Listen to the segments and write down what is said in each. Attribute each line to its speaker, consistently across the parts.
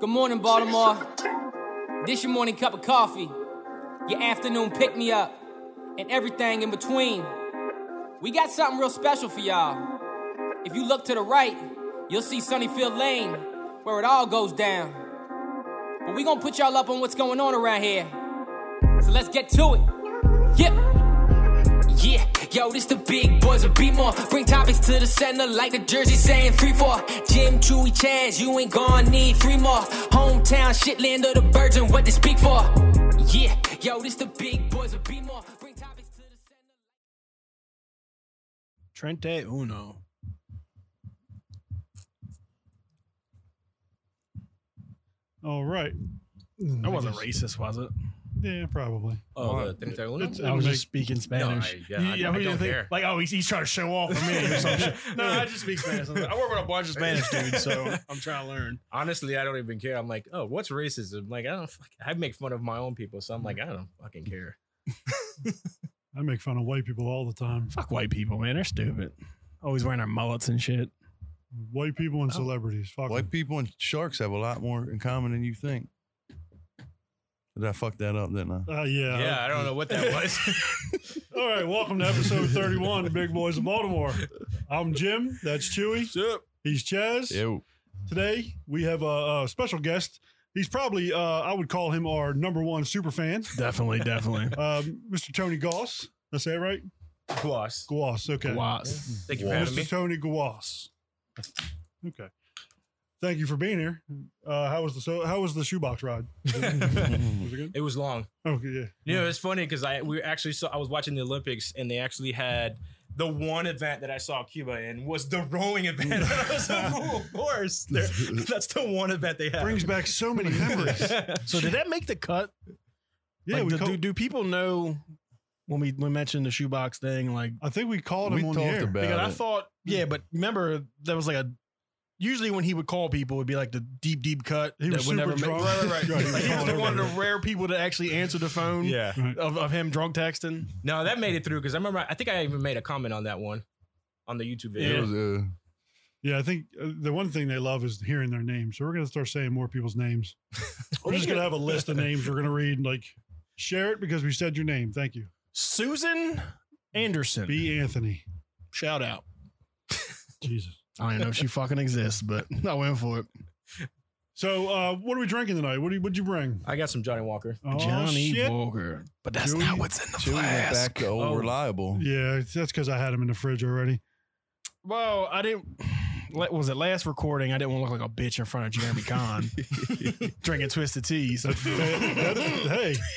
Speaker 1: Good morning, Baltimore. This your morning cup of coffee, your afternoon pick me up, and everything in between. We got something real special for y'all. If you look to the right, you'll see Sunnyfield Lane, where it all goes down. But we gonna put y'all up on what's going on around here. So let's get to it. Yep. Yeah, yo, this the big boys of B-more. Bring topics to the center like the jersey saying 3-4. Jim, Chewy, Chaz, you ain't gonna need three more. Hometown, shit, land of the birds and what they speak for. Yeah, yo, this the big boys of B-more. Bring topics to the center.
Speaker 2: Trente uno.
Speaker 3: All Oh, right.
Speaker 2: That wasn't racist, was it?
Speaker 3: Yeah, probably.
Speaker 4: Oh,
Speaker 3: Well,
Speaker 4: the thing that
Speaker 3: it's-
Speaker 4: I
Speaker 2: I
Speaker 3: I'll
Speaker 2: was
Speaker 3: make-
Speaker 2: just speaking Spanish.
Speaker 4: I- yeah, I- I
Speaker 2: who do you
Speaker 4: don't
Speaker 2: think-
Speaker 4: care.
Speaker 2: Like, oh, he's, he's trying to show off for me or some shit. No, I just speak Spanish. I work with a bunch of Spanish dudes, so I'm trying to learn.
Speaker 4: honestly, I don't even care. I'm like, oh, what's racism? Like, I don't. Fuck, I make fun of my own people, so I'm like, I don't fucking care.
Speaker 3: I make fun of white people all the time.
Speaker 2: Fuck white people, man. They're stupid. Always wearing their mullets and shit.
Speaker 3: White people and celebrities. Fuck 'em.
Speaker 5: White people and sharks have a lot more in common than you think. Did I fuck that up? Didn't I?
Speaker 3: Uh, yeah.
Speaker 4: yeah, I don't know what that was.
Speaker 3: All right. Welcome to episode 31, of Big Boys of Baltimore. I'm Jim. That's Chewy. He's Chaz.
Speaker 5: Ew.
Speaker 3: Today, we have a, a special guest. He's probably, uh, I would call him our number one super fan,
Speaker 2: Definitely, definitely.
Speaker 3: um, Mr. Tony Goss. That's that right?
Speaker 4: Gloss.
Speaker 3: Goss. Okay.
Speaker 2: Guas.
Speaker 4: Thank you for having
Speaker 3: Mr.
Speaker 4: me.
Speaker 3: Tony Goss. Okay. Thank you for being here. Uh, how was the so? How was the shoebox ride? Was it good?
Speaker 4: It was long.
Speaker 3: Okay. Yeah.
Speaker 4: You know, it's funny because I we actually saw. I was watching the Olympics, and they actually had the one event that I saw Cuba in was the rowing event. And I was like, oh, of course, They're- that's the one event they had.
Speaker 3: Brings back so many memories.
Speaker 2: So did that make the cut?
Speaker 3: Yeah,
Speaker 2: Like,
Speaker 3: we
Speaker 2: do,
Speaker 3: call-
Speaker 2: do, do people know when we, we mentioned the shoebox thing? Like,
Speaker 3: I think we called
Speaker 5: we
Speaker 3: him on the
Speaker 5: talked
Speaker 3: air.
Speaker 5: about
Speaker 2: because I
Speaker 5: it.
Speaker 2: thought, yeah, but remember that was like a. Usually, when he would call people, it would be like the deep, deep cut.
Speaker 3: He
Speaker 2: that
Speaker 3: was
Speaker 2: would
Speaker 3: super
Speaker 2: make-
Speaker 3: drunk.
Speaker 2: Right, right, right.
Speaker 3: Right, he was
Speaker 2: Like, he was
Speaker 3: calling
Speaker 2: the one of
Speaker 3: everybody.
Speaker 2: the rare people to actually answer the phone.
Speaker 4: yeah.
Speaker 2: Of, of him drunk texting.
Speaker 4: No, that made it through because I remember. I think I even made a comment on that one on the YouTube video.
Speaker 5: It was, uh,
Speaker 3: Yeah, I think uh, the one thing they love is hearing their names. So we're gonna start saying more people's names. We're just gonna have a list of names we're gonna read and like share it because we said your name. Thank you.
Speaker 2: Susan Anderson.
Speaker 3: B. Anthony.
Speaker 2: Shout out.
Speaker 3: Jesus.
Speaker 2: I don't even know if she fucking exists, but I went for it.
Speaker 3: So uh, what are we drinking tonight? What do you, what'd you bring?
Speaker 4: I got some Johnny Walker.
Speaker 3: Oh,
Speaker 2: Johnny
Speaker 3: shit.
Speaker 2: Walker. But that's
Speaker 3: Chewy-
Speaker 2: not what's in the
Speaker 5: Chewy went
Speaker 2: flask.
Speaker 5: back to old
Speaker 2: Oh.
Speaker 5: reliable.
Speaker 3: Yeah, it's- that's because I had him in the fridge already.
Speaker 2: Well, I didn't. What was it last recording? I didn't want to look like a bitch in front of Jeremy Kahn drinking twisted teas.
Speaker 3: That- that- that- uh,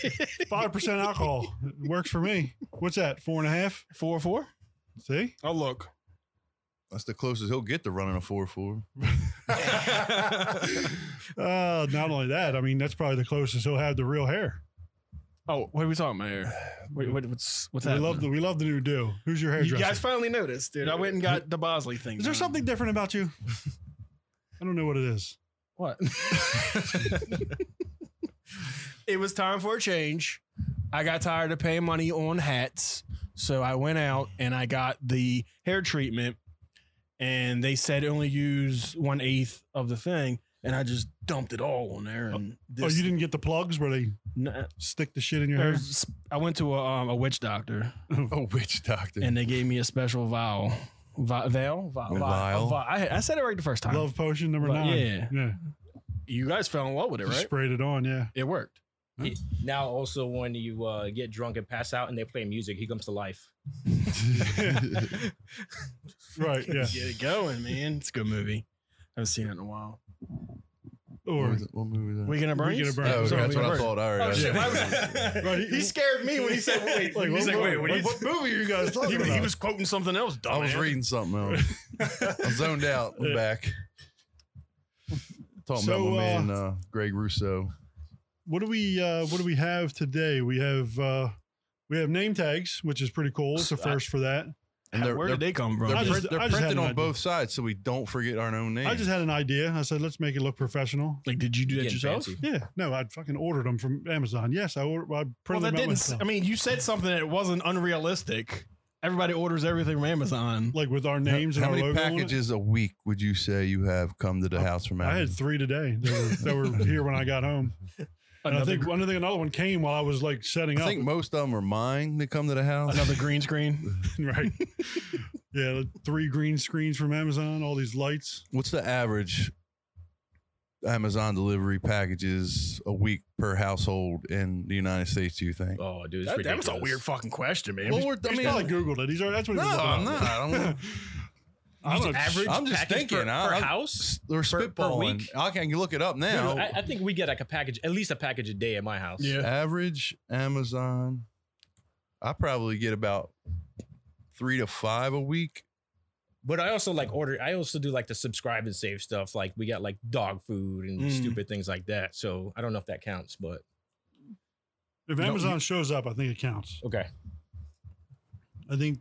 Speaker 3: hey, five percent alcohol It works for me. What's that? Four and a half.
Speaker 2: Four four.
Speaker 3: See,
Speaker 2: Oh look,
Speaker 5: That's the closest he'll get to running a four four.
Speaker 3: uh, not only that, I mean that's probably the closest he'll have to real hair.
Speaker 2: Oh, what are we talking about here? What, what, what's what's
Speaker 3: we
Speaker 2: that?
Speaker 3: love the we love the new do. Who's your
Speaker 2: You
Speaker 3: hairdresser?
Speaker 2: guys finally noticed, dude. I went and got the Bosley thing.
Speaker 3: Is there
Speaker 2: done.
Speaker 3: something different about you? I don't know what it is.
Speaker 2: What? it was time for a change. I got tired of paying money on hats, so I went out and I got the hair treatment. And they said only use one eighth of the thing, and I just dumped it all on there. And
Speaker 3: oh,
Speaker 2: this,
Speaker 3: you didn't get the plugs where they
Speaker 2: N-
Speaker 3: stick the shit in your hair.
Speaker 2: there's- I went to a, um, a witch doctor,
Speaker 3: Hmm.
Speaker 5: A witch doctor.
Speaker 2: and they gave me a special vial, Vi- vial, Vi- vi-
Speaker 5: Vial.
Speaker 2: vi- I, I said it right the first time.
Speaker 3: Love potion number
Speaker 2: Well,
Speaker 3: nine.
Speaker 2: yeah.
Speaker 3: yeah.
Speaker 2: You guys fell in love with it,
Speaker 3: Just
Speaker 2: right?
Speaker 3: sprayed it on. Yeah.
Speaker 2: It worked.
Speaker 4: now, also when you uh, get drunk and pass out, and they play music, he comes to life.
Speaker 3: Right. Yeah.
Speaker 2: Get it going, man. It's a good movie. I haven't seen it in a while.
Speaker 5: what,
Speaker 3: Or
Speaker 5: was it- what movie was that?
Speaker 2: Weekend at
Speaker 3: Weekend
Speaker 2: Bernie's?
Speaker 3: at Bernie's.
Speaker 5: Oh, okay,
Speaker 2: so
Speaker 5: that's what I
Speaker 2: Bernie's.
Speaker 5: thought. All right.
Speaker 2: Oh, shit.
Speaker 5: I-
Speaker 2: Why was-
Speaker 3: Right, he-
Speaker 2: he scared me when he said, wait.
Speaker 3: Like,
Speaker 2: he's
Speaker 3: what
Speaker 2: like, wait,
Speaker 3: movie?
Speaker 2: what, are you-
Speaker 3: Like, what movie are you guys talking
Speaker 2: he, was-
Speaker 3: about?
Speaker 2: he was quoting something else.
Speaker 5: I
Speaker 2: Dumb
Speaker 5: was reading something else. I'm zoned out. I'm
Speaker 3: Yeah.
Speaker 5: back. Talking
Speaker 3: So,
Speaker 5: about my
Speaker 3: uh,
Speaker 5: man uh, Greg Russo.
Speaker 3: what do we uh what do we have today we have uh we have name tags which is pretty cool it's a
Speaker 4: So I-
Speaker 3: first for that
Speaker 5: And they're,
Speaker 2: Where
Speaker 5: they're,
Speaker 2: did they come from?
Speaker 5: they're
Speaker 3: I
Speaker 5: print-
Speaker 3: just-
Speaker 5: they're
Speaker 3: I just had
Speaker 5: printed
Speaker 3: an
Speaker 5: on
Speaker 3: idea.
Speaker 5: both sides so we don't forget our own name.
Speaker 3: i just had an idea i said let's make it look professional
Speaker 2: like, did you do that
Speaker 4: Getting
Speaker 2: yourself?
Speaker 4: fancy.
Speaker 3: yeah no i fucking ordered them from amazon yes i ordered i
Speaker 2: Well,
Speaker 3: printed
Speaker 2: that
Speaker 3: them out
Speaker 2: didn't. s-
Speaker 3: myself.
Speaker 2: I mean, you said something that wasn't unrealistic.
Speaker 6: Everybody orders everything from Amazon.
Speaker 3: like with our names
Speaker 5: How
Speaker 3: and our
Speaker 5: many
Speaker 3: logo on it.
Speaker 5: packages a week would you say you have come to the house from
Speaker 3: I
Speaker 5: Amazon?
Speaker 3: had three today that were, that were here when I got home. And I
Speaker 6: Another,
Speaker 3: think one I think another one came while I was like setting
Speaker 5: I
Speaker 3: up.
Speaker 5: think most of them are mine that come to the house.
Speaker 6: another green screen.
Speaker 3: right. Yeah, like, three green screens from Amazon, all these lights.
Speaker 5: What's the average Amazon delivery packages a week per household in the United States? Do you think?
Speaker 4: Oh, dude,
Speaker 6: That,
Speaker 4: it's
Speaker 6: that
Speaker 4: ridiculous.
Speaker 6: was a weird fucking question, man.
Speaker 5: Well, we're, I
Speaker 3: He's
Speaker 5: mean,
Speaker 3: probably Googled it. He's already, that's what
Speaker 5: no,
Speaker 3: he was
Speaker 5: I'm
Speaker 3: looking
Speaker 5: not. I
Speaker 3: for. I'm
Speaker 5: don't,
Speaker 4: Just
Speaker 3: gonna-
Speaker 4: average
Speaker 5: I'm just
Speaker 4: package
Speaker 5: thinking,
Speaker 4: per,
Speaker 5: I-
Speaker 4: per
Speaker 5: I-
Speaker 4: house. Per-
Speaker 5: they're
Speaker 4: per
Speaker 5: spitballing.
Speaker 4: week?
Speaker 5: I can look it up now.
Speaker 4: Dude, I, I think we get like a package, at least a package a day at my house.
Speaker 6: Yeah.
Speaker 5: average Amazon, I probably get about three to five a week.
Speaker 4: But I also like order. I also do like the subscribe and save stuff. Like we got like dog food and
Speaker 6: Mm.
Speaker 4: stupid things like that. So I don't know if that counts, but
Speaker 3: If
Speaker 5: No,
Speaker 3: Amazon shows up, I think it counts.
Speaker 4: okay.
Speaker 3: I think,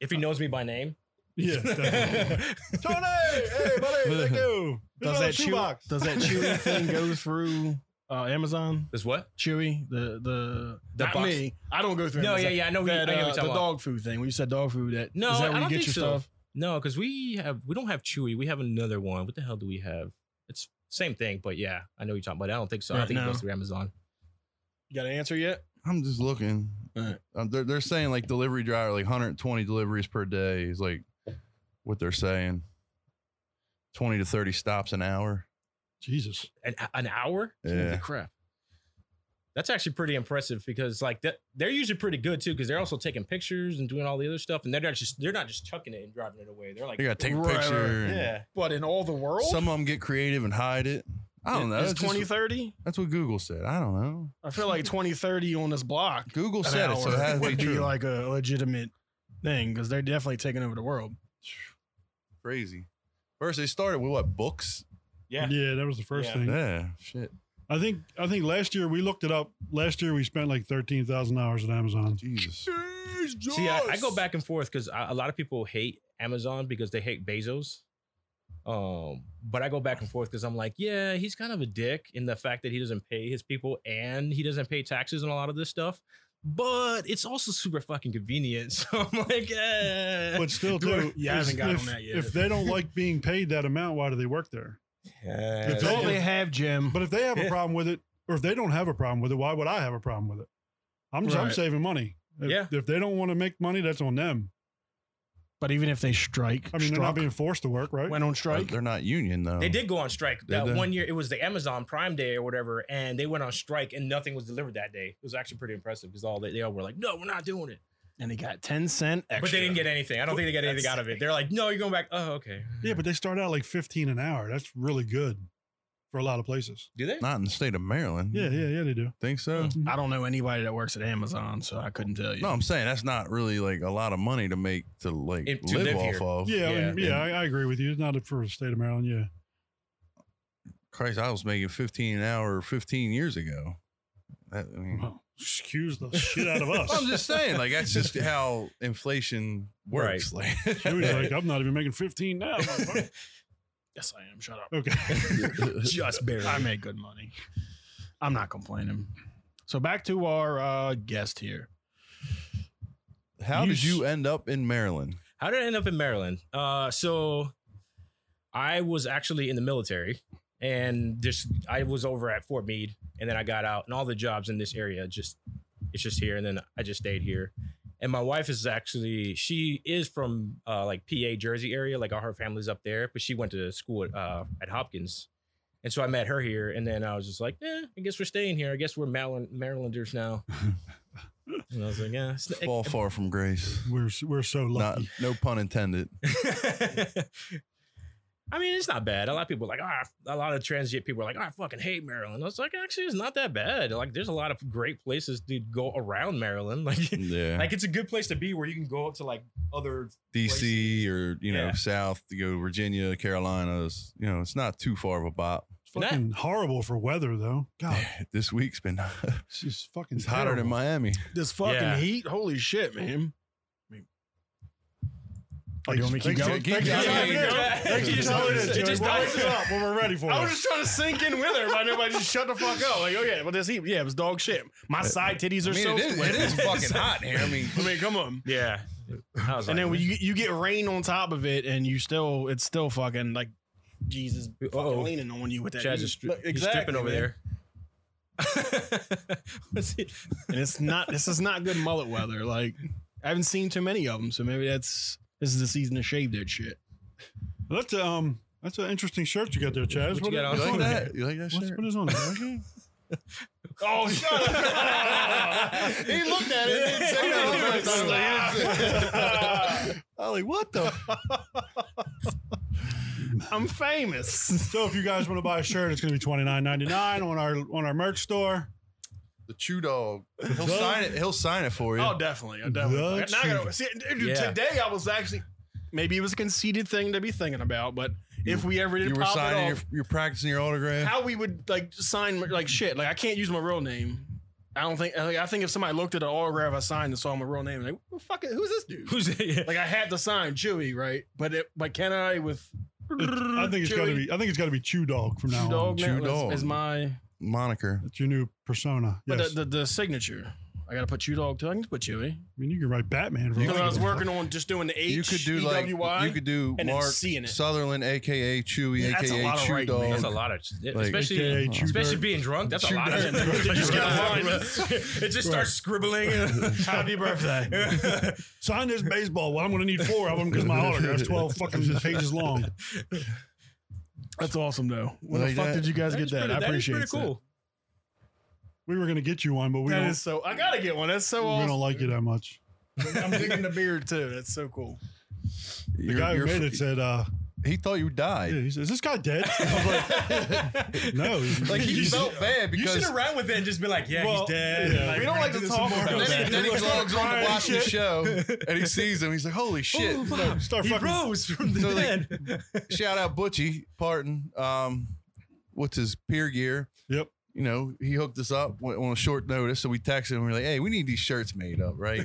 Speaker 4: If he knows me by name,
Speaker 3: yeah. definitely. Tony, hey, buddy, let go.
Speaker 6: does that chewy, does that chewy thing go through uh, Amazon?
Speaker 4: this what?
Speaker 6: Chewy, the the,
Speaker 4: The
Speaker 6: not
Speaker 4: box-
Speaker 6: me. I don't go through.
Speaker 4: No,
Speaker 6: Amazon.
Speaker 4: yeah, yeah. I know. we-
Speaker 6: That,
Speaker 4: I know
Speaker 6: uh,
Speaker 4: what you're
Speaker 6: the
Speaker 4: talking about.
Speaker 6: dog food thing. When you said dog food, that
Speaker 4: No,
Speaker 6: is that
Speaker 4: I
Speaker 6: where you
Speaker 4: don't
Speaker 6: get
Speaker 4: think
Speaker 6: your
Speaker 4: so.
Speaker 6: stuff?
Speaker 4: No, because we have we don't have Chewy. We have another one. What the hell do we have? It's same thing, but yeah, I know what you're talking about. I don't think so. I
Speaker 6: Right,
Speaker 4: don't think
Speaker 6: no.
Speaker 4: it goes through Amazon.
Speaker 6: You got an answer yet?
Speaker 5: I'm just looking.
Speaker 6: Alright.
Speaker 5: Um, they're, they're saying like delivery driver, like 120 deliveries per day is like what they're saying. 20 to 30 stops an hour.
Speaker 3: Jesus.
Speaker 4: An, an hour?
Speaker 5: Yeah.
Speaker 4: crap. That's actually pretty impressive because like that they're usually pretty good too because they're also taking pictures and doing all the other stuff and they're not just they're not just chucking it and driving it away. They're like
Speaker 5: You got to take a
Speaker 6: Right, right.
Speaker 5: picture. and
Speaker 4: yeah.
Speaker 6: What in all the world?
Speaker 5: Some of them get creative and hide it. I don't know.
Speaker 6: Is
Speaker 5: That's, just-
Speaker 6: twenty thirty?
Speaker 5: that's what Google said. I don't know.
Speaker 6: I feel like twenty thirty on this block.
Speaker 5: Google
Speaker 6: an
Speaker 5: said it, so it
Speaker 6: hour
Speaker 5: has to be
Speaker 6: would be,
Speaker 5: true.
Speaker 6: like a legitimate thing because they're definitely taking over the world.
Speaker 5: Crazy. First, they started with what? Books?
Speaker 4: Yeah.
Speaker 3: Yeah, that was the first
Speaker 4: Yeah.
Speaker 3: thing.
Speaker 5: Yeah. Shit.
Speaker 3: I think I think last year we looked it up. Last year we spent like thirteen thousand hours at Amazon.
Speaker 5: Jesus.
Speaker 4: See, I, I go back and forth because a lot of people hate Amazon because they hate Bezos. Um, but I go back and forth because I'm like, yeah, he's kind of a dick in the fact that he doesn't pay his people and he doesn't pay taxes and a lot of this stuff. But it's also super fucking convenient. So I'm like, eh. yeah.
Speaker 3: But still, too,
Speaker 6: Yeah, I
Speaker 3: is
Speaker 6: haven't gotten
Speaker 3: if,
Speaker 6: on that yet.
Speaker 3: If they don't like being paid that amount, why do they work there?
Speaker 4: Yes.
Speaker 3: Don't they
Speaker 6: have Jim?
Speaker 3: But if they have a
Speaker 4: Yeah.
Speaker 3: problem with it, or if they don't have a problem with it, why would I have a problem with it? I'm just, I'm
Speaker 6: Right.
Speaker 3: saving money. If,
Speaker 4: Yeah.
Speaker 3: if they don't want to make money, that's on them.
Speaker 6: But even if they strike,
Speaker 3: I mean, they're not
Speaker 6: struck,
Speaker 3: being forced to work, right?
Speaker 6: went on
Speaker 5: Right.
Speaker 6: strike.
Speaker 5: They're not union though.
Speaker 4: They did go on strike
Speaker 5: Um, Did
Speaker 4: that
Speaker 5: they?
Speaker 4: one year. It was the Amazon Prime Day or whatever, and they went on strike and nothing was delivered that day. It was actually pretty impressive because all they, they all were like, "No, we're not doing it."
Speaker 6: and they got ten cent extra.
Speaker 4: But they didn't get anything. I don't think they got anything
Speaker 6: That's-
Speaker 4: out of it. They're like, no, you're going back. Oh, okay.
Speaker 3: yeah, but they start out like 15 an hour. That's really good for a lot of places.
Speaker 4: Do they?
Speaker 5: Not in the state of Maryland.
Speaker 6: Mm-hmm.
Speaker 3: Yeah, yeah, yeah, they do.
Speaker 5: Think so?
Speaker 6: I don't know anybody that works at Amazon, so I couldn't tell you.
Speaker 5: Mm-hmm. No, I'm saying that's not really like a lot of money to make to like
Speaker 4: It- to
Speaker 5: live,
Speaker 4: live
Speaker 5: off
Speaker 4: here.
Speaker 5: of.
Speaker 3: Yeah, I mean,
Speaker 5: Yeah.
Speaker 3: yeah, I, I agree with you. It's not for the state of Maryland. Yeah,
Speaker 5: Christ, I was making 15 an hour 15 years ago. That, I mean,
Speaker 6: Mm-hmm.
Speaker 3: well, excuse the shit out of us.
Speaker 5: I'm just saying, like that's just how inflation works. Like,
Speaker 3: She was like, I'm not even making 15 now. motherfucker."
Speaker 6: yes, I am. Shut up.
Speaker 3: okay.
Speaker 4: Just barely.
Speaker 6: I make good money. I'm not complaining. So back to our uh, guest here.
Speaker 5: how
Speaker 6: You
Speaker 5: did you
Speaker 6: s-
Speaker 5: end up in Maryland?
Speaker 4: How did I end up in Maryland? Uh, so I was actually in the military and just I was over at Fort Meade and then I got out and all the jobs in this area just it's just here and then I just stayed here. And my wife is actually she is from uh, like PA Jersey area, like all her family's up there, but she went to school at, uh, at Hopkins. And so I met her here, and then I was just like, "Yeah, I guess we're staying here. I guess we're Maryland- Marylanders now." and I was like, "Yeah, it's-
Speaker 5: Fall far from grace.
Speaker 3: We're we're so
Speaker 5: Not,
Speaker 3: lucky.
Speaker 5: no pun intended.
Speaker 4: I mean, it's not bad. A lot of people are like, ah, a lot of transient people are like, "Ah, I fucking hate Maryland. I was like, actually, it's not that bad. Like, there's a lot of great places to go around Maryland. Like,
Speaker 5: Yeah,
Speaker 4: like it's a good place to be where you can go up to like other.
Speaker 5: DC or you know
Speaker 4: Yeah.
Speaker 5: South to go to Virginia, Carolinas. You know, it's not too far of a bop.
Speaker 3: It's fucking horrible for weather though. God,
Speaker 5: This week's been
Speaker 3: it's just fucking
Speaker 5: it's hotter than
Speaker 3: terrible.
Speaker 5: Miami.
Speaker 6: This fucking
Speaker 4: Yeah.
Speaker 6: heat, holy shit, man!
Speaker 2: Oh, do you want me to keep
Speaker 3: Thanks-
Speaker 2: going?
Speaker 5: Keep
Speaker 3: thanks-
Speaker 5: going.
Speaker 3: thanks- thanks-
Speaker 5: Keep going.
Speaker 3: thanks for
Speaker 4: It just
Speaker 3: telling
Speaker 4: dies.
Speaker 3: us,
Speaker 4: It just
Speaker 3: Joey. We'll
Speaker 4: dies.
Speaker 3: look it up when we're ready for
Speaker 2: I
Speaker 3: it.
Speaker 2: was just trying to sink in with her, but nobody just shut the fuck up. Like, okay, well, this heat, yeah, it was dog shit. My side titties are
Speaker 5: I mean,
Speaker 2: so
Speaker 5: it, is,
Speaker 2: sweaty.
Speaker 5: it is fucking hot in here. I mean,
Speaker 2: I mean, come on.
Speaker 4: Yeah. I
Speaker 2: And
Speaker 4: was like,
Speaker 2: then when you you get rain on top of it, and you still it's still fucking like Jesus fucking
Speaker 4: Uh-oh.
Speaker 2: leaning on you with that.
Speaker 4: Chad's
Speaker 2: heat.
Speaker 4: just stri-
Speaker 2: Look,
Speaker 4: he's stripping over
Speaker 2: man.
Speaker 4: there. What's he-
Speaker 2: and it's not this is not good mullet weather. Like I haven't seen too many of them, so maybe that's this is the season to shave that shit.
Speaker 3: That's um, that's an interesting shirt you got there, Chaz.
Speaker 4: What you got on?
Speaker 5: you
Speaker 3: what's
Speaker 5: like
Speaker 3: on
Speaker 5: that? You like that
Speaker 3: What's,
Speaker 5: shirt?
Speaker 3: what is on there?
Speaker 2: Oh, shut up!
Speaker 5: He looked at it. and didn't say nothing. I'm like, what the?
Speaker 2: I'm famous.
Speaker 3: so if you guys want to buy a shirt, it's going to be twenty nine ninety nine on our on our merch store.
Speaker 5: The chew dog. He'll sign it. He'll sign it for you.
Speaker 2: Oh, definitely. I definitely.
Speaker 3: That's
Speaker 2: Now I gotta,
Speaker 3: true.
Speaker 2: see, dude,
Speaker 4: Yeah.
Speaker 2: Today I was actually maybe it was a conceited thing to be thinking about, but if we ever did
Speaker 5: you were
Speaker 2: pop it
Speaker 5: signing.
Speaker 2: off,
Speaker 5: Your, you're practicing your autograph.
Speaker 2: how we would like sign like shit. Like I can't use my real name. I don't think. Like, I think if somebody looked at an autograph I signed and saw my real name, like well, fuck it, who's this dude?
Speaker 4: Who's yeah.
Speaker 2: Like I had to sign Chewy, right? But it, but can I with?
Speaker 3: I think it's got to be. I think it's got to be Chew Dog from now on.
Speaker 2: dog.
Speaker 5: Chew
Speaker 2: now
Speaker 5: Dog.
Speaker 2: is, is my
Speaker 5: Moniker.
Speaker 3: That's your new persona.
Speaker 2: but
Speaker 3: Yes.
Speaker 2: the, the, the signature. I gotta put Chew Dog too. I can just put Chewy.
Speaker 3: I mean, you can write Batman. For
Speaker 2: Because I
Speaker 3: all
Speaker 2: was working on just doing the H. E
Speaker 5: you could do like
Speaker 2: EWY.
Speaker 5: you could do
Speaker 2: and then
Speaker 5: Mark
Speaker 2: seeing it.
Speaker 5: Sutherland, aka Chewy,
Speaker 2: Yeah, that's a
Speaker 5: aka
Speaker 2: lot of
Speaker 5: Chew
Speaker 2: writing,
Speaker 5: Dog.
Speaker 2: man.
Speaker 4: That's a lot of
Speaker 5: Like-
Speaker 4: especially
Speaker 3: AKA Chew
Speaker 4: especially
Speaker 3: Dirt.
Speaker 4: being drunk. That's a
Speaker 5: Chew
Speaker 4: lot
Speaker 5: Dirt.
Speaker 4: of
Speaker 5: You just
Speaker 2: got
Speaker 4: it just starts scribbling.
Speaker 2: Happy birthday.
Speaker 3: Sign this baseball. Well, I'm going to need four of them because my autograph's twelve fucking pages long.
Speaker 2: That's awesome though. Where
Speaker 5: Like
Speaker 2: the fuck
Speaker 5: that?
Speaker 2: did you guys get that? I appreciate
Speaker 4: Pretty
Speaker 2: it.
Speaker 4: cool.
Speaker 3: We were going to get you one, but we
Speaker 2: That
Speaker 3: don't,
Speaker 2: is so. I gotta get one. That's so
Speaker 3: we don't
Speaker 2: awesome.
Speaker 3: like you that much.
Speaker 2: I'm digging the beard too. That's so cool.
Speaker 3: The guy who made it said, uh,
Speaker 5: he thought you
Speaker 3: yeah,
Speaker 5: died.
Speaker 3: he said, "Is this guy dead?" I was like, "No."
Speaker 5: Like he
Speaker 3: You-
Speaker 5: felt bad
Speaker 4: You should
Speaker 5: because
Speaker 4: have ran with it and just been like, yeah,
Speaker 3: Well,
Speaker 4: he's dead.
Speaker 3: yeah.
Speaker 4: Like,
Speaker 2: We don't
Speaker 4: we're
Speaker 2: like
Speaker 4: gonna
Speaker 2: to
Speaker 4: do some
Speaker 2: talk
Speaker 4: more
Speaker 2: about
Speaker 5: And
Speaker 4: of
Speaker 5: then,
Speaker 4: that.
Speaker 5: he- then he logs on to watch the
Speaker 3: shit.
Speaker 5: show and he sees him. He's like, "Holy shit!"
Speaker 4: Oh,
Speaker 5: So,
Speaker 4: wow.
Speaker 3: Start
Speaker 4: He
Speaker 3: fucking-
Speaker 4: rose from the
Speaker 5: So, like,
Speaker 4: dead.
Speaker 5: shout out Butchie Parton. Um, what's his peer gear?
Speaker 3: Yep.
Speaker 5: You know, he hooked us up on on a short notice. So we texted him. We're like, "Hey, we need these shirts made up, right?"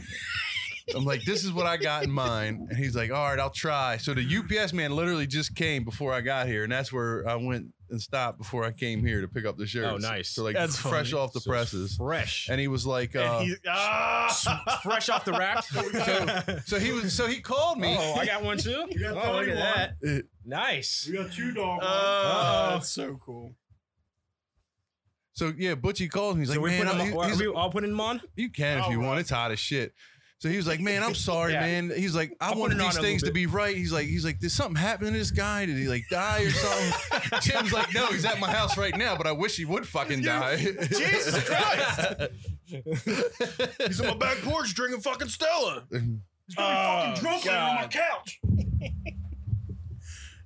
Speaker 5: I'm like, "This is what I got in mind," and he's like, "All right, I'll try." So the UPS man literally just came before I got here, and that's where I went and stopped before I came here to pick up the shirts.
Speaker 4: Oh, nice.
Speaker 5: So like,
Speaker 2: That's
Speaker 5: fresh
Speaker 2: funny.
Speaker 5: off the presses.
Speaker 4: fresh,
Speaker 5: And he was like, uh,
Speaker 2: and he, ah,
Speaker 4: fresh off the rack.
Speaker 5: so he was, so he called me.
Speaker 4: Oh, I got one too.
Speaker 3: got
Speaker 4: oh, look
Speaker 3: 31.
Speaker 4: at that.
Speaker 5: Uh,
Speaker 4: Nice.
Speaker 3: We got two dog. Uh,
Speaker 2: Ah,
Speaker 4: Oh.
Speaker 2: that's so cool.
Speaker 5: So yeah, Butchie called me. He's like,
Speaker 4: so we
Speaker 5: man,
Speaker 4: put
Speaker 5: I'm,
Speaker 4: him,
Speaker 5: he-
Speaker 4: are
Speaker 5: he's-
Speaker 4: we all putting him on?
Speaker 5: you can if you want. It's hot as shit. So he was like, man, I'm sorry,
Speaker 4: Yeah.
Speaker 5: man. He's like, I
Speaker 4: I'll
Speaker 5: wanted
Speaker 4: put it on
Speaker 5: these
Speaker 4: a
Speaker 5: things
Speaker 4: little
Speaker 5: to be right. He's like, he's like, did something happen to this guy? Did he like die or something? Jim's like, no, he's at my house right now, but I wish he would fucking die.
Speaker 2: Jesus Christ! He's on my back porch drinking fucking Stella. Oh, God.
Speaker 3: couch.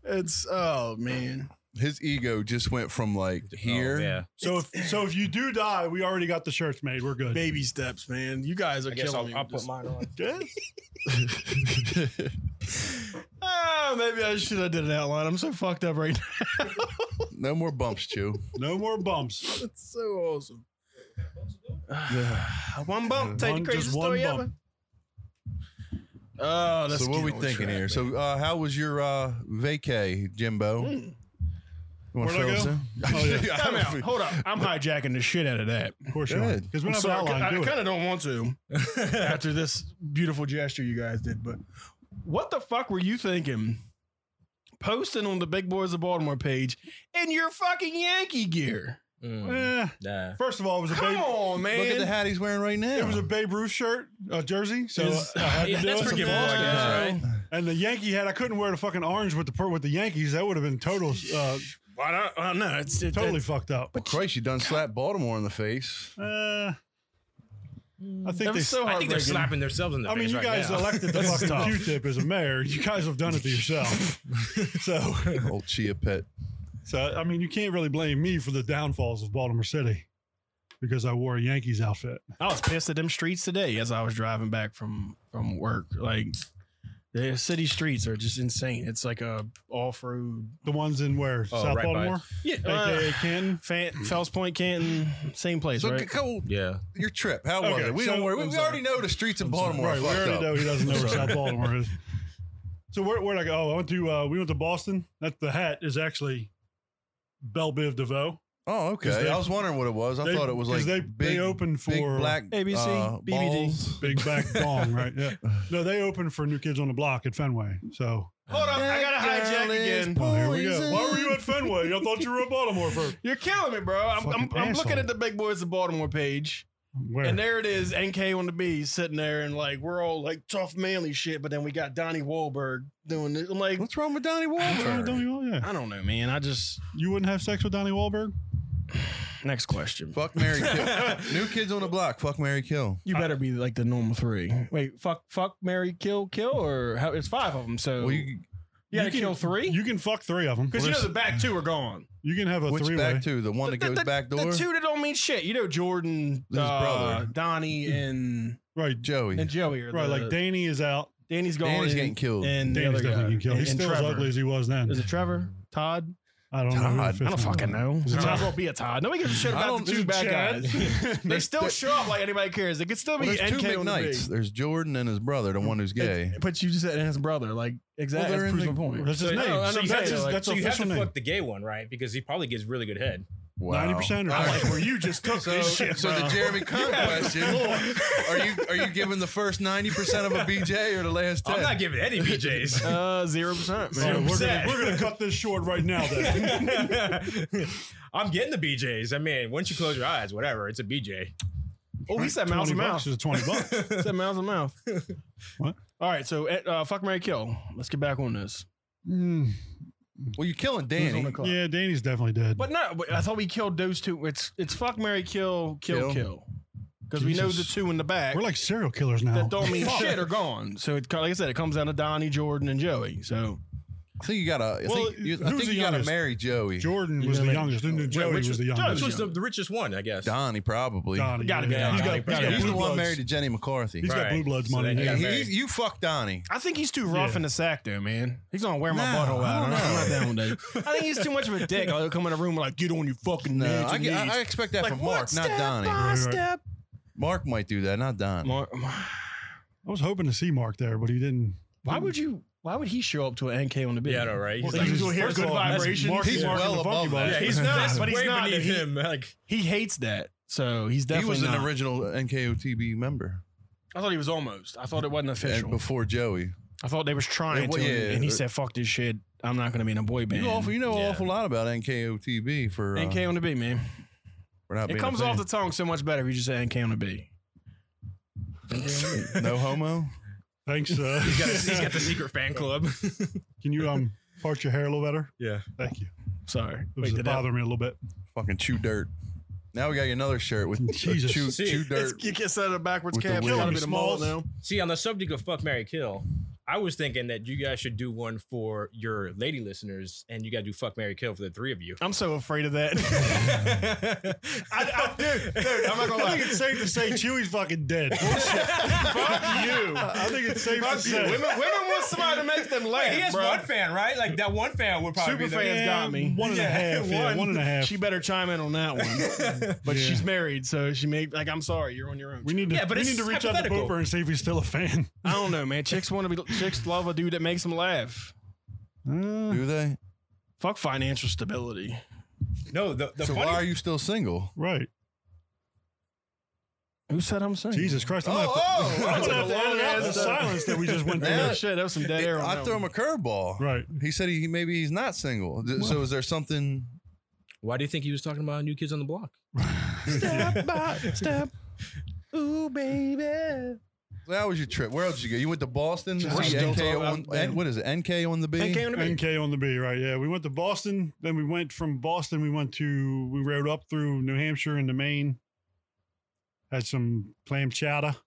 Speaker 2: It's oh man.
Speaker 5: His ego just went from like here.
Speaker 4: Oh, yeah.
Speaker 3: So if so, if you do die, we already got the shirts made. We're good.
Speaker 2: Baby steps, man. You guys are
Speaker 4: I guess
Speaker 2: killing
Speaker 4: I'll,
Speaker 2: me.
Speaker 4: I'll
Speaker 2: with
Speaker 4: put
Speaker 2: this.
Speaker 4: mine on.
Speaker 2: Ah, maybe I should have did an outline. I'm so fucked up right now.
Speaker 5: No more bumps, Chew.
Speaker 3: No more bumps.
Speaker 2: That's so awesome. one bump, take
Speaker 3: One-
Speaker 2: the craziest
Speaker 3: just one
Speaker 2: story
Speaker 3: bump.
Speaker 2: ever. Oh, that's
Speaker 5: so what are we thinking here? So uh, how was your uh, vacay, Jimbo?
Speaker 4: Hmm.
Speaker 5: You want to
Speaker 3: Where'd I
Speaker 5: fill us
Speaker 3: go?
Speaker 5: in?
Speaker 3: Oh, yeah.
Speaker 2: Time out. Hold up. I'm hijacking the shit out of that.
Speaker 3: Of course you are.
Speaker 5: Good.
Speaker 3: Because we're not
Speaker 2: So I,
Speaker 3: outlined. do it.
Speaker 2: kind of don't want to
Speaker 4: Oh,
Speaker 2: after this beautiful gesture you guys did, but what the fuck were you thinking? Posting on the Big Boys of Baltimore page in your fucking Yankee gear.
Speaker 4: Mm,
Speaker 3: Eh,
Speaker 4: nah.
Speaker 3: First of all, it was a
Speaker 2: Come
Speaker 3: baby.
Speaker 2: on, man.
Speaker 5: Look at the hat he's wearing right now.
Speaker 3: It was a Babe Ruth shirt, a jersey. So
Speaker 2: Is-
Speaker 3: I had to
Speaker 4: Yeah,
Speaker 3: do
Speaker 4: that's
Speaker 3: it.
Speaker 4: forgivable, I guess, right?
Speaker 3: And the Yankee hat, I couldn't wear the fucking orange with the per- with the Yankees. That would have been total, uh,
Speaker 2: Why not? Oh, no, it's it,
Speaker 3: totally
Speaker 2: it-
Speaker 3: fucked up.
Speaker 5: Well, Christ, you done slapped Baltimore in the face.
Speaker 3: Uh, I
Speaker 2: that
Speaker 3: think they.
Speaker 2: was so
Speaker 4: I think they're
Speaker 2: heartbreaking.
Speaker 4: slapping themselves in the
Speaker 3: I mean,
Speaker 4: face
Speaker 3: you
Speaker 4: right
Speaker 3: guys
Speaker 4: now.
Speaker 3: elected the
Speaker 2: That's tough.
Speaker 3: fucking Q-tip as a mayor. You guys have done it to yourself. so,
Speaker 5: Old Chia Pet.
Speaker 3: so I mean, you can't really blame me for the downfalls of Baltimore City because I wore a Yankees outfit.
Speaker 2: I was pissed at them streets today as I was driving back from from work. Like the city streets are just insane. It's like a off road.
Speaker 3: The ones in where
Speaker 4: Oh,
Speaker 3: South
Speaker 4: right by-
Speaker 3: Baltimore,
Speaker 2: Yeah, uh,
Speaker 3: aka Canton.
Speaker 2: Fan, Fells Point, Canton, same place,
Speaker 5: So
Speaker 2: right?
Speaker 5: c- go
Speaker 4: yeah.
Speaker 5: your trip. How was
Speaker 3: Okay,
Speaker 5: it? We
Speaker 3: so-
Speaker 5: don't worry. We,
Speaker 3: I'm
Speaker 5: we
Speaker 3: sorry.
Speaker 5: already know the streets in Baltimore
Speaker 3: Right,
Speaker 5: are
Speaker 3: we
Speaker 5: fucked
Speaker 3: already
Speaker 5: up.
Speaker 3: know he doesn't know where South Baltimore is. So So where where'd I go? Oh, I went to uh, we went to Boston. That the hat is actually Belle Biv DeVoe.
Speaker 5: Oh, okay.
Speaker 3: 'Cause they-
Speaker 5: I was wondering what it was. I
Speaker 3: they-
Speaker 5: thought it was
Speaker 3: 'cause
Speaker 5: like
Speaker 3: they-
Speaker 5: big,
Speaker 3: they open
Speaker 5: big
Speaker 3: for-
Speaker 5: black
Speaker 2: ABC,
Speaker 5: uh,
Speaker 2: BBD.
Speaker 5: balls.
Speaker 3: Big back dong, right? Yeah. No, they opened for New Kids on the Block at Fenway. So
Speaker 2: Hold up, I gotta
Speaker 5: That
Speaker 2: hijack
Speaker 5: girl is
Speaker 2: again.
Speaker 3: oh, here we go. Why were you
Speaker 5: poison.
Speaker 3: at Fenway? I thought you were at Baltimore first.
Speaker 2: You're killing me, bro. I'm, I'm,
Speaker 3: Fucking
Speaker 2: I'm
Speaker 3: asshole.
Speaker 2: looking at the Big Boys of Baltimore page,
Speaker 3: Where?
Speaker 2: and there it is, NK on the B sitting there, and like we're all like tough manly shit, but then we got Donnie Wahlberg doing it. I'm like,
Speaker 5: What's wrong with Donnie
Speaker 3: What's wrong with Donnie
Speaker 5: Wahlberg?
Speaker 3: Wahl- yeah.
Speaker 2: I don't know, man. I just
Speaker 3: You wouldn't have sex with Donnie Wahlberg?
Speaker 2: next question.
Speaker 5: Fuck Mary Kill. New kids on the block. Fuck Mary Kill.
Speaker 2: You better be like the normal three. Wait, fuck, fuck, Mary, kill, kill, or how, it's five of them. So
Speaker 5: Well,
Speaker 2: you,
Speaker 5: you,
Speaker 2: gotta
Speaker 3: you can-
Speaker 2: kill three
Speaker 3: You can fuck three of them.
Speaker 2: because you know the back two are gone.
Speaker 3: You can have a
Speaker 5: which
Speaker 3: three way.
Speaker 5: back to the one that
Speaker 2: The- the-
Speaker 5: goes back door.
Speaker 2: The two that don't mean shit. You know Jordan,
Speaker 5: His
Speaker 2: uh,
Speaker 5: brother.
Speaker 2: Donnie, and
Speaker 3: Right.
Speaker 5: Joey.
Speaker 2: and Joey are
Speaker 3: Right.
Speaker 2: the-
Speaker 3: like Danny is out.
Speaker 2: Danny's gone.
Speaker 5: Danny's
Speaker 2: and-
Speaker 5: getting killed.
Speaker 2: And the
Speaker 3: Danny's
Speaker 2: other guy.
Speaker 3: definitely getting killed. He's
Speaker 2: And- and
Speaker 3: still as
Speaker 2: Trevor.
Speaker 3: ugly as he was then.
Speaker 2: Is it Trevor? Todd?
Speaker 3: I don't know. who the
Speaker 5: God, I
Speaker 3: fifth
Speaker 2: I don't
Speaker 3: one
Speaker 2: fucking
Speaker 3: was.
Speaker 2: know.
Speaker 3: Is it
Speaker 2: It might
Speaker 3: Todd?
Speaker 2: as well be a Todd. Nobody gives a shit
Speaker 5: I
Speaker 2: about
Speaker 5: don't-
Speaker 2: the
Speaker 5: is
Speaker 2: two
Speaker 5: it
Speaker 2: bad
Speaker 5: Chad?
Speaker 2: guys. they
Speaker 5: There's-
Speaker 2: still
Speaker 5: there-
Speaker 2: show up like anybody cares. They could still
Speaker 5: Well,
Speaker 2: be
Speaker 5: there's two
Speaker 2: NK on the
Speaker 5: McKnights.
Speaker 2: big.
Speaker 5: There's Jordan and his brother, the one who's gay.
Speaker 2: But you just said and his brother, like exactly.
Speaker 5: Well, they're
Speaker 2: that proves
Speaker 5: in
Speaker 2: my
Speaker 5: the-
Speaker 2: point.
Speaker 3: That's his
Speaker 4: So-
Speaker 3: name.
Speaker 4: No, and I'm
Speaker 3: that's
Speaker 4: saying,
Speaker 3: his
Speaker 4: like,
Speaker 3: that's
Speaker 4: so you have to
Speaker 3: official name.
Speaker 4: fuck the gay one, right? Because he probably gets really good head.
Speaker 5: Wow.
Speaker 3: 90% or
Speaker 5: All right.
Speaker 3: something.
Speaker 2: where you just took
Speaker 5: So, so the Jeremy Kern question: Are you are you giving the first ninety percent of a BJ or the last ten?
Speaker 4: I'm not giving any BJs.
Speaker 2: uh, zero percent.
Speaker 3: All
Speaker 2: man.
Speaker 3: right, we're, gonna,
Speaker 4: upset.
Speaker 3: we're gonna cut this short right now. Then
Speaker 4: I'm getting the BJs. I mean, once you close your eyes, whatever, it's a BJ.
Speaker 2: Oh, we said mouse
Speaker 3: 20
Speaker 2: to
Speaker 3: bucks
Speaker 2: mouth.
Speaker 3: is twenty bucks.
Speaker 2: said mouse to mouth.
Speaker 3: What?
Speaker 2: All right, so uh, fuck Mary Kill. Let's get back on this.
Speaker 3: Mm,
Speaker 5: Well, you're killing
Speaker 2: Who's on
Speaker 5: Danny.
Speaker 2: the clock?
Speaker 3: yeah, Danny's definitely dead.
Speaker 2: But no, but I thought we killed those two. It's it's fuck Mary Kill Kill
Speaker 5: Kill.
Speaker 2: Kill because we know the
Speaker 3: Jesus.
Speaker 2: two in the back
Speaker 3: we're like oh, serial killers now.
Speaker 2: that don't mean shit are gone. So it like I said, it comes down to Donnie, Jordan, and Joey. So
Speaker 5: I think you gotta. I
Speaker 3: Well,
Speaker 5: think you, I
Speaker 3: who's
Speaker 5: think
Speaker 3: the
Speaker 5: you gotta
Speaker 3: youngest?
Speaker 5: marry Joey.
Speaker 3: Jordan
Speaker 2: You
Speaker 3: was
Speaker 2: know,
Speaker 3: the
Speaker 2: like-
Speaker 3: youngest, and then
Speaker 2: Wait,
Speaker 3: Joey
Speaker 2: which
Speaker 3: was the
Speaker 2: one-
Speaker 3: youngest.
Speaker 4: Which was the, the richest one, I guess.
Speaker 5: Donnie probably.
Speaker 3: Donnie,
Speaker 2: Gotta be
Speaker 3: yeah.
Speaker 2: Donnie.
Speaker 3: He's got-
Speaker 2: Gotta
Speaker 3: he's
Speaker 2: be
Speaker 3: got
Speaker 2: Donnie.
Speaker 5: He's
Speaker 3: blue
Speaker 5: the one
Speaker 3: bloods.
Speaker 5: married to Jenny McCarthy.
Speaker 3: He's got
Speaker 4: Right.
Speaker 3: blue bloods
Speaker 4: So
Speaker 3: money.
Speaker 4: they
Speaker 5: Yeah,
Speaker 4: got
Speaker 3: Yeah.
Speaker 5: he-
Speaker 4: married.
Speaker 5: you fuck Donnie.
Speaker 2: I think he's too rough
Speaker 3: Yeah.
Speaker 2: in the sack, though, man. He's gonna wear my
Speaker 5: No,
Speaker 2: butthole
Speaker 5: I
Speaker 2: out. I'm
Speaker 5: don't
Speaker 2: not, I'm
Speaker 5: know.
Speaker 2: not down with that. I think he's too much of a dick. I'll come in a room like get on your fucking
Speaker 5: No,
Speaker 2: knees
Speaker 5: I,
Speaker 2: and
Speaker 5: get- I-
Speaker 2: knees."
Speaker 5: I expect that
Speaker 2: Like,
Speaker 5: from
Speaker 2: what
Speaker 5: Mark, not
Speaker 2: step
Speaker 5: Donnie.
Speaker 2: by
Speaker 3: Right, right.
Speaker 2: step?
Speaker 5: Mark might do that, not Don.
Speaker 2: Mark,
Speaker 3: I was hoping to see Mark there, but he didn't.
Speaker 2: why would you? Why would he show up to an NK on the bid?
Speaker 4: Yeah, I know, right?
Speaker 2: Well,
Speaker 4: He's
Speaker 2: you
Speaker 4: like-
Speaker 2: will hear
Speaker 4: first
Speaker 2: good
Speaker 4: of all, that's
Speaker 2: vibrations.
Speaker 4: Mark-
Speaker 5: He's
Speaker 3: Mark and
Speaker 5: well
Speaker 3: the Funky
Speaker 5: above
Speaker 3: Bunny.
Speaker 5: that.
Speaker 4: Yeah, he's
Speaker 2: Nah,
Speaker 4: not,
Speaker 2: but
Speaker 4: but
Speaker 2: he's
Speaker 4: he's
Speaker 2: not,
Speaker 4: not beneath
Speaker 2: though. He-
Speaker 4: him. Like,
Speaker 2: He hates that, so he's
Speaker 5: he
Speaker 2: definitely
Speaker 5: was an
Speaker 2: not.
Speaker 5: original NKOTB member
Speaker 2: I thought he was almost. I thought it wasn't
Speaker 5: and
Speaker 2: official.
Speaker 5: before Joey.
Speaker 2: I thought they was trying
Speaker 5: Yeah, well,
Speaker 2: to,
Speaker 5: yeah.
Speaker 2: and he said, "Fuck this shit. I'm not going to be in a boy band."
Speaker 5: You awful, you know an
Speaker 4: Yeah.
Speaker 5: awful lot about NKOTB for uh,
Speaker 2: NK on the B, man.
Speaker 5: for not
Speaker 2: It
Speaker 5: being a
Speaker 2: comes
Speaker 5: fan.
Speaker 2: off the tongue so much better if you just say NK on the B.
Speaker 5: no homo.
Speaker 3: Thanks. Uh,
Speaker 4: he's got, he's got the secret fan club.
Speaker 3: Can you um part your hair a little better?
Speaker 4: yeah.
Speaker 3: Thank you.
Speaker 2: Sorry,
Speaker 3: It was
Speaker 2: Wait, did that-
Speaker 3: bothering me a little bit.
Speaker 5: Fucking chew dirt. Now we got you another shirt with a
Speaker 3: Jesus.
Speaker 5: chew,
Speaker 4: See,
Speaker 5: chew
Speaker 2: It's-
Speaker 5: dirt.
Speaker 2: you get set up backwards
Speaker 5: With the
Speaker 2: cap.
Speaker 5: wig.
Speaker 2: Gotta be
Speaker 3: Killing
Speaker 2: the
Speaker 3: me,
Speaker 2: mall now.
Speaker 3: Smalls.
Speaker 4: See, on the subject of fuck, Mary kill, I was thinking that you guys should do one for your lady listeners, and you got to do fuck, Mary kill for the three of you.
Speaker 2: I'm so afraid of that.
Speaker 4: I, I, dude, dude,
Speaker 3: I'm not gonna lie. I think it's safe to say Chewy's fucking dead.
Speaker 2: Fuck you.
Speaker 3: I think it's safe to say.
Speaker 2: women, women want somebody to make them laugh,
Speaker 4: he has
Speaker 2: bro.
Speaker 4: one fan, right? Like that one fan would probably be
Speaker 2: Super fans got me.
Speaker 3: One and a
Speaker 4: Yeah,
Speaker 3: half. Yeah,
Speaker 4: one.
Speaker 3: one and a half.
Speaker 2: She better chime in on that one. But
Speaker 3: Yeah.
Speaker 2: she's married, so she may like. I'm sorry, you're on your own.
Speaker 3: We need to,
Speaker 4: Yeah, but
Speaker 3: we
Speaker 4: it's
Speaker 3: need to reach out to
Speaker 4: hypothetical.
Speaker 3: Booper and see if he's still a fan.
Speaker 2: I don't know, man. Chicks want to be. Chicks love a dude that makes them laugh.
Speaker 3: Uh,
Speaker 5: Do they?
Speaker 2: Fuck financial stability.
Speaker 4: No, the, the
Speaker 5: so
Speaker 4: funny
Speaker 5: why are you still single?
Speaker 3: right.
Speaker 2: Who said I'm saying?
Speaker 3: Jesus Christ. I'm
Speaker 5: Oh,
Speaker 3: gonna have to,
Speaker 5: oh,
Speaker 3: I'm
Speaker 2: oh,
Speaker 3: gonna have to
Speaker 2: oh,
Speaker 3: edit out
Speaker 2: yeah,
Speaker 3: the
Speaker 2: so-
Speaker 3: silence that we just went through.
Speaker 5: Yeah.
Speaker 2: Oh, shit, that was some dead air. on
Speaker 5: I
Speaker 2: that
Speaker 5: threw him
Speaker 2: one.
Speaker 5: a curveball.
Speaker 3: Right.
Speaker 5: He said he maybe he's not single. Th- So is there something?
Speaker 4: Why do you think he was talking about New Kids on the Block?
Speaker 2: step by step. Ooh, baby.
Speaker 5: so How was your trip? Where else did you go? You went to Boston.
Speaker 2: Just-
Speaker 5: See
Speaker 2: I'm still
Speaker 5: NK
Speaker 2: talking
Speaker 5: on,
Speaker 2: about-
Speaker 5: N- what is it? NK on the B.
Speaker 2: NK on the beat.
Speaker 3: NK on the B, right? Yeah, we went to Boston. Then we went from Boston. We went to we rode up through New Hampshire into Maine. Had some clam chowder from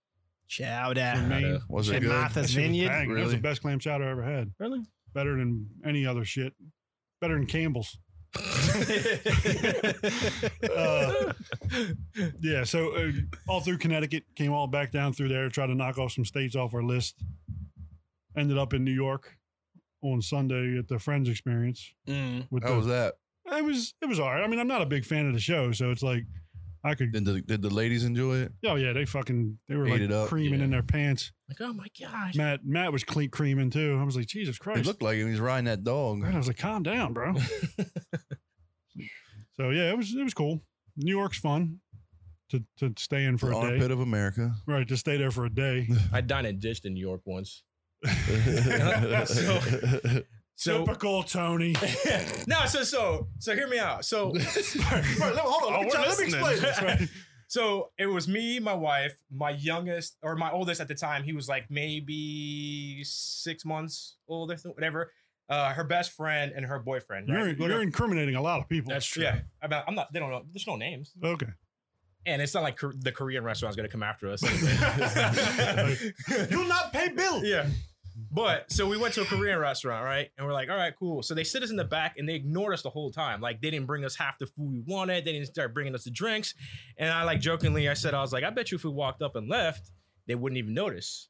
Speaker 2: Chowder.
Speaker 3: Maine.
Speaker 5: Was it
Speaker 2: And
Speaker 5: good?
Speaker 2: Martha's
Speaker 3: That shit was
Speaker 2: Vineyard.
Speaker 3: bang. That was
Speaker 5: Really?
Speaker 3: the best clam chowder I ever had.
Speaker 2: Really?
Speaker 3: Better than any other shit. Better than Campbell's. Uh, yeah, so uh, all through Connecticut, came all back down through there, tried to knock off some states off our list. Ended up in New York on Sunday at the Friends Experience
Speaker 2: Mm.
Speaker 3: with
Speaker 5: How
Speaker 3: the
Speaker 5: was that?
Speaker 3: it was it was all right. I mean, I'm not a big fan of the show, so it's like I could.
Speaker 5: Then did, did the ladies enjoy it?
Speaker 3: Oh yeah, they fucking they were
Speaker 5: Ate
Speaker 3: like
Speaker 5: it up,
Speaker 3: creaming in
Speaker 5: yeah.
Speaker 3: their pants.
Speaker 4: Like, oh my god.
Speaker 3: Matt Matt was clean creaming too. I was like, Jesus
Speaker 5: He
Speaker 3: Christ!
Speaker 5: looked like him. He's riding that dog.
Speaker 3: And I was like, calm down, bro. so yeah, it was it was cool. New York's fun to to stay in for
Speaker 5: The
Speaker 3: a day.
Speaker 5: armpit of America.
Speaker 3: Right, to stay there for a day.
Speaker 4: I dined and dished in New York once. So
Speaker 3: Typical Tony.
Speaker 4: no, so so so hear me out. So hold
Speaker 3: Oh, we're listening. That's right.
Speaker 4: So it was me, my wife, my youngest or my oldest at the time. He was like maybe six months older, whatever. Uh, her best friend and her boyfriend.
Speaker 3: You're
Speaker 4: Right?
Speaker 3: you're incriminating a lot of people.
Speaker 2: That's true.
Speaker 4: yeah, I'm not, I'm not. They don't know. There's no names,
Speaker 3: Okay.
Speaker 4: and it's not like Kor- the Korean restaurant's gonna come after us.
Speaker 3: You'll not pay bill.
Speaker 4: yeah. But so we went to a Korean restaurant, right? And we're like, all right, cool. So they sit us in the back and they ignored us the whole time. Like they didn't bring us half the food we wanted. They didn't start bringing us the drinks. And I like jokingly, I said, I was like, I bet you if we walked up and left, they wouldn't even notice.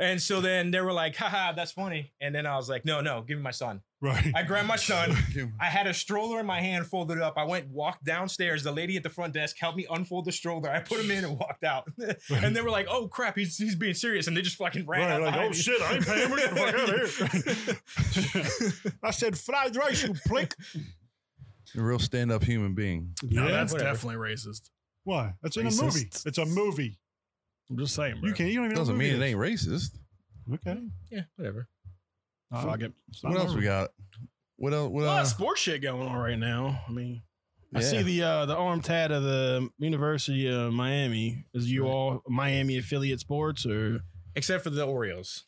Speaker 4: and so then they were like, haha, that's funny. And then I was like, no, no, give me my son.
Speaker 3: Right.
Speaker 4: I grabbed my son. I had a stroller in my hand folded up. I went, walked downstairs. The lady at the front desk helped me unfold the stroller. I put him in and walked out. and they were like, oh crap, he's, he's being serious. And they just fucking ran
Speaker 3: Right,
Speaker 4: out
Speaker 3: like,
Speaker 4: behind
Speaker 3: oh
Speaker 4: me.
Speaker 3: shit, I ain't paying. We're getting the fuck out of here. I said fried rice, you plick.
Speaker 5: A real stand up human being.
Speaker 2: No,
Speaker 3: Yeah,
Speaker 2: that's
Speaker 4: whatever.
Speaker 2: definitely racist.
Speaker 3: Why? That's in
Speaker 2: Racist.
Speaker 3: a movie. It's a movie.
Speaker 2: I'm just saying, bro.
Speaker 3: You can't. You don't even know
Speaker 5: Doesn't
Speaker 3: what
Speaker 5: mean
Speaker 3: movie
Speaker 5: it ain't racist.
Speaker 3: is. Okay.
Speaker 4: Yeah, whatever.
Speaker 2: Fuck it.
Speaker 3: It's not
Speaker 5: What else we
Speaker 3: over.
Speaker 5: got? What else? What
Speaker 2: A lot of
Speaker 5: else?
Speaker 2: sports shit going on right now. I mean, I
Speaker 5: Yeah.
Speaker 2: see the uh, the armed tat of the University of Miami. Is you all Miami affiliate sports or
Speaker 4: Except for the Orioles.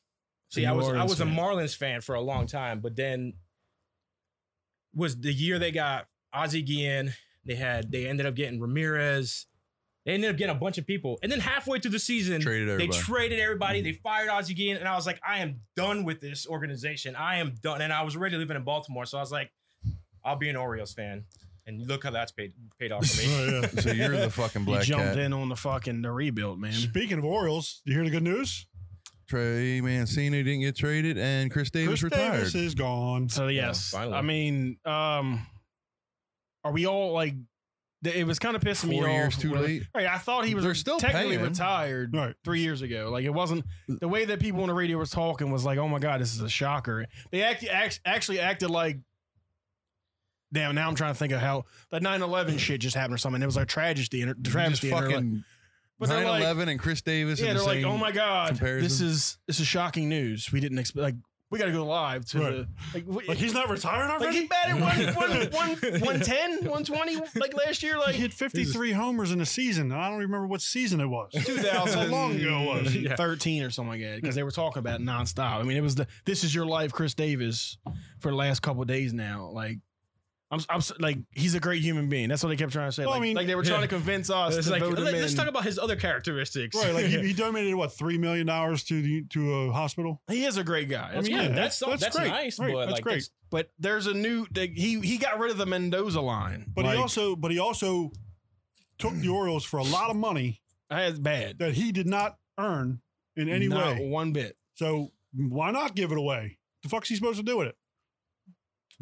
Speaker 4: See,
Speaker 2: The
Speaker 4: I
Speaker 2: New
Speaker 4: was I
Speaker 2: Orleans
Speaker 4: was a
Speaker 2: fan.
Speaker 4: Marlins fan for a long time, but then was the year they got Ozzie Guillen. They had they ended up getting Ramirez. They ended up getting a bunch of people, and then halfway through the season,
Speaker 5: Traded
Speaker 4: they
Speaker 5: everybody.
Speaker 4: traded everybody.
Speaker 3: Mm-hmm.
Speaker 4: They fired Ozzie Guillen, and I was like, I am done with this organization. I am done, and I was already living in Baltimore, so I was like, I'll be an Orioles fan. And look how that's paid paid off for me.
Speaker 3: Oh, yeah.
Speaker 5: so you're the fucking
Speaker 2: you
Speaker 5: black
Speaker 2: jumped
Speaker 5: cat.
Speaker 2: in on the fucking the rebuild, man?
Speaker 3: Speaking of Orioles, you hear the good news?
Speaker 5: Trey Mancini didn't get traded, and Chris Davis
Speaker 3: Chris
Speaker 5: retired.
Speaker 3: Davis is gone.
Speaker 2: So yes,
Speaker 4: finally.
Speaker 2: I mean, um, are we all like? th- It was kind of pissing me
Speaker 5: Four
Speaker 2: off.
Speaker 5: years too
Speaker 2: when-
Speaker 5: late.
Speaker 2: Right, I thought he was
Speaker 5: They're still
Speaker 2: technically
Speaker 5: paying.
Speaker 2: retired
Speaker 3: Right.
Speaker 2: three years ago. Like it wasn't the way that people on the radio was talking was like, "Oh my god, this is a shocker." They act, act, actually acted like, damn. Now I'm trying to think of how that 9/11 shit just happened or something. It was a tragedy and a
Speaker 5: You just
Speaker 2: travesty. and they're like-
Speaker 5: fucking
Speaker 2: but they're like,
Speaker 5: 9/11 and Chris Davis.
Speaker 2: yeah,
Speaker 5: in the
Speaker 2: they're like,
Speaker 5: same-
Speaker 2: "Oh my god, this
Speaker 5: comparison.
Speaker 2: is this is shocking news. We didn't expect like." We got to go live to
Speaker 3: Right.
Speaker 2: the like, we,
Speaker 3: Like he's not retired
Speaker 2: like
Speaker 3: already.
Speaker 2: he batted one, one, one, 110, 120, like last year,
Speaker 3: he
Speaker 2: like
Speaker 3: hit 53 homers in a season. and I don't remember what season it was.
Speaker 2: 2000.
Speaker 3: How long ago it was?
Speaker 4: Yeah.
Speaker 2: 13 or something like that, because they were talking about it nonstop. I mean, it was the this is your life, Chris Davis, for the last couple of days now. Like, I'm, I'm s- like, he's a great human being. That's what they kept trying to say.
Speaker 3: Well, I
Speaker 2: like,
Speaker 3: mean,
Speaker 2: like they were trying
Speaker 4: yeah.
Speaker 2: to convince us.
Speaker 4: It's
Speaker 2: to
Speaker 4: like,
Speaker 2: vote him
Speaker 4: let, us
Speaker 2: in.
Speaker 4: talk about his other characteristics.
Speaker 3: Right, like he, he donated what three million dollars to the to a hospital.
Speaker 2: he is a great guy.
Speaker 4: I mean, yeah, that's that's,
Speaker 3: great.
Speaker 4: nice,
Speaker 3: Right,
Speaker 4: but
Speaker 3: that's
Speaker 4: like
Speaker 3: great.
Speaker 4: that's-
Speaker 2: but there's a new they, he he got rid of the Mendoza line,
Speaker 3: But
Speaker 2: Like,
Speaker 3: he also, but he also took the Orioles for a lot of money
Speaker 2: that's bad.
Speaker 3: that he did not earn in any
Speaker 2: Not
Speaker 3: way.
Speaker 2: one bit.
Speaker 3: So why not give it away? The fuck's he supposed to do with it?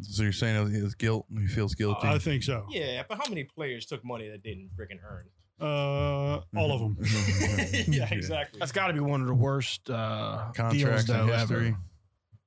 Speaker 5: So you're saying his guilt? He feels guilty.
Speaker 3: I think so.
Speaker 4: Yeah, but how many players took money that didn't freaking earn?
Speaker 3: Uh, all
Speaker 5: Mm-hmm.
Speaker 3: of them.
Speaker 4: yeah, exactly.
Speaker 2: That's got to be one of the worst uh, deals
Speaker 5: Contracts
Speaker 2: though
Speaker 5: in
Speaker 2: ever.
Speaker 5: history.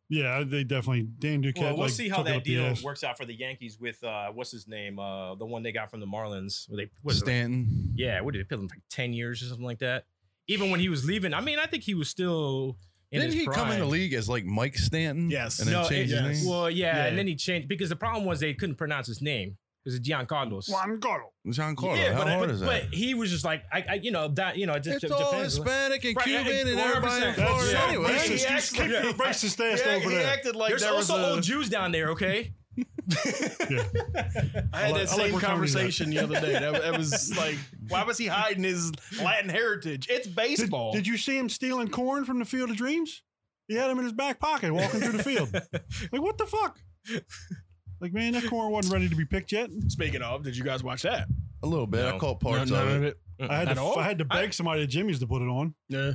Speaker 3: Yeah, they definitely Dan Duquette.
Speaker 4: Well, we'll
Speaker 3: like,
Speaker 4: see how
Speaker 3: took it
Speaker 4: that
Speaker 3: up the
Speaker 4: deal
Speaker 3: ass.
Speaker 4: works out for the Yankees with uh, what's his name, uh, the one they got from the Marlins. Where they what is it, like-
Speaker 5: Stanton.
Speaker 4: yeah, what did it pay him like ten years or something like that? Even when he was leaving, I mean, I think he was still. In
Speaker 5: Didn't
Speaker 4: his
Speaker 5: he come in the
Speaker 4: prime.
Speaker 5: league as like Mike Stanton?
Speaker 2: Yes.
Speaker 5: And then
Speaker 4: No,
Speaker 5: changed
Speaker 4: it-
Speaker 5: his name?
Speaker 4: well, yeah,
Speaker 2: Yeah.
Speaker 4: and then he changed because the problem was they couldn't pronounce his name because it's Giancarlos.
Speaker 3: Juan Carlos.
Speaker 5: John Carlo.
Speaker 4: yeah,
Speaker 5: how
Speaker 4: but,
Speaker 5: hard
Speaker 4: but,
Speaker 5: is
Speaker 4: but
Speaker 5: that?
Speaker 4: he was just like, I, I you know, that, you know, it just
Speaker 5: it's
Speaker 4: it
Speaker 5: all
Speaker 4: depends.
Speaker 5: Hispanic and
Speaker 4: Right,
Speaker 5: Cuban and everybody in
Speaker 4: 100%.
Speaker 5: Florida
Speaker 3: That's
Speaker 4: Yeah.
Speaker 5: anyway.
Speaker 3: racist.
Speaker 2: Oh, He
Speaker 3: You
Speaker 2: acts
Speaker 3: keep
Speaker 2: like-
Speaker 3: your racist ass
Speaker 2: Yeah,
Speaker 3: over
Speaker 2: he
Speaker 3: there.
Speaker 2: acted like
Speaker 4: There's
Speaker 2: there was
Speaker 4: also
Speaker 2: a-
Speaker 4: old Jews down there, okay?
Speaker 2: I had
Speaker 3: I
Speaker 2: that
Speaker 3: like- I like
Speaker 2: same
Speaker 3: where Tony's at.
Speaker 2: conversation the other day. That, that was like, why was he hiding his Latin heritage? It's
Speaker 3: Did,
Speaker 2: baseball.
Speaker 3: did you see him stealing corn from the Field of Dreams? He had him in his back pocket walking through the field. Like, what the fuck? Like, man, that corn wasn't ready to be picked yet.
Speaker 2: Speaking of, did you guys watch that?
Speaker 5: A little bit. I
Speaker 4: No.
Speaker 5: caught parts
Speaker 2: No-
Speaker 5: of
Speaker 2: none
Speaker 5: it.
Speaker 3: I had
Speaker 2: Uh, At
Speaker 3: to,
Speaker 2: all?
Speaker 3: I had to beg somebody at Jimmy's to put it on.
Speaker 2: Yeah.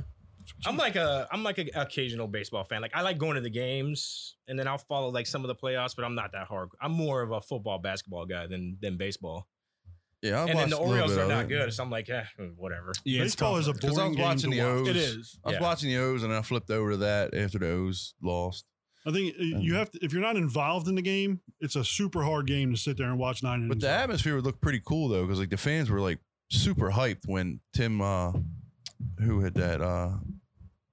Speaker 4: I'm like a I'm like an occasional baseball fan. Like I like going to the games and then I'll follow like some of the playoffs, but I'm not that hard. I'm more of a football basketball guy than than baseball.
Speaker 5: Yeah, I've
Speaker 4: and then the
Speaker 5: watched a little
Speaker 4: Orioles
Speaker 5: bit
Speaker 4: are
Speaker 5: of
Speaker 4: not
Speaker 5: it.
Speaker 4: good. So I'm like, eh, whatever.
Speaker 2: Yeah, it's tough.
Speaker 3: Baseball is a
Speaker 5: 'Cause I
Speaker 3: boring
Speaker 5: was
Speaker 3: game
Speaker 5: watching
Speaker 3: to
Speaker 5: the
Speaker 3: watch.
Speaker 5: O's.
Speaker 2: It is.
Speaker 5: I was
Speaker 4: Yeah.
Speaker 5: watching the O's and I flipped over to that after the O's lost.
Speaker 3: I think uh, you have to if you're not involved in the game, it's a super hard game to sit there and watch nine innings.
Speaker 4: Mm-hmm.
Speaker 5: But the atmosphere would look pretty cool though, because like the fans were like super hyped when Tim, uh, who hit that, uh,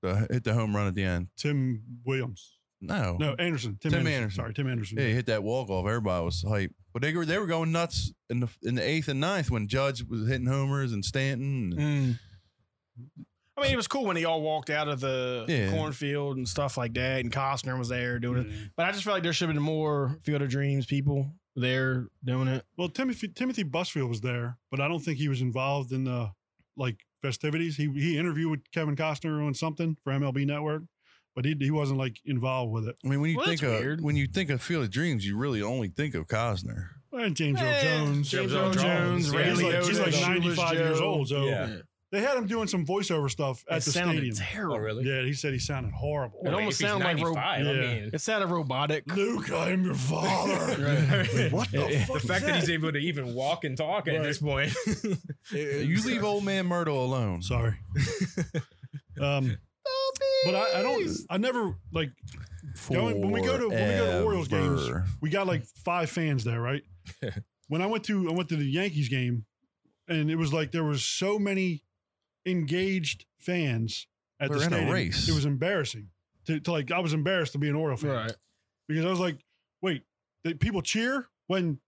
Speaker 5: the, hit the home run at the end.
Speaker 3: Tim Williams.
Speaker 5: No,
Speaker 3: No, Anderson. Tim,
Speaker 5: Tim
Speaker 3: Anderson.
Speaker 5: Anderson.
Speaker 3: Sorry, Tim Anderson.
Speaker 5: yeah, he hit that walk off. Everybody was hyped, but they were they were going nuts in the in the eighth and ninth when Judge was hitting homers and Stanton. And,
Speaker 2: Mm. I mean, it was cool when they all walked out of the
Speaker 5: Yeah.
Speaker 2: cornfield and stuff like that, and Costner was there doing it.
Speaker 3: Yeah.
Speaker 2: But I just felt like there should have been more Field of Dreams people there doing it.
Speaker 3: Well, Timothy Timothy Busfield was there, but I don't think he was involved in the like festivities. He he interviewed with Kevin Costner on something for MLB Network, but he he wasn't like involved with it.
Speaker 5: I mean, when you
Speaker 2: Well,
Speaker 5: think
Speaker 2: that's
Speaker 5: of
Speaker 2: weird.
Speaker 5: when you think of Field of Dreams, you really only think of Cosner.
Speaker 3: And James Earl
Speaker 2: Eh,
Speaker 3: Jones.
Speaker 2: James
Speaker 4: Earl
Speaker 2: Earl Jones,
Speaker 4: Jones,
Speaker 2: Ray
Speaker 4: yeah.
Speaker 3: He's like,
Speaker 2: Liotta,
Speaker 3: he's like
Speaker 2: Shoeless
Speaker 3: 95 years
Speaker 2: Joe.
Speaker 3: old. So
Speaker 4: Yeah.
Speaker 3: they had him doing some voiceover stuff
Speaker 2: It
Speaker 3: at the
Speaker 2: sounded
Speaker 3: stadium.
Speaker 4: Oh,
Speaker 2: terrible.
Speaker 3: Yeah, he said he sounded horrible.
Speaker 2: It almost sounded like ro-
Speaker 4: robotic.
Speaker 3: Yeah.
Speaker 4: I mean,
Speaker 2: It sounded robotic.
Speaker 3: Luke, I'm your father. what the
Speaker 2: It-
Speaker 3: fuck?
Speaker 4: the
Speaker 3: is
Speaker 4: fact that he's
Speaker 3: that?
Speaker 4: able to even walk and talk at this point.
Speaker 5: You leave old man Myrtle alone.
Speaker 3: Sorry. um, but I, I don't. I never like. Going- when we go to- when we go to Orioles games,
Speaker 5: Forever.
Speaker 3: we got like five fans there, right? when I went to I went to the Yankees game, and it was like there was so many engaged fans at
Speaker 5: They're
Speaker 3: the
Speaker 5: in a
Speaker 3: stadium.
Speaker 5: race.
Speaker 3: It was embarrassing. To, to like I was embarrassed to be an Oriole fan
Speaker 2: Right.
Speaker 3: because I was like, wait, they, people cheer when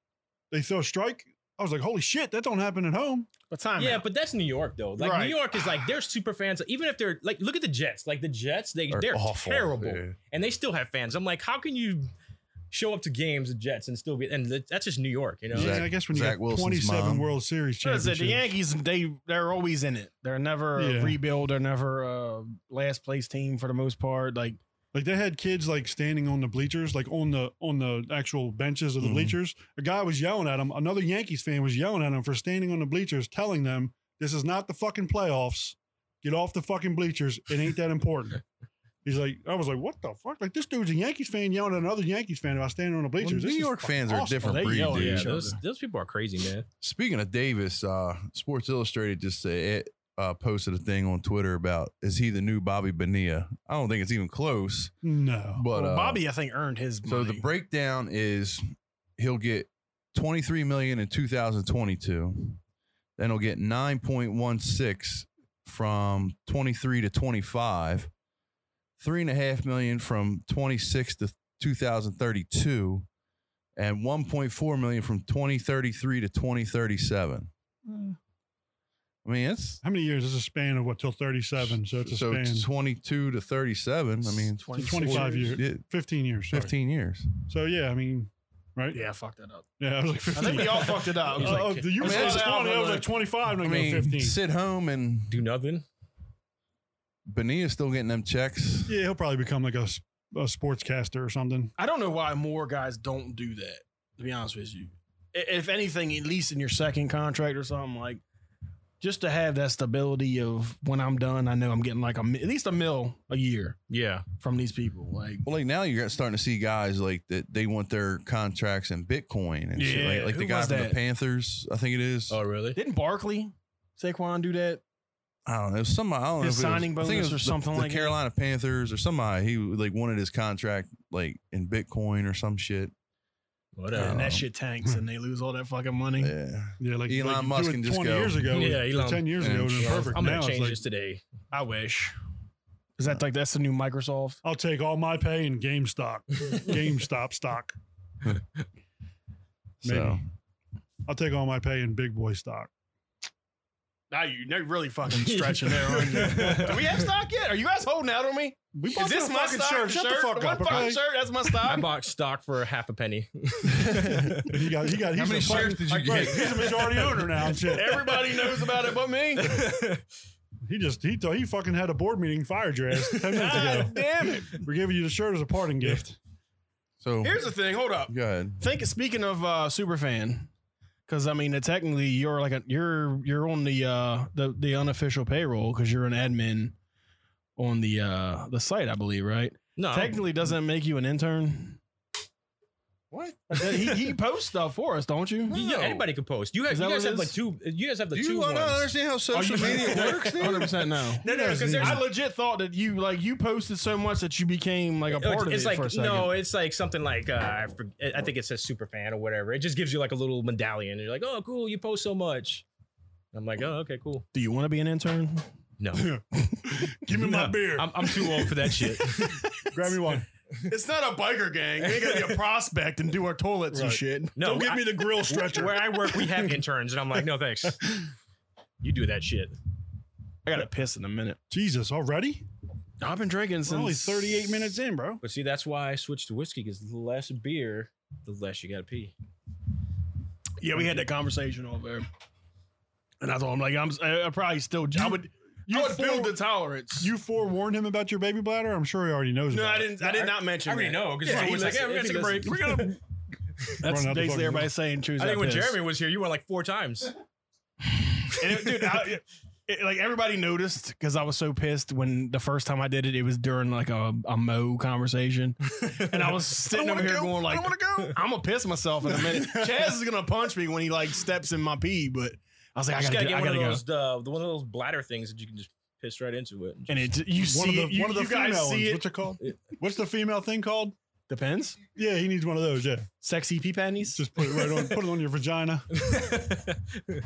Speaker 3: they throw a strike. I was like, holy shit, that don't happen at home.
Speaker 2: What time?
Speaker 4: yeah, but that's New York though. Like
Speaker 2: Right.
Speaker 4: New York is like they're super fans. Even if they're like, look at the Jets. Like the Jets, they
Speaker 5: They're
Speaker 4: they're
Speaker 5: awful,
Speaker 4: terrible,
Speaker 5: dude.
Speaker 4: and they still have fans. I'm like, how can you show up to games of Jets and still be? And th- that's just New York, you know.
Speaker 5: Exactly.
Speaker 3: Yeah,
Speaker 5: Zach-
Speaker 3: I guess when you
Speaker 5: Zach
Speaker 3: got
Speaker 5: Wilson's
Speaker 3: 27
Speaker 5: mom.
Speaker 3: World Series
Speaker 2: What is it?
Speaker 3: championships,
Speaker 2: The Yankees, they they're always in it. They're never a
Speaker 3: Yeah.
Speaker 2: rebuild. They're never a last place team for the most part. Like
Speaker 3: Like they had kids like standing on the bleachers, like on the on the actual benches of the
Speaker 5: Mhm.
Speaker 3: bleachers. A guy was yelling at him. Another Yankees fan was yelling at him for standing on the bleachers, telling them this is not the fucking playoffs. Get off the fucking bleachers. It ain't that important. He's like, I was like, what the fuck? Like this dude's a Yankees fan yelling at another Yankees fan about standing on the bleachers.
Speaker 5: Well,
Speaker 3: This
Speaker 5: New
Speaker 3: is
Speaker 5: York
Speaker 3: fucking
Speaker 5: fans are a
Speaker 3: awesome.
Speaker 5: different
Speaker 2: They
Speaker 5: breed,
Speaker 2: yell,
Speaker 5: dude.
Speaker 4: Yeah,
Speaker 2: each
Speaker 4: those
Speaker 2: other.
Speaker 4: those people are crazy, man.
Speaker 5: Speaking of Davis, uh, Sports Illustrated just uh, it, uh, posted a thing on Twitter about is he the new Bobby Bonilla? I don't think it's even close,
Speaker 3: No.
Speaker 5: but
Speaker 2: well,
Speaker 5: uh,
Speaker 2: Bobby, I think earned his.
Speaker 5: So the
Speaker 2: money.
Speaker 5: breakdown is he'll get 23 million in 2022, then he'll get 9.16 from 23 to 25, three and a half million from 26 to 2032, and 1.4 million from 2033 to 2037. I mean, it's
Speaker 3: How many years is a span of what till 37? So it's a
Speaker 5: so
Speaker 3: span
Speaker 5: 22 to 37. I mean,
Speaker 3: 25 years.
Speaker 5: yeah,
Speaker 3: 15 years. sorry.
Speaker 5: 15 years.
Speaker 3: So yeah, I mean, right?
Speaker 2: Yeah, I fucked that up.
Speaker 3: Yeah, I was like
Speaker 2: I
Speaker 3: 15.
Speaker 2: think we all fucked it up.
Speaker 4: He's
Speaker 3: Uh,
Speaker 4: like,
Speaker 3: oh, the year
Speaker 5: I
Speaker 3: was
Speaker 5: mean, that's-
Speaker 3: 20, I was like 25, and
Speaker 5: I
Speaker 3: I go
Speaker 5: mean,
Speaker 3: 15.
Speaker 5: sit home and
Speaker 4: Do nothing.
Speaker 5: Benia's still getting them checks.
Speaker 3: Yeah, he'll probably become like a, s- a sportscaster or something.
Speaker 2: I don't know why more guys don't do that. To be honest with you, I- if anything, at least in your second contract or something like, just to have that stability of when I'm done, I know I'm getting like a mi- at least a mil a year
Speaker 4: Yeah,
Speaker 2: from these people. Like,
Speaker 5: Well, like now you're starting to see guys like that they want their contracts in Bitcoin and shit.
Speaker 2: Yeah,
Speaker 5: Like, like the
Speaker 2: who
Speaker 5: guy
Speaker 2: was
Speaker 5: from the
Speaker 2: that?
Speaker 5: Panthers, I think it is.
Speaker 4: Oh, really?
Speaker 2: didn't Barkley, Saquon do that?
Speaker 5: I don't know. Somebody, I don't
Speaker 2: His
Speaker 5: know. if it was-
Speaker 2: signing
Speaker 5: I think it
Speaker 2: bonus
Speaker 5: was
Speaker 2: or something
Speaker 5: the,
Speaker 2: like
Speaker 5: the
Speaker 2: that?
Speaker 5: Carolina Panthers or somebody. He like wanted his contract like in Bitcoin or some shit.
Speaker 4: Whatever.
Speaker 2: and
Speaker 5: Yeah.
Speaker 2: that shit tanks, and they lose all that fucking money.
Speaker 5: Yeah.
Speaker 3: Yeah, like like
Speaker 5: Elon
Speaker 3: you do
Speaker 5: Musk
Speaker 3: it
Speaker 5: can just
Speaker 3: 20
Speaker 5: go,
Speaker 3: years ago.
Speaker 4: Yeah,
Speaker 3: or
Speaker 4: Elon-
Speaker 3: 10 years
Speaker 5: Yeah,
Speaker 3: ago, it was
Speaker 5: sure.
Speaker 3: perfect.
Speaker 4: I'm
Speaker 3: now
Speaker 4: gonna
Speaker 3: it's
Speaker 4: change
Speaker 3: like,
Speaker 4: this today.
Speaker 2: I wish. Uh, Is that like that's the new Microsoft?
Speaker 3: I'll take all my pay in GameStop, GameStop stock.
Speaker 5: So
Speaker 3: Maybe. I'll take all my pay in Big Boy stock.
Speaker 2: Now you are really fucking stretching there, aren't you? Do we have stock yet? Are you guys holding out on me?
Speaker 3: We
Speaker 2: Is this my stock?
Speaker 3: shirt. Shut the fuck
Speaker 2: One
Speaker 3: up.
Speaker 2: fucking
Speaker 3: Okay?
Speaker 2: shirt. That's my
Speaker 4: I
Speaker 2: stock.
Speaker 4: bought stock for half a penny.
Speaker 3: He got, he got, he's
Speaker 5: How many
Speaker 3: a fucking-
Speaker 5: shares did you
Speaker 3: right,
Speaker 5: get?
Speaker 3: He's a majority owner now. and shit.
Speaker 2: Everybody knows about it, but me.
Speaker 3: He just, he, he fucking had a board meeting, fired your ass 10 minutes ago.
Speaker 2: God damn it!
Speaker 3: We're giving you the shirt as a parting gift.
Speaker 5: so
Speaker 2: Here's the thing. Hold up.
Speaker 5: go ahead.
Speaker 2: Think. Speaking of uh, superfan, because I mean, uh, technically, you're like a you're you're on the uh, the the unofficial payroll because you're an admin on the uh, the site, I believe, right?
Speaker 4: no,
Speaker 2: Technically, doesn't that make you an intern?
Speaker 5: What?
Speaker 2: he, he posts stuff for us, don't you?
Speaker 4: You-
Speaker 5: No.
Speaker 4: anybody could post. You have
Speaker 2: Is
Speaker 4: you
Speaker 2: that
Speaker 4: guys
Speaker 2: what it
Speaker 4: have like
Speaker 2: is?
Speaker 4: two. You guys have the
Speaker 5: Do
Speaker 4: two
Speaker 5: you not
Speaker 4: ones.
Speaker 5: understand how social media works? dude?
Speaker 2: 100% no.
Speaker 4: No, no, because there's
Speaker 2: I legit thought that you like you posted so much that you became like a
Speaker 4: Oh,
Speaker 2: part
Speaker 4: it's,
Speaker 2: of
Speaker 4: it's
Speaker 2: it
Speaker 4: like
Speaker 2: for a second.
Speaker 4: no, it's like something like uh, I, forget, I think it says super fan or whatever. It just gives you like a little medallion. And you're like, oh, cool, you post so much. And I'm like, oh, okay, cool.
Speaker 2: Do you want to be an intern?
Speaker 4: No,
Speaker 3: Give me my
Speaker 4: No,
Speaker 3: beer.
Speaker 4: I'm, I'm too old for that shit.
Speaker 3: Grab me one.
Speaker 2: It's not a biker gang. You ain't gonna be a prospect and do our toilets
Speaker 3: Right.
Speaker 2: shit.
Speaker 4: No,
Speaker 3: Don't give
Speaker 4: I-
Speaker 3: me the grill stretcher.
Speaker 4: where I work, we have interns, and I'm like, no, thanks. You do that shit.
Speaker 2: I gotta piss in a minute.
Speaker 3: Jesus, already?
Speaker 2: I've been drinking
Speaker 3: We're
Speaker 2: since
Speaker 3: only 38 minutes in, bro.
Speaker 4: But see, that's why I switched to whiskey because the less beer, the less you got to pee.
Speaker 2: Yeah, we had that conversation over, there. and I told him like I'm. I, I probably still. I would.
Speaker 3: you
Speaker 2: I would
Speaker 3: for-
Speaker 2: build the tolerance.
Speaker 3: You forewarned him about your baby bladder? I'm sure he already knows.
Speaker 2: no,
Speaker 3: about
Speaker 2: I
Speaker 3: it.
Speaker 2: didn't. I did not mention.
Speaker 4: I already
Speaker 2: that.
Speaker 4: know because
Speaker 2: Yeah,
Speaker 4: he's like, yeah, we're gonna take a break.
Speaker 2: We're gonna. That's
Speaker 3: Run out the fucking
Speaker 2: basically
Speaker 3: room.
Speaker 2: everybody saying choose.
Speaker 4: I think
Speaker 2: that
Speaker 4: when
Speaker 2: piss.
Speaker 4: Jeremy was here, you went like four times.
Speaker 2: and it, dude, I, it, like everybody noticed because I was so pissed when the first time I did it, it was during like a, a mo conversation, and I was sitting over here going like,
Speaker 5: go.
Speaker 2: I'm gonna piss myself in a minute. Chaz is gonna punch me when he like steps in my pee, but I was like, I
Speaker 4: just
Speaker 2: gotta,
Speaker 4: gotta,
Speaker 2: do- I
Speaker 4: get
Speaker 2: gotta
Speaker 4: one of
Speaker 2: go.
Speaker 4: those uh, the one of those bladder things that you can just piss right into it.
Speaker 2: And it, you
Speaker 3: One
Speaker 2: see
Speaker 3: of the,
Speaker 2: it, you,
Speaker 3: one of the
Speaker 2: you
Speaker 3: female
Speaker 2: guys
Speaker 3: ones.
Speaker 2: see it.
Speaker 3: What's it called? What's the female thing called?
Speaker 2: Depends.
Speaker 3: Yeah, he needs one of those. Yeah,
Speaker 2: Sexy pee panties.
Speaker 3: just put it right on. Put it on your vagina.
Speaker 2: I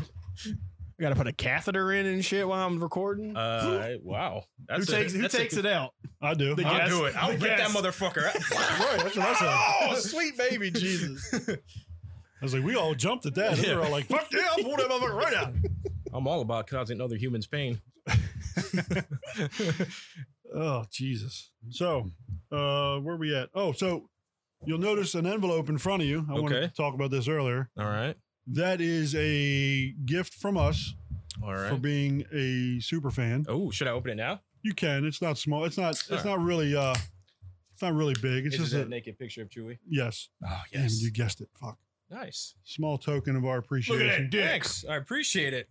Speaker 2: gotta put a catheter in and shit while I'm recording.
Speaker 4: uh, wow,
Speaker 2: who
Speaker 4: that's a-
Speaker 2: takes who
Speaker 4: that's a-
Speaker 2: takes it out?
Speaker 3: I do.
Speaker 2: The
Speaker 3: I-
Speaker 4: I'll
Speaker 2: gas-
Speaker 4: do it. I'll
Speaker 2: the
Speaker 4: rip that
Speaker 2: gas.
Speaker 4: motherfucker. out.
Speaker 3: Right, that's what I said. I
Speaker 2: Oh, sweet baby Jesus!
Speaker 3: was like, we all jumped at that. They were all like, fuck yeah, I'll pull that motherfucker right out.
Speaker 4: I'm all about causing other humans pain.
Speaker 3: Oh, Jesus. So, uh, where we at? Oh, so you'll notice an envelope in front of you. I wanted to
Speaker 4: Okay.
Speaker 3: talk about this earlier.
Speaker 4: All right,
Speaker 3: That is a gift from us
Speaker 4: all
Speaker 3: for
Speaker 4: right.
Speaker 3: being a super fan.
Speaker 4: Oh, should I open it now?
Speaker 3: You can. It's not small. It's not. It's
Speaker 4: All right.
Speaker 3: not really. Uh, it's not really big. It's
Speaker 4: Is
Speaker 3: just
Speaker 4: it
Speaker 3: a,
Speaker 4: that naked picture of Chewy?
Speaker 3: yes.
Speaker 4: Oh
Speaker 3: Damn, you guessed it. Fuck.
Speaker 4: nice.
Speaker 3: Small token of our appreciation.
Speaker 4: Thanks, I appreciate it.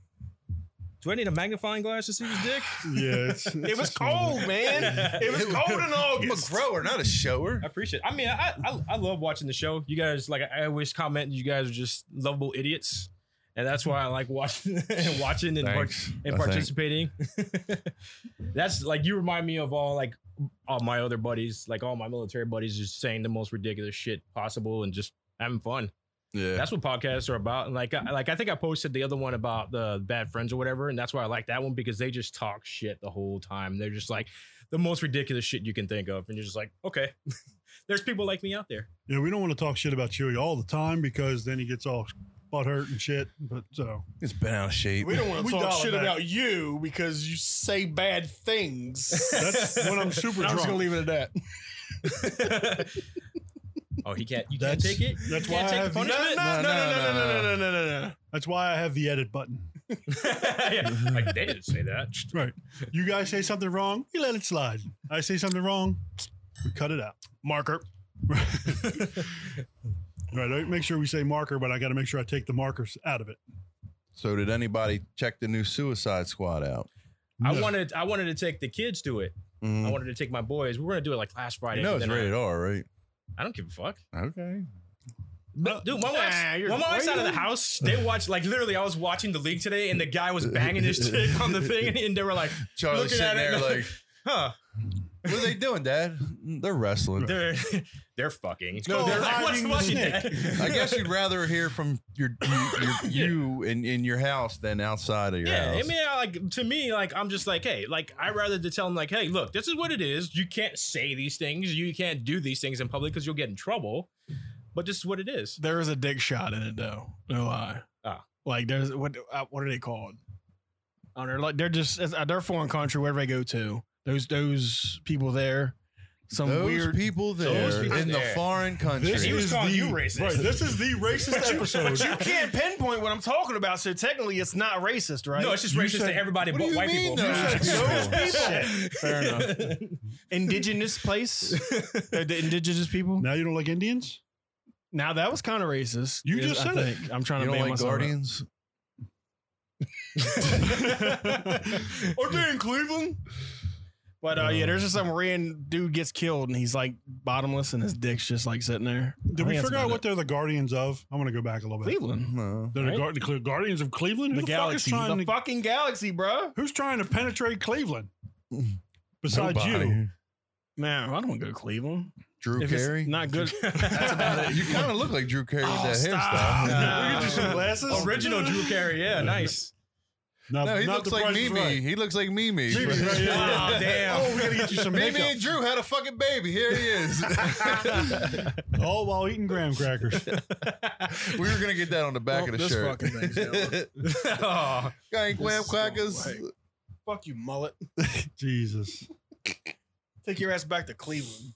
Speaker 4: Do I need a magnifying glass to see his dick?
Speaker 3: Yeah, it's,
Speaker 2: It was cold, man. It was cold in
Speaker 5: I'm a
Speaker 2: August.
Speaker 5: grower, not a shower.
Speaker 4: I appreciate. I mean, I, I I love watching the show. You guys, like, I always comment. You guys are just lovable idiots, and that's why I like watching and watching and, part-
Speaker 5: Thanks.
Speaker 4: and
Speaker 5: I think.
Speaker 4: participating. that's like you remind me of all like all my other buddies, like all my military buddies, just saying the most ridiculous shit possible and just having fun.
Speaker 5: Yeah.
Speaker 4: That's what podcasts are about. And like, I, like I think I posted the other one about the bad friends or whatever, and that's why I like that one because they just talk shit the whole time. They're just like the most ridiculous shit you can think of, and you're just like, okay, there's people like me out there.
Speaker 3: Yeah, we don't want to talk shit about Chewy all the time because then he gets all butt hurt and shit. But so
Speaker 5: It's been out of shape.
Speaker 2: We don't want
Speaker 3: We
Speaker 2: to talk
Speaker 3: dial it
Speaker 2: shit
Speaker 3: back.
Speaker 2: about you because you say bad things.
Speaker 3: that's when I'm super
Speaker 2: I'm
Speaker 3: drunk.
Speaker 2: just gonna leave it at that.
Speaker 4: oh, he can't. You
Speaker 3: That's-
Speaker 4: can't take it.
Speaker 3: that's
Speaker 4: you can't
Speaker 3: why I
Speaker 4: take
Speaker 3: have-
Speaker 4: the punishment.
Speaker 5: No, no, no, no, no,
Speaker 2: no, no, no.
Speaker 3: That's why I have the edit button.
Speaker 4: Yeah, Like they didn't say that.
Speaker 3: Right. You guys say something wrong, we let it slide. I say something wrong, we cut it out.
Speaker 2: Marker.
Speaker 3: All right. I make sure we say marker, but I got to make sure I take the markers out of it.
Speaker 5: So did anybody check the new Suicide Squad out?
Speaker 4: I
Speaker 3: No.
Speaker 4: wanted. I wanted to take the kids to it.
Speaker 5: Mm.
Speaker 4: I wanted to take my boys. We were gonna do it like last Friday.
Speaker 5: you know
Speaker 4: but
Speaker 5: it's
Speaker 4: then I-
Speaker 5: rated R, right?
Speaker 4: I don't give a fuck.
Speaker 5: Okay.
Speaker 4: Dude, my wife's,
Speaker 2: Nah, you're
Speaker 4: my wife's out of the
Speaker 2: crazy.
Speaker 4: house. They watched, like, literally, I was watching the league today, and the guy was banging his chick on the thing, and they were like,
Speaker 5: Charlie's
Speaker 4: Looking
Speaker 5: sitting
Speaker 4: at it,
Speaker 5: there
Speaker 4: no.
Speaker 5: like,
Speaker 4: huh,
Speaker 5: what are they doing, Dad? They're wrestling.
Speaker 4: they're they're fucking.
Speaker 3: called
Speaker 4: they're like, what's
Speaker 3: hiding the
Speaker 4: watching
Speaker 3: snake.
Speaker 4: that?
Speaker 5: I guess you'd rather hear from your you, your, you in, in your house than outside of your
Speaker 4: Yeah,
Speaker 5: house.
Speaker 4: I mean, I, like to me, like I'm just like, hey, like I rather to tell them, like, hey, look, this is what it is. You can't say these things. You can't do these things in public because you'll get in trouble. But this is what it is.
Speaker 2: There is a dick shot in it though. No lie.
Speaker 4: Oh.
Speaker 2: Like there's what uh, what are they called? Oh, they're like they're just it's, uh, they're foreign country wherever they go to. Those those people there, some
Speaker 5: those
Speaker 2: weird.
Speaker 5: people there
Speaker 4: Those people
Speaker 5: in the
Speaker 4: there.
Speaker 5: foreign country.
Speaker 4: He was calling you racist.
Speaker 3: Right. This is the racist episode.
Speaker 2: But you can't pinpoint what I'm talking about, so technically it's not racist, right?
Speaker 4: No, it's just
Speaker 3: You
Speaker 4: racist
Speaker 3: said-
Speaker 4: to everybody
Speaker 5: What
Speaker 4: but
Speaker 5: do you
Speaker 4: white
Speaker 5: mean,
Speaker 4: people.
Speaker 5: those
Speaker 2: Shit. Fair enough. indigenous place, Uh, the indigenous people.
Speaker 3: now you don't like Indians?
Speaker 2: Now that was kind of racist.
Speaker 3: You
Speaker 2: Yes,
Speaker 3: just
Speaker 2: I
Speaker 3: said it.
Speaker 2: think. I'm trying to
Speaker 5: you don't
Speaker 2: ban
Speaker 5: like
Speaker 2: myself. up.
Speaker 5: Guardians?
Speaker 2: Are they in Cleveland? But uh, yeah, there's just some random dude gets killed and he's like bottomless and his dick's just like sitting there.
Speaker 3: Did we figure out what they're the guardians of? I'm gonna go back a little bit.
Speaker 2: Cleveland,
Speaker 5: No.
Speaker 3: They're the,
Speaker 2: right?
Speaker 3: guard, the Cle- guardians of Cleveland. Who
Speaker 2: the,
Speaker 3: the, fuck is
Speaker 2: galaxy,
Speaker 3: trying
Speaker 2: the
Speaker 3: to,
Speaker 2: fucking galaxy, bro.
Speaker 3: who's trying to penetrate Cleveland? Besides you,
Speaker 2: Man, I don't want to go to Cleveland.
Speaker 5: Drew
Speaker 2: If
Speaker 5: Carey.
Speaker 2: it's not good,
Speaker 5: That's about it. You kind of look like Drew Carey
Speaker 2: Oh,
Speaker 5: with that
Speaker 2: stop.
Speaker 5: hairstyle.
Speaker 2: No.
Speaker 3: We could do some glasses.
Speaker 4: Original Drew Carey, yeah, nice.
Speaker 3: not,
Speaker 5: No, he
Speaker 3: not
Speaker 5: looks
Speaker 3: the
Speaker 5: like
Speaker 3: Price is
Speaker 5: Mimi.
Speaker 3: Right.
Speaker 5: He looks like Mimi.
Speaker 3: Mimi, right, yeah.
Speaker 4: Wow, damn.
Speaker 3: Oh, we gotta get you some
Speaker 5: Mimi
Speaker 3: makeup.
Speaker 5: and Drew had a fucking baby. Here he is.
Speaker 3: All while eating graham crackers.
Speaker 5: we were gonna get that on the back
Speaker 2: Well,
Speaker 5: of the
Speaker 2: this
Speaker 5: shirt.
Speaker 2: fucking thing's yellow.
Speaker 4: Oh,
Speaker 5: Guy ain't glam crackers.
Speaker 2: Like, fuck you, mullet.
Speaker 3: Jesus.
Speaker 2: Take your ass back to Cleveland.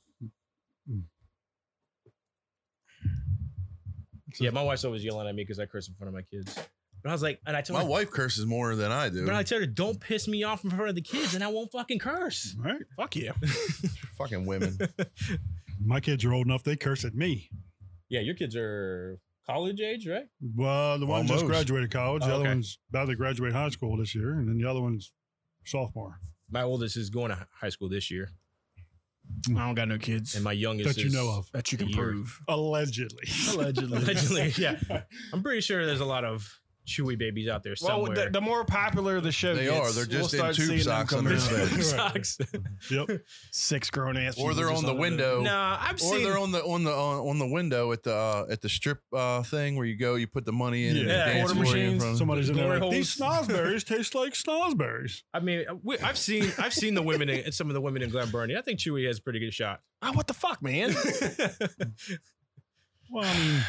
Speaker 4: yeah, my wife's always yelling at me because I curse in front of my kids. But I was like, and I told
Speaker 5: My
Speaker 4: her,
Speaker 5: wife curses more than I do.
Speaker 4: but I tell her, don't piss me off in front of the kids, and I won't fucking curse.
Speaker 3: All right.
Speaker 2: Fuck yeah.
Speaker 5: fucking women.
Speaker 3: My kids are old enough, they curse at me.
Speaker 4: Yeah, your kids are college age, right?
Speaker 3: Well, the one just
Speaker 5: Almost.
Speaker 3: graduated college. The
Speaker 4: Oh,
Speaker 3: other
Speaker 4: okay.
Speaker 3: one's about to graduate high school this year, and then the other one's sophomore.
Speaker 4: My oldest is going to high school this year,
Speaker 2: I don't got no kids
Speaker 4: and my youngest
Speaker 3: That you
Speaker 4: is-
Speaker 3: know of.
Speaker 2: that you can
Speaker 4: Year.
Speaker 2: prove.
Speaker 3: Allegedly.
Speaker 2: Allegedly.
Speaker 4: Allegedly, yeah. I'm pretty sure there's a lot of chewy babies out there
Speaker 2: Well,
Speaker 4: somewhere.
Speaker 2: the, the more popular the show
Speaker 5: They
Speaker 2: gets,
Speaker 5: are. They're
Speaker 2: we'll
Speaker 5: just in
Speaker 2: start
Speaker 5: tube
Speaker 2: seeing them
Speaker 5: socks
Speaker 2: come
Speaker 5: under
Speaker 2: out.
Speaker 5: their bed.
Speaker 4: Sucks.
Speaker 3: yep.
Speaker 2: Six grown ass.
Speaker 5: Or
Speaker 2: people
Speaker 5: they're on
Speaker 2: just
Speaker 5: the
Speaker 2: under
Speaker 5: window.
Speaker 4: Nah, I've
Speaker 5: Or
Speaker 4: seen.
Speaker 5: they're on the on the uh, on, on the window at the uh, at the strip uh, thing where you go, you put the money in, and
Speaker 3: Yeah.
Speaker 5: they dance
Speaker 2: Quarter
Speaker 5: for you in
Speaker 2: machines.
Speaker 5: front of-
Speaker 3: Somebody's in there
Speaker 4: Glory
Speaker 3: like, these
Speaker 4: holes.
Speaker 3: snozzberries taste like snozzberries.
Speaker 4: I mean, we, I've seen. I've seen the women in some of the women in Glen Burnie. I think Chewy has a pretty good shot.
Speaker 2: Oh, what the fuck, man?
Speaker 3: Well, I mean,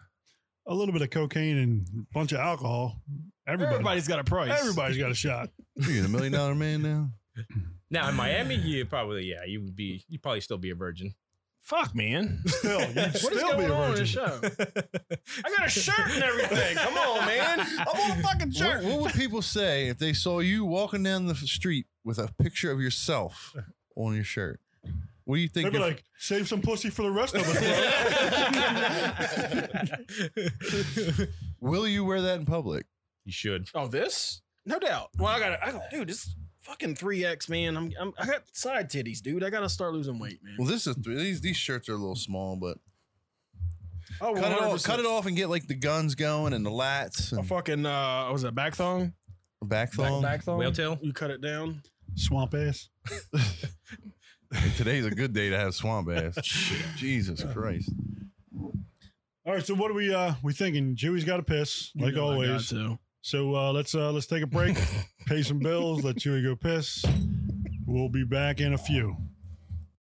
Speaker 3: a little bit of cocaine and a bunch of alcohol. Everybody,
Speaker 2: Everybody's got a price.
Speaker 3: everybody's got a shot.
Speaker 5: You the million dollar man now?
Speaker 4: now in Miami, you probably yeah, you would be. You would probably still be a virgin.
Speaker 2: Fuck, man.
Speaker 3: Still, you'd still be a virgin.
Speaker 2: I got a shirt and everything. Come on, man. I'm on a fucking
Speaker 5: What, what would people say if they saw you walking down the street with a picture of yourself on your shirt? What do you think?
Speaker 3: They'd be
Speaker 5: if-
Speaker 3: like, save some pussy for the rest of us. bro."
Speaker 5: will you wear that in public?
Speaker 4: you should.
Speaker 2: Oh, this? No doubt. Well, I got to I got dude, this fucking 3X, man. I'm, I'm I got side titties, dude. I got to start losing weight, man.
Speaker 5: Well, this is these these shirts are a little small, but
Speaker 2: Oh,
Speaker 5: cut it off, cut it off, and get like the guns going and the lats
Speaker 2: A
Speaker 5: and
Speaker 2: fucking uh what was that back thong?
Speaker 5: back thong.
Speaker 2: thong.
Speaker 4: Whale tail.
Speaker 2: You cut it down.
Speaker 3: Swamp ass.
Speaker 5: And Today's a good day to have swamp ass. Jesus Christ!
Speaker 3: All right, so what are we uh we thinking? Chewy's got to piss, like
Speaker 2: You know I got
Speaker 3: always.
Speaker 2: to.
Speaker 3: So uh, let's uh let's take a break, pay some bills, let Chewy go piss. We'll be back in a few.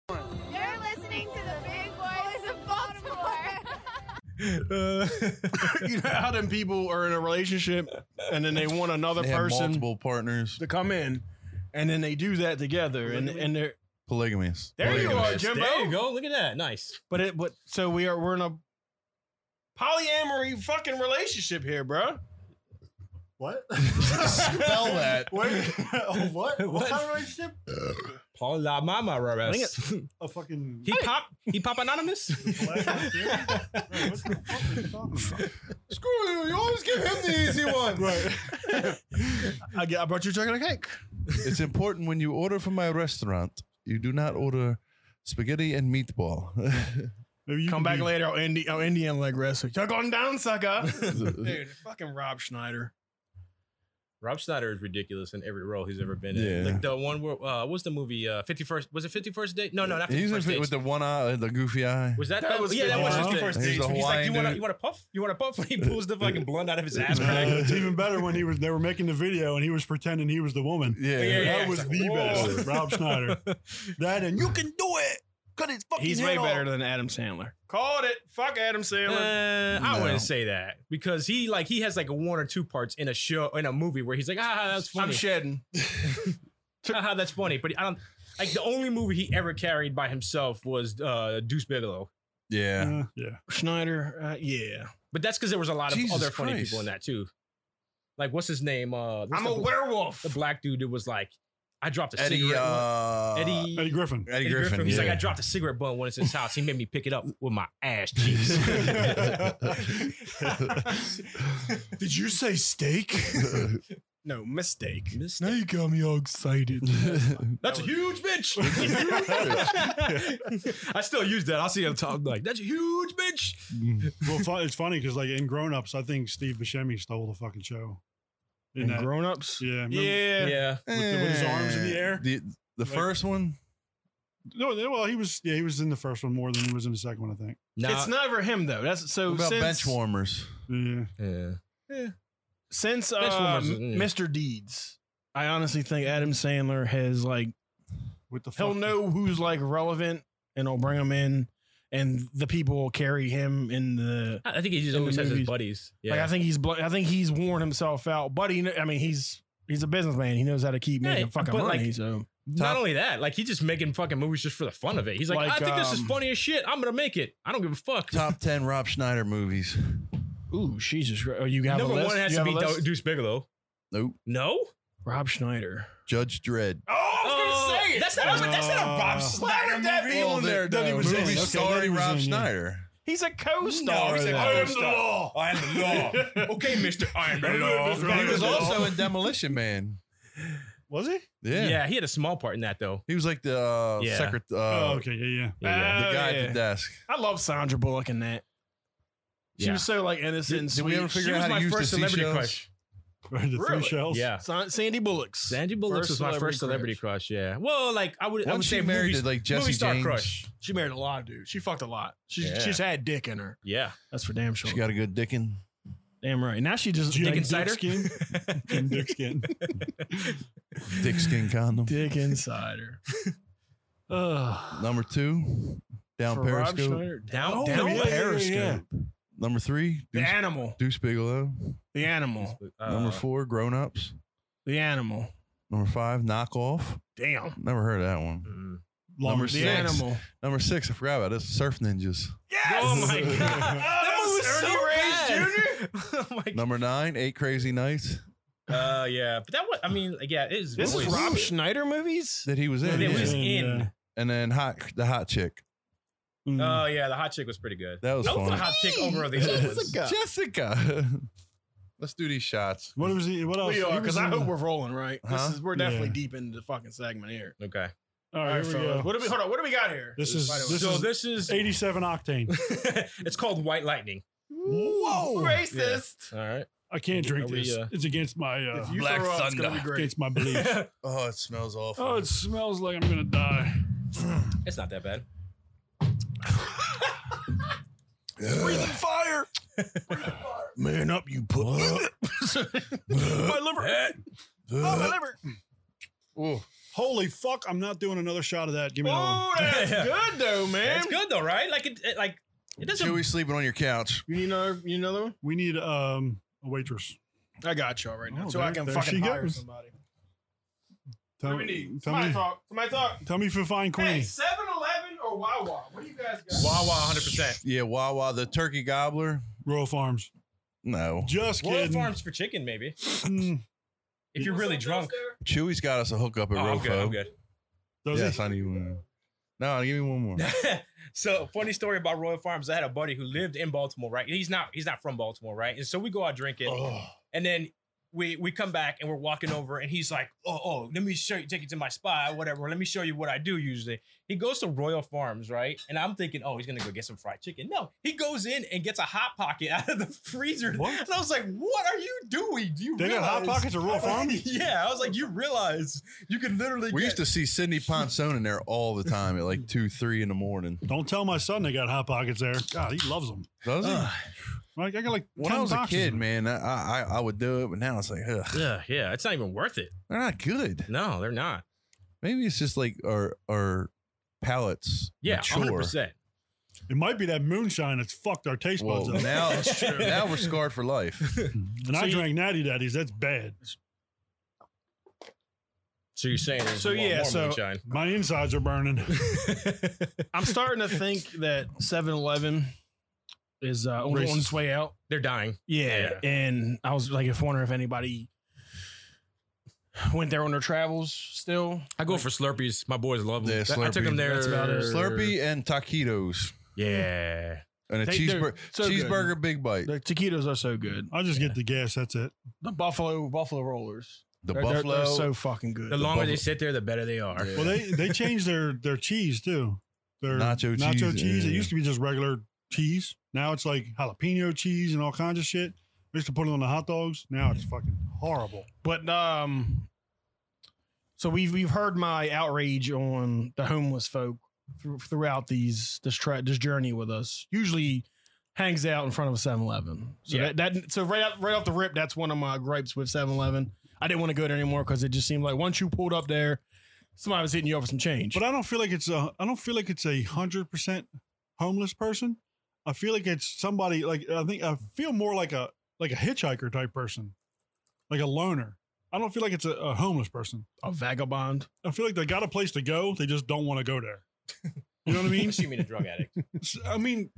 Speaker 7: You're listening to the big boys of Baltimore.
Speaker 2: you know how them people are in a relationship and then they want another
Speaker 5: They have
Speaker 2: person
Speaker 5: multiple partners,
Speaker 2: to come in and then they do that together and and they're
Speaker 5: polygamous.
Speaker 2: There you
Speaker 5: Polygamous.
Speaker 2: are, Jimbo.
Speaker 4: There you go. Look at that. Nice.
Speaker 2: But it but so we are we're in a polyamory fucking relationship here, bro.
Speaker 3: What?
Speaker 5: Spell that.
Speaker 3: Wait, oh, what?
Speaker 4: What? kind of
Speaker 3: relationship?
Speaker 4: Paul La Mama
Speaker 2: I think
Speaker 4: Rarest.
Speaker 3: A fucking.
Speaker 4: He pop. He pop anonymous.
Speaker 5: Screw you! You always give him the easy one.
Speaker 2: I, get- I brought you a chocolate cake.
Speaker 5: It's important when you order from my restaurant, you do not order spaghetti and meatball.
Speaker 3: Maybe you
Speaker 2: Come
Speaker 3: can
Speaker 2: back
Speaker 3: be-
Speaker 2: later, oh, Indi- oh Indian leg wrestler. You're going down, sucker. Dude, fucking Rob Schneider.
Speaker 4: Rob Snyder is ridiculous in every role he's ever been
Speaker 5: Yeah.
Speaker 4: in. Like the one where uh, what's the movie? Uh, Fifty First was it Fifty First Date? No, no, not Fifty
Speaker 5: He's
Speaker 4: First
Speaker 5: in
Speaker 4: Date.
Speaker 5: it with the one eye, the goofy eye.
Speaker 4: was that,
Speaker 2: That
Speaker 4: that
Speaker 2: was
Speaker 4: yeah, that was
Speaker 3: 50
Speaker 4: Fifty
Speaker 3: First
Speaker 4: First
Speaker 5: He's
Speaker 4: Date.
Speaker 5: the
Speaker 4: He's like, you
Speaker 5: Hawaiian
Speaker 4: want to
Speaker 5: dude.
Speaker 4: you want to puff? You want to puff? And he pulls the fucking blunt out of his ass
Speaker 3: Uh,
Speaker 4: crack.
Speaker 3: it's even better when he was they were making the video and he was pretending he was the woman.
Speaker 5: Yeah,
Speaker 4: Yeah, yeah.
Speaker 3: That was
Speaker 4: It's like,
Speaker 3: the
Speaker 4: whoa.
Speaker 3: best, Rob Schneider. That and you can do it. Cut his fucking
Speaker 2: He's
Speaker 3: head
Speaker 2: way
Speaker 3: off.
Speaker 2: better than Adam Sandler. Called it. Fuck Adam Sandler. Eh,
Speaker 4: Uh, I
Speaker 5: No.
Speaker 4: wouldn't say that because he like he has like a one or two parts in a show in a movie where he's like ah that's
Speaker 2: I'm
Speaker 4: funny
Speaker 2: shedding.
Speaker 4: ah, that's funny but I don't like the only movie he ever carried by himself was uh, Deuce Bigelow
Speaker 5: Yeah.
Speaker 4: Mm.
Speaker 3: Uh, yeah.
Speaker 2: Schneider, uh, yeah.
Speaker 4: but that's because there was a lot of
Speaker 5: Jesus
Speaker 4: other funny
Speaker 5: Christ.
Speaker 4: people in that too like what's his name uh what's the,
Speaker 2: werewolf.
Speaker 4: the black dude who was like I dropped a
Speaker 5: Eddie,
Speaker 4: cigarette
Speaker 5: uh,
Speaker 4: Eddie,
Speaker 3: Eddie Griffin.
Speaker 5: Eddie
Speaker 4: Eddie
Speaker 5: Griffin.
Speaker 4: he's like
Speaker 5: yeah.
Speaker 4: I dropped a cigarette bun when it's in his house he made me pick it up with my ass cheeks
Speaker 2: Did you say steak? No mistake.
Speaker 4: Mistake.
Speaker 2: Now you got me all excited.
Speaker 4: That's a huge bitch. I still use that. I'll see him talk like that's a huge bitch.
Speaker 3: Well, fu- it's funny because like in Grown Ups, I think Steve Buscemi stole the fucking show. In that,
Speaker 2: grown ups.
Speaker 3: yeah, remember-
Speaker 4: Yeah. Yeah.
Speaker 3: the- with his arms in the
Speaker 5: Eh,
Speaker 3: air?
Speaker 5: The, the
Speaker 3: Like-
Speaker 5: first one,
Speaker 3: No, they- well, he was yeah, he was in the first one more than he was in the second one, I think.
Speaker 4: Nah.
Speaker 2: It's never him though. That's so
Speaker 5: what about
Speaker 2: since
Speaker 5: bench warmers.
Speaker 3: Yeah,
Speaker 4: Yeah.
Speaker 2: since
Speaker 4: Bench
Speaker 2: uh,
Speaker 4: warmers, yeah.
Speaker 2: Mr. Deeds. I honestly think Adam Sandler has like
Speaker 3: with the
Speaker 2: he'll
Speaker 3: fuck-
Speaker 2: know who's like relevant and he'll bring him in, and the people will carry him in the
Speaker 4: I I think he just
Speaker 2: In the
Speaker 4: always has his
Speaker 2: movies.
Speaker 4: buddies. Yeah.
Speaker 2: Like I think he's bl- I think he's worn himself out, but he kn- I mean he's he's a businessman. He knows how to keep
Speaker 4: Yeah,
Speaker 2: making fucking
Speaker 4: but,
Speaker 2: money.
Speaker 4: like,
Speaker 2: so
Speaker 4: Not
Speaker 5: Top-
Speaker 4: only that, like he's just making fucking movies just for the fun of it. He's like,
Speaker 2: Like,
Speaker 4: I think this is
Speaker 2: um,
Speaker 4: funny as shit. I'm gonna make it. I don't give a fuck.
Speaker 5: Top ten Rob Schneider movies.
Speaker 2: ooh Jesus, Christ. oh you got
Speaker 4: Number
Speaker 2: a list?
Speaker 4: one has
Speaker 2: You have
Speaker 4: to be
Speaker 2: a
Speaker 4: Do-
Speaker 2: list?
Speaker 4: Deuce Bigelow.
Speaker 5: Nope.
Speaker 4: No.
Speaker 2: Rob Schneider.
Speaker 5: Judge Dredd.
Speaker 2: Oh, I
Speaker 4: Uh, That's not. a- that's not a Bob.
Speaker 3: Uh,
Speaker 4: Sl-
Speaker 2: Why would that be
Speaker 5: Well,
Speaker 2: on there?
Speaker 5: Oh, the
Speaker 2: though?
Speaker 5: movie
Speaker 3: in. Okay, that he
Speaker 5: starring
Speaker 3: was
Speaker 5: Rob
Speaker 3: in, yeah.
Speaker 5: Schneider.
Speaker 2: He's a co-star.
Speaker 5: he's a
Speaker 2: though.
Speaker 5: co-
Speaker 2: I am the
Speaker 5: Stop.
Speaker 4: law. Oh, I am the law. okay, Mister. I am the
Speaker 5: But he was also in Demolition Man.
Speaker 3: was he?
Speaker 5: Yeah.
Speaker 4: Yeah. he had a small part in that though.
Speaker 5: He was like the uh,
Speaker 4: Yeah.
Speaker 5: secret, uh,
Speaker 3: Oh, okay, yeah, yeah.
Speaker 4: Yeah.
Speaker 5: the
Speaker 2: Oh,
Speaker 5: guy at
Speaker 2: yeah.
Speaker 5: the desk.
Speaker 2: I love Sandra Bullock in that. She
Speaker 4: Yeah.
Speaker 2: was so like innocent. and
Speaker 5: Did, did we
Speaker 2: sweet.
Speaker 5: ever
Speaker 2: She
Speaker 5: figure
Speaker 2: was
Speaker 5: out how
Speaker 2: my
Speaker 5: to use
Speaker 2: first
Speaker 5: the
Speaker 2: celebrity
Speaker 5: seashells?
Speaker 2: crush.
Speaker 3: Right, the
Speaker 2: Really?
Speaker 3: three shells.
Speaker 4: Yeah.
Speaker 2: San- Sandy Bullock's.
Speaker 4: Sandy Bullock
Speaker 2: First
Speaker 4: was my
Speaker 2: celebrity
Speaker 4: first celebrity
Speaker 2: crush.
Speaker 4: crush. Yeah. Well, like I would. I
Speaker 5: Wasn't
Speaker 4: would
Speaker 5: she
Speaker 4: say
Speaker 5: married
Speaker 4: movies,
Speaker 5: to like Jesse
Speaker 4: movie star
Speaker 5: James?
Speaker 4: crush.
Speaker 2: She married a lot of dudes. She fucked a lot. She's
Speaker 4: Yeah.
Speaker 2: she's had dick in her.
Speaker 4: Yeah.
Speaker 2: That's for damn sure.
Speaker 5: She got a good dickin'.
Speaker 2: damn right. Now she just
Speaker 3: Jim
Speaker 2: like,
Speaker 3: Dick
Speaker 4: Insider?
Speaker 3: Skin. Jim Dick Skin.
Speaker 5: Dick skin condom.
Speaker 2: Dick Insider. Ugh.
Speaker 5: Number two, down
Speaker 2: For Rob
Speaker 5: Periscope.
Speaker 2: Schneider,
Speaker 4: Down.
Speaker 2: Oh,
Speaker 4: down.
Speaker 2: yeah, yeah,
Speaker 4: Periscope.
Speaker 2: yeah.
Speaker 5: Number three,
Speaker 2: The
Speaker 5: Deuce,
Speaker 2: animal.
Speaker 5: Deuce Bigelow.
Speaker 2: The animal.
Speaker 4: Uh,
Speaker 5: Number four, Grown Ups.
Speaker 2: The animal.
Speaker 5: Number five, Knock Off.
Speaker 2: Damn.
Speaker 5: Never heard of that one.
Speaker 4: mm.
Speaker 5: Number
Speaker 2: The
Speaker 5: Six.
Speaker 2: animal.
Speaker 5: Number six, I forgot about this, Surf Ninjas.
Speaker 2: Yes!
Speaker 4: Oh my god.
Speaker 2: Ernie Reyes
Speaker 4: Reyes Jr. oh my god.
Speaker 5: Number nine, Eight Crazy Nights
Speaker 4: Uh, yeah, but that was. I mean, like, yeah, it is.
Speaker 2: This is
Speaker 4: movies.
Speaker 2: Rob Schneider movies?
Speaker 5: that he was in.
Speaker 4: That it was
Speaker 5: yeah.
Speaker 4: in.
Speaker 5: And then Hot, the Hot Chick.
Speaker 3: Mm.
Speaker 4: Oh yeah, the hot chick was pretty good.
Speaker 5: That was
Speaker 4: I the
Speaker 5: fun.
Speaker 4: hot chick over the other ones.
Speaker 5: Jessica. Jessica. Let's do these shots.
Speaker 3: what was he? What else?
Speaker 2: We
Speaker 3: He
Speaker 2: are,
Speaker 3: was
Speaker 2: because I
Speaker 3: in
Speaker 2: hope
Speaker 3: the-
Speaker 2: we're rolling, right?
Speaker 5: Huh?
Speaker 2: This is we're definitely
Speaker 3: Oh, Yeah.
Speaker 2: deep into the fucking segment here.
Speaker 4: Okay.
Speaker 3: All right, here we
Speaker 2: fellas.
Speaker 3: go.
Speaker 2: What do we hold on? What do we got here?
Speaker 3: This is
Speaker 2: By the way.
Speaker 3: this
Speaker 4: so
Speaker 3: is
Speaker 4: this is.
Speaker 3: 87 octane.
Speaker 4: it's called White Lightning.
Speaker 2: Whoa, racist.
Speaker 4: All right.
Speaker 3: I can't drink
Speaker 4: Are we,
Speaker 3: this.
Speaker 4: uh,
Speaker 3: it's against my uh,
Speaker 2: If you Black throw up, it's gonna be great.
Speaker 3: against my beliefs.
Speaker 5: Oh, it smells awful.
Speaker 3: oh, it smells like I'm gonna die.
Speaker 4: it's not that bad.
Speaker 2: Breathing fire.
Speaker 5: Man up, you put.
Speaker 2: My liver. Oh, my liver.
Speaker 3: Holy fuck! I'm not doing another shot of that. Give me another
Speaker 2: Oh, that's
Speaker 4: Yeah.
Speaker 2: good though, man.
Speaker 4: It's good though, right? Like it, it like it doesn't.
Speaker 5: Chewy sleeping on your couch.
Speaker 2: You need another? You need another one?
Speaker 3: We need um a waitress.
Speaker 2: I got y'all right now,
Speaker 3: Oh,
Speaker 2: so
Speaker 3: there-
Speaker 2: I can
Speaker 3: there
Speaker 2: fucking
Speaker 3: she
Speaker 2: hire
Speaker 3: goes.
Speaker 2: somebody.
Speaker 3: Tell,
Speaker 2: What do we need?
Speaker 3: tell
Speaker 2: Somebody
Speaker 3: me,
Speaker 2: talk. Somebody talk.
Speaker 3: tell me if you find Queenie.
Speaker 2: Hey, 7-Eleven or Wawa? What do you guys got?
Speaker 4: Wawa, hundred percent.
Speaker 5: Yeah, Wawa, the turkey gobbler.
Speaker 3: Royal Farms.
Speaker 5: No.
Speaker 3: Just
Speaker 4: Royal
Speaker 3: kidding.
Speaker 4: Farms for chicken, maybe.
Speaker 3: Mm,
Speaker 4: If you're really
Speaker 2: Something
Speaker 4: drunk.
Speaker 2: else there?
Speaker 5: Chewy's got us a hookup at
Speaker 4: Oh, I'm
Speaker 5: Rofo.
Speaker 4: good. I'm good.
Speaker 3: does
Speaker 5: yes,
Speaker 3: he?
Speaker 5: I need one. No, give me one more.
Speaker 4: so funny story about Royal Farms. I had a buddy who lived in Baltimore, right? He's not he's not from Baltimore, right? And so we go out drinking, and then we we come back and we're walking over, and he's like, "Oh, oh, let me show you, take you to my spot, or whatever. Let me show you what I do usually." He goes to Royal Farms, right? And I'm thinking, "Oh, he's gonna go get some fried chicken." No, he goes in and gets a hot pocket out of the freezer,
Speaker 3: What?
Speaker 4: and I was like, "What are you doing? Do you
Speaker 3: They got
Speaker 4: realize?"
Speaker 3: hot pockets at Royal Farms.
Speaker 4: yeah, I was like, "You realize you could literally
Speaker 5: We
Speaker 4: get-
Speaker 5: used to see Sydney Ponson in there all the time at like two, three in the morning.
Speaker 3: Don't tell my son they got hot pockets there. God, he loves them.
Speaker 5: Does he?
Speaker 3: Like I got like
Speaker 5: when
Speaker 3: 10
Speaker 5: I was a
Speaker 3: boxes
Speaker 5: kid,
Speaker 3: of 'em.
Speaker 5: man, I, I I would do it, but now it's like, ugh,
Speaker 4: Yeah, yeah, it's not even worth it.
Speaker 5: they're not good.
Speaker 4: No, they're not.
Speaker 5: Maybe it's just like our our palates.
Speaker 4: Yeah, hundred
Speaker 5: mature.
Speaker 4: percent.
Speaker 3: It might be that moonshine that's fucked our taste
Speaker 5: Well,
Speaker 3: buds up.
Speaker 5: now
Speaker 4: That's true.
Speaker 5: now we're scarred for life.
Speaker 3: and I drank Natty Daddies. That's bad.
Speaker 4: So you're saying there's
Speaker 2: So,
Speaker 4: more,
Speaker 2: yeah,
Speaker 4: more
Speaker 2: so-
Speaker 4: moonshine.
Speaker 3: My insides are burning.
Speaker 2: I'm starting to think that 7-Eleven is uh, on, on
Speaker 5: Racist.
Speaker 2: its way out.
Speaker 4: They're dying.
Speaker 2: Yeah, and I was like, if wondering if anybody went there on their travels still.
Speaker 4: I go for Slurpees. My boys love them.
Speaker 5: Yeah,
Speaker 4: I took
Speaker 5: Slurpee.
Speaker 4: them there.
Speaker 2: That's about it.
Speaker 5: Slurpee and taquitos.
Speaker 4: Yeah.
Speaker 5: and a
Speaker 2: They- they're
Speaker 5: cheeseburger,
Speaker 2: so good.
Speaker 5: cheeseburger big bite.
Speaker 2: The taquitos are so good.
Speaker 3: I just get the gas. That's it.
Speaker 2: The buffalo buffalo rollers.
Speaker 5: The
Speaker 2: They're- they're-
Speaker 5: buffalo.
Speaker 2: They're, so fucking good.
Speaker 4: The longer they
Speaker 5: buffalo-
Speaker 4: sit there, the better they are.
Speaker 5: Yeah.
Speaker 3: Well, they they changed their their cheese too. Their
Speaker 5: Nacho
Speaker 3: nacho
Speaker 5: cheese,
Speaker 3: cheese. It
Speaker 5: yeah.
Speaker 3: used to be just regular cheese. Now it's like jalapeno cheese and all kinds of shit. They used to put it on the hot dogs. Now it's fucking horrible.
Speaker 2: But um, so we've we've heard my outrage on the homeless folk thr- throughout these this tra- this journey with us. Usually hangs out in front of a 7-Eleven. So
Speaker 4: Yeah.
Speaker 2: that, that so right out, right off the rip, that's one of my gripes with 7-Eleven. I didn't want to go there anymore because it just seemed like once you pulled up there, somebody was hitting you up for some change.
Speaker 3: But I don't feel like it's a. I don't feel like it's a hundred percent homeless person. I feel like it's somebody like I think I feel more like a like a hitchhiker type person, like a loner. I don't feel like it's a, a homeless person.
Speaker 2: a vagabond.
Speaker 3: I feel like they got a place to go. They just don't want to go there. You know what I mean?
Speaker 4: You mean a drug addict?
Speaker 3: S- I mean,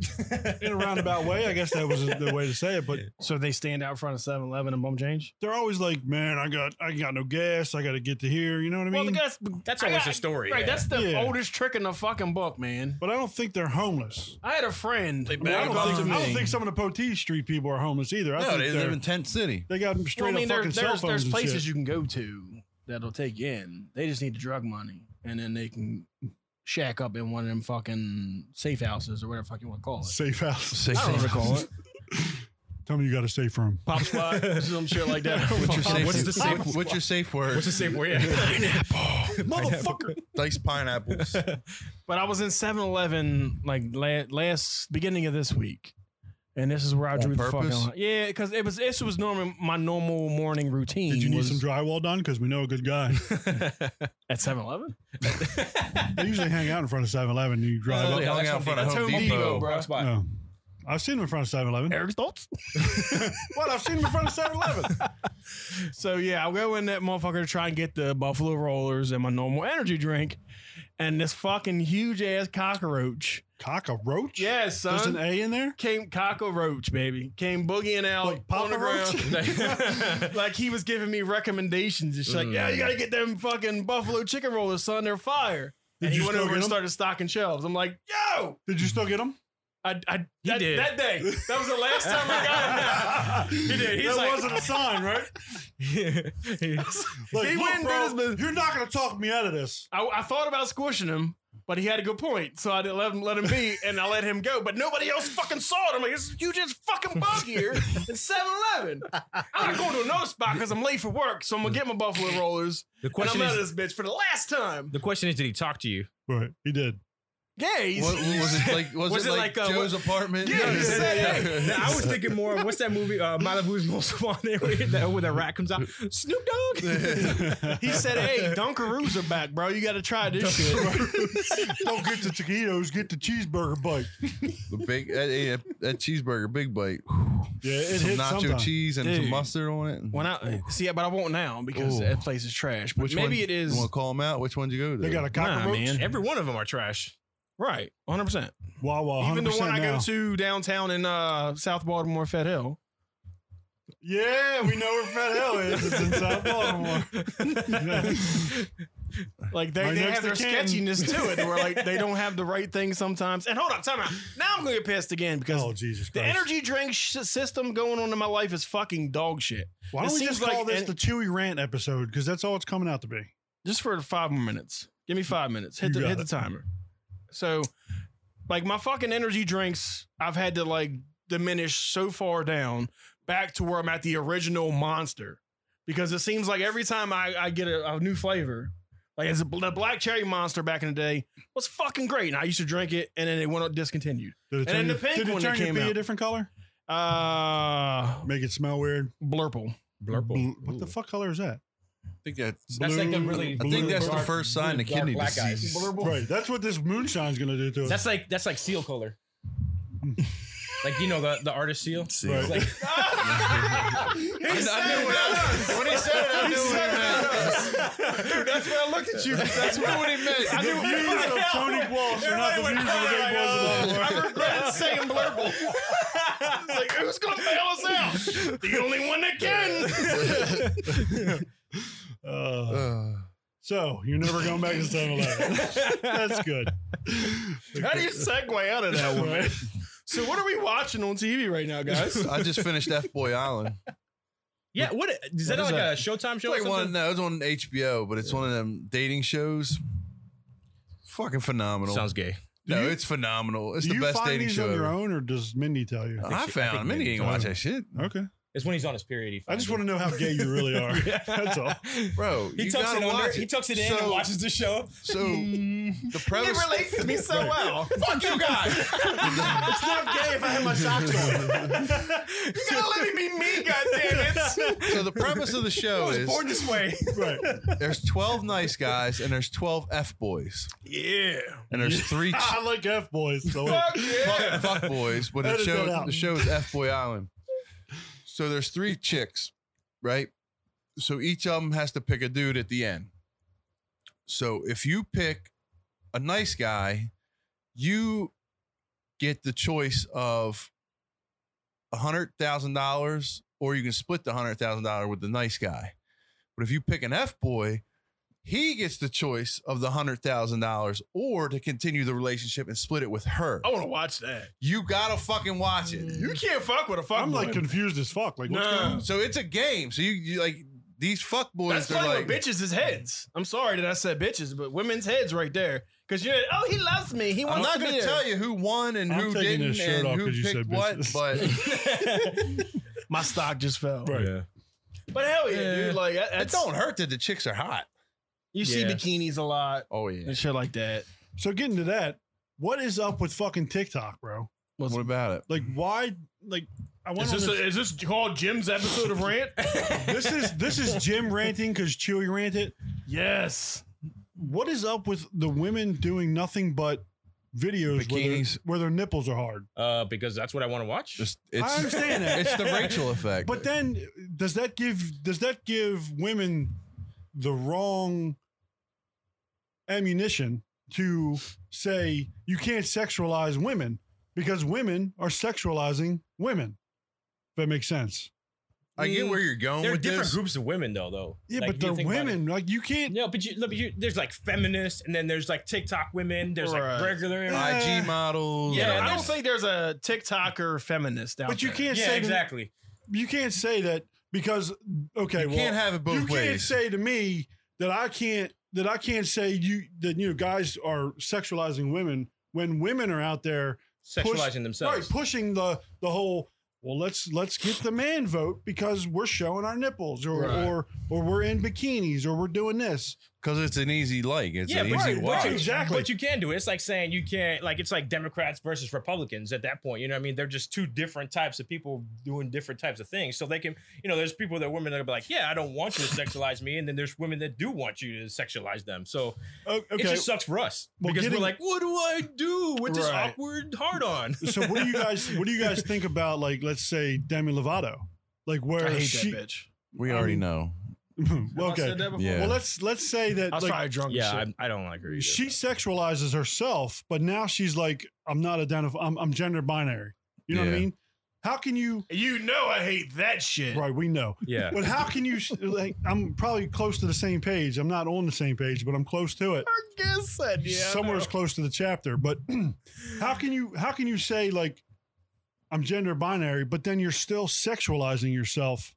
Speaker 3: in a roundabout way, I guess that was the way to say it. But
Speaker 2: So they stand out in front of 7-Eleven and bum change.
Speaker 3: they're always like, "Man, I got, I got no gas. I got to get to here." You know what I mean?
Speaker 2: guys,
Speaker 4: That's always the story.
Speaker 2: Right,
Speaker 4: yeah.
Speaker 2: that's the
Speaker 3: Yeah.
Speaker 2: oldest trick in the fucking book, man.
Speaker 3: but I don't think they're homeless.
Speaker 2: I had a friend.
Speaker 5: They
Speaker 2: when I
Speaker 5: back
Speaker 3: I
Speaker 2: was
Speaker 5: up
Speaker 3: don't,
Speaker 5: to
Speaker 3: think, I don't
Speaker 5: me.
Speaker 3: think some of the Poteet Street people are homeless either. I
Speaker 5: no,
Speaker 3: think
Speaker 5: they
Speaker 3: they
Speaker 5: live in Tent City.
Speaker 3: they got them straight
Speaker 2: Well, I mean,
Speaker 3: up
Speaker 2: there,
Speaker 3: fucking cell
Speaker 2: there's
Speaker 3: phones.
Speaker 2: there's
Speaker 3: and
Speaker 2: places
Speaker 3: shit.
Speaker 2: you can go to that'll take you in. They just need the drug money, and then they can shack up in one of them fucking safe houses or whatever the fuck you want to call it.
Speaker 3: safe house.
Speaker 5: Safe
Speaker 2: I don't know what to call it.
Speaker 3: Tell me you got a safe room.
Speaker 2: Pop spot, some shit like that.
Speaker 5: What's your safe?
Speaker 4: What's the safe-
Speaker 5: what- what's your safe word?
Speaker 4: What's the same way? Pineapple,
Speaker 3: Motherfucker.
Speaker 5: Diced pineapples.
Speaker 2: But I was in 7-Eleven like la- last beginning of this week. And this is where I
Speaker 5: On
Speaker 2: drew the
Speaker 5: purpose?
Speaker 2: fucking line. Yeah, because it was this was normal my normal morning routine.
Speaker 3: Did you need
Speaker 2: was
Speaker 3: some drywall done? Because we know a good guy.
Speaker 2: at 7-Eleven?
Speaker 3: They usually hang out in front of 7-Eleven. You drive
Speaker 5: They
Speaker 3: up.
Speaker 5: hung out in front of Home Depot.
Speaker 4: Spot.
Speaker 3: No. I've seen them in front of 7-Eleven.
Speaker 2: Eric's thoughts?
Speaker 3: What? I've seen them in front of 7-Eleven.
Speaker 2: So yeah, I'll go in that motherfucker to try and get the buffalo rollers and my normal energy drink, and this fucking huge ass cockroach.
Speaker 3: Cockroach?
Speaker 2: Yes,
Speaker 3: There's an
Speaker 2: son.
Speaker 3: A in there?
Speaker 2: Came cockroach, baby. Came boogieing out
Speaker 3: Like
Speaker 2: on the
Speaker 3: Papa
Speaker 2: ground. like he was giving me recommendations and shit. Like, yeah, you gotta get them fucking buffalo chicken rollers, son. They're fire.
Speaker 3: Did
Speaker 2: and
Speaker 3: you
Speaker 2: he went
Speaker 3: still
Speaker 2: over
Speaker 3: get
Speaker 2: and
Speaker 3: 'em?
Speaker 2: started stocking shelves. I'm like, yo,
Speaker 3: Did you still get them?
Speaker 2: I, I that,
Speaker 4: did.
Speaker 2: that day. That was the last time I got him. he did. He's
Speaker 3: that
Speaker 2: like,
Speaker 3: wasn't a sign, right? Like,
Speaker 2: He
Speaker 3: look,
Speaker 2: went and
Speaker 3: bro,
Speaker 2: did his business.
Speaker 3: you're not going to talk me out of this.
Speaker 2: I, I thought about squishing him, but he had a good point, so I didn't let him let him be, and I let him go. But nobody else fucking saw it. I'm like, it's a huge ass fucking bug here at 7-Eleven. I'm not going to another spot because I'm late for work, so I'm gonna get my buffalo rollers.
Speaker 4: The
Speaker 2: And
Speaker 4: question
Speaker 2: I'm out
Speaker 4: is,
Speaker 2: of this bitch for the last time.
Speaker 4: the question is, did he talk to you?
Speaker 3: Right. He did.
Speaker 2: Yeah, he's,
Speaker 5: What, what was it like? Was, it, like,
Speaker 2: uh,
Speaker 5: Joe's apartment?
Speaker 2: Yeah, he said, hey.
Speaker 4: Now, I was thinking more. of What's that movie? Uh, Malibu's Most Wanted, where that- where the rat comes out. Snoop Dogg.
Speaker 2: he said, "Hey, Dunkaroos are back, bro. You got to try this shit."
Speaker 3: Don't get the taquitos, get the cheeseburger bite.
Speaker 5: the big that, eh, that cheeseburger, big bite,
Speaker 3: Yeah, it
Speaker 5: some
Speaker 3: hits
Speaker 5: nacho
Speaker 3: sometime.
Speaker 5: cheese and
Speaker 2: Dude.
Speaker 5: some mustard on it.
Speaker 2: When I see, but I won't now because
Speaker 5: Ooh.
Speaker 2: that place is trash. But
Speaker 5: Which
Speaker 2: maybe
Speaker 5: one,
Speaker 2: it is
Speaker 5: You want to call them out? Which one did you go to?
Speaker 3: They got a
Speaker 2: nah,
Speaker 3: cockroach.
Speaker 2: man.
Speaker 4: Every one of them are trash.
Speaker 2: Right, 100. percent
Speaker 3: Wawa, 100%
Speaker 2: Even the one I
Speaker 3: now.
Speaker 2: go to downtown in uh, South Baltimore, Fed Hill.
Speaker 3: Yeah, we know where Fat Hill is. It's in South Baltimore.
Speaker 2: Like they,
Speaker 3: Right
Speaker 2: they have
Speaker 3: next to
Speaker 2: their
Speaker 3: Canton.
Speaker 2: sketchiness to it, where like they don't have the right thing sometimes. And hold on, time out. Now I'm gonna get pissed again because
Speaker 3: oh, Jesus
Speaker 2: the
Speaker 3: Christ.
Speaker 2: energy drink sh- system going on in my life is fucking dog shit.
Speaker 3: Why don't
Speaker 2: it
Speaker 3: we
Speaker 2: seems
Speaker 3: just call
Speaker 2: like-
Speaker 3: this
Speaker 2: and-
Speaker 3: the Chewy Rant episode? Because that's all it's coming out to be.
Speaker 2: Just for five more minutes. Give me five minutes. Hit
Speaker 3: You
Speaker 2: the
Speaker 3: got
Speaker 2: hit the
Speaker 3: it.
Speaker 2: timer. So, like my fucking energy drinks, I've had to like diminish so far down back to where I'm at the original monster. because it seems like every time I, I get a, a new flavor, like as a, the black cherry monster back in the day was fucking great, and I used to drink it, and then it went on discontinued.
Speaker 3: Did it
Speaker 2: And then
Speaker 3: turn,
Speaker 2: the
Speaker 3: your-
Speaker 2: pink
Speaker 3: did it
Speaker 2: one
Speaker 3: turn
Speaker 2: that
Speaker 3: your
Speaker 2: came
Speaker 3: pee a
Speaker 2: out.
Speaker 3: different color?
Speaker 2: Uh,
Speaker 3: Make it smell weird?
Speaker 2: blurple.
Speaker 4: Blurple.
Speaker 3: What the fuck color is that?
Speaker 5: I think that's,
Speaker 4: That's like a
Speaker 3: Blue-
Speaker 4: really.
Speaker 5: I think that's the
Speaker 4: dark-
Speaker 5: first sign of
Speaker 4: dark
Speaker 5: kidney
Speaker 4: black eyes.
Speaker 5: disease.
Speaker 3: Right. That's what this moonshine's going to do to us.
Speaker 4: That's like that's like seal color. like you know the the artist seal.
Speaker 3: Right.
Speaker 4: It's like
Speaker 5: I knew what I- when he said it, I knew what he meant.
Speaker 2: Dude, that's when I looked at you.
Speaker 5: That's what he meant.
Speaker 3: the views of Tony Walsh are not the views of the big boys of
Speaker 2: I regret saying blurple. It's like, who's gonna bail us out? The only one that can.
Speaker 3: the Baltimore. Uh,
Speaker 5: Uh,
Speaker 3: So you're never going back to 7 Eleven. That's good.
Speaker 2: How do you segue out of that one? man?
Speaker 6: So what are we watching on TV right now, guys?
Speaker 5: Uh, I just finished F Boy Island.
Speaker 4: Yeah, what is that
Speaker 6: What is
Speaker 4: like
Speaker 6: that?
Speaker 4: a Showtime
Speaker 5: It's
Speaker 4: show? or
Speaker 5: like one.
Speaker 4: something?
Speaker 5: No, it's on HBO, but it's one of them dating shows. Fucking phenomenal.
Speaker 4: Sounds gay.
Speaker 5: no,
Speaker 3: Do you-
Speaker 5: it's phenomenal. It's
Speaker 3: Do
Speaker 5: the
Speaker 3: you
Speaker 5: best
Speaker 3: find
Speaker 5: dating
Speaker 3: these
Speaker 5: show.
Speaker 3: on your
Speaker 5: ever.
Speaker 3: own, or does Mindy tell you?
Speaker 5: I,
Speaker 4: she- I
Speaker 5: found
Speaker 4: think
Speaker 5: him. He
Speaker 4: maybe
Speaker 5: didn't watch that shit,
Speaker 3: Okay.
Speaker 4: It's when he's on his period. he
Speaker 3: I just want
Speaker 4: finds
Speaker 3: to know how gay you really are.
Speaker 4: it.
Speaker 3: That's all.
Speaker 5: bro.
Speaker 4: He
Speaker 5: you
Speaker 4: tucks
Speaker 5: gotta
Speaker 4: it under.
Speaker 5: watch
Speaker 4: He tucks it in
Speaker 5: So-
Speaker 4: and watches the show.
Speaker 5: So the premise.
Speaker 4: to me so well. Fuck you guys.
Speaker 6: it's not gay if I have my socks on.
Speaker 4: You gotta let me be me, goddammit.
Speaker 5: so the premise of the show is
Speaker 4: this way.
Speaker 3: Right.
Speaker 5: there's 12 nice guys and there's 12 f boys
Speaker 6: Yeah.
Speaker 5: and there's three ch-
Speaker 3: I like F boys. So
Speaker 5: fuck, fuck boys, but the
Speaker 3: Edit that
Speaker 5: show
Speaker 3: out.
Speaker 5: the show is F Boy Island. So there's three chicks, right? So each of them has to pick a dude at the end. So if you pick a nice guy, you get the choice of a hundred thousand dollars, or you can split the hundred thousand dollar with the nice guy. But if you pick an F boy, he gets the choice of the hundred thousand dollars, or to continue the relationship and split it with
Speaker 2: Oh,
Speaker 5: her.
Speaker 6: I want to watch that.
Speaker 5: You gotta fucking watch it.
Speaker 6: You
Speaker 3: Mm.
Speaker 6: can't fuck with a fuck
Speaker 3: I'm
Speaker 6: boy.
Speaker 3: like confused as fuck. Like, what's
Speaker 6: Nah.
Speaker 3: going on?
Speaker 5: So it's a game. So you, you like these fuck boys
Speaker 6: That's
Speaker 5: are
Speaker 6: playing
Speaker 5: like
Speaker 6: with bitches' heads. I'm sorry that I said bitches, but women's heads right there. Because you're, oh, he loves me. He
Speaker 5: I'm
Speaker 6: wants
Speaker 5: not
Speaker 6: to be
Speaker 5: gonna
Speaker 6: there.
Speaker 5: tell you who won and
Speaker 3: I'm
Speaker 5: who
Speaker 3: taking
Speaker 5: didn't
Speaker 3: this shirt
Speaker 5: and
Speaker 3: off
Speaker 5: who
Speaker 3: 'cause you
Speaker 5: picked
Speaker 3: said
Speaker 5: what,
Speaker 3: bitches.
Speaker 5: but
Speaker 6: My stock just fell.
Speaker 3: Right.
Speaker 6: But hell yeah,
Speaker 4: Yeah.
Speaker 6: dude. Like, that-
Speaker 5: it
Speaker 6: that's,
Speaker 5: don't hurt that the chicks are hot.
Speaker 6: you see
Speaker 4: Yeah.
Speaker 6: bikinis a lot
Speaker 5: Oh yeah.
Speaker 6: and shit like that.
Speaker 3: So getting to that, what is up with fucking TikTok, bro?
Speaker 5: What about it?
Speaker 3: Like, why? Like, I want to. This,
Speaker 6: is this called Jim's episode of Rant?
Speaker 3: this is this is Jim ranting because Chewy ranted.
Speaker 6: yes.
Speaker 3: What is up with the women doing nothing but videos where their,
Speaker 5: Bikinis.
Speaker 3: where their nipples are hard?
Speaker 4: Uh, because that's what I want to watch.
Speaker 5: Just it's
Speaker 3: I understand that.
Speaker 5: It's the Rachel effect.
Speaker 3: But then, does that give does that give women the wrong ammunition to say you can't sexualize women because women are sexualizing women? If that makes sense.
Speaker 5: I get where you're going
Speaker 4: there are
Speaker 5: with
Speaker 4: different
Speaker 5: this.
Speaker 4: groups of women though, though.
Speaker 3: Yeah,
Speaker 4: Like,
Speaker 3: but
Speaker 4: you
Speaker 3: they're
Speaker 4: think about it.
Speaker 3: women. Like you can't.
Speaker 4: No, but you, look, but you, there's like feminists, and then there's like TikTok women. There's
Speaker 6: Right.
Speaker 4: like regular.
Speaker 3: Yeah.
Speaker 5: IG models.
Speaker 6: Yeah,
Speaker 4: Yeah,
Speaker 6: I don't
Speaker 4: there's-
Speaker 6: think there's a TikToker feminist out
Speaker 3: But you
Speaker 6: there.
Speaker 3: can't
Speaker 4: yeah,
Speaker 3: say that
Speaker 4: exactly.
Speaker 3: you can't say that because okay,
Speaker 5: you
Speaker 3: well,
Speaker 5: can't have it both
Speaker 3: you can't
Speaker 5: ways.
Speaker 3: say to me that I can't that I can't say you that you know guys are sexualizing women when women are out there
Speaker 4: Sexualizing
Speaker 3: right
Speaker 4: themselves.
Speaker 3: pushing the the whole well let's let's get the man vote because we're showing our nipples or
Speaker 6: Right.
Speaker 3: or or we're in bikinis or we're doing this
Speaker 5: Because it's an easy like. It's
Speaker 4: Yeah,
Speaker 5: an
Speaker 4: but-
Speaker 5: easy
Speaker 4: right,
Speaker 5: watch.
Speaker 4: right.
Speaker 3: exactly
Speaker 4: But you can do it. It's like saying you can't. Like it's like Democrats versus Republicans at that point. You know what I mean? They're just two different types of people doing different types of things. So they can, you know, there's people that women that are like, yeah, I don't want you to sexualize me, and then there's women that do want you to sexualize them. So
Speaker 3: O- okay
Speaker 4: it just sucks for us
Speaker 3: Well,
Speaker 4: because
Speaker 3: getting-
Speaker 4: we're like, what do I do with this
Speaker 6: Right.
Speaker 4: awkward hard on?
Speaker 3: so what do you guys what do you guys think about like let's say Demi Lovato like where
Speaker 6: I hate
Speaker 3: she
Speaker 6: that bitch.
Speaker 5: We already
Speaker 3: Um,
Speaker 5: know.
Speaker 6: Have I
Speaker 3: okay
Speaker 6: said that before?
Speaker 5: Yeah.
Speaker 3: well let's let's say that
Speaker 6: I was
Speaker 3: like,
Speaker 6: probably drunk.
Speaker 4: yeah,
Speaker 6: Yeah,
Speaker 4: I, I don't like her. Either,
Speaker 3: she sexualizes herself, but now she's like, I'm not identif I'm, I'm gender binary. You know what I
Speaker 5: Yeah.
Speaker 3: mean? How can you?
Speaker 6: you know I hate that shit.
Speaker 3: Right, we know.
Speaker 4: Yeah.
Speaker 3: But how can you? Like, I'm probably close to the same page. I'm not on the same page, but I'm close to it.
Speaker 6: I guess I did.
Speaker 3: Somewhere's close to the chapter. But how can you? How can you say like, I'm gender binary, but then you're still sexualizing yourself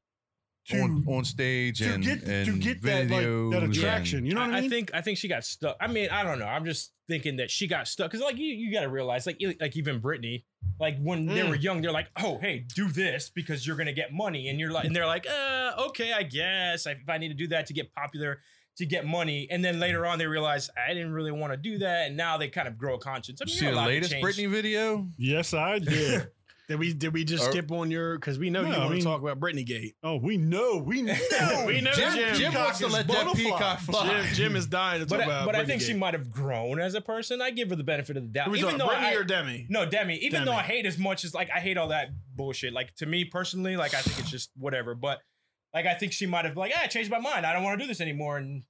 Speaker 3: to
Speaker 5: on, on stage
Speaker 3: to
Speaker 5: and
Speaker 3: get
Speaker 5: and
Speaker 3: to get that like
Speaker 5: videos
Speaker 3: that
Speaker 5: and-
Speaker 3: attraction? You know what I,
Speaker 4: I,
Speaker 3: mean?
Speaker 4: I think I think she got stuck. I mean, I don't know. I'm just thinking that she got stuck because, like, you you got to realize, like, e- like even Britney, like when they
Speaker 6: Mm.
Speaker 4: were young, they're like, oh, hey, do this because you're gonna get money, and you're like, and they're like, uh, okay, I guess I- if I need to do that to get popular, to get money, and then later on they realize I didn't really want to do that, and now they kind of grow a conscience. I mean,
Speaker 5: See
Speaker 4: you're
Speaker 5: the
Speaker 4: allowed to
Speaker 5: latest
Speaker 4: change.
Speaker 5: Britney video?
Speaker 3: yes, I did.
Speaker 6: Did we did we just
Speaker 5: Or-
Speaker 6: skip on your? Because we know
Speaker 3: No,
Speaker 6: you
Speaker 3: I
Speaker 6: want
Speaker 3: mean-
Speaker 6: to talk about Britney Gate.
Speaker 3: oh, we know. We know.
Speaker 6: we know
Speaker 5: Jim, Jim,
Speaker 6: Jim
Speaker 5: wants to
Speaker 3: is
Speaker 5: let that
Speaker 3: butterfly.
Speaker 5: peacock fly.
Speaker 6: Jim, Jim is dying to talk
Speaker 4: But, I,
Speaker 6: about.
Speaker 4: but
Speaker 6: Britney
Speaker 4: I think she
Speaker 6: Gate.
Speaker 4: might have grown as a person. I give her the benefit of the doubt.
Speaker 6: Who we
Speaker 4: Even
Speaker 6: talking,
Speaker 4: though
Speaker 6: Britney
Speaker 4: I,
Speaker 6: or Demi?
Speaker 4: No, Demi. Even
Speaker 6: Demi.
Speaker 4: though I hate as much as like I hate all that bullshit. Like to me personally, like I think it's just whatever. But like I think she might have like ah, I changed my mind. I don't want to do this anymore. And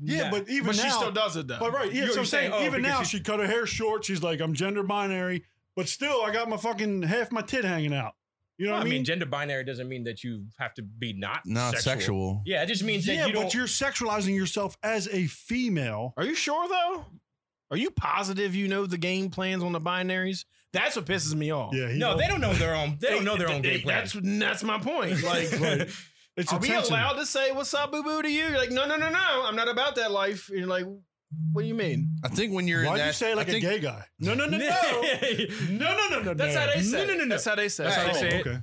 Speaker 3: Yeah, but even
Speaker 6: but
Speaker 3: now,
Speaker 6: she still does it though.
Speaker 3: But right, yeah,
Speaker 4: You're
Speaker 3: so I'm saying,
Speaker 4: saying, oh,
Speaker 3: even
Speaker 4: because
Speaker 3: now
Speaker 4: she-
Speaker 3: she cut her hair short. She's like, I'm gender binary, but still, I got my fucking half my tit hanging out. You know
Speaker 4: Well,
Speaker 3: what I mean?
Speaker 4: gender binary doesn't mean that you have to be not
Speaker 5: Not sexual.
Speaker 4: Yeah, it just means
Speaker 3: yeah,
Speaker 4: that you
Speaker 3: but
Speaker 4: don't.
Speaker 3: you're sexualizing yourself as a female.
Speaker 6: Are you sure though? Are you positive you know the game plans on the binaries?
Speaker 2: That's what pisses me off.
Speaker 3: Yeah, he
Speaker 4: No,
Speaker 3: don't-
Speaker 4: they don't know their own. They don't know their own
Speaker 2: They-
Speaker 4: game plan.
Speaker 2: That's that's my point. Like,
Speaker 3: Right. It's
Speaker 2: are we
Speaker 3: attention.
Speaker 2: allowed to say what's up, boo boo, to you? You're like, no, no, no, no. I'm not about that life. And you're like, what do you mean?
Speaker 5: I think when you're
Speaker 3: Why
Speaker 5: in
Speaker 3: do
Speaker 5: that,
Speaker 3: you say it like
Speaker 5: I think
Speaker 3: a gay guy? No, no, no, no, no, no, no, no.
Speaker 2: That's
Speaker 3: no.
Speaker 2: how they say.
Speaker 4: No, no, no, no.
Speaker 2: That's how they say.
Speaker 5: That's
Speaker 2: it.
Speaker 5: how
Speaker 3: Oh,
Speaker 2: They
Speaker 5: they
Speaker 2: say it.
Speaker 3: okay.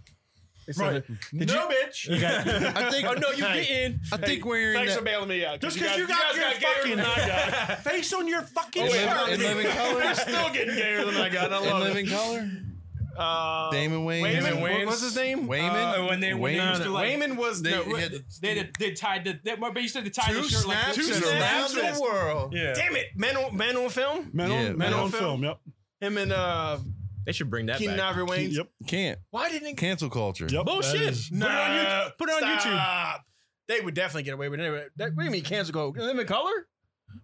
Speaker 2: They say
Speaker 3: Right.
Speaker 2: it. No, bitch.
Speaker 5: I think
Speaker 4: oh no, you
Speaker 2: Hey.
Speaker 4: get in.
Speaker 5: I think when you're in
Speaker 2: Thanks
Speaker 5: that,
Speaker 2: for bailing me out.
Speaker 3: Just because you, got, your fucking
Speaker 2: face on your fucking
Speaker 5: in, living, in
Speaker 2: shirt.
Speaker 5: living color,
Speaker 2: Still getting gayer than I got. I
Speaker 5: in
Speaker 2: love it.
Speaker 5: living color,
Speaker 2: Uh,
Speaker 5: Damon Wayne,
Speaker 2: Wayman,
Speaker 4: Damon Wayans.
Speaker 2: what was his name?
Speaker 5: Wayman?
Speaker 4: Uh, when they- when
Speaker 5: Wayman.
Speaker 4: they
Speaker 2: No,
Speaker 4: used
Speaker 2: no,
Speaker 4: to, like-
Speaker 2: Wayman was
Speaker 5: They
Speaker 2: no,
Speaker 5: had
Speaker 8: They did- they tied the that, but you said they tied
Speaker 5: two
Speaker 8: the shirt like
Speaker 5: snaps
Speaker 8: this.
Speaker 5: and around
Speaker 2: snaps.
Speaker 5: the world.
Speaker 4: Yeah.
Speaker 2: Damn it, man on man on film.
Speaker 3: man on,
Speaker 5: Yeah,
Speaker 3: man
Speaker 5: man
Speaker 3: on
Speaker 2: on
Speaker 3: film. Yep.
Speaker 2: Him and uh,
Speaker 4: They should bring that
Speaker 2: Keenan
Speaker 4: back.
Speaker 2: Ivory Wayne.
Speaker 3: Yep.
Speaker 5: Can't
Speaker 2: Why didn't it?
Speaker 5: cancel culture.
Speaker 3: Yep.
Speaker 4: Bullshit.
Speaker 3: That is-
Speaker 2: Nah,
Speaker 3: Put it on YouTube. Put it on YouTube.
Speaker 2: stop. They would definitely get away with it. That, what do you mean cancel go? Live in color?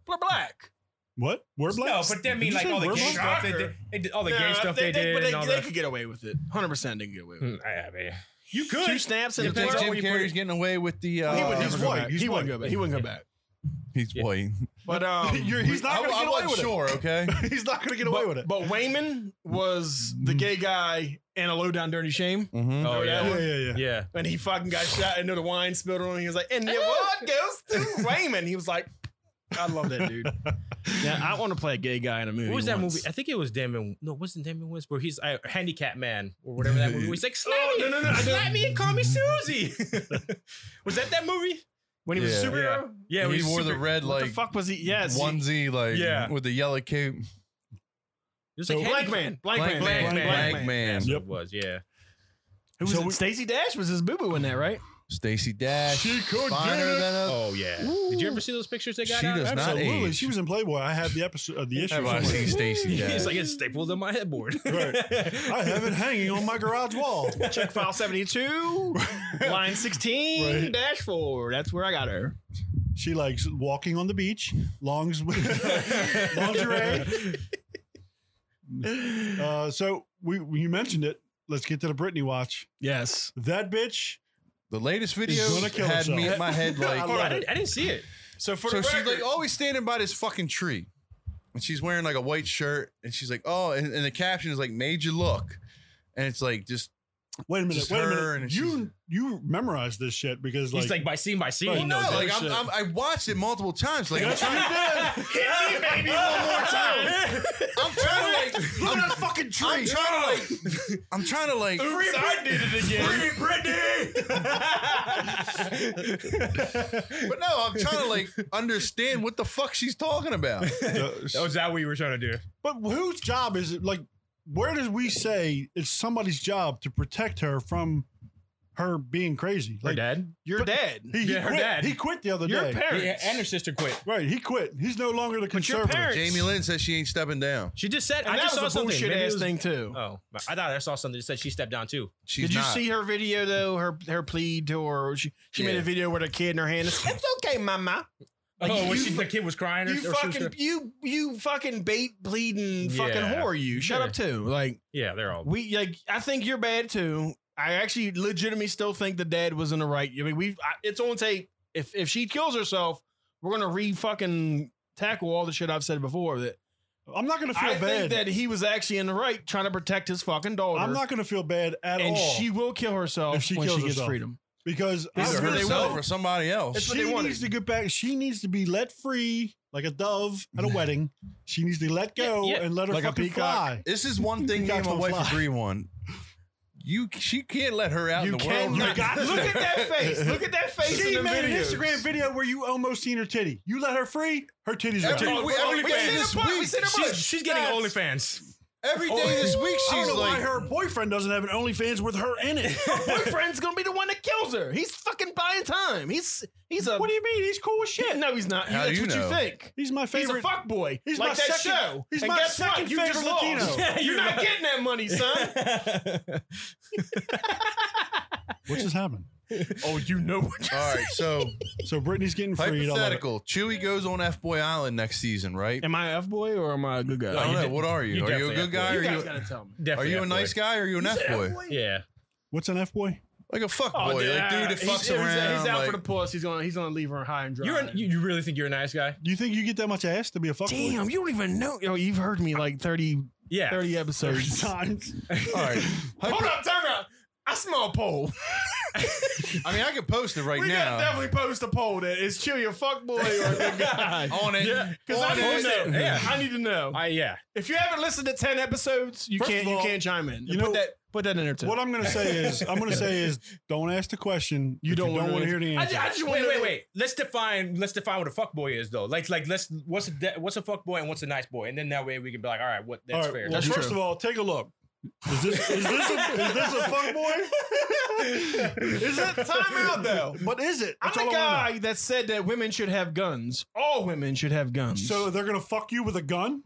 Speaker 2: We're black.
Speaker 3: What? We're
Speaker 4: No,
Speaker 3: black.
Speaker 4: but that mean
Speaker 3: you
Speaker 4: like
Speaker 3: say
Speaker 4: all the
Speaker 3: we're
Speaker 4: gay
Speaker 3: black?
Speaker 4: stuff they did. They did all the gay
Speaker 2: Nah,
Speaker 4: stuff they, did.
Speaker 2: but
Speaker 4: and all
Speaker 2: they
Speaker 4: that.
Speaker 2: could get away with it. 100% they could get away with it.
Speaker 4: Mm, I- I mean,
Speaker 3: You
Speaker 2: Two
Speaker 3: could.
Speaker 2: snaps in
Speaker 5: You
Speaker 2: the
Speaker 5: think
Speaker 4: Where
Speaker 5: Jim
Speaker 4: were you putting
Speaker 5: Carrey's
Speaker 4: it?
Speaker 5: getting away with the? Uh,
Speaker 2: he would,
Speaker 3: never
Speaker 2: he's
Speaker 3: go
Speaker 2: white.
Speaker 3: back.
Speaker 2: He,
Speaker 3: He's
Speaker 2: wouldn't
Speaker 3: white.
Speaker 2: go back. He wouldn't go back.
Speaker 5: he's white.
Speaker 2: But um,
Speaker 3: You're- he's not
Speaker 5: I,
Speaker 3: going to
Speaker 5: I
Speaker 3: get away
Speaker 5: wasn't
Speaker 3: with
Speaker 5: sure. Okay.
Speaker 3: it. He's not going to get away
Speaker 2: but,
Speaker 3: with it.
Speaker 2: but Wayman was the gay guy in a low down dirty shame.
Speaker 5: Mhm.
Speaker 4: Oh
Speaker 2: that
Speaker 3: Yeah,
Speaker 4: yeah,
Speaker 3: yeah, yeah.
Speaker 4: yeah.
Speaker 2: And he fucking got shot and the wine spilled on him. He was like, and the award goes to Wayman. He was like, I love that dude. yeah, I want to play a gay guy in a movie.
Speaker 4: What was that
Speaker 2: once.
Speaker 4: movie? I think it was Damon. No, it wasn't Damon West where he's uh, Handicap Man or whatever that movie. was. He's like, slap me,
Speaker 2: Oh, no, no, no, I
Speaker 4: slap me and call me Susie. was that that movie?
Speaker 2: When he was
Speaker 5: Yeah.
Speaker 2: a superhero?
Speaker 4: Yeah,
Speaker 5: he
Speaker 4: he's
Speaker 5: wore the
Speaker 4: super-
Speaker 5: red
Speaker 2: What
Speaker 5: like
Speaker 2: the fuck was he? Yes. One
Speaker 5: onesie, like
Speaker 4: Yeah.
Speaker 5: with the yellow cape.
Speaker 4: It was
Speaker 3: So-
Speaker 2: blank
Speaker 4: like handicap-
Speaker 2: man. Blank, man.
Speaker 5: Blank man.
Speaker 2: Blank
Speaker 5: Blank
Speaker 2: man.
Speaker 5: man.
Speaker 4: That's what
Speaker 3: Yep.
Speaker 4: it was. Yeah.
Speaker 2: Who was
Speaker 3: So
Speaker 2: it?
Speaker 3: we-
Speaker 2: Stacey Dash was his boo boo in that, right?
Speaker 5: Stacy Dash.
Speaker 3: She could
Speaker 5: finer
Speaker 3: get it.
Speaker 5: than a
Speaker 4: Oh yeah. Did you ever see those pictures they got
Speaker 5: She
Speaker 4: out?
Speaker 5: does not
Speaker 3: Absolutely.
Speaker 5: age.
Speaker 3: She was in Playboy. I have the episode of the issue.
Speaker 5: Have I
Speaker 3: somewhere.
Speaker 5: seen Stacy Dash?
Speaker 4: He's like it's stapled on my headboard.
Speaker 3: Right. I have it hanging on my garage wall.
Speaker 2: Check file 72, line 16,
Speaker 3: Right.
Speaker 2: dash 4. That's where I got her.
Speaker 3: She likes walking on the beach, longs lingerie. Uh, so we you mentioned it. Let's get to the Britney watch.
Speaker 2: Yes.
Speaker 3: That bitch.
Speaker 5: The latest video
Speaker 3: gonna kill
Speaker 5: had me
Speaker 3: herself.
Speaker 5: in my head like.
Speaker 4: I, didn't, I didn't see it.
Speaker 2: So for
Speaker 5: so
Speaker 2: the
Speaker 5: she's
Speaker 2: record,
Speaker 5: like always standing by this fucking tree, and she's wearing like a white shirt, and she's like, "Oh," and, and the caption is like, "Made you look," and it's like just
Speaker 3: Wait a minute.
Speaker 5: Just
Speaker 3: wait a
Speaker 5: her
Speaker 3: minute.
Speaker 5: and she's-
Speaker 3: you you memorized this shit because like,
Speaker 4: He's like by scene by scene.
Speaker 3: Right.
Speaker 4: he
Speaker 5: no,
Speaker 4: knows
Speaker 5: like
Speaker 4: it.
Speaker 5: I'm,
Speaker 3: shit.
Speaker 5: I'm, I watched it multiple times. Like I'm
Speaker 3: That's
Speaker 5: trying,
Speaker 2: hit me, baby, one more time.
Speaker 5: I'm trying to like,
Speaker 2: Look at that fucking
Speaker 5: I'm trying to like, I'm trying to like,
Speaker 2: I did it again. Free
Speaker 5: but no, I'm trying to like understand what the fuck she's talking about.
Speaker 4: That was that what you were trying to do?
Speaker 3: but whose job is it? Like, where does we say it's somebody's job to protect her from her being crazy? Like,
Speaker 4: dad.
Speaker 2: You're
Speaker 3: But-
Speaker 2: dead.
Speaker 3: He, he
Speaker 4: Yeah, her
Speaker 3: quit.
Speaker 4: dad.
Speaker 3: He quit the other
Speaker 2: Your
Speaker 3: day.
Speaker 2: parents.
Speaker 4: Yeah, and her sister quit.
Speaker 3: Right, he quit. He's no longer the
Speaker 2: But your
Speaker 3: conservative.
Speaker 2: parents-
Speaker 5: Jamie Lynn says she ain't stepping down.
Speaker 4: She just said.
Speaker 2: And
Speaker 4: I
Speaker 2: that
Speaker 4: just saw
Speaker 2: was a
Speaker 4: something.
Speaker 2: bullshit
Speaker 4: Maybe it
Speaker 2: ass
Speaker 4: was-
Speaker 2: thing too.
Speaker 4: Oh, I thought I saw something that said she stepped down too.
Speaker 5: She's
Speaker 2: Did you
Speaker 5: not.
Speaker 2: see her video though? Her her plea to her. She, she made
Speaker 5: Yeah.
Speaker 2: a video with a kid in her hand. It's, it's okay, mama. Like,
Speaker 4: oh, when
Speaker 2: you
Speaker 4: she,
Speaker 2: fu-
Speaker 4: the kid was crying. Or,
Speaker 2: You
Speaker 4: or she was-
Speaker 2: fucking you you fucking bait pleading fucking
Speaker 4: Yeah.
Speaker 2: whore. You shut
Speaker 4: Sure.
Speaker 2: up too. Like
Speaker 4: yeah, they're all.
Speaker 2: we like. I think you're bad too. I actually legitimately still think the dad was in the right. I mean, we I- it's on tape. If if she kills herself, we're gonna re fucking tackle all the shit I've said before. That
Speaker 3: I'm not going to feel
Speaker 2: I
Speaker 3: bad.
Speaker 2: think that he was actually in the right trying to protect his fucking daughter.
Speaker 3: I'm not going to feel bad at
Speaker 2: and
Speaker 3: all
Speaker 2: she will kill herself
Speaker 3: If she
Speaker 2: when
Speaker 3: kills
Speaker 2: she gets
Speaker 3: herself.
Speaker 2: freedom.
Speaker 3: because I
Speaker 5: Either
Speaker 2: That's what
Speaker 3: really
Speaker 2: they
Speaker 5: herself
Speaker 2: want.
Speaker 5: or somebody else.
Speaker 2: That's what
Speaker 3: she
Speaker 2: they wanted.
Speaker 3: needs to get back. She needs to be let free like a dove at a wedding. She needs to let go
Speaker 4: Yeah, yeah.
Speaker 3: and let her
Speaker 2: Like a
Speaker 3: fucking
Speaker 2: peacock.
Speaker 3: fly.
Speaker 5: This is one thing me and
Speaker 3: Peacocks
Speaker 5: my
Speaker 3: don't fly.
Speaker 5: wife agree on. You, she can't let her out in the world.
Speaker 2: cannot-
Speaker 5: right now.
Speaker 2: look at that face. Look at that face.
Speaker 3: She
Speaker 2: in the
Speaker 3: made an
Speaker 2: videos.
Speaker 3: Instagram video where you almost seen her titty. You let her free, her titties are out.
Speaker 5: Every, we, every
Speaker 2: We
Speaker 5: day
Speaker 2: seen
Speaker 5: this
Speaker 2: her butt, we
Speaker 5: week,
Speaker 2: seen her
Speaker 5: she's,
Speaker 2: butt.
Speaker 4: She's getting
Speaker 2: Yes.
Speaker 4: OnlyFans.
Speaker 5: every
Speaker 2: Oh,
Speaker 5: day this week
Speaker 3: Oh, I don't
Speaker 5: she's
Speaker 3: know why
Speaker 5: like,
Speaker 3: her boyfriend doesn't have an OnlyFans with her in it.
Speaker 2: boyfriend's gonna be the one that kills her. He's fucking buying time. He's he's a
Speaker 3: what do you mean? He's cool as shit.
Speaker 2: no, he's not.
Speaker 5: How
Speaker 2: That's
Speaker 5: do you
Speaker 2: what
Speaker 5: know?
Speaker 2: you think.
Speaker 3: He's my
Speaker 2: He's
Speaker 3: favorite.
Speaker 2: a fuck boy.
Speaker 3: He's
Speaker 2: like
Speaker 3: my
Speaker 2: that
Speaker 3: second-
Speaker 2: show.
Speaker 3: he's
Speaker 2: and
Speaker 3: my
Speaker 2: guess
Speaker 3: second
Speaker 2: what? You just
Speaker 3: favorite
Speaker 2: lost.
Speaker 3: Latino.
Speaker 4: Yeah,
Speaker 2: You're
Speaker 4: you're
Speaker 2: not
Speaker 4: right.
Speaker 2: getting that money, son.
Speaker 3: What just happened?
Speaker 2: oh, you know what?
Speaker 5: all right, so
Speaker 3: So Brittany's getting freed. I love it.
Speaker 5: hypothetical. Chewy goes on F Boy Island next season, right?
Speaker 2: Am I a f boy or am I a good guy?
Speaker 5: I don't
Speaker 4: you
Speaker 5: know.
Speaker 4: did-
Speaker 5: what are you?
Speaker 4: you
Speaker 5: are you a
Speaker 4: definitely F-boy.
Speaker 5: good guy? Or
Speaker 2: you
Speaker 5: are
Speaker 2: guys
Speaker 5: you,
Speaker 2: gotta tell me.
Speaker 5: are
Speaker 4: Definitely
Speaker 5: you a
Speaker 4: F-boy.
Speaker 5: nice guy or are you an F boy?
Speaker 4: Yeah.
Speaker 3: What's an F boy?
Speaker 5: Like a fuck boy,
Speaker 2: Oh, dude,
Speaker 5: like dude that
Speaker 2: he's-
Speaker 5: fucks
Speaker 2: he's,
Speaker 5: around.
Speaker 2: He's out for the
Speaker 5: like-
Speaker 2: puss. He's gonna he's gonna leave her high and dry.
Speaker 4: You're. An, you, you really think you're a nice guy?
Speaker 3: Do you think you get that much ass to be a fuck boy?
Speaker 2: Damn, you don't even know. Yo, you've heard me like 30
Speaker 4: Yeah.
Speaker 2: 30 episodes.
Speaker 3: times.
Speaker 5: All right.
Speaker 2: Hold up, time out. I smell a poll.
Speaker 5: I mean, I could post it right
Speaker 2: we gotta
Speaker 5: now.
Speaker 2: definitely post a poll that is chill your fuck boy or the guy.
Speaker 5: On it.
Speaker 4: Yeah.
Speaker 2: Because I
Speaker 5: On
Speaker 2: need
Speaker 5: it.
Speaker 2: to know.
Speaker 4: Yeah.
Speaker 2: I need to know.
Speaker 4: I yeah.
Speaker 2: If you haven't listened to ten episodes, you
Speaker 3: First
Speaker 2: can't
Speaker 3: of
Speaker 2: you
Speaker 3: all,
Speaker 2: can't chime in.
Speaker 3: you
Speaker 2: put
Speaker 3: know-
Speaker 2: that put that in there too.
Speaker 3: What I'm gonna say is, I'm gonna say is, don't ask the question.
Speaker 2: You
Speaker 3: if
Speaker 2: don't
Speaker 3: you
Speaker 2: wanna
Speaker 3: don't want to
Speaker 2: answer.
Speaker 3: hear the
Speaker 2: I, ju-
Speaker 3: answer.
Speaker 2: I just want
Speaker 4: Wait,
Speaker 2: to
Speaker 4: wait, wait. Let's define. Let's define what a fuck boy is, though. Like, like let's what's a de- what's a fuck boy and what's a nice boy, and then that way we can be like, all right, what that's
Speaker 3: all right,
Speaker 4: fair.
Speaker 3: well,
Speaker 2: That's
Speaker 3: first
Speaker 2: true.
Speaker 3: of all, take a look. Is this is this a, is this a fuck boy?
Speaker 2: Is it time out though?
Speaker 3: What is it?
Speaker 2: I'm
Speaker 3: That's all
Speaker 2: the
Speaker 3: I wanna know.
Speaker 2: guy that said that women should have guns. All women should have guns.
Speaker 3: So they're gonna fuck you with a gun?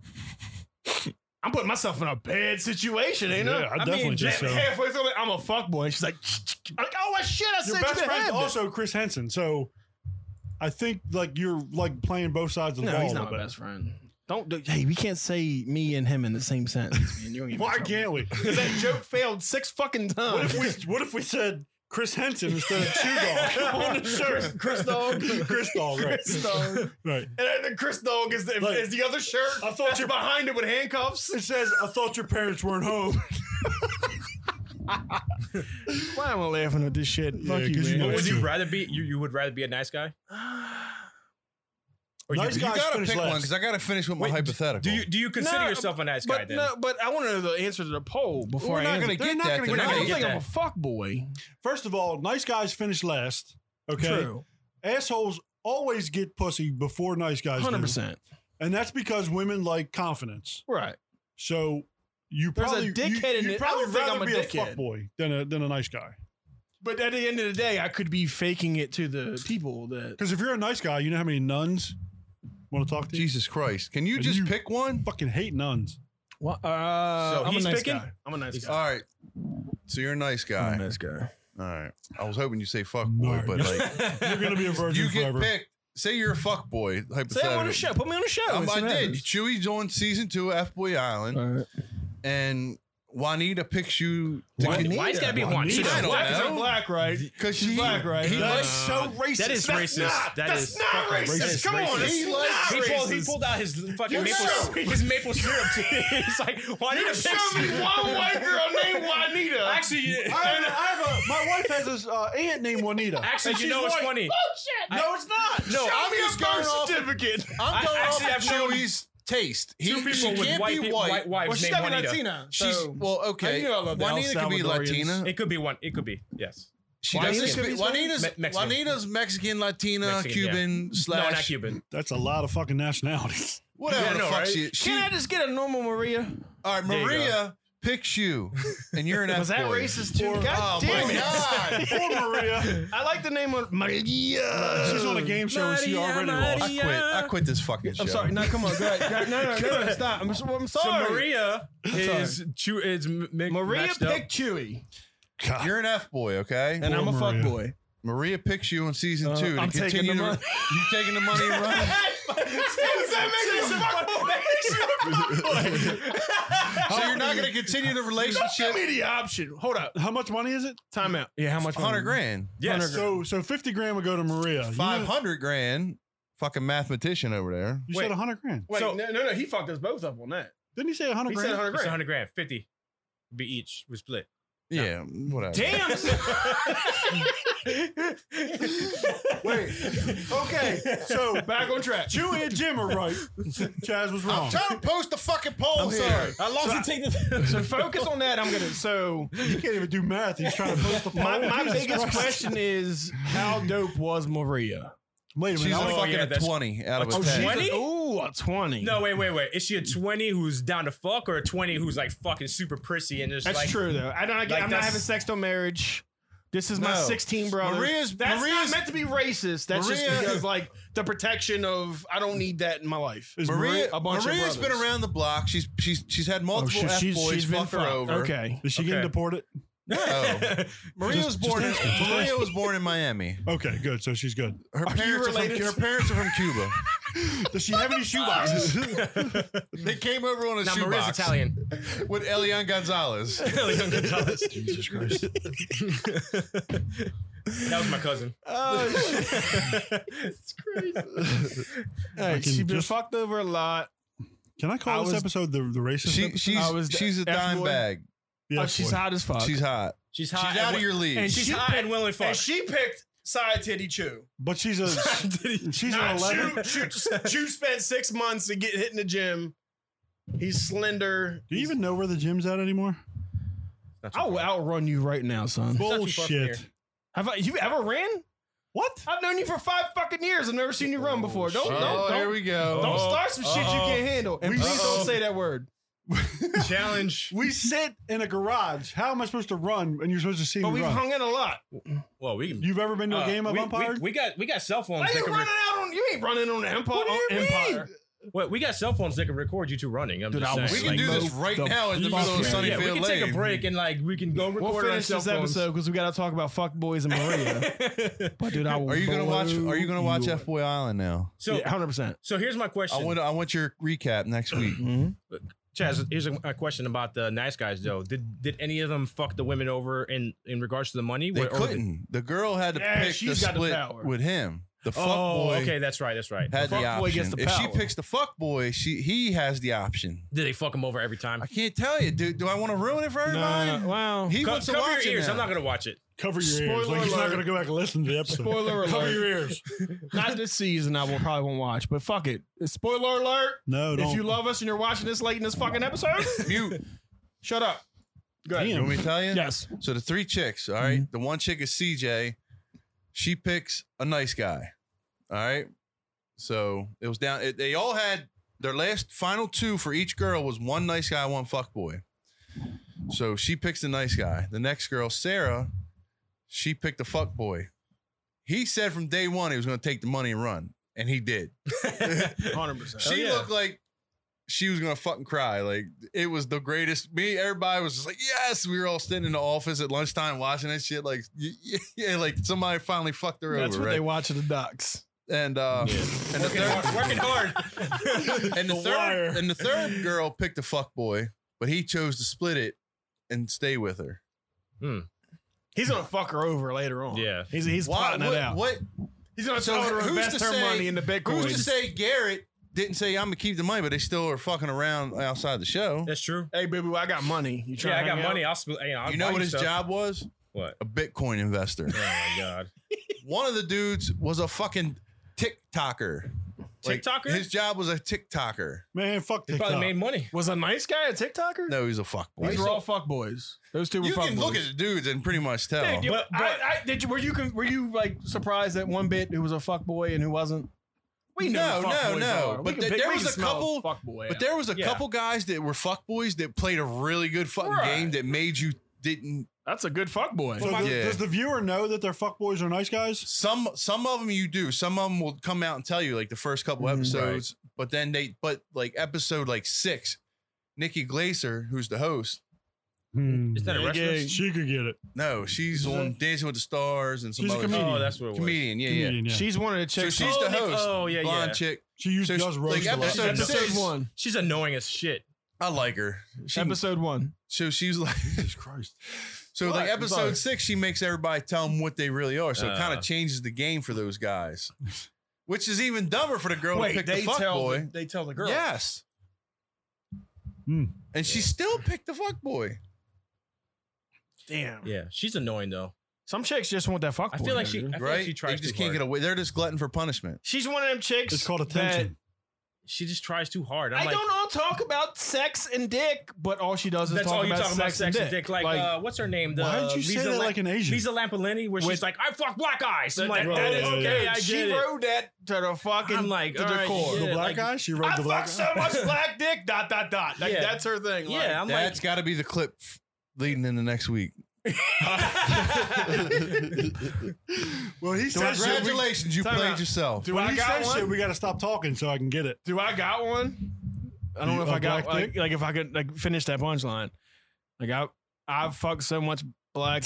Speaker 2: I'm putting myself in a bad situation, ain't
Speaker 3: yeah,
Speaker 2: I?
Speaker 3: I, definitely
Speaker 4: mean,
Speaker 3: just so.
Speaker 2: Man, halfway through it, I'm a fuckboy. She's like, like, oh shit, I
Speaker 3: Your
Speaker 2: said
Speaker 3: best
Speaker 2: you to
Speaker 3: friend's
Speaker 2: have this.
Speaker 3: also Chris Henson, so I think like you're like playing both sides of the
Speaker 2: No,
Speaker 3: ball.
Speaker 2: he's
Speaker 3: a
Speaker 2: not
Speaker 3: little
Speaker 2: my
Speaker 3: bit.
Speaker 2: best friend. Don't do, hey, we can't say me and him in the same sentence, man. You're gonna get me
Speaker 3: Why
Speaker 2: in trouble.
Speaker 3: can't we?
Speaker 2: Because that joke failed six fucking times.
Speaker 3: What if we what if we said Chris Henson instead of Chew Dog on the shirt?
Speaker 2: Chris Dog?
Speaker 3: Chris Dog, right?
Speaker 2: Chris Dog.
Speaker 3: Right.
Speaker 2: And then the Chris Dog is the,
Speaker 3: Like-
Speaker 2: is the other shirt.
Speaker 3: I thought
Speaker 2: That's
Speaker 3: you-
Speaker 2: behind it with handcuffs.
Speaker 3: It says, I thought your parents weren't home.
Speaker 2: Why am I laughing at this shit? Fuck you,
Speaker 3: 'cause
Speaker 2: man.
Speaker 3: you know
Speaker 4: But would you
Speaker 3: Listen.
Speaker 4: rather be you? You would rather be a nice guy? Or
Speaker 3: Nice
Speaker 4: you,
Speaker 5: You
Speaker 3: guy. Guys,
Speaker 5: gotta
Speaker 3: finish
Speaker 5: pick one
Speaker 3: last.
Speaker 5: because I gotta finish with my
Speaker 4: Wait,
Speaker 5: hypothetical.
Speaker 4: Do you do you consider
Speaker 2: No,
Speaker 4: yourself a nice guy
Speaker 2: But
Speaker 4: then?
Speaker 2: no, but I want to know the answer to the poll before
Speaker 5: We're
Speaker 2: I
Speaker 5: not
Speaker 2: answer.
Speaker 5: gonna
Speaker 2: They're
Speaker 5: get
Speaker 2: not
Speaker 5: that
Speaker 2: gonna get-
Speaker 5: tonight.
Speaker 2: I don't
Speaker 4: We're
Speaker 2: think
Speaker 4: not
Speaker 2: I'm a fuck boy.
Speaker 3: First of all, nice guys finish last. Okay.
Speaker 2: True,
Speaker 3: Assholes always get pussy before nice guys
Speaker 2: hundred
Speaker 3: do.
Speaker 2: percent.
Speaker 3: And that's because women like confidence.
Speaker 2: Right.
Speaker 3: So you
Speaker 2: There's a
Speaker 3: probably
Speaker 2: dickhead
Speaker 3: you,
Speaker 2: in
Speaker 3: you'd
Speaker 2: it. I
Speaker 3: probably
Speaker 2: don't think
Speaker 3: rather
Speaker 2: I'm a
Speaker 3: be
Speaker 2: dickhead.
Speaker 3: a fuckboy than a than a nice guy.
Speaker 2: But at the end of the day, I could be faking it to the people that
Speaker 3: Because if you're a nice guy, you know how many nuns want to talk to you?
Speaker 5: Jesus Christ. Can you
Speaker 3: Are
Speaker 5: just
Speaker 3: you-
Speaker 5: pick one?
Speaker 3: Fucking hate nuns.
Speaker 2: What? Uh,
Speaker 4: So
Speaker 2: I'm
Speaker 4: he's
Speaker 2: a nice
Speaker 4: picking?
Speaker 2: guy. I'm a nice
Speaker 5: All
Speaker 2: guy.
Speaker 5: right. So you're a nice guy.
Speaker 2: nice guy.
Speaker 5: All right. I was hoping you say fuck boy,
Speaker 3: No.
Speaker 5: but like
Speaker 3: You're gonna be a virgin
Speaker 5: you get
Speaker 3: forever.
Speaker 5: picked. Say you're a fuck boy.
Speaker 2: Say I'm on
Speaker 5: Hypothetically.
Speaker 2: the show. Put me on the show.
Speaker 5: Um,
Speaker 2: Let's
Speaker 5: I
Speaker 2: see what
Speaker 5: did.
Speaker 2: happens.
Speaker 5: Chewie's on season two of F Boy Island, and Juanita picks you to
Speaker 4: Why-
Speaker 5: get-
Speaker 4: why's gotta be
Speaker 5: Juanita?
Speaker 4: Juanita?
Speaker 5: I don't
Speaker 2: Black is
Speaker 5: know.
Speaker 2: a black, right?
Speaker 5: Because
Speaker 2: She's
Speaker 5: she,
Speaker 2: black, right?
Speaker 5: He
Speaker 2: That's so
Speaker 5: likes
Speaker 2: racist.
Speaker 4: that is
Speaker 2: That's
Speaker 4: racist.
Speaker 2: Not,
Speaker 4: That
Speaker 2: that's
Speaker 4: is
Speaker 2: not
Speaker 4: fucking
Speaker 2: racist.
Speaker 4: racist.
Speaker 2: Come on,
Speaker 4: Racist.
Speaker 2: that's
Speaker 5: He
Speaker 2: not
Speaker 5: likes-
Speaker 4: he,
Speaker 2: racist.
Speaker 4: pulled, he pulled out his fucking
Speaker 2: You
Speaker 4: maple,
Speaker 2: show me.
Speaker 4: his maple syrup. To He's like, why
Speaker 2: You
Speaker 4: did
Speaker 2: show me one white girl named Juanita.
Speaker 4: Actually, you-
Speaker 3: I have, I have a, my wife has a uh, aunt named Juanita.
Speaker 4: actually,
Speaker 2: and
Speaker 4: you
Speaker 2: she's
Speaker 4: know what's
Speaker 2: white.
Speaker 4: funny?
Speaker 2: Bullshit. no, it's not.
Speaker 5: No,
Speaker 2: show
Speaker 5: I'm
Speaker 2: me
Speaker 5: just
Speaker 2: a birth
Speaker 5: going off-
Speaker 2: certificate.
Speaker 5: I'm going
Speaker 4: actually,
Speaker 5: off
Speaker 4: I've
Speaker 5: of
Speaker 4: known
Speaker 5: Chewie's taste. He,
Speaker 4: Two
Speaker 5: she
Speaker 4: people with
Speaker 5: can't
Speaker 4: white,
Speaker 5: be
Speaker 4: pe-
Speaker 5: white.
Speaker 4: white wives
Speaker 2: well, she's
Speaker 4: named
Speaker 2: got to be
Speaker 4: Juanita.
Speaker 2: Latina.
Speaker 5: She's
Speaker 2: so-
Speaker 5: well,
Speaker 2: And
Speaker 5: okay.
Speaker 2: you know I love the El
Speaker 5: Juanita can be
Speaker 2: Salvadorians.
Speaker 5: Latina.
Speaker 4: It could be one. It could be yes.
Speaker 5: She
Speaker 4: Juanita
Speaker 5: doesn't
Speaker 4: could be
Speaker 5: speak.
Speaker 4: Spanish?
Speaker 5: Juanita's
Speaker 4: Me- Mexican.
Speaker 5: Juanita's Mexican, Latina,
Speaker 4: Mexican, yeah.
Speaker 5: Cuban slash
Speaker 4: No, not Cuban.
Speaker 3: That's a lot of fucking nationalities.
Speaker 5: whatever
Speaker 4: Yeah, I
Speaker 5: the
Speaker 4: know,
Speaker 5: fuck
Speaker 4: right?
Speaker 5: she is. She,
Speaker 2: Can I just get a normal Maria?
Speaker 5: all right,
Speaker 4: There you go.
Speaker 5: Maria picks you, and you're an F
Speaker 2: Was that
Speaker 5: boy.
Speaker 2: racist too?
Speaker 5: Or-
Speaker 2: God
Speaker 5: oh
Speaker 2: damn
Speaker 5: my
Speaker 2: it.
Speaker 5: god!
Speaker 3: Poor Maria.
Speaker 2: I like the name of Maria.
Speaker 3: She's on a game show and she
Speaker 4: Maria,
Speaker 3: already
Speaker 5: I
Speaker 4: Maria.
Speaker 3: lost.
Speaker 5: quit. I quit this fucking show.
Speaker 2: I'm sorry. No, come on. Go ahead. No, no, no, no. Stop. I'm, I'm
Speaker 4: So
Speaker 2: sorry.
Speaker 4: Maria
Speaker 2: sorry.
Speaker 4: is chew is m- mi-
Speaker 2: Maria
Speaker 4: matched up.
Speaker 2: picked Chewy,
Speaker 3: Ah,
Speaker 5: You're an F boy, okay?
Speaker 2: and I'm a
Speaker 3: Maria.
Speaker 2: fuck boy.
Speaker 5: Maria picks you on season two. to
Speaker 2: I'm taking
Speaker 5: continue
Speaker 2: the
Speaker 5: to-
Speaker 2: money.
Speaker 5: You taking the money and running? so you're not going to continue the
Speaker 2: Give
Speaker 5: relationship.
Speaker 2: me the option. Hold up.
Speaker 3: How much money is it?
Speaker 2: Time out. Yeah, how much?
Speaker 5: Hundred grand,
Speaker 4: Yes.
Speaker 3: So so 50 grand would go to Maria. You-
Speaker 5: five hundred grand. Uh, Fucking mathematician over there.
Speaker 3: You,
Speaker 4: Wait.
Speaker 3: said 100 grand.
Speaker 2: Wait,
Speaker 4: So-
Speaker 2: no, no, no. He fucked us both up on that.
Speaker 3: Didn't he say 100
Speaker 2: He
Speaker 3: grand?
Speaker 2: said 100
Speaker 4: It's
Speaker 2: grand.
Speaker 4: 100 grand. 50 be each. We split.
Speaker 5: Yeah, whatever.
Speaker 2: Damn.
Speaker 3: Wait. Okay. So
Speaker 2: Back on track.
Speaker 3: Chewy and Jim are right. Chaz was wrong.
Speaker 5: I'm trying to post the fucking poll.
Speaker 2: I'm
Speaker 5: here.
Speaker 2: sorry.
Speaker 4: I lost to take this.
Speaker 2: So focus on that. I'm gonna. So
Speaker 3: you can't even do math. He's trying to post the poll.
Speaker 2: my, my
Speaker 3: Jesus
Speaker 2: biggest
Speaker 3: Christ.
Speaker 2: question is, how dope was Maria?
Speaker 3: Wait a
Speaker 5: She's
Speaker 3: minute. I
Speaker 5: a
Speaker 2: Oh,
Speaker 3: was-
Speaker 5: fucking
Speaker 4: yeah,
Speaker 5: a
Speaker 4: that's-
Speaker 5: twenty out of
Speaker 4: Oh,
Speaker 5: a
Speaker 4: she's
Speaker 5: ten.
Speaker 4: a- 20?
Speaker 2: Ooh, a twenty.
Speaker 4: No, wait, wait, wait. Is she a 20 who's down to fuck or a 20 who's like fucking super prissy and just
Speaker 2: That's
Speaker 4: like
Speaker 2: true though. I don't. I
Speaker 4: like
Speaker 2: am not
Speaker 4: that's-
Speaker 2: having sex till marriage. This is my
Speaker 5: No.
Speaker 2: 16 brothers.
Speaker 5: Maria's-
Speaker 2: that's
Speaker 5: Maria's-
Speaker 2: not meant to be racist. That's just
Speaker 5: Maria-
Speaker 2: because like the protection of I don't need that in my life.
Speaker 3: Is
Speaker 5: Maria,
Speaker 2: a bunch of
Speaker 5: Maria's been
Speaker 2: brothers.
Speaker 5: around the block. She's she's she's had multiple
Speaker 2: she-
Speaker 5: F
Speaker 2: she's-
Speaker 5: boys
Speaker 2: she's been
Speaker 5: fuck her
Speaker 2: fucked.
Speaker 5: over.
Speaker 2: Okay.
Speaker 3: Is she getting
Speaker 4: Okay.
Speaker 3: deported?
Speaker 5: Oh. Maria
Speaker 3: Just-
Speaker 5: was
Speaker 3: just
Speaker 5: born. in,
Speaker 3: ask her, just
Speaker 5: Maria
Speaker 3: ask
Speaker 5: was born in Miami.
Speaker 3: Okay, good. So she's good.
Speaker 5: Her
Speaker 2: you
Speaker 5: parents are from
Speaker 2: related?
Speaker 5: her parents are from Cuba.
Speaker 3: Does she have any shoeboxes?
Speaker 5: they came over on a
Speaker 4: Now, Maria's
Speaker 5: shoebox
Speaker 4: Italian.
Speaker 5: with Elian Gonzalez.
Speaker 3: Jesus Christ.
Speaker 4: That was my cousin.
Speaker 2: Oh, shit.
Speaker 4: it's crazy.
Speaker 2: Hey,
Speaker 3: Fucking
Speaker 2: she's been
Speaker 3: just-
Speaker 2: fucked over a lot.
Speaker 3: Can I
Speaker 2: I
Speaker 3: call this
Speaker 2: was-
Speaker 3: episode the, the racist?
Speaker 5: She,
Speaker 3: episode?
Speaker 5: she's
Speaker 2: I was the
Speaker 5: she's a
Speaker 2: F
Speaker 5: dime
Speaker 2: boy.
Speaker 5: bag.
Speaker 3: Yes,
Speaker 2: Oh, she's
Speaker 3: boy.
Speaker 2: hot as fuck.
Speaker 5: She's hot.
Speaker 4: She's
Speaker 5: She's
Speaker 4: hot.
Speaker 5: out of
Speaker 4: and,
Speaker 5: your league.
Speaker 2: and
Speaker 4: She's
Speaker 2: she
Speaker 4: hot and willing fuck.
Speaker 9: And she picked side titty chew.
Speaker 3: but she's a she's an
Speaker 9: Not
Speaker 3: eleven.
Speaker 9: Chew, chew, chew spent six months to get hit in the gym. He's slender.
Speaker 3: Do you even know where the gym's at anymore?
Speaker 2: I'll outrun you right now, son.
Speaker 4: not too far from
Speaker 3: Bullshit.
Speaker 4: here.
Speaker 2: Have I, you ever ran?
Speaker 3: What?
Speaker 2: I've known you for five fucking years. I've never seen you run before. Don't
Speaker 5: oh,
Speaker 2: don't
Speaker 5: here
Speaker 2: don't,
Speaker 5: we go.
Speaker 2: don't start some shit you
Speaker 4: Uh-oh.
Speaker 2: can't handle. And
Speaker 3: We-
Speaker 2: please
Speaker 4: Uh-oh.
Speaker 2: don't say that word.
Speaker 4: challenge.
Speaker 3: We sit in a garage. How am I supposed to run when you're supposed to see
Speaker 2: But
Speaker 3: me
Speaker 2: we've
Speaker 3: run?
Speaker 2: hung in a lot.
Speaker 4: Well, we can.
Speaker 3: You've ever been to a
Speaker 4: uh,
Speaker 3: game of
Speaker 4: we,
Speaker 3: umpire?
Speaker 4: We, we got we got cell phones.
Speaker 2: Why
Speaker 4: that
Speaker 2: you
Speaker 4: can
Speaker 2: running
Speaker 4: rec-
Speaker 2: out on? You ain't running on the empire.
Speaker 3: What do you
Speaker 2: Oh, empire.
Speaker 4: Wait, we got cell phones that can record you two running. I'm
Speaker 2: Dude,
Speaker 4: just
Speaker 2: I was
Speaker 4: saying.
Speaker 5: we can
Speaker 2: like,
Speaker 5: do this
Speaker 2: no,
Speaker 5: right
Speaker 2: the
Speaker 5: now in the
Speaker 2: fuck
Speaker 5: middle of
Speaker 2: yeah.
Speaker 5: Sunnyfield
Speaker 4: yeah, we can take
Speaker 5: Lane.
Speaker 4: a break and like we can go record
Speaker 2: We'll
Speaker 4: our
Speaker 2: finish
Speaker 4: cell
Speaker 2: this
Speaker 4: phones.
Speaker 2: episode because we got to talk about fuck boys and Maria. but dude, I will
Speaker 5: Are you gonna
Speaker 2: blow
Speaker 5: watch? Are you gonna watch
Speaker 2: your-
Speaker 5: F Boy Island now?
Speaker 4: So,
Speaker 2: yeah, 100%.
Speaker 4: so here's my
Speaker 5: I
Speaker 4: question.
Speaker 5: want. I want your recap next week.
Speaker 4: Chaz, here's a, a question about the nice guys though. Did did any of them fuck the women over in in regards to the money?
Speaker 5: They
Speaker 4: Or- or did-
Speaker 5: couldn't. The girl had to
Speaker 2: Yeah,
Speaker 5: pick the
Speaker 2: she's got the
Speaker 5: split
Speaker 2: power.
Speaker 5: with him. The fuck
Speaker 4: Oh,
Speaker 5: boy
Speaker 4: okay, that's right, that's right.
Speaker 5: had the,
Speaker 2: fuck boy
Speaker 5: option.
Speaker 2: gets the
Speaker 5: if she
Speaker 2: power.
Speaker 5: picks the fuck boy, she he has the option.
Speaker 4: Did they fuck them over every time?
Speaker 5: I can't tell you, dude. Do I want to ruin it for everybody?
Speaker 2: Uh, Wow.
Speaker 5: He
Speaker 4: Co-
Speaker 5: wants to
Speaker 4: cover
Speaker 5: watch
Speaker 4: your
Speaker 5: it.
Speaker 4: ears.
Speaker 5: now.
Speaker 4: I'm not gonna watch it.
Speaker 3: Cover your
Speaker 2: Spoiler
Speaker 3: ears. Like he's not
Speaker 2: alert.
Speaker 3: going to go back and listen to the episode.
Speaker 2: Spoiler
Speaker 3: Cover
Speaker 2: alert.
Speaker 3: your ears.
Speaker 2: Not this season, I will probably won't watch, but fuck it. Spoiler alert.
Speaker 3: No, don't.
Speaker 2: If you love us and you're watching this late in this fucking episode,
Speaker 5: Mute.
Speaker 2: shut up. Go ahead.
Speaker 5: You want me to tell you?
Speaker 2: Yes.
Speaker 5: So the three chicks, all right? The one chick is CJ. She picks a nice guy. All right. So it was down. It, they all had their last final two for each girl was one nice guy, one fuck boy. So she picks the nice guy. The next girl, Sarah, she picked the fuck boy. He said from day one he was going to take the money and run, and he did.
Speaker 2: 100%.
Speaker 5: She looked like she was gonna fucking cry. Like it was the greatest. Me, everybody was just like, yes. We were all sitting in the office at lunchtime watching that shit. Like, y- y- yeah, like somebody finally fucked her
Speaker 2: That's
Speaker 5: over,
Speaker 2: what they
Speaker 5: right?
Speaker 2: watch at the Ducks.
Speaker 5: and uh, and the third,
Speaker 4: Working hard.
Speaker 5: and the,
Speaker 3: The
Speaker 5: third,
Speaker 3: wire.
Speaker 5: and the third girl picked a fuck boy, but he chose to split it and stay with her.
Speaker 2: He's gonna fuck her over later on.
Speaker 4: Yeah.
Speaker 2: He's he's
Speaker 5: Why?
Speaker 2: plotting
Speaker 5: What?
Speaker 2: it out.
Speaker 5: what
Speaker 2: He's gonna
Speaker 5: So
Speaker 2: tell her to
Speaker 5: who's
Speaker 2: invest
Speaker 5: to
Speaker 2: her
Speaker 5: say-
Speaker 2: money in the Bitcoin.
Speaker 5: who's to say Garrett didn't say I'm gonna keep the money, but they still are fucking around outside the show.
Speaker 4: That's true.
Speaker 2: hey baby, I got money. You trying
Speaker 4: Yeah, I
Speaker 2: to
Speaker 4: got
Speaker 2: hang
Speaker 4: money.
Speaker 2: out?
Speaker 4: I'll split. You know, I'll
Speaker 5: you know
Speaker 4: buy
Speaker 5: what his
Speaker 4: stuff.
Speaker 5: job was?
Speaker 4: What?
Speaker 5: A Bitcoin investor.
Speaker 4: Oh my god.
Speaker 5: one of the dudes was a fucking TikToker. Like,
Speaker 4: TikToker?
Speaker 5: his job was a TikToker.
Speaker 3: Man, fuck
Speaker 4: They probably
Speaker 3: TikTok.
Speaker 4: made money.
Speaker 2: Was a nice guy a TikToker?
Speaker 5: No, he's a fuckboy.
Speaker 2: These were all fuck boys. Those two were
Speaker 5: You
Speaker 2: fuck
Speaker 5: can
Speaker 2: boys.
Speaker 5: look at the dudes and pretty much tell.
Speaker 2: Dude, you-
Speaker 4: But-
Speaker 2: I-
Speaker 4: but-
Speaker 2: I- did you were you con- were you like surprised at one bit who was a fuck boy and who wasn't? We
Speaker 5: No,
Speaker 2: know who fuck
Speaker 5: no,
Speaker 2: boys
Speaker 5: no.
Speaker 2: are. We
Speaker 5: But
Speaker 2: can
Speaker 5: there-
Speaker 2: pick-
Speaker 5: there
Speaker 2: we
Speaker 5: was
Speaker 2: can
Speaker 5: a
Speaker 2: smell
Speaker 5: couple-
Speaker 2: fuck boy.
Speaker 5: but there was a
Speaker 4: Yeah.
Speaker 5: couple guys that were fuckboys that played a really good fucking
Speaker 2: Right.
Speaker 5: game that made you didn't.
Speaker 2: that's a good fuck boy.
Speaker 3: So
Speaker 5: Yeah.
Speaker 3: does- does the viewer know that their fuckboys are nice guys?
Speaker 5: Some some of them you do. Some of them will come out and tell you like the first couple episodes, but then they but like episode like six, Nikki Glaser, who's the host.
Speaker 3: Hmm.
Speaker 4: Is that a
Speaker 3: Yeah,
Speaker 4: restaurant?
Speaker 3: She could get it.
Speaker 5: No, she's on Dancing with the Stars and some
Speaker 3: She's a
Speaker 5: other
Speaker 3: comedian.
Speaker 4: Oh, that's what it was.
Speaker 5: comedian. Yeah, yeah.
Speaker 3: Comedian, yeah. She,
Speaker 2: She's one of the chicks.
Speaker 5: So she's
Speaker 4: Oh,
Speaker 5: the
Speaker 4: Nick-
Speaker 5: host.
Speaker 4: oh, yeah,
Speaker 5: blonde
Speaker 4: yeah.
Speaker 5: chick.
Speaker 3: used
Speaker 5: so
Speaker 3: to
Speaker 5: she-
Speaker 3: does roast
Speaker 5: like,
Speaker 3: a lot.
Speaker 5: episode
Speaker 2: episode
Speaker 5: six.
Speaker 2: one.
Speaker 4: She's annoying as shit.
Speaker 5: I like her. She,
Speaker 2: episode one.
Speaker 5: so she's like,
Speaker 3: Jesus Christ.
Speaker 5: so
Speaker 2: What?
Speaker 5: like
Speaker 2: I'm sorry.
Speaker 5: episode six, she makes everybody tell them what they really are. So it kind
Speaker 4: Uh.
Speaker 5: of changes the game for those guys, which is even dumber for the girl to pick the fuck boy.
Speaker 2: they tell the
Speaker 5: Yes,
Speaker 3: Hmm.
Speaker 5: and she still picked the fuck boy.
Speaker 2: Damn.
Speaker 4: Yeah, she's annoying though.
Speaker 2: Some chicks just want that fuck
Speaker 4: I
Speaker 2: boy.
Speaker 4: feel like she. I
Speaker 2: dude.
Speaker 4: feel
Speaker 5: right?
Speaker 4: like she tries.
Speaker 5: they just
Speaker 4: too
Speaker 5: can't
Speaker 4: hard.
Speaker 5: get away. They're just glutton for punishment.
Speaker 2: She's one of them chicks.
Speaker 3: It's called
Speaker 2: that-
Speaker 3: attention.
Speaker 4: She just tries too hard. I'm
Speaker 2: I
Speaker 4: like,
Speaker 2: don't all talk about sex and dick, but all she does is
Speaker 4: That's
Speaker 2: talk
Speaker 4: all you
Speaker 2: about,
Speaker 4: talking about,
Speaker 2: sex
Speaker 4: sex and dick. Like, uh, what's her name? The,
Speaker 3: Why did you say
Speaker 4: Lisa
Speaker 3: that
Speaker 4: Lam-
Speaker 3: like an Asian?
Speaker 4: Lisa Lampolini, where
Speaker 2: With-
Speaker 4: she's like, I fuck black guys. I'm like,
Speaker 2: that-
Speaker 4: oh,
Speaker 2: that is
Speaker 4: okay, I get
Speaker 2: she
Speaker 4: it.
Speaker 2: rode that to the fucking
Speaker 4: I'm like,
Speaker 2: to
Speaker 4: all
Speaker 2: the
Speaker 4: right,
Speaker 2: core.
Speaker 4: yeah.
Speaker 3: The black
Speaker 4: like-
Speaker 3: guy? She
Speaker 2: I
Speaker 3: wrote the
Speaker 2: fuck
Speaker 3: black
Speaker 2: so
Speaker 3: guy?
Speaker 2: much black dick. Dot dot dot. Like,
Speaker 4: Yeah.
Speaker 2: That's her thing. Like,
Speaker 4: Yeah, I'm
Speaker 5: That's got to be the clip f- leading into next week.
Speaker 4: like,
Speaker 3: Well, he said shit. We,
Speaker 5: Congratulations, you
Speaker 2: Time
Speaker 5: played
Speaker 2: out.
Speaker 5: yourself.
Speaker 2: Do
Speaker 3: when
Speaker 2: I
Speaker 3: he
Speaker 2: got
Speaker 3: says
Speaker 2: one?
Speaker 3: shit, we got to stop talking so I can get it.
Speaker 2: Do I got one? I don't
Speaker 3: You-
Speaker 2: know if
Speaker 3: a
Speaker 2: I got
Speaker 3: black
Speaker 2: like,
Speaker 3: dick?
Speaker 2: like if I could like finish that punchline. Like I I've fucked so much black.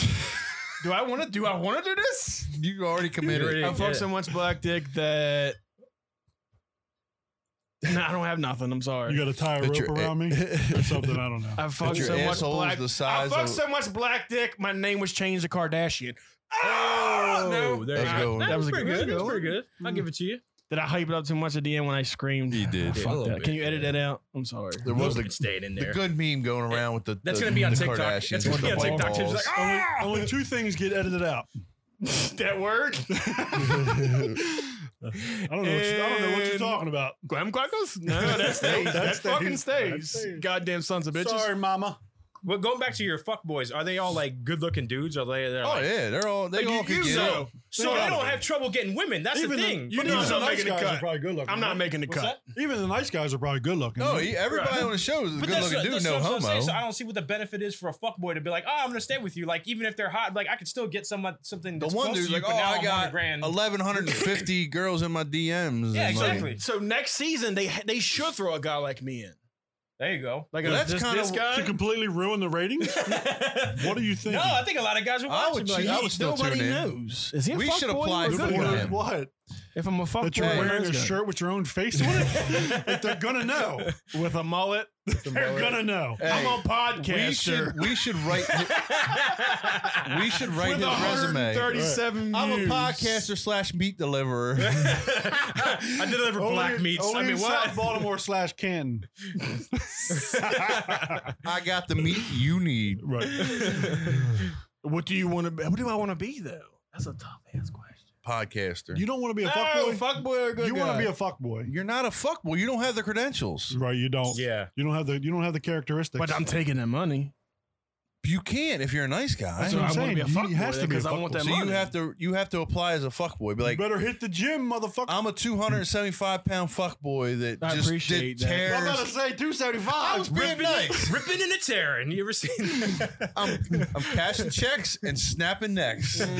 Speaker 2: do I want to? Do I want to do this?
Speaker 5: You already committed.
Speaker 4: already-
Speaker 2: I
Speaker 4: Yeah.
Speaker 2: fucked so much black dick that. No, I don't have nothing. I'm sorry.
Speaker 3: You got to tie a
Speaker 5: That
Speaker 3: rope
Speaker 5: your-
Speaker 3: around me? That's something I don't know.
Speaker 2: I fucked
Speaker 5: your
Speaker 2: so much
Speaker 5: asshole's
Speaker 2: black.
Speaker 5: the size
Speaker 2: I fucked
Speaker 5: of-
Speaker 2: so much black dick. My name was changed to Kardashian. Oh,
Speaker 4: there
Speaker 5: That's
Speaker 4: you
Speaker 5: a good
Speaker 4: go. That
Speaker 5: one.
Speaker 4: was
Speaker 2: That was a
Speaker 4: pretty
Speaker 2: good
Speaker 4: good. Ah, That was
Speaker 2: one.
Speaker 4: pretty good. I'll give it to you.
Speaker 2: Did I hype it up too much at the end when I screamed?
Speaker 10: You did.
Speaker 2: Ah,
Speaker 4: Yeah, a
Speaker 2: fuck
Speaker 4: little
Speaker 2: that.
Speaker 4: bit,
Speaker 2: Can you edit
Speaker 4: yeah.
Speaker 2: that out? I'm sorry.
Speaker 5: There was the,
Speaker 4: It stayed in
Speaker 5: the
Speaker 4: there.
Speaker 5: good meme going around with the
Speaker 4: That's
Speaker 5: the-
Speaker 4: gonna be on
Speaker 5: the
Speaker 4: TikTok.
Speaker 5: Kardashians
Speaker 4: That's gonna
Speaker 5: with
Speaker 4: be
Speaker 5: the
Speaker 4: on
Speaker 5: white
Speaker 4: TikTok. She's
Speaker 5: balls.
Speaker 4: like,
Speaker 3: Only,
Speaker 4: ah!
Speaker 3: only two things get edited out.
Speaker 2: that word?
Speaker 3: I don't know. What you, I don't know what you're
Speaker 2: And-
Speaker 3: talking about.
Speaker 2: Glam Quackers? No, that stays.
Speaker 3: That
Speaker 2: that
Speaker 3: stays.
Speaker 2: fucking
Speaker 3: That
Speaker 2: stays.
Speaker 3: stays.
Speaker 2: Goddamn sons of bitches.
Speaker 3: Sorry, mama.
Speaker 4: But going back to your fuck boys, are they all like good looking dudes? Are they? They're
Speaker 5: Oh
Speaker 4: like,
Speaker 5: yeah, they're all they
Speaker 2: Like,
Speaker 5: all
Speaker 2: you-
Speaker 5: could
Speaker 2: you
Speaker 5: get
Speaker 2: know.
Speaker 5: up.
Speaker 4: So they,
Speaker 3: They gotta
Speaker 4: don't
Speaker 3: be.
Speaker 4: have trouble getting women. That's the thing.
Speaker 2: you
Speaker 3: But
Speaker 2: know
Speaker 3: even
Speaker 2: I'm not
Speaker 3: the
Speaker 2: making
Speaker 3: nice
Speaker 2: the
Speaker 3: guys are
Speaker 2: cut.
Speaker 3: probably good looking.
Speaker 2: I'm not
Speaker 3: right?
Speaker 2: making the
Speaker 4: What's
Speaker 2: cut.
Speaker 3: Even the nice guys are probably good looking.
Speaker 5: No,
Speaker 3: right?
Speaker 5: Oh, he, everybody
Speaker 4: Right.
Speaker 5: on the show is a
Speaker 4: But
Speaker 5: good
Speaker 4: that's
Speaker 5: looking
Speaker 4: what-
Speaker 5: dude.
Speaker 4: that's
Speaker 5: No
Speaker 4: what I'm
Speaker 5: homo.
Speaker 4: saying. So I don't see what the benefit is for a fuckboy to be like, oh, I'm gonna stay with you. Like even if they're hot, like I could still get some something.
Speaker 5: The
Speaker 4: That's
Speaker 5: one
Speaker 4: close
Speaker 5: dude's
Speaker 4: to you,
Speaker 5: like,
Speaker 4: but
Speaker 5: oh,
Speaker 4: now
Speaker 5: I
Speaker 4: I'm 100
Speaker 5: got
Speaker 4: grand.
Speaker 5: 1,150 girls in my DMs.
Speaker 4: Yeah,
Speaker 5: and, like,
Speaker 4: exactly.
Speaker 2: So next season they they should throw a guy like me in.
Speaker 4: There you go.
Speaker 2: Like
Speaker 5: Well,
Speaker 2: a,
Speaker 5: that's
Speaker 2: this,
Speaker 5: kinda-
Speaker 2: this
Speaker 3: to
Speaker 2: guy.
Speaker 3: completely ruin the ratings. what do you think?
Speaker 4: No, I think a lot of guys would
Speaker 5: I
Speaker 4: watch
Speaker 5: would
Speaker 4: it. Like,
Speaker 5: cheat. I would still
Speaker 2: Nobody
Speaker 5: tune in.
Speaker 2: knows. Is he a
Speaker 5: We
Speaker 2: fuck
Speaker 5: should
Speaker 2: boy
Speaker 5: apply
Speaker 2: or
Speaker 5: for
Speaker 2: a good
Speaker 5: it.
Speaker 2: guy?
Speaker 5: him.
Speaker 3: What?
Speaker 2: If I'm a fuck
Speaker 3: That you're
Speaker 5: Hey,
Speaker 3: wearing
Speaker 2: I'm
Speaker 3: a
Speaker 2: good.
Speaker 3: shirt with your own face on it? If they're gonna know.
Speaker 2: with a mullet,
Speaker 3: They're gonna know.
Speaker 5: Hey,
Speaker 2: I'm a podcaster.
Speaker 5: we should we should write we should write
Speaker 2: with
Speaker 5: his resume.
Speaker 2: 137
Speaker 5: I'm a
Speaker 2: views.
Speaker 5: podcaster slash meat deliverer.
Speaker 4: I deliver black
Speaker 3: Only-
Speaker 4: meats.
Speaker 3: Only
Speaker 4: I mean,
Speaker 3: in
Speaker 4: what?
Speaker 3: South Baltimore slash Canton.
Speaker 5: I got the meat you need.
Speaker 3: Right.
Speaker 2: What do you want to be? What do I want to be though? That's a tough ass question.
Speaker 5: Podcaster.
Speaker 3: You don't want to be a
Speaker 2: Oh,
Speaker 3: fuckboy.
Speaker 2: fuck boy or good
Speaker 3: you
Speaker 2: guy?
Speaker 3: want to be a fuckboy.
Speaker 5: You're not a fuckboy. You don't have the credentials.
Speaker 3: Right, you don't.
Speaker 4: Yeah.
Speaker 3: You don't have the you don't have the characteristics.
Speaker 2: but I'm taking that money.
Speaker 5: You can't if you're a nice guy.
Speaker 3: That's what I'm
Speaker 2: I wanna
Speaker 3: saying.
Speaker 2: be a
Speaker 3: He
Speaker 2: fuck boy
Speaker 3: has to be a
Speaker 2: because I
Speaker 3: fuck
Speaker 2: want
Speaker 3: boy.
Speaker 2: that
Speaker 5: So
Speaker 2: money.
Speaker 5: you have to you have to apply as a fuckboy. Be
Speaker 3: you
Speaker 5: like,
Speaker 3: better hit the gym, motherfucker.
Speaker 5: I'm a 275 pound fuckboy that
Speaker 2: I
Speaker 5: just
Speaker 2: appreciate
Speaker 5: did
Speaker 2: that.
Speaker 5: tears.
Speaker 3: I'm gonna say 275.
Speaker 5: I was being nice.
Speaker 4: Ripping and a tearing. You ever seen that?
Speaker 5: I'm, I'm cashing checks and snapping necks.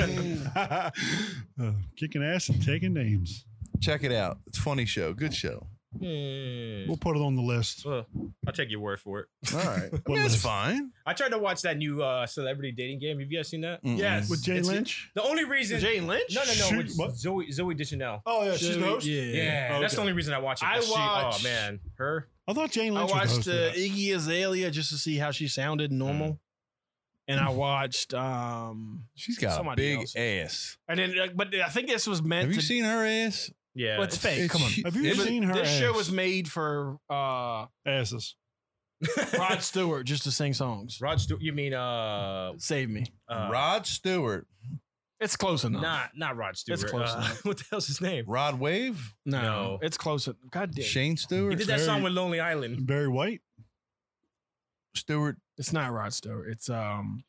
Speaker 3: Uh, kicking ass and taking names.
Speaker 5: Check it out. It's a funny show. Good show.
Speaker 3: We'll put it on the list.
Speaker 4: Well, I'll take your word for it.
Speaker 5: All right. I
Speaker 3: What
Speaker 5: mean, it's
Speaker 3: list?
Speaker 5: fine.
Speaker 4: I tried to watch that new uh, celebrity dating game. Have you guys seen that?
Speaker 5: Mm-mm.
Speaker 2: Yes.
Speaker 3: With Jay
Speaker 4: It's-
Speaker 3: Lynch?
Speaker 4: The only reason.
Speaker 2: Jane Lynch.
Speaker 4: no, no, no.
Speaker 3: Shoot,
Speaker 4: with
Speaker 3: what?
Speaker 4: Zoe, Zoe Deschanel.
Speaker 3: Oh yeah, she's the host.
Speaker 2: Yeah.
Speaker 4: Yeah, that's the only reason I watch it.
Speaker 2: I
Speaker 4: 'cause she-
Speaker 2: watched-
Speaker 4: oh man, her.
Speaker 3: I thought Jane
Speaker 2: I
Speaker 3: Lynch was the
Speaker 2: watched
Speaker 3: host. of
Speaker 2: uh,
Speaker 3: that.
Speaker 2: Iggy Azalea just to see how she sounded normal, and I watched. um
Speaker 5: She's got a
Speaker 2: Somebody
Speaker 5: big
Speaker 2: else.
Speaker 5: ass.
Speaker 2: And then, uh, but I think this was meant.
Speaker 5: Have
Speaker 2: to,
Speaker 5: you seen her ass?
Speaker 4: Yeah,
Speaker 2: Well, it's fake.
Speaker 5: It's-
Speaker 2: Come on.
Speaker 5: she-
Speaker 3: Have you
Speaker 5: it-
Speaker 3: seen her
Speaker 2: This show
Speaker 3: ass?
Speaker 2: was made for uh
Speaker 3: asses.
Speaker 2: Rod Stewart just to sing songs.
Speaker 4: Rod Stewart. You mean uh,
Speaker 2: Save me.
Speaker 4: uh
Speaker 5: Rod Stewart?
Speaker 2: It's close enough.
Speaker 4: Not not Rod Stewart.
Speaker 2: It's close
Speaker 4: Uh,
Speaker 2: enough.
Speaker 4: what the hell's his name?
Speaker 5: Rod Wave?
Speaker 2: no,
Speaker 4: No.
Speaker 2: it's close. en- God damn.
Speaker 5: Shane
Speaker 4: He
Speaker 5: Stewart?
Speaker 4: did that
Speaker 3: very-
Speaker 4: song with Lonely Island.
Speaker 3: Barry White.
Speaker 5: Stewart?
Speaker 2: It's not Rod Stewart. It's um.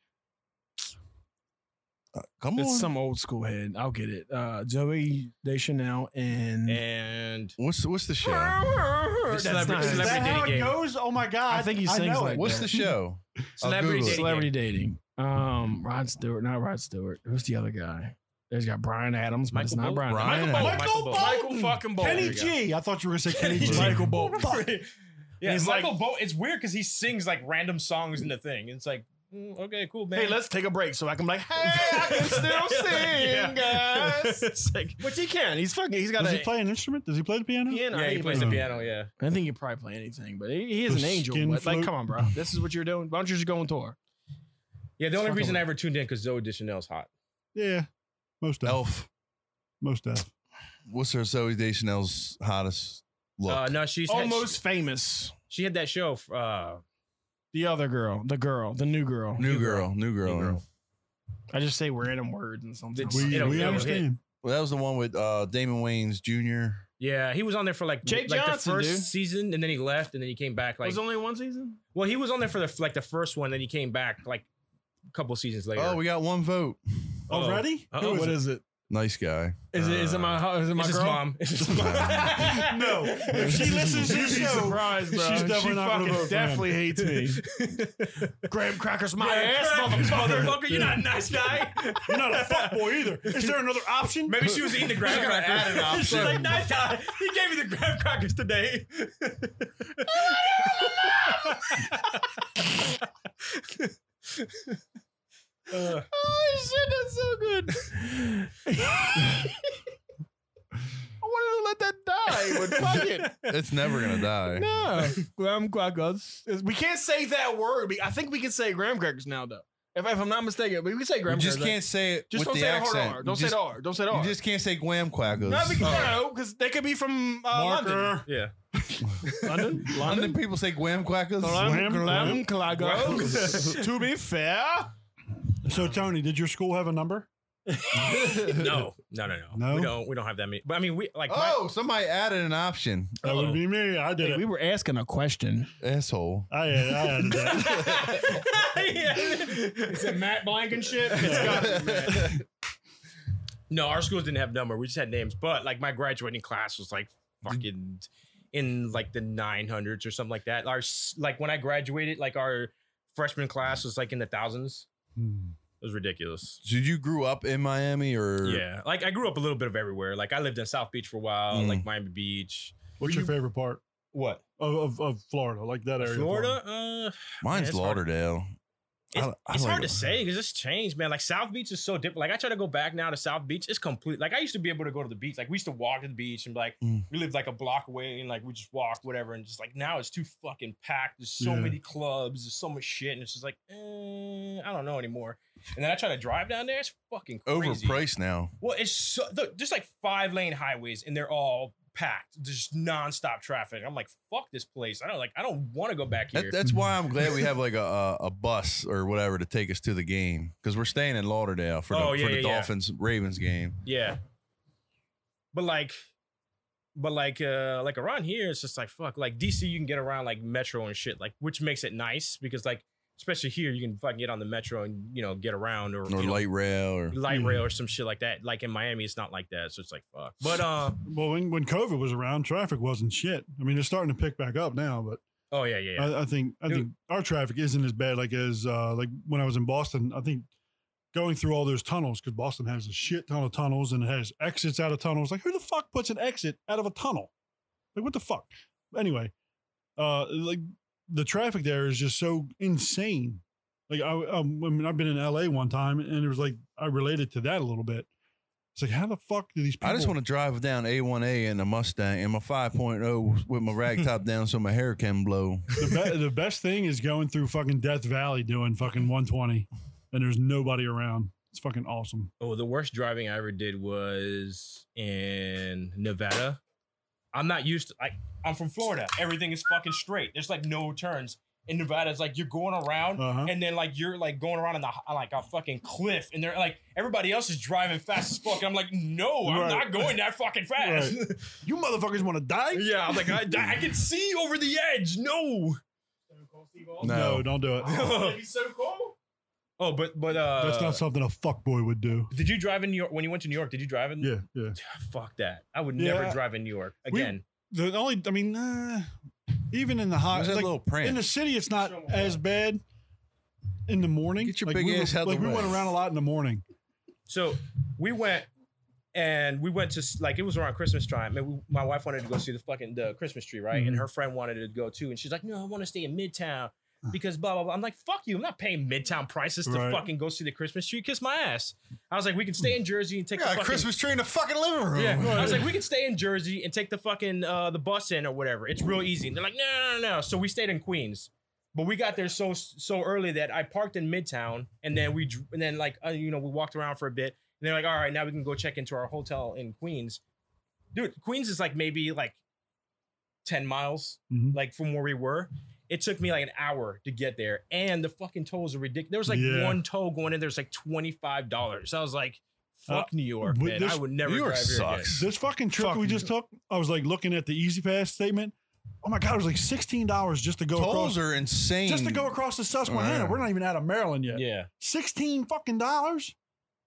Speaker 5: Uh, come on.
Speaker 2: It's some old school head. I'll get it. Uh, Joey Deschanel and.
Speaker 4: And
Speaker 5: what's what's the show?
Speaker 2: That's
Speaker 4: It's celebrity-
Speaker 2: not- is
Speaker 4: it's celebrity
Speaker 2: that
Speaker 4: dating game.
Speaker 3: goes? Oh my god!
Speaker 2: I think he sings like
Speaker 5: What's
Speaker 2: that.
Speaker 5: the show?
Speaker 4: Celebrity
Speaker 5: Google it.
Speaker 4: dating.
Speaker 2: celebrity dating. Um, Rod Stewart, not Rod Stewart. Who's the other guy? There's got Brian Adams, but it's
Speaker 4: Michael
Speaker 2: not Brian.
Speaker 4: Bolton?
Speaker 5: Brian
Speaker 2: Adams.
Speaker 4: Michael
Speaker 5: Adams.
Speaker 4: Bolton.
Speaker 3: Michael Bolton.
Speaker 4: Michael fucking Bolton.
Speaker 3: Kenny
Speaker 4: There you go.
Speaker 3: G. I thought you were gonna say Kenny G.
Speaker 2: Michael Bolton.
Speaker 4: Yeah,
Speaker 2: He's
Speaker 4: Michael
Speaker 2: like-
Speaker 4: Bolton. It's weird because he sings like random songs in the thing. It's like, mm, okay, cool, man.
Speaker 2: Hey, let's take a break so I can be like, hey, I can still sing,
Speaker 4: Yeah.
Speaker 2: guys.
Speaker 4: it's like,
Speaker 2: Which he can. He's fucking. He's got
Speaker 3: Does
Speaker 2: a
Speaker 3: he play an instrument? Does he play the piano?
Speaker 2: piano.
Speaker 4: yeah, he plays the
Speaker 3: Mm.
Speaker 4: piano. Yeah,
Speaker 2: I think he would probably play anything, but he, he is
Speaker 3: The
Speaker 2: an angel.
Speaker 3: skin
Speaker 2: But like,
Speaker 3: flute.
Speaker 2: come on, bro. This is what you're doing. Why don't you just go on tour?
Speaker 4: yeah. The only
Speaker 2: Fucking
Speaker 4: reason I
Speaker 2: weird.
Speaker 4: ever tuned in because Zoe Deschanel's hot.
Speaker 3: Yeah. Most of
Speaker 5: Elf.
Speaker 3: most of.
Speaker 5: What's her Zoe Deschanel's hottest look?
Speaker 4: Uh, no, she's had-
Speaker 2: Almost famous.
Speaker 4: She had that show. Uh,
Speaker 2: The other girl, the girl, the new girl.
Speaker 5: new, girl, New Girl.
Speaker 2: I just say random words and something.
Speaker 4: It's-
Speaker 3: We,
Speaker 4: It'll-
Speaker 3: we
Speaker 4: it'll
Speaker 3: understand.
Speaker 5: Well, that was the one with uh, Damon Wayans Jr.
Speaker 4: yeah, he was on there for like
Speaker 2: Jay
Speaker 4: like
Speaker 2: Johnson,
Speaker 4: the first
Speaker 2: dude.
Speaker 4: season, and then he left, and then he came back. Like,
Speaker 2: was only one season.
Speaker 4: well, he was on there for the like the first one, then he came back like a couple seasons later.
Speaker 5: Oh, we got one vote.
Speaker 4: Uh-oh.
Speaker 3: Already?
Speaker 4: Uh-oh.
Speaker 3: Who is
Speaker 4: What
Speaker 3: it?
Speaker 2: is it?
Speaker 5: Nice guy.
Speaker 2: Is it? Is it my? Is it my
Speaker 4: it's his
Speaker 2: girl?
Speaker 4: mom. It's his mom.
Speaker 3: No. If she listens to the
Speaker 2: She's
Speaker 3: show,
Speaker 2: surprised, bro.
Speaker 3: she's definitely
Speaker 2: she
Speaker 3: not gonna
Speaker 2: fucking
Speaker 3: vote for him.
Speaker 2: definitely hates me. Graham crackers my ass, motherfucker.
Speaker 4: motherfucker. You're not a nice guy.
Speaker 3: You're not a fuckboy either. Is there another option?
Speaker 4: Maybe she was eating the graham
Speaker 5: You're gonna add an
Speaker 4: crackers. She's
Speaker 5: option.
Speaker 4: like, nice guy. He gave me the graham crackers today. Uh,
Speaker 2: Oh shit, that's so good. I wanted to let that die, but fuck it.
Speaker 5: It's never gonna die.
Speaker 2: No, graham crackers. We can't say that word. We- I think we can say graham crackers now, though. If, if I'm not mistaken, but we can say
Speaker 5: You
Speaker 2: graham
Speaker 5: just
Speaker 2: crackers.
Speaker 5: can't say it
Speaker 2: Just
Speaker 5: with
Speaker 2: don't
Speaker 5: the
Speaker 2: say the hard
Speaker 5: accent.
Speaker 2: R.
Speaker 5: You
Speaker 2: Don't say
Speaker 5: just-
Speaker 2: the R. Don't say the
Speaker 5: You
Speaker 2: R.
Speaker 5: just Oh. can't say glam quackers.
Speaker 2: No, because,
Speaker 5: London,
Speaker 2: no, 'cause they could be from uh, London.
Speaker 3: Marker.
Speaker 4: Yeah.
Speaker 3: London? London?
Speaker 5: people say glam quackers.
Speaker 3: Glam-
Speaker 2: Glam
Speaker 3: glam-
Speaker 2: clagos. to be fair,
Speaker 3: So, Tony, did your school have a number?
Speaker 4: No, no, no, no.
Speaker 3: No?
Speaker 4: We don't. We don't have that many. But I mean, we like. my-
Speaker 5: Oh, somebody added an option.
Speaker 3: That would be me. I did
Speaker 2: we
Speaker 3: it.
Speaker 2: were asking a question.
Speaker 5: Asshole.
Speaker 3: I, added- I added that.
Speaker 2: Is it Matt Blankenship? It's
Speaker 4: no, our schools didn't have number. We just had names. But like my graduating class was like fucking in like the 900s or something like that. Our s- like when I graduated, like our freshman class was like in the thousands.
Speaker 3: Hmm.
Speaker 4: It was ridiculous.
Speaker 5: So you grew up in Miami or
Speaker 4: Yeah, like I grew up a little bit of everywhere. Like I lived in South Beach for a while,
Speaker 5: Mm.
Speaker 4: like Miami Beach.
Speaker 3: What's your favorite part
Speaker 4: What
Speaker 3: of, of, of Florida? Like that area. of
Speaker 4: Florida? Uh, Yeah,
Speaker 5: mine's
Speaker 4: it's hard.
Speaker 5: Lauderdale? I-
Speaker 4: it's,
Speaker 5: I
Speaker 4: it's
Speaker 5: like
Speaker 4: hard to
Speaker 5: it.
Speaker 4: say because it's changed, man. Like South Beach is so different. Like I try to go back now to South Beach, it's complete. Like I used to be able to go to the beach. Like we used to walk to the beach and like
Speaker 5: Mm.
Speaker 4: we lived like a block away and like we just walk whatever and just like now it's too fucking packed. There's so
Speaker 3: Yeah.
Speaker 4: many clubs, there's so much shit, and it's just like eh, I don't know anymore. And then I try to drive down there. It's fucking crazy.
Speaker 5: Overpriced now.
Speaker 4: Well, it's so look, there's like five lane highways and they're all packed. There's nonstop traffic. I'm like, fuck this place. I don't like. I don't want to go back here.
Speaker 5: That, that's why I'm glad we have like a, a a bus or whatever to take us to the game because we're staying in Lauderdale for the,
Speaker 4: Oh, yeah,
Speaker 5: for the
Speaker 4: yeah, yeah.
Speaker 5: Dolphins Ravens game.
Speaker 4: Yeah. But like, but like, uh, like around here, it's just like fuck. Like DC, you can get around like metro and shit, like which makes it nice because like, especially here, you can fucking get on the metro and you know get around or,
Speaker 5: Or
Speaker 4: you know,
Speaker 5: light rail or
Speaker 4: light rail or some shit like that. Like in Miami, it's not like that, so it's like fuck. But uh,
Speaker 3: Well, when, when COVID was around, traffic wasn't shit. I mean, it's starting to pick back up now, but
Speaker 4: oh yeah, yeah, yeah.
Speaker 3: I, I think I
Speaker 4: Dude.
Speaker 3: think our traffic isn't as bad like as uh, like when I was in Boston. I think going through all those tunnels because Boston has a shit ton of tunnels and it has exits out of tunnels. Like who the fuck puts an exit out of a tunnel? Like what the fuck? Anyway, uh, like the traffic there is just so insane. Like I, um, I, I mean, I've been in LA one time and it was like I related to that a little bit. It's like how the fuck do these people?
Speaker 5: I just want to drive down A1A in a Mustang and my 5.0 with my rag top down so my hair can blow.
Speaker 3: the, be- the best thing is going through fucking Death Valley doing fucking 120 and there's nobody around. It's fucking awesome.
Speaker 4: Oh, the worst driving I ever did was in Nevada. I'm not used to like I'm from Florida. Everything is fucking straight. There's like no turns. In Nevada, it's like you're going around
Speaker 3: Uh-huh.
Speaker 4: and then like you're like going around on the on, like a fucking cliff and they're like everybody else is driving fast as fuck. And I'm like, no, I'm
Speaker 3: Right.
Speaker 4: not going that fucking fast.
Speaker 3: You motherfuckers want to die?
Speaker 4: yeah, I'm like I, I can see over the edge. No.
Speaker 3: No,
Speaker 5: No.
Speaker 3: don't do it.
Speaker 4: Oh, but but uh
Speaker 3: That's not something a fuckboy would do.
Speaker 4: did you drive in New York when you went to New York? Did you drive in?
Speaker 3: Yeah, yeah.
Speaker 4: Fuck that. I would
Speaker 3: Yeah,
Speaker 4: never
Speaker 3: I-
Speaker 4: drive in New York
Speaker 3: We-
Speaker 4: again.
Speaker 3: The only, I mean, uh, even in the hot,
Speaker 5: Where's that
Speaker 3: like,
Speaker 5: little
Speaker 3: in the
Speaker 5: print?
Speaker 3: city, it's not as bad. In the morning,
Speaker 5: Get your
Speaker 3: like
Speaker 5: big
Speaker 3: we, were-
Speaker 5: ass out
Speaker 3: like
Speaker 5: the
Speaker 3: we
Speaker 5: way.
Speaker 3: went around a lot in the morning.
Speaker 4: So we went and we went to like it was around Christmas time. And we, my wife wanted to go see the fucking the Christmas tree, right?
Speaker 3: Mm-hmm.
Speaker 4: And her friend wanted to go too. And she's like, "No, I want to stay in Midtown because blah blah blah." I'm like, "Fuck you! I'm not paying Midtown prices to
Speaker 3: Ah. Right.
Speaker 4: fucking go see the Christmas tree. Kiss my ass." I was like, "We can stay in Jersey and take the
Speaker 5: Got a
Speaker 4: fucking-
Speaker 5: Christmas tree in the fucking living room.
Speaker 4: Yeah, I was like, we can stay in Jersey and take the fucking uh, the bus in or whatever. It's real easy. And they're like, no, no, no, no. So we stayed in Queens, but we got there so so early that I parked in Midtown, and then we dr- and then like uh, you know we walked around for a bit, and they're like, all right, now we can go check into our hotel in Queens. Dude, Queens is like maybe like ten miles,
Speaker 3: Mhm.
Speaker 4: like from where we were. It took me like an hour to get there, and the fucking tolls are ridiculous. There was like
Speaker 3: Yeah.
Speaker 4: one toll going in. There's like twenty five dollars. I was like, "Fuck New York,
Speaker 3: Uh, but
Speaker 4: man!
Speaker 3: this-
Speaker 4: I would never
Speaker 5: New York
Speaker 4: drive here again."
Speaker 5: sucks.
Speaker 3: This fucking trip
Speaker 5: Fuck
Speaker 3: we just took, I was like looking at the Easy Pass statement. Oh my god, it was like sixteen dollars just to go across,
Speaker 5: Tolls are insane.
Speaker 3: just to go across the Susquehanna.
Speaker 5: Yeah.
Speaker 3: We're not even out of Maryland yet.
Speaker 4: Yeah.
Speaker 3: Sixteen fucking dollars.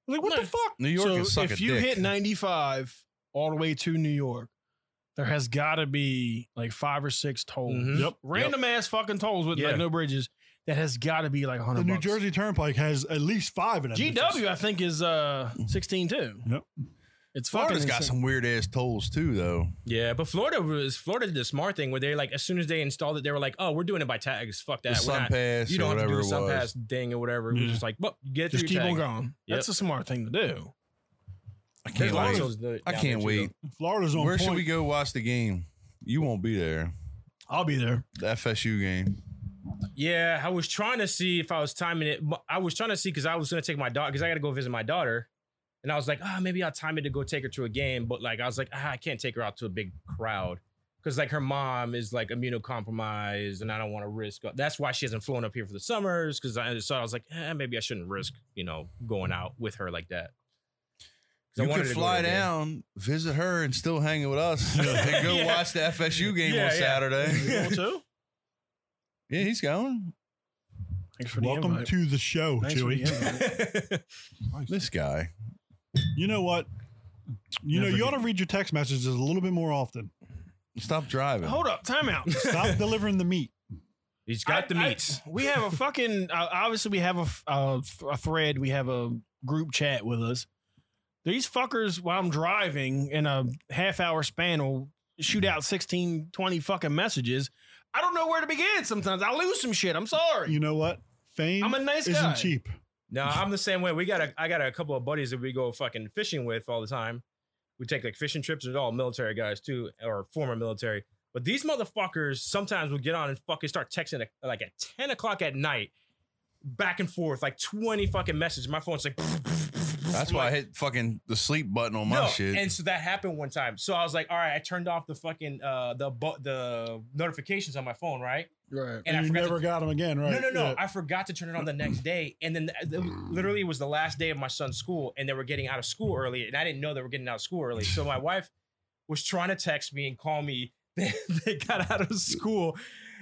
Speaker 3: I was Like what the
Speaker 4: No.
Speaker 3: fuck?
Speaker 5: New York can
Speaker 2: so
Speaker 5: suck
Speaker 2: if
Speaker 5: a
Speaker 2: you
Speaker 5: dick.
Speaker 2: hit 95 all the way to New York, there has got to be like five or six tolls.
Speaker 4: Mhm.
Speaker 3: Yep.
Speaker 2: Random ass fucking tolls with
Speaker 4: Yeah.
Speaker 2: like no bridges. That has got to be like 100
Speaker 3: The New
Speaker 2: bucks.
Speaker 3: Jersey Turnpike has at least five of them.
Speaker 2: GW, I think, is uh 16 too.
Speaker 3: Yep.
Speaker 2: It's fucking
Speaker 5: Florida's got
Speaker 2: insane.
Speaker 5: some weird ass tolls too, though.
Speaker 4: Yeah, but Florida was Florida did the smart thing where they like as soon as they installed it, they were like, "Oh, we're doing it by tags. Fuck
Speaker 5: The
Speaker 4: that. We're
Speaker 5: Sun
Speaker 4: not,
Speaker 5: Pass
Speaker 4: you don't have
Speaker 5: or
Speaker 4: to do
Speaker 5: whatever
Speaker 4: a sun
Speaker 5: it
Speaker 4: pass
Speaker 5: was.
Speaker 4: thing or whatever." We're
Speaker 3: Yeah.
Speaker 4: just like, "Well, you get it
Speaker 2: Just
Speaker 4: through
Speaker 2: keep
Speaker 4: your
Speaker 2: on
Speaker 4: tag."
Speaker 2: going. That's a smart thing to do.
Speaker 5: I
Speaker 4: There's
Speaker 5: can't
Speaker 4: a lot of
Speaker 5: wait.
Speaker 4: shows down
Speaker 5: I
Speaker 4: there,
Speaker 5: can't
Speaker 4: too,
Speaker 5: wait.
Speaker 3: Florida's on
Speaker 5: Where
Speaker 3: point.
Speaker 5: should we go watch the game? You won't be there.
Speaker 2: I'll be there.
Speaker 5: The FSU game.
Speaker 4: Yeah, I was trying to see if I was timing it. but I was trying to see because I was gonna take my daughter because I gotta go visit my daughter, and I was like, ah, maybe I'll time it to go take her to a game. But like, I was like, ah, I can't take her out to a big crowd because like her mom is like immunocompromised, and I don't want to risk. That's why she hasn't flown up here for the summers because I so I was like, eh, maybe I shouldn't risk you know going out with her like that. 'Cause I
Speaker 5: You
Speaker 4: wanted
Speaker 5: could
Speaker 4: to go to
Speaker 5: fly
Speaker 4: a game.
Speaker 5: down, visit her, and still hanging with us, and go
Speaker 4: Yeah.
Speaker 5: watch the FSU game
Speaker 4: Yeah,
Speaker 5: on
Speaker 4: yeah.
Speaker 5: Saturday.
Speaker 2: Cool too.
Speaker 5: yeah, he's going.
Speaker 2: Thanks for the
Speaker 3: Welcome
Speaker 2: invite.
Speaker 3: to the show,
Speaker 2: Thanks for the
Speaker 3: Chewy.
Speaker 2: invite.
Speaker 5: This guy.
Speaker 3: You know what? You know,
Speaker 2: Never
Speaker 3: you ought to read your text messages a little bit more often.
Speaker 5: Stop driving.
Speaker 2: Hold up, time out.
Speaker 3: Stop delivering the meat.
Speaker 4: He's got the
Speaker 2: I- I-
Speaker 4: meats.
Speaker 2: we have a fucking. Uh, obviously, we have a, f- a f- a thread. We have a group chat with us. These fuckers, while I'm driving in a half hour span, will shoot out 16, 20 fucking messages. I don't know where to begin. Sometimes I lose some shit. I'm sorry.
Speaker 3: You know what? Fame
Speaker 2: I'm a nice
Speaker 3: isn't
Speaker 2: guy.
Speaker 3: cheap.
Speaker 4: No, I'm the same way. We got a I got a couple of buddies that we go fucking fishing with all the time. We take like fishing trips with all military guys too, or former military. But these motherfuckers sometimes will get on and fucking start texting at, like at 10 o'clock at night, back and forth, like 20 fucking messages. My phone's like,
Speaker 5: That's why I hit fucking the sleep button on my
Speaker 4: no.
Speaker 5: shit.
Speaker 4: And so that happened one time. So I was like, all right, I turned off the fucking uh the bu- the notifications on my phone, right?
Speaker 2: Right.
Speaker 4: And, I
Speaker 3: you
Speaker 4: forgot to
Speaker 3: never got him again, right?
Speaker 4: no, no, no.
Speaker 3: Yeah.
Speaker 4: I forgot to turn it on the next day. And then th- th- literally it was the last day of my son's school and they were getting out of school early. And I didn't know they were getting out of school early. So my wife was trying to text me and call me. They, they got out of school.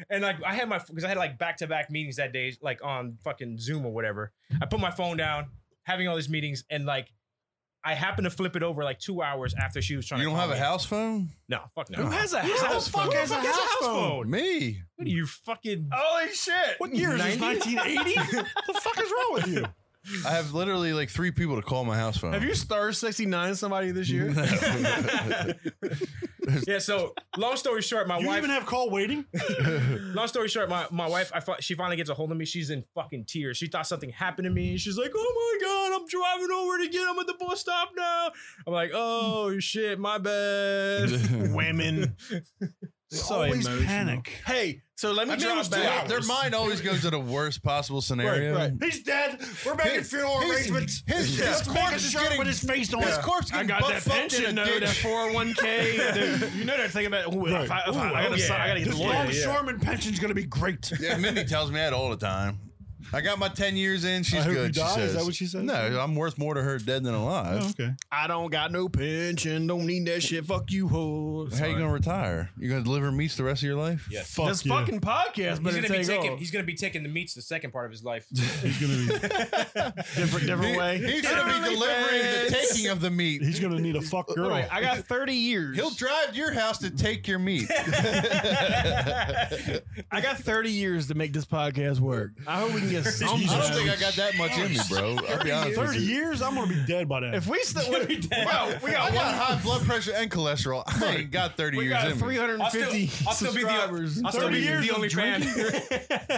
Speaker 4: And like I had my because I had like back to back meetings that day, like on fucking Zoom or whatever. I put my phone down, having all these meetings, and like I happened to flip it over like two hours after she was trying
Speaker 5: you
Speaker 4: to
Speaker 5: don't
Speaker 4: call
Speaker 5: have a
Speaker 4: me.
Speaker 5: house phone? Oh,
Speaker 4: No, fuck no.
Speaker 2: Who has a house?
Speaker 4: Who the fuck has a house phone?
Speaker 5: Me.
Speaker 4: What are you fucking
Speaker 2: Holy shit.
Speaker 3: What year is this?
Speaker 2: 90?
Speaker 3: 1980? what the fuck is wrong with you?
Speaker 5: I have literally like three people to call my house phone.
Speaker 2: Have you star 69 somebody this year?
Speaker 4: yeah. So long story short, my
Speaker 3: You
Speaker 4: wife.
Speaker 3: even have call waiting?
Speaker 4: long story short, my, my wife. I fi- she finally gets a hold of me. She's in fucking tears. She thought something happened to me. She's like, "Oh my god, I'm driving over to get. I'm at the bus stop now." I'm like, "Oh shit, my bad."
Speaker 2: Women. so
Speaker 3: Always
Speaker 2: emotional.
Speaker 3: panic.
Speaker 2: Hey, so let me
Speaker 5: I mean, it
Speaker 2: drop
Speaker 5: was two
Speaker 2: back.
Speaker 5: hours. Their mind always goes to the worst possible scenario.
Speaker 2: right.
Speaker 3: He's dead. We're making
Speaker 5: His-
Speaker 3: funeral
Speaker 5: his-
Speaker 3: arrangements.
Speaker 5: his-
Speaker 3: Let's
Speaker 5: his
Speaker 3: make a
Speaker 5: corpse is
Speaker 3: shirt
Speaker 5: getting-
Speaker 3: with his face on
Speaker 5: His
Speaker 3: it.
Speaker 5: corpse
Speaker 2: I
Speaker 5: getting
Speaker 2: got
Speaker 5: butt
Speaker 2: that
Speaker 5: fucked in a
Speaker 2: pension note, that
Speaker 5: ditch.
Speaker 2: 401k. the- you know that thing about, ooh, if I, if I, I
Speaker 4: Right.
Speaker 2: gotta,
Speaker 4: Oh,
Speaker 2: sign- I
Speaker 4: yeah.
Speaker 2: gotta get
Speaker 3: This
Speaker 2: a lawyer.
Speaker 3: Lob Shoreman pension's gonna be great.
Speaker 5: Yeah, Mindy tells me that all the time. I got my ten years in. She's
Speaker 3: I hope
Speaker 5: good.
Speaker 3: you
Speaker 5: she
Speaker 3: die.
Speaker 5: says.
Speaker 3: Is that what she says?
Speaker 5: No, I'm worth more to her dead than alive.
Speaker 3: Oh, okay.
Speaker 2: I don't got no pension. Don't need that shit. Fuck you, hoes.
Speaker 5: How you gonna retire? You gonna deliver meats the rest of your life?
Speaker 4: Yes.
Speaker 3: Fuck
Speaker 2: This
Speaker 3: yeah.
Speaker 2: fucking podcast
Speaker 4: He's
Speaker 2: better
Speaker 4: gonna
Speaker 2: take
Speaker 4: be taking.
Speaker 2: off.
Speaker 4: He's gonna be taking the meats the second part of his life.
Speaker 3: He's gonna be-
Speaker 2: different, different
Speaker 5: He-
Speaker 2: way.
Speaker 5: He's gonna be delivering the taking of the meat.
Speaker 3: he's gonna need a fuck girl.
Speaker 2: Wait, I got 30 years.
Speaker 5: He'll drive to your house to take your meat.
Speaker 2: I got 30 years to make this podcast work. I hope we can get some.
Speaker 5: I don't think I got that much in me, bro. I'll be honest with
Speaker 3: Thirty
Speaker 5: you.
Speaker 3: years, I'm gonna be dead by then.
Speaker 2: if we still, we, wow, we
Speaker 5: I
Speaker 2: got
Speaker 5: got
Speaker 2: one.
Speaker 5: high blood pressure and cholesterol. I ain't got 30
Speaker 2: We
Speaker 5: years
Speaker 2: got
Speaker 5: in me.
Speaker 2: 350
Speaker 4: I'll still be the-
Speaker 2: subscribers.
Speaker 4: I'll still
Speaker 3: 30
Speaker 4: be
Speaker 3: years
Speaker 4: the only
Speaker 3: of
Speaker 4: fan.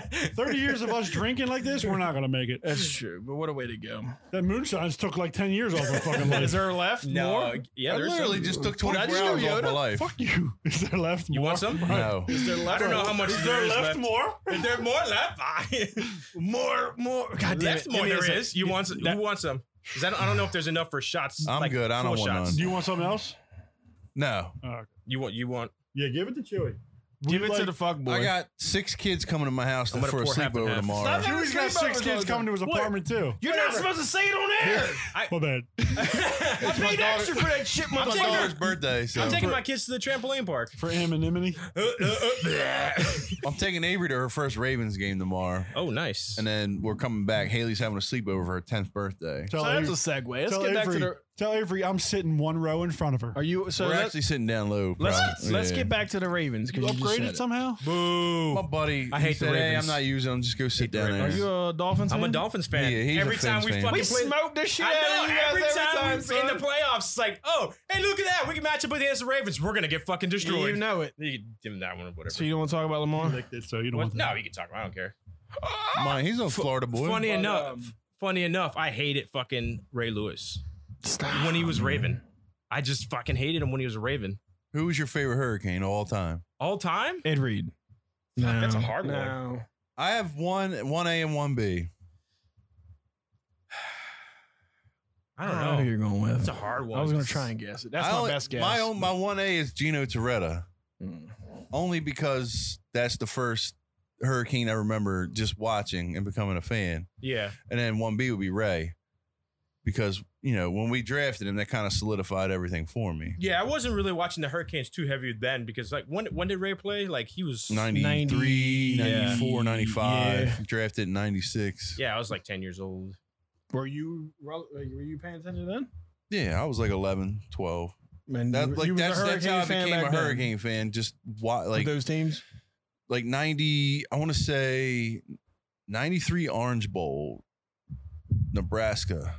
Speaker 3: Thirty years of us drinking like this, we're not gonna make it.
Speaker 2: That's true, but what a way to go.
Speaker 3: That moonshines took like ten years off our fucking life.
Speaker 2: Is there left?
Speaker 4: no,
Speaker 2: More?
Speaker 4: yeah,
Speaker 5: I
Speaker 4: there's
Speaker 5: literally
Speaker 4: some-
Speaker 5: just took
Speaker 2: What, I
Speaker 5: 24
Speaker 2: just
Speaker 5: hours
Speaker 2: knew
Speaker 5: off my
Speaker 2: Yoda?
Speaker 5: life.
Speaker 3: Fuck you. Is there left?
Speaker 4: You
Speaker 3: more?
Speaker 4: want some?
Speaker 5: No.
Speaker 2: Is there left?
Speaker 4: I don't know how much
Speaker 3: Is there left, more?
Speaker 4: Is there more left?
Speaker 2: More, more. God damn
Speaker 4: That's
Speaker 2: it.
Speaker 4: more
Speaker 2: Give me a
Speaker 4: there
Speaker 2: sec.
Speaker 4: is. You want some? Who wants some? Is that, I don't know if there's enough for shots.
Speaker 5: I'm
Speaker 4: like,
Speaker 5: good. I
Speaker 4: full
Speaker 5: don't want
Speaker 4: shots.
Speaker 5: none.
Speaker 3: Do you want something else?
Speaker 5: No.
Speaker 3: Uh,
Speaker 4: You want? You want?
Speaker 3: yeah, give it to Chewy.
Speaker 2: Give it
Speaker 3: like-
Speaker 2: to the fuck boy.
Speaker 5: I got six kids coming to my house
Speaker 4: I'm gonna
Speaker 5: for a
Speaker 4: pour half and
Speaker 5: sleepover
Speaker 4: half.
Speaker 5: tomorrow.
Speaker 2: Stop
Speaker 3: Chewy's got six kids coming to his apartment too.
Speaker 2: You're not supposed to say it on air.
Speaker 3: My bad.
Speaker 5: It's my
Speaker 2: Paid
Speaker 5: daughter-
Speaker 2: extra for that shit,
Speaker 5: it's my
Speaker 2: motherfucker.
Speaker 5: daughter's birthday, so
Speaker 4: I'm taking my kids to the trampoline park.
Speaker 3: For anonymity.
Speaker 2: Uh,
Speaker 5: I'm taking Avery to her first Ravens game tomorrow.
Speaker 4: oh, nice.
Speaker 5: And then we're coming back. Haley's having a sleepover for her 10th birthday.
Speaker 3: Tell
Speaker 2: So that's a
Speaker 3: Avery.
Speaker 2: segue. Let's
Speaker 3: Tell
Speaker 2: get back to
Speaker 3: Avery,
Speaker 2: the.
Speaker 3: tell Avery I'm sitting one row in front of her.
Speaker 2: Are you so?
Speaker 5: we're
Speaker 2: Let,
Speaker 5: actually sitting down low.
Speaker 2: let's
Speaker 5: probably.
Speaker 2: let's
Speaker 5: Yeah.
Speaker 2: get back to the Ravens
Speaker 3: You
Speaker 2: because you just said
Speaker 3: upgraded
Speaker 2: it.
Speaker 3: somehow?
Speaker 5: My buddy,
Speaker 4: I
Speaker 5: he
Speaker 4: hate the
Speaker 5: said, hey, I'm
Speaker 4: Ravens.
Speaker 5: not using them. Just go sit
Speaker 4: the
Speaker 5: down there.
Speaker 2: Are you a Dolphins?
Speaker 4: I'm a
Speaker 2: fan?
Speaker 4: Dolphins fan.
Speaker 5: Yeah, he's a
Speaker 4: every time
Speaker 5: Fins
Speaker 4: we
Speaker 5: fan.
Speaker 4: fucking
Speaker 2: We
Speaker 4: play,
Speaker 2: smoked the shit
Speaker 4: I
Speaker 2: out of
Speaker 4: know
Speaker 2: you guys
Speaker 4: every, time,
Speaker 2: son.
Speaker 4: in the playoffs, it's like, oh, hey, look at that. We can match up against the Ravens. We're gonna get fucking destroyed.
Speaker 2: You know it.
Speaker 4: You can give him that one or whatever.
Speaker 2: So you don't want to talk about Lamar?
Speaker 3: Like this, so you don't
Speaker 4: What?
Speaker 3: want that.
Speaker 4: No, you can talk. I don't care.
Speaker 5: Mine, he's a Florida boy.
Speaker 4: funny
Speaker 2: But,
Speaker 4: enough,
Speaker 2: um,
Speaker 4: funny enough, I hated fucking Ray Lewis
Speaker 2: Stop.
Speaker 4: when he was Raven. I just fucking hated him when he was a Raven.
Speaker 5: Who was your favorite hurricane of all time?
Speaker 4: All time?
Speaker 2: Ed Reed.
Speaker 4: Fuck, that's a hard
Speaker 2: no.
Speaker 4: one.
Speaker 5: I have one one A and one B.
Speaker 4: I don't know.
Speaker 2: Ah, you're going
Speaker 4: It's
Speaker 2: with.
Speaker 4: a hard one.
Speaker 2: I was going to try and guess it. That's
Speaker 5: I
Speaker 2: my
Speaker 5: only-
Speaker 2: best guess.
Speaker 5: My own, my one A is Gino Toretta,
Speaker 2: Mm.
Speaker 5: only because that's the first hurricane I remember just watching and becoming a fan.
Speaker 4: Yeah.
Speaker 5: And then one B would be Ray, because you know when we drafted him, that kind of solidified everything for me.
Speaker 4: Yeah, I wasn't really watching the Hurricanes too heavy then because like when when did Ray play? Like he was
Speaker 5: 93,
Speaker 2: 90,
Speaker 5: 94,
Speaker 2: yeah.
Speaker 5: 95, drafted in 96.
Speaker 4: Yeah, I was like 10 years old.
Speaker 2: Were you were you paying attention then?
Speaker 5: Yeah, I was like 11, 12.
Speaker 2: Man,
Speaker 5: That, like,
Speaker 2: was a
Speaker 5: that's, that's how I
Speaker 2: Hurricane fan
Speaker 5: became a
Speaker 2: back then
Speaker 5: Hurricane fan. Just why,
Speaker 2: with
Speaker 5: like,
Speaker 2: those teams.
Speaker 5: like 90 i want to say 93 orange bowl nebraska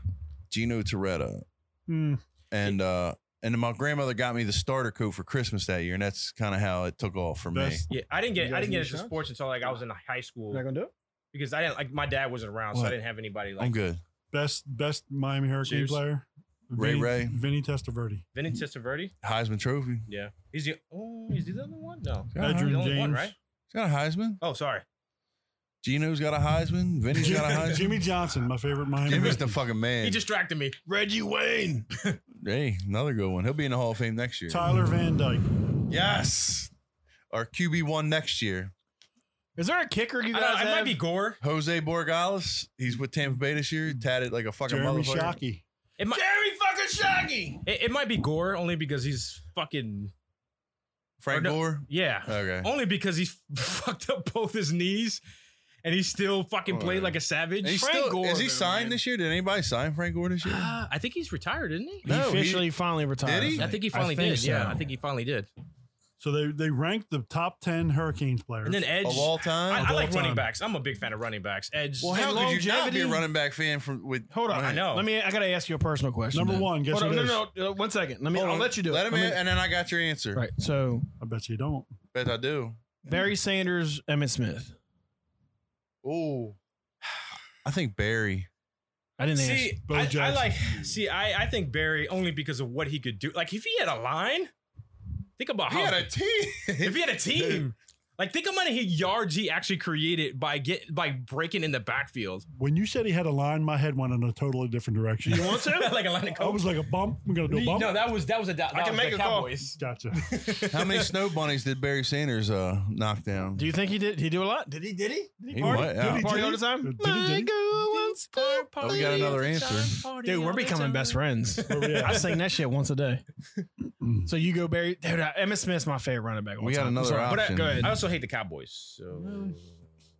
Speaker 5: gino toretta
Speaker 3: Hmm.
Speaker 5: and uh and then my grandmother got me the starter coat for christmas that year and that's kind of how it took off for me
Speaker 3: That's-
Speaker 4: Yeah, I didn't get
Speaker 2: You guys
Speaker 4: I didn't get
Speaker 2: need
Speaker 4: into
Speaker 2: shots?
Speaker 4: sports until like I was in high school
Speaker 2: You're not gonna do it.
Speaker 4: because I didn't like my dad wasn't around, so
Speaker 5: What?
Speaker 4: I didn't have anybody
Speaker 5: i'm
Speaker 4: like
Speaker 5: good
Speaker 3: Best best Miami Hurricane
Speaker 4: Cheers.
Speaker 3: player.
Speaker 5: Ray
Speaker 3: Vinny-
Speaker 5: Ray.
Speaker 3: Vinny Testaverde.
Speaker 4: Vinny Testaverde.
Speaker 5: heisman trophy
Speaker 4: Yeah, he's the oh, is he the only one? No,
Speaker 5: Uh-huh.
Speaker 3: Edgerrin
Speaker 4: He's the only
Speaker 3: James.
Speaker 4: one, right?
Speaker 5: he's got a heisman
Speaker 4: Oh, sorry.
Speaker 5: gino's got a heisman vinny's got a
Speaker 3: Jim-
Speaker 5: heisman
Speaker 3: Jimmy Johnson, my favorite Miami.
Speaker 5: Jimmy's the
Speaker 3: Hurricane.
Speaker 5: fucking man.
Speaker 4: He distracted me.
Speaker 2: Reggie Wayne.
Speaker 5: hey, another good one. He'll be in the Hall of Fame next year.
Speaker 3: Tyler Van Dyke.
Speaker 5: Yes. Our QB1 next year.
Speaker 2: Is there a kicker you
Speaker 4: I,
Speaker 2: guys
Speaker 4: don't- it
Speaker 2: have?
Speaker 4: might be Gore.
Speaker 5: Jose Borgalis, he's with Tampa Bay this year.
Speaker 4: Hmm.
Speaker 5: Tatted like a fucking
Speaker 3: Jeremy
Speaker 5: motherfucker.
Speaker 3: Shockey.
Speaker 4: It might,
Speaker 2: Jerry fucking Shaggy.
Speaker 4: it, it might be Gore only because he's fucking
Speaker 5: Frank
Speaker 4: Or no-
Speaker 5: Gore.
Speaker 4: yeah.
Speaker 5: Okay.
Speaker 4: Only because he's fucked up both his knees, and he still fucking played
Speaker 5: Alright.
Speaker 4: like a savage.
Speaker 5: He's
Speaker 2: Frank
Speaker 5: still,
Speaker 2: Gore,
Speaker 5: is he
Speaker 2: though,
Speaker 5: signed
Speaker 2: man.
Speaker 5: this year? Did anybody sign Frank Gore this year?
Speaker 4: Uh, I think he's retired, isn't he?
Speaker 5: No,
Speaker 2: he
Speaker 5: he-
Speaker 2: officially finally retired.
Speaker 5: he?
Speaker 4: I think he finally
Speaker 2: think
Speaker 4: did. Yeah,
Speaker 2: so.
Speaker 4: I think he finally did.
Speaker 3: So they they ranked the top ten Hurricanes players.
Speaker 4: And then Edge.
Speaker 5: of all
Speaker 4: I,
Speaker 5: time?
Speaker 4: I
Speaker 3: all
Speaker 4: like
Speaker 3: time.
Speaker 4: running backs. I'm a big fan of running backs. Edge.
Speaker 5: well, how could you not be
Speaker 2: longevity-
Speaker 5: a running back fan from with
Speaker 2: Hold on.
Speaker 5: Right.
Speaker 4: I know.
Speaker 2: Let me. I gotta ask you a personal question.
Speaker 3: Number
Speaker 2: then.
Speaker 3: one, guess
Speaker 2: Hold
Speaker 3: who
Speaker 2: on,
Speaker 3: it is?
Speaker 2: no, no, no. uh, One second. Let me.
Speaker 5: Hold
Speaker 2: I'll
Speaker 5: on.
Speaker 2: let you do
Speaker 5: Let
Speaker 2: it.
Speaker 5: him in,
Speaker 2: me-
Speaker 5: and then I got your answer.
Speaker 2: Right. So
Speaker 3: I bet you don't.
Speaker 5: Bet I do.
Speaker 2: Barry Sanders, Emmett Smith.
Speaker 5: Oh. I think Barry.
Speaker 2: I didn't ask.
Speaker 4: See,
Speaker 3: Bo
Speaker 4: I, I
Speaker 3: Jackson.
Speaker 4: like. See, I, I think Barry only because of what he could do. Like if he had a line, think about
Speaker 5: He
Speaker 4: how
Speaker 5: had
Speaker 2: Oh.
Speaker 5: a
Speaker 4: if
Speaker 5: team.
Speaker 4: he had a team. Like think how many yards he actually created by get by breaking in the backfield.
Speaker 3: When you said he had a line, my head went in a totally different direction.
Speaker 4: You want to? like a line of
Speaker 3: I was
Speaker 4: coke.
Speaker 3: like a bump. We're gonna do a bump.
Speaker 4: No, that was that was a. That I
Speaker 2: can make a call.
Speaker 3: Gotcha.
Speaker 5: how many snow bunnies did Barry Sanders uh, knock down?
Speaker 2: Do you think he did? He do a lot? Did he? Did he? Did
Speaker 5: He
Speaker 2: party?
Speaker 5: might- yeah.
Speaker 2: Did he party all the time?
Speaker 3: Did he- did he?
Speaker 5: Oh, we got another Oh, answer.
Speaker 2: Dude, we're becoming best friends.
Speaker 3: we at?
Speaker 2: I sing that shit once a day. so you go Barry. Dude, I- Emmett Smith's my favorite running back. of all
Speaker 5: We got
Speaker 2: time. I'm
Speaker 5: another
Speaker 2: sorry.
Speaker 4: But I,
Speaker 5: option.
Speaker 4: go ahead. I also hate the Cowboys. So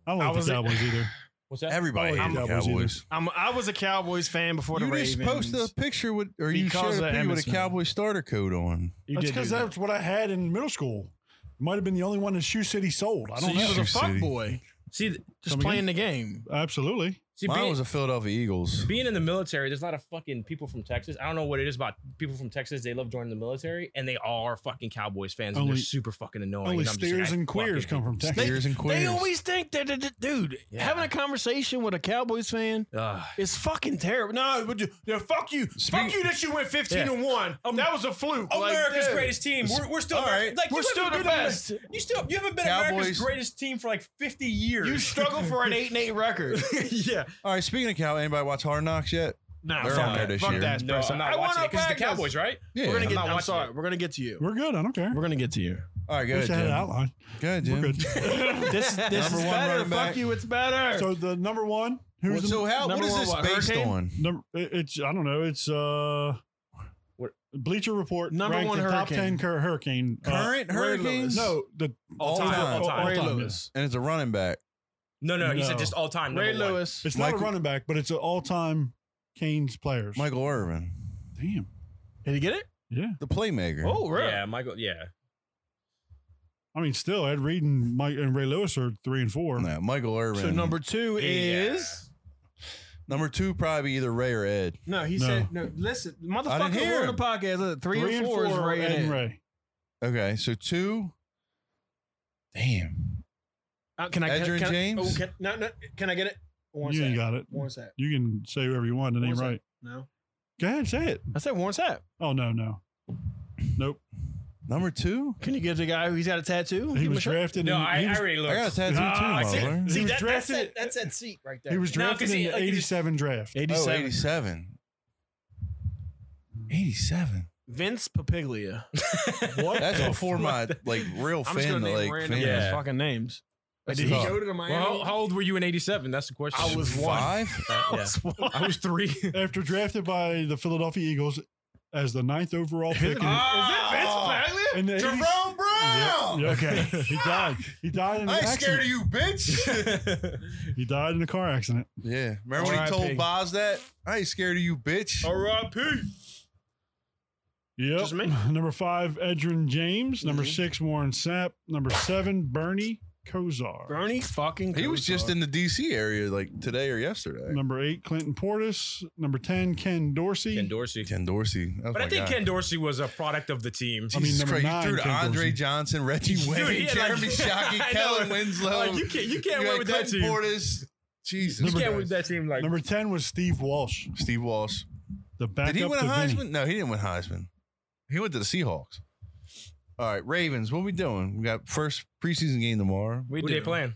Speaker 3: I don't like
Speaker 2: I was
Speaker 3: the
Speaker 2: like-
Speaker 3: Cowboys either.
Speaker 4: what's that?
Speaker 5: Everybody
Speaker 3: Oh,
Speaker 5: hated
Speaker 3: yeah,
Speaker 5: the
Speaker 3: Cowboys
Speaker 5: Cowboys.
Speaker 2: I'm, I was a Cowboys fan before the
Speaker 5: You
Speaker 2: Ravens.
Speaker 5: just posted a picture with, or you
Speaker 2: Because
Speaker 5: shared
Speaker 2: of
Speaker 5: a picture with a
Speaker 2: Emerson.
Speaker 5: Cowboy starter coat on.
Speaker 2: You
Speaker 3: that's
Speaker 2: did do
Speaker 3: because
Speaker 2: that.
Speaker 3: that's what I had in middle school. Might have been the only one in Shoe City sold. I
Speaker 2: So
Speaker 3: don't
Speaker 2: you
Speaker 3: know.
Speaker 2: was
Speaker 5: Shoe
Speaker 2: a fuck
Speaker 5: City.
Speaker 2: boy,
Speaker 4: See, th-
Speaker 2: just
Speaker 3: Come again?
Speaker 2: playing the game.
Speaker 3: Absolutely.
Speaker 4: see,
Speaker 5: Mine
Speaker 4: being,
Speaker 5: was a Philadelphia Eagles.
Speaker 4: being in the military, there's a lot of fucking people from Texas. I don't know what it is about people from Texas. They love joining the military, and they all are fucking Cowboys fans, and
Speaker 3: Only-
Speaker 4: they're super fucking annoying.
Speaker 3: Only
Speaker 4: and I'm just like,
Speaker 3: steers
Speaker 4: I
Speaker 3: and queers
Speaker 4: fucking-
Speaker 3: come from Texas.
Speaker 5: Steers and
Speaker 2: They
Speaker 5: queers.
Speaker 2: always think that, that- that- dude,
Speaker 4: Yeah.
Speaker 2: having a conversation with a Cowboys fan
Speaker 4: Ugh.
Speaker 2: is fucking terrible. No, but you, yeah, fuck you, fuck you that you went fifteen
Speaker 4: Yeah.
Speaker 2: and one.
Speaker 5: Um,
Speaker 2: that was a fluke. Like,
Speaker 4: America's
Speaker 2: dude,
Speaker 4: greatest team. We're, we're still
Speaker 5: All right.
Speaker 4: Like,
Speaker 2: We're
Speaker 4: you
Speaker 2: still
Speaker 4: haven't
Speaker 2: the
Speaker 4: been Amer-
Speaker 2: best.
Speaker 4: You still you haven't been
Speaker 5: Cowboys.
Speaker 4: America's greatest team for like 50 years.
Speaker 2: You struggle for an eight and eight record.
Speaker 4: yeah.
Speaker 5: All right, speaking of Cow, anybody watch Hard Knocks yet?
Speaker 2: Nah,
Speaker 5: They're on
Speaker 2: fuck
Speaker 5: there
Speaker 2: that.
Speaker 5: this
Speaker 2: Fuck
Speaker 5: year.
Speaker 2: that.
Speaker 4: No, I'm not
Speaker 2: I
Speaker 4: watching
Speaker 2: wanna
Speaker 4: it because the
Speaker 2: back us.
Speaker 4: Cowboys, right?
Speaker 5: Yeah.
Speaker 2: We're gonna get.
Speaker 4: not
Speaker 2: I'm
Speaker 4: watching
Speaker 2: sorry.
Speaker 4: it.
Speaker 2: We're gonna get to you.
Speaker 3: We're good. I don't care.
Speaker 2: We're gonna get to you.
Speaker 5: All right, go
Speaker 3: Wish I had an
Speaker 5: ahead, Jim.
Speaker 3: outline.
Speaker 5: Go ahead,
Speaker 3: We're
Speaker 5: Jim.
Speaker 3: good.
Speaker 2: This this
Speaker 5: Number
Speaker 2: is
Speaker 5: one
Speaker 2: better.
Speaker 5: running back.
Speaker 2: Fuck you. It's better.
Speaker 3: so the number one. Who's
Speaker 5: Well,
Speaker 3: the
Speaker 5: so how? What
Speaker 2: number
Speaker 5: is
Speaker 2: one
Speaker 5: this
Speaker 2: what,
Speaker 5: based
Speaker 2: Hurricane?
Speaker 5: on?
Speaker 3: Number, it- it's I don't know. It's uh,
Speaker 4: What-
Speaker 3: Bleacher Report
Speaker 2: Number
Speaker 3: ranked
Speaker 2: one
Speaker 3: the top
Speaker 2: hurricane.
Speaker 3: ten cur- hurricane uh,
Speaker 5: Current Hurricanes?
Speaker 3: no, the
Speaker 5: all
Speaker 4: time,
Speaker 5: time.
Speaker 4: all time.
Speaker 2: Ray
Speaker 3: time,
Speaker 2: Lewis.
Speaker 5: And it's a running back.
Speaker 4: No, no, he said
Speaker 3: No.
Speaker 4: just all time.
Speaker 2: Ray
Speaker 4: number one.
Speaker 2: Lewis.
Speaker 3: it's not
Speaker 5: Michael-
Speaker 3: a running back, but it's an all-time Canes players.
Speaker 5: Michael Irvin,
Speaker 3: damn,
Speaker 2: Did he get it?
Speaker 3: yeah.
Speaker 5: the playmaker.
Speaker 2: Oh, really?
Speaker 4: Yeah, Michael. Yeah.
Speaker 3: I mean, still, Ed Reed and Mike and Ray Lewis are three and four.
Speaker 5: No, Michael Irvin.
Speaker 2: So number two
Speaker 4: Yeah.
Speaker 2: is
Speaker 5: number two, probably either Ray or Ed.
Speaker 2: no. He
Speaker 3: No.
Speaker 2: said no. Listen,
Speaker 5: didn't
Speaker 2: motherfucker,
Speaker 5: hear
Speaker 2: we're on
Speaker 5: him.
Speaker 2: the podcast. Look, three,
Speaker 3: Three
Speaker 2: and four, is
Speaker 3: are
Speaker 2: Ray
Speaker 3: Ed
Speaker 2: and Ed.
Speaker 3: and Ray.
Speaker 5: Okay, so two. Damn.
Speaker 2: Uh, can I?
Speaker 5: Edgerrin
Speaker 2: can, can
Speaker 5: James?
Speaker 2: I, oh, can, no, no. Can I get it? Warren
Speaker 3: You ain't
Speaker 2: Sapp.
Speaker 3: got it.
Speaker 2: Warren Sapp.
Speaker 3: You can say whoever you want. It
Speaker 2: Warren
Speaker 3: ain't
Speaker 2: Sapp.
Speaker 3: right.
Speaker 2: No.
Speaker 3: Go ahead, say it.
Speaker 2: I said Warren Sapp.
Speaker 3: Oh no, no, nope.
Speaker 5: Number two?
Speaker 2: Can you get the guy who's got a tattoo?
Speaker 3: He was drafted.
Speaker 4: No,
Speaker 3: in,
Speaker 4: I,
Speaker 3: he was,
Speaker 4: I already
Speaker 5: I
Speaker 4: looked.
Speaker 5: got a tattoo
Speaker 3: Ah, I
Speaker 5: too, Oh,
Speaker 3: see.
Speaker 5: Mother.
Speaker 3: He was
Speaker 2: that-
Speaker 3: drafted-
Speaker 2: That's that, that's that seat right there.
Speaker 3: he was
Speaker 4: No, 'cause
Speaker 3: drafted
Speaker 4: he-
Speaker 3: in the
Speaker 4: like, he was-
Speaker 3: '87 draft.
Speaker 5: Oh,
Speaker 2: 87.
Speaker 5: 87. 87.
Speaker 2: Vince Papiglia.
Speaker 5: What? That's before my like real
Speaker 2: I'm just
Speaker 5: fan
Speaker 2: gonna
Speaker 5: to
Speaker 2: name
Speaker 5: like
Speaker 2: random
Speaker 5: fan.
Speaker 4: Yeah.
Speaker 2: ass fucking names.
Speaker 5: That's
Speaker 2: did he
Speaker 5: tough.
Speaker 2: go to the
Speaker 4: Well,
Speaker 2: Miami?
Speaker 4: how, how old were you in '87? That's the question.
Speaker 2: I was one.
Speaker 5: Five?
Speaker 4: Uh, yeah.
Speaker 2: one.
Speaker 4: I was three.
Speaker 3: After drafted by the Philadelphia Eagles as the ninth overall pick. in-
Speaker 4: Oh, Ah.
Speaker 3: Oh. in the 80s
Speaker 5: Jerome Brown!
Speaker 3: Yeah, okay. He died. He died in an
Speaker 5: I ain't
Speaker 3: accident.
Speaker 5: scared of you, bitch.
Speaker 3: He died in a car accident.
Speaker 5: yeah. Remember when he told
Speaker 2: R.I.P.
Speaker 5: Boz that? I ain't scared of you, bitch.
Speaker 2: Oh,
Speaker 4: R.I.P.
Speaker 3: Yep.
Speaker 4: Just me?
Speaker 3: Number five, Edrin James. Number six, Warren Sapp. Number seven, Bernie Kosar.
Speaker 2: Bernie fucking.
Speaker 5: He was
Speaker 2: Kosar.
Speaker 5: just in the DC area like today or yesterday.
Speaker 3: Number eight, Clinton Portis. Number ten, Ken Dorsey.
Speaker 4: Ken Dorsey.
Speaker 5: Ken Dorsey. That was
Speaker 4: But I
Speaker 5: Oh my
Speaker 4: think
Speaker 5: guy.
Speaker 4: Ken Dorsey was a product of the team.
Speaker 3: I mean,
Speaker 5: Jesus
Speaker 3: number
Speaker 5: Christ,
Speaker 3: nine,
Speaker 5: you threw to
Speaker 3: Ken
Speaker 5: Andre
Speaker 3: Dorsey.
Speaker 5: Johnson, Reggie Wayne,
Speaker 4: he had, like-
Speaker 5: Jeremy Shockey,
Speaker 4: I know.
Speaker 5: Kellen Winslow.
Speaker 4: Like, you can't, you can't win
Speaker 5: You had
Speaker 4: with that
Speaker 5: Clinton
Speaker 4: team.
Speaker 5: Portis. Jesus.
Speaker 4: You can't
Speaker 5: Christ.
Speaker 4: win with that team. Like
Speaker 3: number ten was Steve Walsh,
Speaker 5: Steve Walsh.
Speaker 3: the backup
Speaker 5: Did he win a
Speaker 3: to Vinny.
Speaker 5: Heisman? No, he didn't win Heisman. He went to the Seahawks. All right, Ravens. What we doing? We got first preseason game tomorrow.
Speaker 4: who they playing?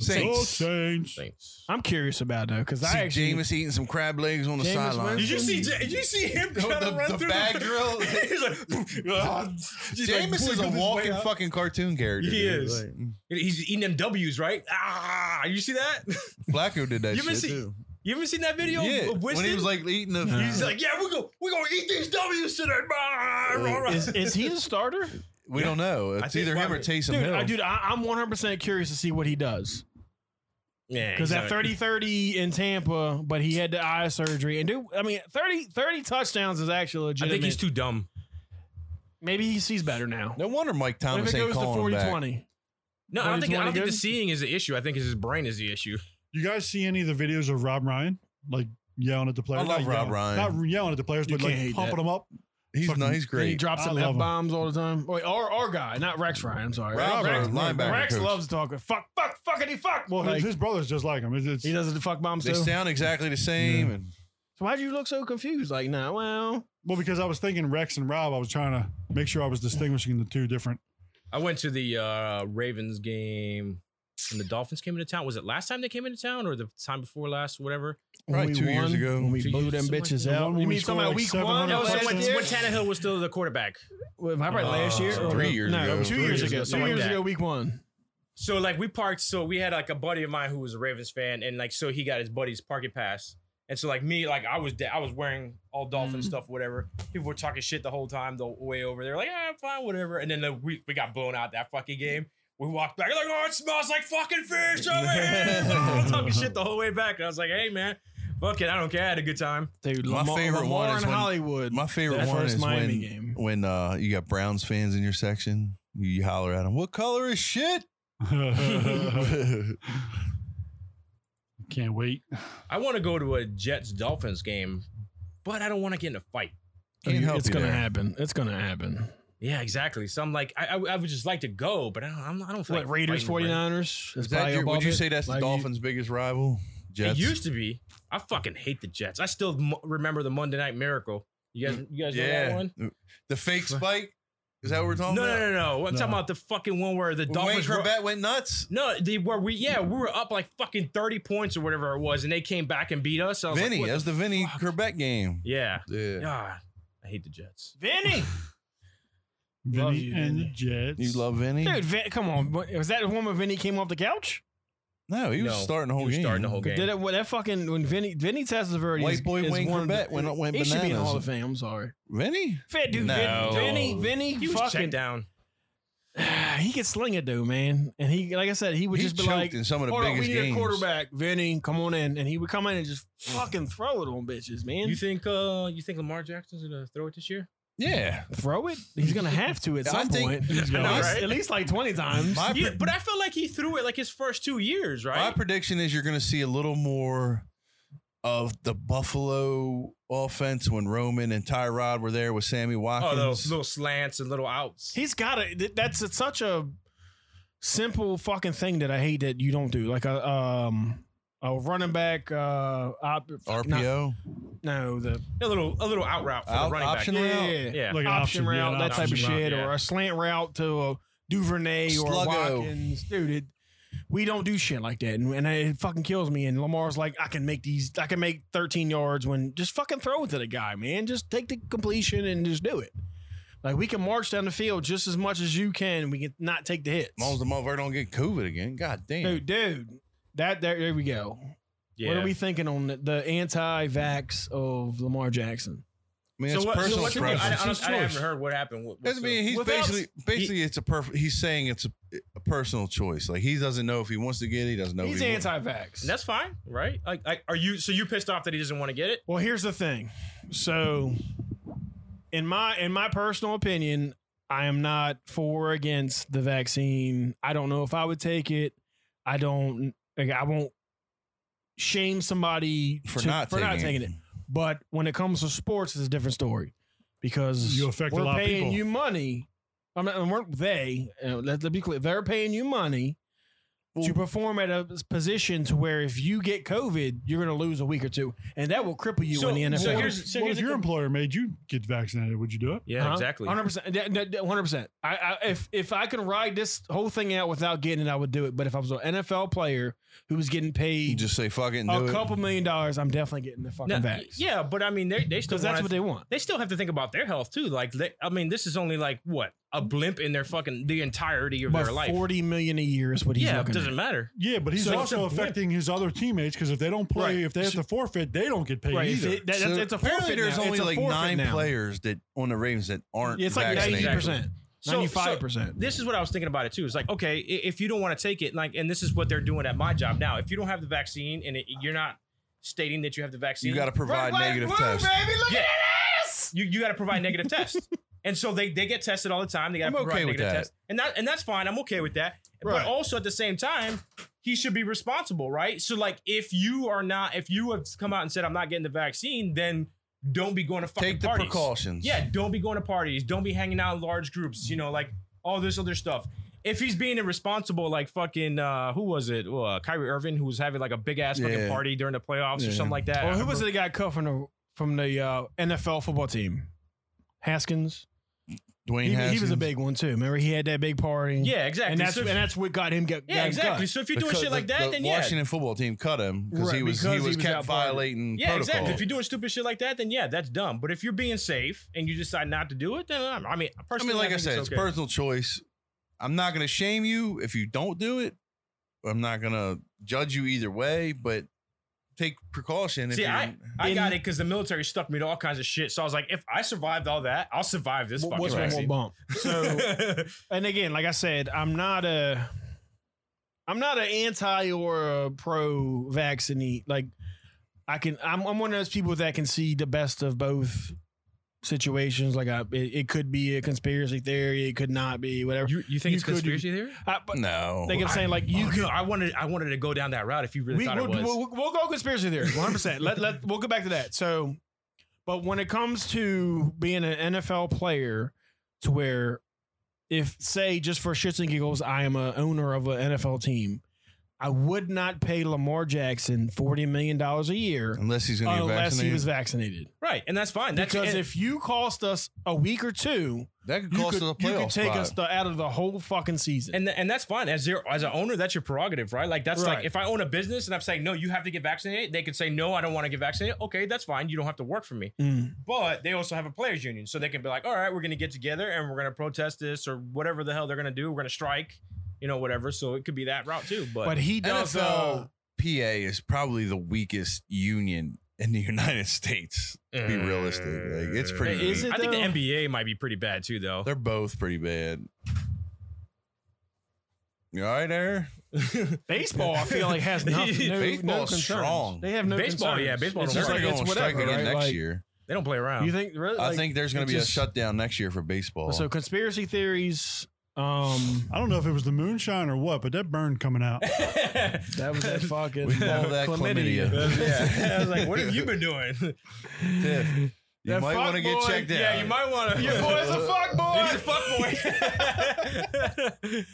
Speaker 3: Oh,
Speaker 5: Saints.
Speaker 3: Saints.
Speaker 4: Saints.
Speaker 2: I'm curious about that because
Speaker 5: See
Speaker 2: I actually.
Speaker 5: Jameis eating some crab legs on the
Speaker 2: Jameis
Speaker 5: sideline.
Speaker 4: Did
Speaker 2: Winston?
Speaker 4: you see? Did you see him
Speaker 5: Oh,
Speaker 4: trying
Speaker 5: the-
Speaker 4: to run
Speaker 5: the
Speaker 4: through
Speaker 5: bag
Speaker 4: the
Speaker 5: drill?
Speaker 4: He's like, he's like,
Speaker 5: Jameis is
Speaker 4: wiggled
Speaker 5: a
Speaker 4: his way
Speaker 5: walking
Speaker 4: up.
Speaker 5: fucking cartoon character.
Speaker 4: He
Speaker 5: dude.
Speaker 4: is.
Speaker 5: Like,
Speaker 4: He's eating them W's, right? Ah, you see that?
Speaker 5: Flacco did that
Speaker 4: You ever
Speaker 5: shit
Speaker 4: see-
Speaker 5: too.
Speaker 4: You ever seen that video
Speaker 5: Yeah,
Speaker 4: of Winston?
Speaker 5: when he was like eating the.
Speaker 4: He's like, yeah, we're gonna we're gonna eat these W's today. Rah, rah, rah.
Speaker 2: Is, is he a starter?
Speaker 5: we don't know.
Speaker 4: I
Speaker 5: It's
Speaker 4: think
Speaker 5: either him
Speaker 4: why-
Speaker 5: or Taysom
Speaker 2: Dude,
Speaker 5: Hill.
Speaker 2: I, dude I, I'm 100% curious to see what he does.
Speaker 4: Yeah,
Speaker 2: Because
Speaker 4: he's
Speaker 2: at
Speaker 4: not-
Speaker 2: 30 30 in Tampa, but he had the eye surgery. And, dude, I mean, 30, 30 touchdowns is actually
Speaker 4: I
Speaker 2: legitimate.
Speaker 4: think he's too dumb.
Speaker 2: Maybe he sees better now.
Speaker 5: no wonder Mike
Speaker 2: What
Speaker 5: Thomas
Speaker 2: if it
Speaker 5: ain't
Speaker 2: goes to
Speaker 5: calling
Speaker 2: 40
Speaker 5: him back.
Speaker 2: 20?
Speaker 4: No, I don't think I don't think the
Speaker 2: 20 good?
Speaker 4: seeing is the issue. I think his brain is the issue.
Speaker 3: You guys see any of the videos of Rob Ryan like yelling at the players?
Speaker 5: I love
Speaker 3: Not
Speaker 5: Rob
Speaker 3: yelling-
Speaker 5: Ryan.
Speaker 3: Not yelling at the players,
Speaker 2: You
Speaker 3: but like
Speaker 2: can't hate
Speaker 3: pumping
Speaker 2: that.
Speaker 3: them up.
Speaker 5: He's no,
Speaker 3: Fucking-
Speaker 5: he's
Speaker 2: And he
Speaker 5: great.
Speaker 2: drops
Speaker 3: I
Speaker 2: some
Speaker 3: love
Speaker 2: F
Speaker 3: him.
Speaker 2: bombs all the time. Wait, our, our guy, not Rex Ryan. I'm sorry.
Speaker 5: Rob
Speaker 2: Rex,
Speaker 5: Ryan, linebacker
Speaker 2: Rex
Speaker 5: coach.
Speaker 2: loves talking. Fuck, fuck, fuckity fuck.
Speaker 3: Well, his,
Speaker 2: Like,
Speaker 3: his brother's just like him. It's, it's,
Speaker 2: he does the fuck bombs
Speaker 5: They
Speaker 2: too.
Speaker 5: sound exactly the same.
Speaker 3: Yeah.
Speaker 5: And
Speaker 2: so why'd you look so confused? Like, nah, well,
Speaker 3: well, because I was thinking Rex and Rob, I was trying to make sure I was distinguishing the two different.
Speaker 4: I went to the uh, Ravens game when the Dolphins came into town. Was it last time they came into town or the time before last, whatever?
Speaker 2: when
Speaker 5: Probably
Speaker 2: we
Speaker 5: two years
Speaker 2: won,
Speaker 5: ago.
Speaker 2: when we
Speaker 4: Two
Speaker 2: blew
Speaker 4: years-
Speaker 2: them
Speaker 4: something
Speaker 2: bitches
Speaker 4: like
Speaker 3: that. The
Speaker 2: out.
Speaker 3: one
Speaker 2: You
Speaker 3: when we
Speaker 2: mean something like
Speaker 3: scored
Speaker 2: week
Speaker 3: like
Speaker 2: one? Oh, or
Speaker 3: 700
Speaker 4: No, it was
Speaker 3: yards.
Speaker 2: something
Speaker 4: when,
Speaker 2: like
Speaker 4: when
Speaker 2: that?
Speaker 4: Tannehill was still the quarterback.
Speaker 2: Well, probably
Speaker 4: Uh,
Speaker 2: last year, or
Speaker 5: three years
Speaker 2: no,
Speaker 5: ago.
Speaker 2: two
Speaker 5: Three
Speaker 2: years
Speaker 5: years
Speaker 2: ago,
Speaker 4: ago,
Speaker 2: two
Speaker 4: something
Speaker 2: years
Speaker 4: like
Speaker 2: ago,
Speaker 4: that.
Speaker 2: week one.
Speaker 4: So like we parked. So we had like a buddy of mine who was a Ravens fan, and like so he got his buddy's parking pass. And so like me, like I was da- I was wearing all Dolphin stuff, whatever. People were talking shit the whole time, the way over there, like ah, fine, whatever. And then the, we we got blown out that fucking game. We walked back, like oh, it smells like fucking fish over here. Like, talking shit the whole way back. And I was like, hey man, fuck it, I don't care. I had a good time.
Speaker 2: Dude,
Speaker 5: My
Speaker 2: Lamar,
Speaker 5: favorite
Speaker 2: Lamar
Speaker 5: one is
Speaker 2: in
Speaker 5: when-
Speaker 2: Hollywood.
Speaker 5: My favorite
Speaker 2: That
Speaker 5: one
Speaker 2: first
Speaker 5: is
Speaker 2: Miami
Speaker 5: when
Speaker 2: game.
Speaker 5: when uh, you got Browns fans in your section. You, you holler at them, "What color is shit?"
Speaker 3: Can't wait.
Speaker 4: I want to go to a Jets Dolphins game, but I don't want to get in a fight.
Speaker 5: Can't help
Speaker 2: it's
Speaker 5: you
Speaker 2: gonna
Speaker 5: there.
Speaker 2: happen. It's gonna happen.
Speaker 4: Yeah, exactly. So I'm like, I, I, I would just like to go, but I don't. I'm, I don't feel
Speaker 2: What
Speaker 4: like
Speaker 2: Raiders
Speaker 4: fighting right
Speaker 2: 49ers?
Speaker 5: Is that your, would you say that's the
Speaker 2: Like, you-
Speaker 5: Dolphins' biggest rival? Jets.
Speaker 4: It used to be. I fucking hate the Jets. I still m- remember the Monday Night Miracle. You guys, you guys know that
Speaker 5: Mm, yeah.
Speaker 4: one?
Speaker 5: The fake spike. Is that what we're
Speaker 4: No,
Speaker 5: talking
Speaker 4: no,
Speaker 5: about?
Speaker 4: no, no. I'm
Speaker 3: No.
Speaker 4: talking about the fucking one where the
Speaker 5: When Wayne
Speaker 4: Dolphins. were,
Speaker 5: Corbett went nuts.
Speaker 4: no, they were we yeah we were up like fucking thirty points or whatever it was, and they came back and beat us. I was
Speaker 5: Vinny,
Speaker 4: like,
Speaker 5: that
Speaker 4: what
Speaker 5: was the Vinny Corbett game.
Speaker 4: the- yeah,
Speaker 5: Yeah.
Speaker 4: God, I hate the Jets.
Speaker 2: Vinny, Love
Speaker 3: Vinny
Speaker 2: you,
Speaker 3: and the
Speaker 2: Vinny.
Speaker 3: Jets.
Speaker 5: You love Vinny?
Speaker 2: dude, Vin, come on. What- Was that the one when Vinny came off the couch?
Speaker 5: no, he was
Speaker 4: No,
Speaker 5: starting the whole
Speaker 4: he was
Speaker 5: game.
Speaker 4: starting the whole game.
Speaker 2: Did it? What that fucking when Vinny Vinny Testaverde
Speaker 5: White
Speaker 2: is,
Speaker 5: boy
Speaker 2: is
Speaker 5: Wayne
Speaker 2: one of the-
Speaker 5: Corbett went- went
Speaker 2: He should be in the
Speaker 5: bananas.
Speaker 2: Hall of Fame. I'm sorry.
Speaker 5: Vinny?
Speaker 2: Fat dude, Vin-
Speaker 5: No.
Speaker 2: Vinny, Vinny,
Speaker 4: He was checked
Speaker 2: fucking,
Speaker 4: down.
Speaker 2: he could sling it though, man. And he, like I said, he would
Speaker 5: He
Speaker 2: just be
Speaker 5: choked
Speaker 2: like,
Speaker 5: in some of the
Speaker 2: "Hold on,
Speaker 5: biggest
Speaker 2: we need
Speaker 5: games."
Speaker 2: a quarterback, Vinny, come on in," and he would come in and just fucking throw it on bitches, man.
Speaker 4: You think? Uh, you think Lamar Jackson's gonna throw it this year?
Speaker 5: Yeah.
Speaker 2: throw it? He's gonna have to at
Speaker 5: I
Speaker 2: some
Speaker 5: think-
Speaker 2: point.
Speaker 5: He's
Speaker 2: at,
Speaker 5: gonna-
Speaker 2: least,
Speaker 4: Right?
Speaker 2: at least like twenty times.
Speaker 5: My,
Speaker 4: Yeah,
Speaker 5: pre-
Speaker 4: but I felt like he threw it like his first two years,
Speaker 5: my
Speaker 4: right?
Speaker 5: prediction is you're going to see a little more of the Buffalo offense when Roman and Tyrod were there with Sammy
Speaker 4: Oh, those
Speaker 5: Watkins.
Speaker 4: little slants and little outs.
Speaker 2: He's got to That's it's such a simple fucking thing that I hate that you don't do. Like a uh, um Oh, running back. Uh, op, not-
Speaker 5: RPO,
Speaker 2: no, the
Speaker 4: A little a little out route for
Speaker 5: Out-
Speaker 4: the running
Speaker 5: option
Speaker 4: back.
Speaker 2: yeah,
Speaker 4: Yeah.
Speaker 3: Like
Speaker 2: option,
Speaker 3: an option, yeah,
Speaker 2: route,
Speaker 3: an
Speaker 2: that type of
Speaker 4: option route,
Speaker 2: shit,
Speaker 4: yeah.
Speaker 2: or a slant route to a Duvernay or a
Speaker 5: Sluggo.
Speaker 2: Watkins, dude. It, we don't do shit like that, and, and it fucking kills me. And Lamar's like, I can make these, I can make 13 yards when just fucking throw it to the guy, man. Just take the completion and just do it. Like we can march down the field just as much as you can. We can not take the hits.
Speaker 5: as long as the motherfucker don't get COVID again. God damn.
Speaker 2: Dude, dude, that there, there we go.
Speaker 4: Yeah.
Speaker 2: What are we thinking on the, the anti-vax of Lamar Jackson?
Speaker 5: I mean,
Speaker 4: so
Speaker 5: it's
Speaker 4: what, so
Speaker 5: personal
Speaker 4: what, I, I,
Speaker 5: preference.
Speaker 4: don't- I haven't heard what happened. What,
Speaker 5: I
Speaker 4: what's
Speaker 5: mean, he's
Speaker 4: without-
Speaker 5: basically basically it's a perfect. He's saying it's a, a personal choice. Like he doesn't know if he wants to get it. He doesn't know.
Speaker 2: He's
Speaker 5: if he
Speaker 2: anti-vax.
Speaker 4: that's fine, right? Like, like, are you? So you pissed off that he doesn't want to get it?
Speaker 2: Well, here's the thing. So, in my in my personal opinion, I am not for or against the vaccine. I don't know if I would take it. I don't. Like, I won't shame somebody
Speaker 5: For
Speaker 2: to-
Speaker 5: not
Speaker 2: for not
Speaker 5: taking it.
Speaker 2: taking it. But when it comes to sports, it's a different story because
Speaker 3: You affect a
Speaker 2: we're
Speaker 3: lot of
Speaker 2: paying
Speaker 3: people.
Speaker 2: you money. I mean, we're they. Uh, let, let be clear. They're paying you money to perform at a position to where if you get COVID, you're going to lose a week or two, and that will cripple you
Speaker 4: So-
Speaker 2: in the NFL.
Speaker 4: so
Speaker 3: What
Speaker 4: here's-
Speaker 3: if-
Speaker 4: so
Speaker 3: what
Speaker 4: here's
Speaker 3: if
Speaker 4: a
Speaker 3: your
Speaker 4: com-
Speaker 3: employer made you get vaccinated? Would you do it?
Speaker 4: Yeah, exactly.
Speaker 2: Uh-huh. Hundred percent. Hundred percent. I, I if if I could ride this whole thing out without getting it, I would do it. But if I was an NFL player who was getting
Speaker 5: You
Speaker 2: paid
Speaker 5: just say fuck it and do
Speaker 2: a
Speaker 5: it.
Speaker 2: couple million dollars, I'm definitely getting the
Speaker 4: No,
Speaker 2: fucking vax.
Speaker 4: yeah, but I mean, they they still
Speaker 2: because that's
Speaker 4: wanna-
Speaker 2: what they want.
Speaker 4: they still have to think about their health too. Like, they, I mean, this is only like what a blimp in their fucking the entirety of
Speaker 2: But
Speaker 4: their life.
Speaker 2: forty million a year is what he's
Speaker 4: yeah, it
Speaker 2: looking
Speaker 4: doesn't
Speaker 2: at.
Speaker 4: matter.
Speaker 3: Yeah, but he's
Speaker 4: So-
Speaker 3: also affecting his other teammates because if they don't play,
Speaker 2: Right.
Speaker 3: if they have to forfeit, they don't get paid
Speaker 2: Right, if
Speaker 3: either.
Speaker 2: it- that-
Speaker 5: So
Speaker 2: that's- it's a
Speaker 5: apparently
Speaker 2: forfeit
Speaker 5: there's
Speaker 2: now.
Speaker 5: only
Speaker 2: It's a
Speaker 5: like
Speaker 2: forfeit
Speaker 5: nine
Speaker 2: now.
Speaker 5: players that on the Ravens that aren't
Speaker 2: Yeah, It's like ninety
Speaker 5: vaccinated.
Speaker 2: percent,
Speaker 4: So-
Speaker 2: ninety five percent.
Speaker 4: This is what I was thinking about it too. It's like, okay, i- if you don't want to take it, like, and this is what they're doing at my job now. If you don't have the vaccine and it, you're not stating that you have the vaccine,
Speaker 5: You got to provide negative tests.
Speaker 4: yeah. You, you got to provide negative tests. And so they, they get tested all the time. They got to
Speaker 5: I'm
Speaker 4: provide
Speaker 5: okay with
Speaker 4: negative
Speaker 5: that.
Speaker 4: tests. And that and that's fine. I'm okay with that. But
Speaker 2: Right.
Speaker 4: also at the same time, he should be responsible, right? So like if you are not if you have come out and said I'm not getting the vaccine, then don't be going to fucking
Speaker 5: Take the
Speaker 4: parties.
Speaker 5: precautions.
Speaker 4: Yeah, don't be going to parties. Don't be hanging out in large groups, you know, like all this other stuff. If he's being irresponsible, like fucking, uh, who was it? Uh, Kyrie Irving, who was having like a big ass fucking
Speaker 5: Yeah.
Speaker 4: party during the playoffs or
Speaker 5: Yeah.
Speaker 4: something like that.
Speaker 2: Or who was it that got cut from the from the uh, NFL football team? Haskins.
Speaker 5: Dwayne
Speaker 2: He, he was
Speaker 5: Haskins.
Speaker 2: a big one too. Remember, he had that big party.
Speaker 4: Yeah, exactly.
Speaker 2: and that's
Speaker 4: So
Speaker 2: and
Speaker 4: if-
Speaker 2: that's what got him get.
Speaker 4: Yeah,
Speaker 2: got
Speaker 4: exactly.
Speaker 2: Cut.
Speaker 4: So if you're doing
Speaker 5: Because
Speaker 4: shit like
Speaker 5: the-
Speaker 4: that,
Speaker 5: the
Speaker 4: then yeah.
Speaker 5: Washington football team cut him because
Speaker 2: Right,
Speaker 5: he was
Speaker 2: because
Speaker 5: he
Speaker 2: he
Speaker 5: was
Speaker 2: was
Speaker 5: kept
Speaker 2: out partying.
Speaker 5: violating
Speaker 4: Yeah,
Speaker 5: protocol.
Speaker 4: exactly. If you're doing stupid shit like that, then yeah, that's dumb. But if you're being safe and you decide not to do it, then I'm- I mean,
Speaker 5: I
Speaker 4: personally,
Speaker 5: mean, like I, said,
Speaker 4: think
Speaker 5: it's
Speaker 4: okay.
Speaker 5: personal choice. I'm not gonna shame you if you don't do it. I'm not gonna judge you either way, but take precaution. If
Speaker 4: See,
Speaker 5: you
Speaker 4: I, I got it because the military stuck me to all kinds of shit. So I was like, if I survived all that, I'll survive this
Speaker 2: What-
Speaker 4: fucking
Speaker 2: What's one
Speaker 5: Right.
Speaker 2: more
Speaker 4: vaccine.
Speaker 2: bump? So and again, like I said, I'm not a, I'm not an anti or a pro vaccinate. Like I can, I'm, I'm one of those people that can see the best of both situations. Like I, it, it could be a conspiracy theory, it could not be, whatever.
Speaker 4: you, you think
Speaker 2: You
Speaker 4: it's
Speaker 2: could-
Speaker 4: conspiracy theory?
Speaker 2: I, but
Speaker 5: no.
Speaker 2: like I'm saying, like you
Speaker 4: You
Speaker 2: could.
Speaker 4: could, I wanted I wanted to go down that route if you really
Speaker 2: we,
Speaker 4: thought
Speaker 2: we'll,
Speaker 4: it was.
Speaker 2: we'll, we'll go conspiracy theory 100% let, let, we'll go back to that so but when it comes to being an nfl player to where if say just for shits and giggles i am a owner of an nfl team i would not pay lamar jackson $40 million a year
Speaker 5: unless he's gonna
Speaker 2: Oh,
Speaker 5: get
Speaker 2: unless
Speaker 5: vaccinated,
Speaker 2: he was vaccinated
Speaker 4: right, and that's fine. That's
Speaker 2: because
Speaker 4: and-
Speaker 2: if you cost us a week or two
Speaker 5: that could
Speaker 2: you
Speaker 5: cost
Speaker 2: could,
Speaker 5: us a
Speaker 2: you
Speaker 5: playoff
Speaker 2: could take
Speaker 5: spot.
Speaker 2: us the, out of the whole fucking season
Speaker 4: and and that's fine as your as an owner that's your prerogative right like that's like
Speaker 2: Right.
Speaker 4: if i own a business and i'm saying no you have to get vaccinated they could say no i don't want to get vaccinated okay that's fine you don't have to work for me
Speaker 2: Mm.
Speaker 4: but they also have a players union so they can be like all right we're gonna get together and we're gonna protest this or whatever the hell they're gonna do we're gonna strike you know whatever so it could be that route too but,
Speaker 2: but he does uh,
Speaker 5: NFL PA is probably the weakest union in the United States. To be realistic, like it's pretty.
Speaker 2: Is it-
Speaker 5: weak.
Speaker 4: Mm. i think the
Speaker 2: though-
Speaker 4: nba might be pretty bad too though
Speaker 5: They're both pretty bad. You all right there?
Speaker 2: Baseball, I feel like has nothing. No,
Speaker 5: Baseball's
Speaker 2: no concerns.
Speaker 5: strong.
Speaker 2: They have no
Speaker 4: Baseball,
Speaker 2: concerns.
Speaker 4: yeah, baseball
Speaker 2: It's
Speaker 4: don't
Speaker 5: They're
Speaker 2: just
Speaker 4: worry.
Speaker 5: going
Speaker 2: like it's
Speaker 5: to strike
Speaker 2: whatever,
Speaker 5: again
Speaker 2: right?
Speaker 5: next
Speaker 2: Like,
Speaker 5: year.
Speaker 4: they don't play around
Speaker 2: You think? Really,
Speaker 5: I
Speaker 2: like,
Speaker 5: think there's going
Speaker 2: it
Speaker 5: to be
Speaker 2: just-
Speaker 5: a shutdown next year for baseball.
Speaker 2: So conspiracy theories. Um,
Speaker 3: I don't know if it was the moonshine or what, but that burn coming out.
Speaker 2: that was that fucking
Speaker 5: We call that chlamydia.
Speaker 4: yeah i was like what have you been doing
Speaker 5: Tiff, you
Speaker 2: That
Speaker 5: might want
Speaker 2: fuck
Speaker 5: to get
Speaker 2: boy-
Speaker 5: checked out.
Speaker 4: yeah you might
Speaker 2: Oh,
Speaker 4: want to
Speaker 2: Your boy's a fuck boy.
Speaker 4: He's a fuck boy.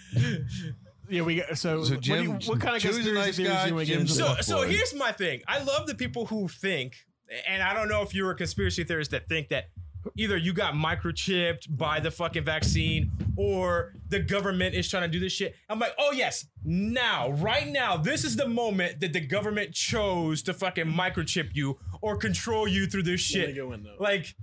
Speaker 2: yeah, we got so.
Speaker 5: So
Speaker 2: what, do
Speaker 5: Jim-
Speaker 2: you, what kind of
Speaker 5: Jim's a
Speaker 2: conspiracy
Speaker 5: nice
Speaker 2: theories
Speaker 5: guy,
Speaker 2: do you want to get
Speaker 5: Jim's
Speaker 2: into?
Speaker 4: So,
Speaker 5: a- Fuck
Speaker 4: so
Speaker 5: boy.
Speaker 4: here's my thing. I love the people who think, and I don't know if you're a conspiracy theorist that think that either you got microchipped by the fucking vaccine or the government is trying to do this shit. I'm like, oh yes, now, right now, this is the moment that the government chose to fucking microchip you or control you through this
Speaker 2: Let me
Speaker 4: shit.
Speaker 2: go in, though.
Speaker 4: Like,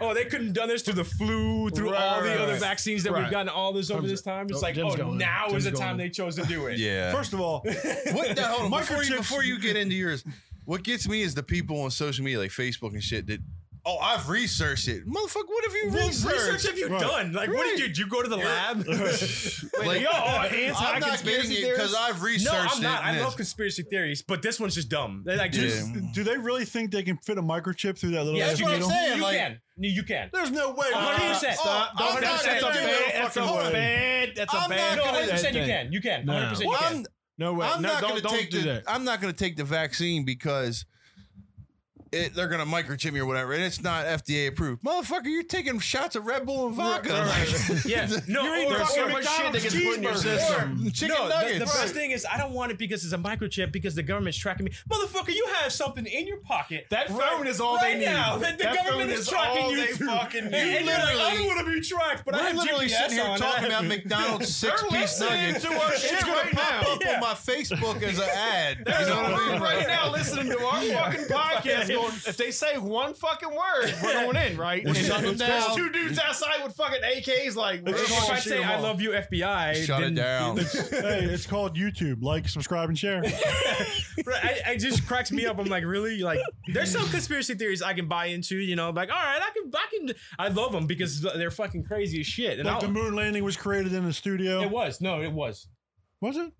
Speaker 4: oh, they couldn't done this through the flu, through all
Speaker 2: Right,
Speaker 4: the
Speaker 2: right,
Speaker 4: other
Speaker 2: right.
Speaker 4: vaccines that we've
Speaker 2: Right.
Speaker 4: gotten all this over
Speaker 2: Jim's-
Speaker 4: this time. It's
Speaker 2: oh,
Speaker 4: like,
Speaker 2: Jim's
Speaker 4: oh,
Speaker 2: going in.
Speaker 4: now is
Speaker 2: Jim's
Speaker 4: the
Speaker 2: going
Speaker 4: time
Speaker 2: in.
Speaker 4: they chose to do it.
Speaker 5: Yeah.
Speaker 3: First of all,
Speaker 5: What now, hold on, before you,
Speaker 3: Microchips-
Speaker 5: before you get into yours, what gets me is the people on social media like Facebook and shit that oh I've researched it, motherfucker. What have you
Speaker 4: What research
Speaker 5: researched?
Speaker 4: have you
Speaker 3: Right.
Speaker 4: done? Like, what did
Speaker 5: Right.
Speaker 4: you do? You go to the lab?
Speaker 5: Like,
Speaker 2: Y'all are
Speaker 5: I'm not
Speaker 2: anti-conspiracy
Speaker 5: getting it because
Speaker 2: theorists?
Speaker 5: I've
Speaker 4: no,
Speaker 5: researched
Speaker 4: I'm not.
Speaker 5: it. and
Speaker 4: I love
Speaker 5: this.
Speaker 4: conspiracy theories, but this one's just dumb. They're like,
Speaker 5: Yeah.
Speaker 4: just,
Speaker 3: do they really think they can fit a microchip through that little
Speaker 4: yeah,
Speaker 3: ass
Speaker 4: that's what I'm
Speaker 3: needle?
Speaker 4: saying.
Speaker 5: saying,
Speaker 4: You
Speaker 5: like-
Speaker 4: can. No, you can.
Speaker 3: There's no way.
Speaker 4: A hundred
Speaker 3: Uh,
Speaker 4: percent.
Speaker 5: oh,
Speaker 4: A hundred
Speaker 5: I'm not
Speaker 4: percent.
Speaker 2: That's a
Speaker 5: gonna do
Speaker 2: bad.
Speaker 5: it.
Speaker 2: That's a
Speaker 5: Hold on.
Speaker 2: bad. That's a
Speaker 5: I'm
Speaker 2: bad.
Speaker 4: No,
Speaker 5: not gonna-
Speaker 4: 100% you
Speaker 2: thing.
Speaker 4: can. You can.
Speaker 2: No.
Speaker 4: 100% you
Speaker 5: Well,
Speaker 4: can.
Speaker 5: I'm,
Speaker 2: No way.
Speaker 5: I'm
Speaker 2: no,
Speaker 5: not
Speaker 2: don't,
Speaker 5: going to
Speaker 2: don't
Speaker 5: take
Speaker 2: do
Speaker 5: the,
Speaker 2: that.
Speaker 5: I'm not going to take the vaccine because it, they're going to microchip me or whatever, and it's not FDA approved. Motherfucker, you're taking shots of Red Bull and vodka, Like,
Speaker 4: Yeah. No,
Speaker 3: You're eating
Speaker 4: or-
Speaker 3: fucking
Speaker 4: or-
Speaker 3: McDonald's
Speaker 2: that gets put in your
Speaker 3: cheeseburgers.
Speaker 2: system.
Speaker 5: or chicken
Speaker 4: no, the,
Speaker 5: nuggets.
Speaker 4: the best thing is I don't want it because it's a microchip because the government's tracking me. Motherfucker, you have something in your pocket.
Speaker 2: That
Speaker 4: right-
Speaker 2: phone is all
Speaker 4: right
Speaker 2: they need.
Speaker 4: now that the
Speaker 2: That
Speaker 4: government
Speaker 2: phone
Speaker 4: is,
Speaker 2: is
Speaker 4: tracking
Speaker 2: all
Speaker 4: you.
Speaker 2: they
Speaker 4: to.
Speaker 2: fucking
Speaker 4: And,
Speaker 2: need.
Speaker 4: and you're like, I
Speaker 5: Literally-
Speaker 4: don't want to be tracked, but I
Speaker 5: We're
Speaker 4: have
Speaker 5: literally
Speaker 4: GPS
Speaker 5: sitting here
Speaker 4: on.
Speaker 5: talking
Speaker 4: I-
Speaker 5: about McDonald's six piece
Speaker 2: listening
Speaker 5: nuggets.
Speaker 2: to our shit
Speaker 5: it's gonna
Speaker 2: right
Speaker 5: pop
Speaker 2: now.
Speaker 5: up
Speaker 4: Yeah.
Speaker 5: on my Facebook as an ad. You
Speaker 2: There's
Speaker 5: know what
Speaker 2: a
Speaker 5: I
Speaker 2: word
Speaker 5: mean?
Speaker 2: right now listening to our fucking podcast. Going, if they say one fucking word, we're going in, right?
Speaker 5: We're shutting them down.
Speaker 2: There's two dudes outside with fucking AKs like,
Speaker 3: It's
Speaker 4: If I
Speaker 3: Shoot
Speaker 4: say
Speaker 3: 'em
Speaker 4: I
Speaker 3: all.
Speaker 4: love you, FBI,
Speaker 5: Shut
Speaker 4: then-
Speaker 5: it down.
Speaker 3: hey, it's called YouTube. Like, subscribe, and share.
Speaker 4: Bro, I, I just cracks me up. I'm like, really? Like, there's some conspiracy theories I can buy into. You know, like, all right, I can, I can, I love them because they're fucking crazy as shit. And
Speaker 3: like
Speaker 4: I'll-
Speaker 3: the moon landing was created in a studio.
Speaker 4: it was no, it was.
Speaker 3: Was it?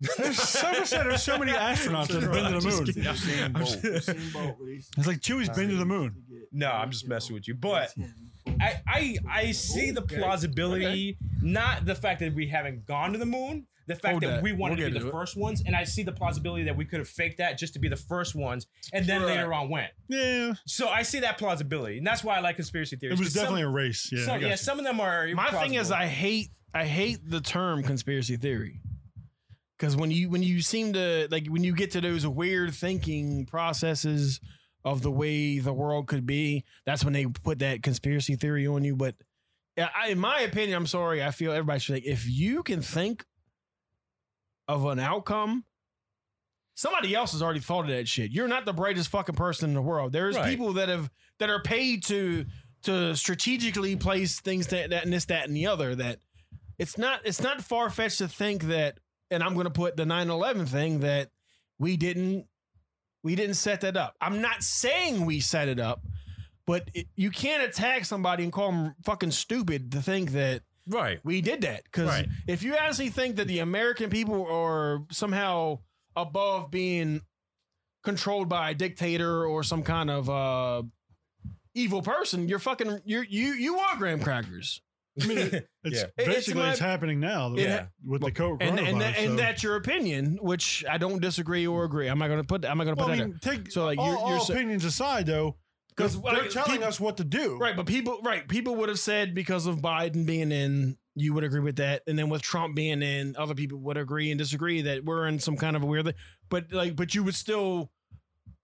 Speaker 3: There's so, said there's so many astronauts that have been to the
Speaker 4: Just
Speaker 3: moon.
Speaker 4: kidding.
Speaker 3: It's like Chewie's been to the moon.
Speaker 4: No, I'm just messing with you. But I, I, I see the plausibility, not the fact that we haven't gone to the moon, the fact
Speaker 2: Hold
Speaker 4: that,
Speaker 2: that.
Speaker 4: we wanted
Speaker 2: We'll
Speaker 4: to be
Speaker 2: get
Speaker 4: the
Speaker 2: to it.
Speaker 4: first ones, and I see the plausibility that we could have faked that just to be the first ones, and then
Speaker 5: Right.
Speaker 4: later on went.
Speaker 3: Yeah,
Speaker 4: So I see that plausibility, and that's why I like conspiracy
Speaker 3: it
Speaker 4: theories.
Speaker 3: was
Speaker 4: 'cause some-
Speaker 3: definitely a race. Yeah, I
Speaker 4: some,
Speaker 3: got
Speaker 4: yeah,
Speaker 3: you.
Speaker 4: some of them are.
Speaker 2: My thing is,
Speaker 4: plausible.
Speaker 2: I hate, I hate the term conspiracy theory. Because when you when you seem to like when you get to those weird thinking processes of the way the world could be, that's when they put that conspiracy theory on you. But yeah, I, in my opinion, I'm sorry, I feel everybody should like if you can think of an outcome, somebody else has already thought of that shit. You're not the brightest fucking person in the world. There's
Speaker 4: Right.
Speaker 2: people that have that are paid to to strategically place things that, that and this, that, and the other. That it's not it's not far fetched to think that, and I'm gonna put the 9-11 thing that we didn't we didn't set that up. I'm not saying we set it up, but it, you can't attack somebody and call them fucking stupid to think that
Speaker 4: right.
Speaker 2: we did that. Because
Speaker 4: Right.
Speaker 2: if you honestly think that the American people are somehow above being controlled by a dictator or some kind of uh, evil person, you're fucking you're you you are graham crackers.
Speaker 3: I mean, it- it's
Speaker 4: Yeah.
Speaker 2: It's
Speaker 3: basically
Speaker 2: my-
Speaker 3: it's, happening now. the-
Speaker 2: Yeah.
Speaker 3: with the co-
Speaker 2: And
Speaker 3: coronavirus.
Speaker 2: and, that,
Speaker 3: so-
Speaker 2: and that's your opinion, which I don't disagree or agree. I'm not gonna put I'm not gonna put
Speaker 3: Well, I
Speaker 2: that
Speaker 3: mean, take
Speaker 2: So, like,
Speaker 3: all,
Speaker 2: you're- you're
Speaker 3: all
Speaker 2: sa-
Speaker 3: opinions aside, though, because
Speaker 2: Because,
Speaker 3: they're
Speaker 2: like,
Speaker 3: telling
Speaker 2: people-
Speaker 3: us what to do.
Speaker 2: Right, but people, right, people would have said because of Biden being in, you would agree with that, and then with Trump being in, other people would agree and disagree that we're in some kind of a weird thing. But like, but you would still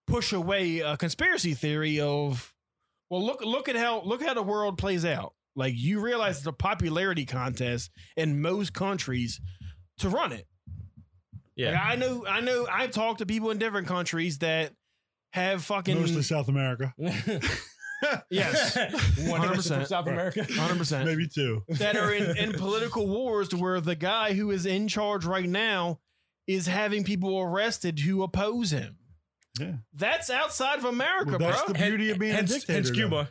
Speaker 2: push away a conspiracy theory of, well, look, look at how look how the world plays out. Like you realize it's a popularity contest in most countries to run it.
Speaker 4: Yeah.
Speaker 2: Like, I know, I know, I've talked to people in different countries that have fucking
Speaker 3: Mostly South America,
Speaker 2: yes,
Speaker 4: One hundred percent
Speaker 2: 100%.
Speaker 4: from South America.
Speaker 2: hundred percent.
Speaker 3: maybe two.
Speaker 2: that are in, in political wars to where the guy who is in charge right now is having people arrested who oppose him.
Speaker 3: Yeah.
Speaker 2: That's outside of America,
Speaker 3: Well, that's
Speaker 2: bro.
Speaker 3: the beauty of being a
Speaker 4: hence,
Speaker 3: dictator,
Speaker 4: Hence
Speaker 3: though.
Speaker 4: Cuba.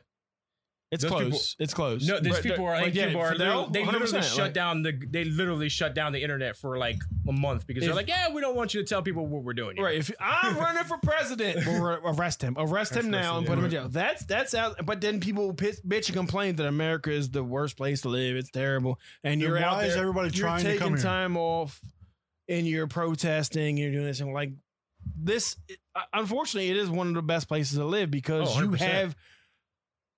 Speaker 2: it's
Speaker 4: those
Speaker 2: close.
Speaker 4: people-
Speaker 2: it's close.
Speaker 4: No, these
Speaker 2: But-
Speaker 4: people are
Speaker 2: but
Speaker 4: in
Speaker 2: yeah,
Speaker 4: Cuba. Are
Speaker 2: for now,
Speaker 4: literally, they literally
Speaker 2: 100%,
Speaker 4: shut
Speaker 2: like,
Speaker 4: down the. They literally shut down the internet for like a month because they're
Speaker 2: If-
Speaker 4: like, yeah, we don't want you to tell people what we're doing. here."
Speaker 2: Right. If I'm running for president, we'll ar- arrest him. Arrest him now and put him in jail. That's that's out. But then people piss, bitch and complain that America is the worst place to live. It's terrible. And
Speaker 3: Then
Speaker 2: you're out
Speaker 3: why
Speaker 2: there.
Speaker 3: is everybody
Speaker 2: you're
Speaker 3: trying to
Speaker 2: taking
Speaker 3: come here?
Speaker 2: time off, and you're protesting. You're doing this and like uh, this. Unfortunately, it is one of the best places to live because
Speaker 4: Oh,
Speaker 2: you
Speaker 4: 100%.
Speaker 2: have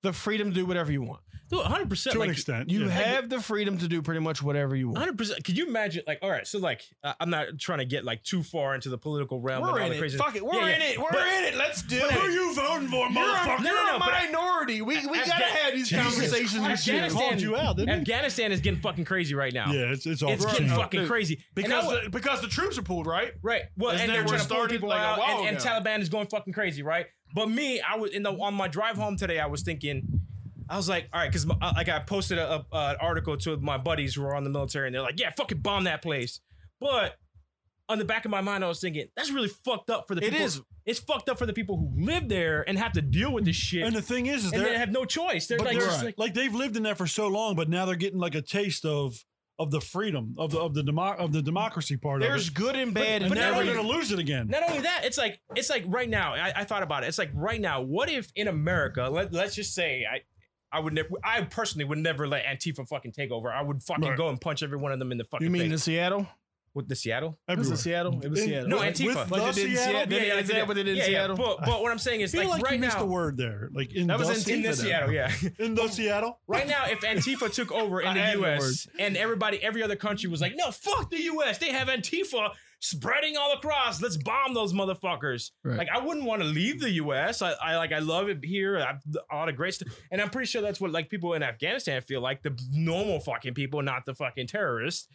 Speaker 2: the freedom to do whatever you want.
Speaker 4: Dude, 100%.
Speaker 3: to
Speaker 4: like,
Speaker 3: an extent.
Speaker 2: You
Speaker 3: yeah.
Speaker 2: have the freedom to do pretty much whatever you want.
Speaker 4: 100%. Could you imagine? Like, all right, so like, uh, I'm not trying to get like too far into the political realm. and
Speaker 2: We're
Speaker 4: all
Speaker 2: in
Speaker 4: the
Speaker 2: it.
Speaker 4: crazy-
Speaker 2: Fuck it. We're
Speaker 4: Yeah, yeah.
Speaker 2: in it. We're
Speaker 4: But-
Speaker 2: in it. Let's do
Speaker 4: but
Speaker 2: it.
Speaker 4: who are
Speaker 2: you voting for, motherfucker? You're
Speaker 4: No, no,
Speaker 2: a
Speaker 4: but I-
Speaker 2: minority. We we
Speaker 4: I-
Speaker 2: gotta
Speaker 4: I-
Speaker 2: have these
Speaker 4: Jesus
Speaker 2: conversations and
Speaker 4: Christ.
Speaker 2: shit.
Speaker 4: Afghanistan,
Speaker 3: Called you out, didn't he?
Speaker 4: Afghanistan is getting fucking crazy right now.
Speaker 3: Yeah, it's it's all
Speaker 4: It's getting
Speaker 3: changed.
Speaker 4: fucking crazy. And I
Speaker 2: Because
Speaker 4: would-
Speaker 2: the, because the troops are pulled, right?
Speaker 4: Right. Well,
Speaker 2: Isn't
Speaker 4: and
Speaker 2: that
Speaker 4: they're
Speaker 2: where
Speaker 4: trying
Speaker 2: it
Speaker 4: to pull
Speaker 2: started
Speaker 4: people
Speaker 2: like a
Speaker 4: out,
Speaker 2: while
Speaker 4: and, and
Speaker 2: ago?
Speaker 4: Taliban is going fucking crazy, right? But me, I was in the on my drive home today. I was thinking, I was like, all right, because like I posted a, a, an article to my buddies who are on the military, and they're like, yeah, fucking bomb that place. But on the back of my mind, I was thinking that's really fucked up for the
Speaker 2: It
Speaker 4: people.
Speaker 2: is.
Speaker 4: It's fucked up for the people who live there and have to deal with this shit,
Speaker 3: And
Speaker 4: and,
Speaker 3: the thing is, is
Speaker 4: they
Speaker 3: they're
Speaker 4: have no choice. They're
Speaker 3: but
Speaker 4: like,
Speaker 3: they're-
Speaker 4: just
Speaker 3: like,
Speaker 4: like-
Speaker 3: they've lived in that for so long, but now they're getting like a taste of of the freedom of the of the demo, of the democracy part
Speaker 2: There's
Speaker 3: of it.
Speaker 2: good and bad
Speaker 3: And
Speaker 2: in
Speaker 3: now
Speaker 2: every
Speaker 3: they're gonna lose it again.
Speaker 4: Not only that, it's like it's like right now. I, I thought about it. It's like right now. What if in America, let, let's just say I. I would never. I personally would never let Antifa fucking take over. I would fucking
Speaker 3: Right.
Speaker 4: go and punch every one of them in the fucking
Speaker 2: You mean in
Speaker 4: face.
Speaker 2: Seattle?
Speaker 4: with the Seattle?
Speaker 2: Was
Speaker 3: Everywhere.
Speaker 2: it Seattle? It was
Speaker 3: In-
Speaker 2: Seattle.
Speaker 4: No,
Speaker 3: with-
Speaker 4: Antifa.
Speaker 3: with
Speaker 2: Like they
Speaker 3: the
Speaker 2: did in
Speaker 3: Seattle?
Speaker 2: Seattle?
Speaker 4: Yeah,
Speaker 2: They-
Speaker 4: yeah,
Speaker 2: is that what they did in
Speaker 4: yeah,
Speaker 2: Seattle?
Speaker 4: Yeah. But, but what I'm saying
Speaker 3: I
Speaker 4: is
Speaker 3: feel
Speaker 4: like,
Speaker 3: like, you
Speaker 4: right
Speaker 3: missed
Speaker 4: now
Speaker 3: the word there. Like in
Speaker 2: That
Speaker 3: the
Speaker 2: was
Speaker 3: Se-
Speaker 4: in
Speaker 2: Antifa,
Speaker 4: the
Speaker 2: though.
Speaker 4: Seattle. Yeah.
Speaker 3: in the Seattle.
Speaker 4: Right now, if Antifa took over in
Speaker 2: I
Speaker 4: the
Speaker 2: had the
Speaker 4: U.S.
Speaker 2: word.
Speaker 4: and everybody, every other country was like, "No, fuck the U.S. They have Antifa spreading all across. Let's bomb those motherfuckers."
Speaker 2: Right.
Speaker 4: Like, I wouldn't want to leave the U.S. I, I like, I love it here. I, a lot of great stuff, and I'm pretty sure that's what like people in Afghanistan feel like the normal fucking people, not the fucking terrorists.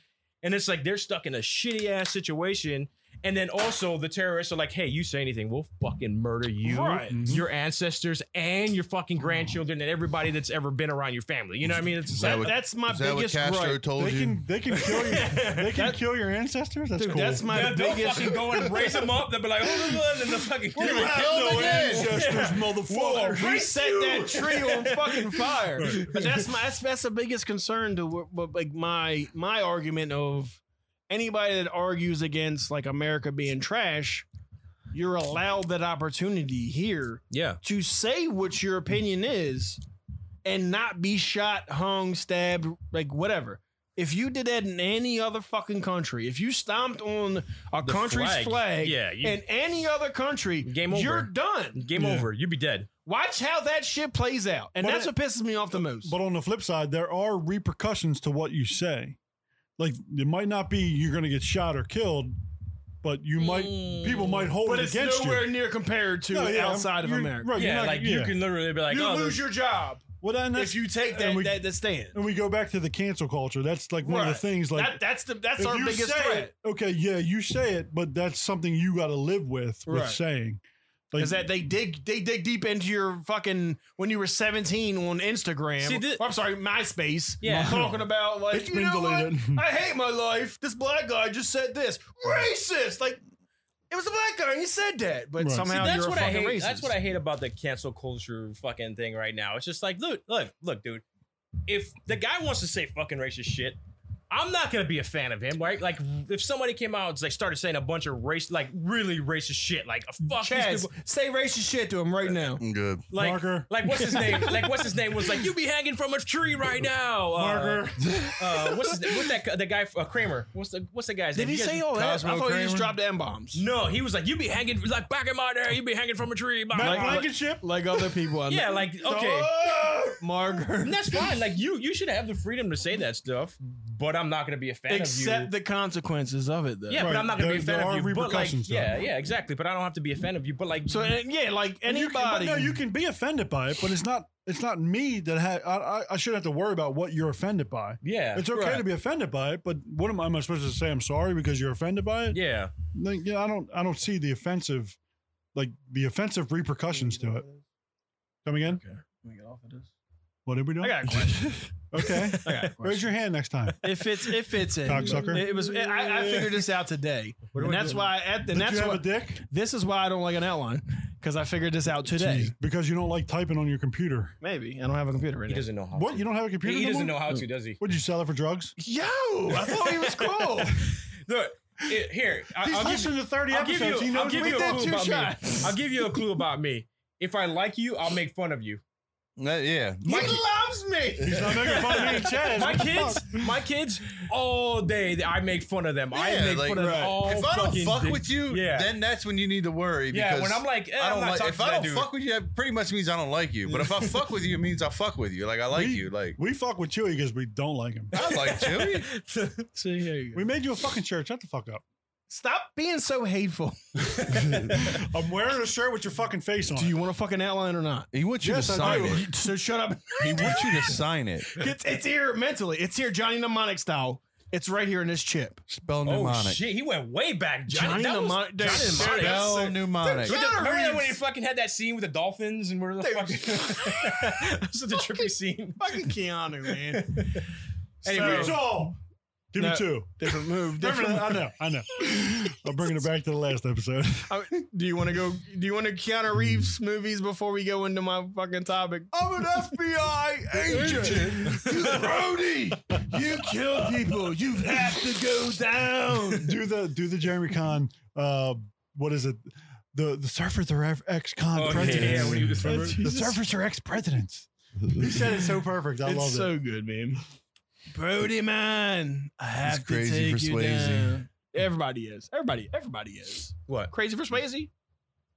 Speaker 4: And it's like they're stuck in a shitty ass situation. And then also the terrorists are like, "Hey, you say anything, we'll fucking murder you,
Speaker 2: Right.
Speaker 4: your ancestors, and your fucking grandchildren, and everybody that's ever been around your family." You know what I mean? It's just
Speaker 5: That
Speaker 4: like,
Speaker 5: would-
Speaker 2: That's my
Speaker 5: Is that what
Speaker 2: biggest
Speaker 5: Castro
Speaker 2: gripe.
Speaker 5: told
Speaker 3: They
Speaker 5: you?
Speaker 3: can they can kill you. They can kill your ancestors. That's
Speaker 2: Dude,
Speaker 3: cool.
Speaker 2: that's my
Speaker 4: they'll, they'll
Speaker 2: biggest.
Speaker 4: fucking go and raise them up. They'll be like, "Oh, look, look," and they'll fucking kill them.
Speaker 5: kill them again.
Speaker 4: Whoa,
Speaker 2: We
Speaker 4: right
Speaker 2: set
Speaker 4: you.
Speaker 2: that tree on fucking fire. But that's my that's, that's the biggest concern to wh- but like my my argument of anybody that argues against like America being trash, you're allowed that opportunity here
Speaker 4: Yeah,
Speaker 2: to say what your opinion is and not be shot, hung, stabbed, like whatever. If you did that in any other fucking country, if you stomped on a
Speaker 4: The
Speaker 2: country's
Speaker 4: flag.
Speaker 2: flag,
Speaker 4: Yeah, you-
Speaker 2: in any other country,
Speaker 4: Game
Speaker 2: you're
Speaker 4: over.
Speaker 2: done.
Speaker 4: game over. You'd be dead.
Speaker 2: Watch how that shit plays out. And
Speaker 3: But
Speaker 2: that's
Speaker 3: it-
Speaker 2: what pisses me off the most.
Speaker 3: But on the flip side, there are repercussions to what you say. Like it might not be you're going to get shot or killed, but you might people might hold
Speaker 2: But
Speaker 3: it
Speaker 2: it's
Speaker 3: against
Speaker 2: nowhere
Speaker 3: you.
Speaker 2: near compared to
Speaker 3: No, yeah, I'm-
Speaker 2: outside of
Speaker 3: you're-
Speaker 2: America.
Speaker 3: Right,
Speaker 4: Yeah,
Speaker 3: you're not-
Speaker 4: like you
Speaker 3: yeah.
Speaker 4: can literally be like,
Speaker 2: You
Speaker 4: "Oh,
Speaker 2: lose your job
Speaker 3: Well, then that's,
Speaker 2: if you take that,
Speaker 3: and we,
Speaker 2: that, that stand.
Speaker 3: and we go back to the cancel culture. That's like one of
Speaker 2: Right.
Speaker 3: the things. Like
Speaker 2: That- that's the that's
Speaker 3: if
Speaker 2: our
Speaker 3: you
Speaker 2: biggest
Speaker 3: say
Speaker 2: threat.
Speaker 3: it, okay, yeah, you say it, but that's something you got to live with with
Speaker 2: Right.
Speaker 3: saying. Like,
Speaker 2: Is that they dig they dig deep into your fucking when you were 17 on Instagram.
Speaker 4: See, thi-
Speaker 2: or I'm sorry, MySpace.
Speaker 4: Yeah.
Speaker 2: Talking about like
Speaker 3: It's
Speaker 2: you
Speaker 3: been
Speaker 2: know what?
Speaker 3: deleted.
Speaker 2: I hate my life. This black guy just said this. Racist. Like it was a black guy and he said that. But
Speaker 3: Right. See,
Speaker 2: somehow
Speaker 4: that's
Speaker 2: you're
Speaker 4: what
Speaker 2: a
Speaker 4: I
Speaker 2: fucking racist.
Speaker 4: hate. That's what I hate about the cancel culture fucking thing right now. It's just like, look, look, look, dude. If the guy wants to say fucking racist shit, I'm not gonna be a fan of him, right? Like, if somebody came out and like started saying a bunch of race, like really racist shit, like fuck these
Speaker 2: Chaz,
Speaker 4: people.
Speaker 2: say racist shit to him
Speaker 4: Uh,
Speaker 2: right now.
Speaker 5: I'm good.
Speaker 4: Like,
Speaker 3: Marker.
Speaker 4: like what's his name? Like what's his name was like you be hanging from a tree right now. Uh,
Speaker 3: Parker,
Speaker 4: Uh, what's his, what's that the guy uh, Kramer? What's the what's the guy's
Speaker 2: Did
Speaker 4: name?
Speaker 2: he
Speaker 4: You guys-
Speaker 2: say all that?
Speaker 5: Cosmo
Speaker 2: I thought he
Speaker 5: Kramer?
Speaker 2: just dropped M bombs.
Speaker 4: No, he was like you be hanging like back in my day. You be hanging from a tree. blah, blah,
Speaker 3: Matt
Speaker 4: blah."
Speaker 3: Blankenship.
Speaker 2: Like other people. I'm
Speaker 4: yeah, like okay.
Speaker 2: Margaret.
Speaker 4: And that's fine. Like you, you should have the freedom to say that stuff. But I'm not going to be a fan
Speaker 2: Accept
Speaker 4: of you.
Speaker 2: the consequences of it though.
Speaker 4: yeah, but
Speaker 3: Right.
Speaker 4: I'm not going to
Speaker 3: There-
Speaker 4: be a fan
Speaker 3: there
Speaker 4: of
Speaker 3: are
Speaker 4: you. But like,
Speaker 3: repercussions to
Speaker 4: yeah,
Speaker 3: it.
Speaker 4: yeah, exactly. But I don't have to be a fan of you. But uh, like,
Speaker 2: So and yeah, like
Speaker 3: You can- but
Speaker 2: anybody.
Speaker 3: no, you can be offended by it, but it's not. It's not me that ha- I, I. I should have to worry about what you're offended by.
Speaker 4: yeah,
Speaker 3: It's okay
Speaker 4: right.
Speaker 3: to be offended by it, but what am I, am I supposed to say? I'm sorry because you're offended by it.
Speaker 4: Yeah,
Speaker 3: Like, yeah, I don't. I don't see the offensive, like the offensive repercussions to it. Come again? What did we do?
Speaker 2: I got a question.
Speaker 3: Okay,
Speaker 2: I got a
Speaker 3: raise
Speaker 2: question.
Speaker 3: your hand next time.
Speaker 2: If it's if it's in,
Speaker 3: Cocksucker.
Speaker 2: It was. I, I figured this out today, and that's why. At, and
Speaker 3: Did you
Speaker 2: that's
Speaker 3: have
Speaker 2: why.
Speaker 3: a dick?
Speaker 2: this is why I don't like an outline because I figured this out today.
Speaker 3: Jeez, because you don't like typing on your computer.
Speaker 2: Maybe I don't have a computer right
Speaker 4: he
Speaker 2: now.
Speaker 4: doesn't know how.
Speaker 3: What? You
Speaker 4: To.
Speaker 3: don't have a computer?
Speaker 4: He, he
Speaker 3: no
Speaker 4: doesn't
Speaker 3: more?
Speaker 4: know how to, does he?
Speaker 3: Would you sell it for drugs?
Speaker 2: Yo, I thought he was cool.
Speaker 4: Look it- here. I,
Speaker 3: He's
Speaker 4: I'll give you-
Speaker 3: listening to 30
Speaker 4: I'll give
Speaker 3: episodes.
Speaker 4: you.
Speaker 3: he
Speaker 4: I'll
Speaker 3: knows
Speaker 4: give
Speaker 3: we
Speaker 4: you a
Speaker 3: did
Speaker 4: clue
Speaker 3: two
Speaker 4: about me.
Speaker 3: shots.
Speaker 4: I'll give you a clue about me. If I like you, I'll make fun of you.
Speaker 5: That- yeah.
Speaker 4: Mikey,
Speaker 2: loves
Speaker 4: me.
Speaker 3: He's not making fun of me and Chaz.
Speaker 4: My
Speaker 3: What the
Speaker 4: kids,
Speaker 3: fuck?
Speaker 4: my kids, all day I make fun of them. I
Speaker 5: Yeah,
Speaker 4: make
Speaker 5: like,
Speaker 4: fun of them
Speaker 5: right.
Speaker 4: all.
Speaker 5: If I don't
Speaker 4: fucking
Speaker 5: fuck
Speaker 4: day.
Speaker 5: with you,
Speaker 4: yeah,
Speaker 5: then that's when you need to worry.
Speaker 4: yeah.
Speaker 5: because
Speaker 4: When I'm like, eh,
Speaker 5: I
Speaker 4: I'm
Speaker 5: don't
Speaker 4: not
Speaker 5: like.
Speaker 4: talking
Speaker 5: If
Speaker 4: to
Speaker 5: I
Speaker 4: that
Speaker 5: don't
Speaker 4: dude.
Speaker 5: fuck with you, that pretty much means I don't like you. But if I fuck with you, it means I fuck with you. Like I like
Speaker 3: We-
Speaker 5: you. Like
Speaker 3: We fuck with Chewy because we don't like him.
Speaker 5: I like Chewy.
Speaker 2: See, here you go.
Speaker 3: We made you a fucking shirt. Shut the fuck up.
Speaker 2: Stop being so hateful.
Speaker 3: I'm wearing a shirt with your fucking face on.
Speaker 2: Do you want a fucking outline or not?
Speaker 5: He wants you
Speaker 3: Yes,
Speaker 5: to
Speaker 3: I
Speaker 5: sign
Speaker 3: do.
Speaker 5: it.
Speaker 2: So shut up.
Speaker 5: He wants you to sign it.
Speaker 2: It's, it's here mentally. It's here, Johnny Mnemonic style. It's right here in this chip.
Speaker 5: Spell
Speaker 4: oh
Speaker 5: mnemonic.
Speaker 4: shit, he went way back,
Speaker 2: Johnny
Speaker 4: Johnny. that was,
Speaker 2: Mnemonic-
Speaker 4: Johnny
Speaker 2: Dude,
Speaker 4: Mnemonic.
Speaker 5: Spell mnemonic.
Speaker 4: With the-
Speaker 2: Gotta
Speaker 4: remember
Speaker 2: read.
Speaker 4: that when he fucking had that scene with the dolphins and where the fucking such a trippy scene.
Speaker 2: Fucking Keanu, man.
Speaker 4: Anyway,
Speaker 2: So-
Speaker 3: all? Give
Speaker 2: No.
Speaker 3: me two.
Speaker 2: Different move.
Speaker 3: Remember
Speaker 2: Different.
Speaker 3: that? I know. I know. I'm bringing it back to the last episode.
Speaker 2: I mean, do you want to go? Do you want to Keanu Reeves movies before we go into my fucking topic?
Speaker 5: I'm an FBI agent. You Brody. You kill people. You have to go down.
Speaker 3: do the do the Jeremy Con. Uh, what is it? The the surfers are ex con
Speaker 4: Oh, yeah,
Speaker 3: presidents.
Speaker 4: yeah, when he was-
Speaker 3: the
Speaker 4: remember?
Speaker 3: surfers are ex presidents. He said it so perfect. I
Speaker 2: it's
Speaker 3: love
Speaker 2: so
Speaker 3: it.
Speaker 2: good, man. Brody, man, I have to
Speaker 5: crazy
Speaker 2: take
Speaker 5: for
Speaker 2: you
Speaker 5: Swayze.
Speaker 2: down. Everybody is. Everybody. Everybody is.
Speaker 4: what?
Speaker 2: Crazy for Swayze?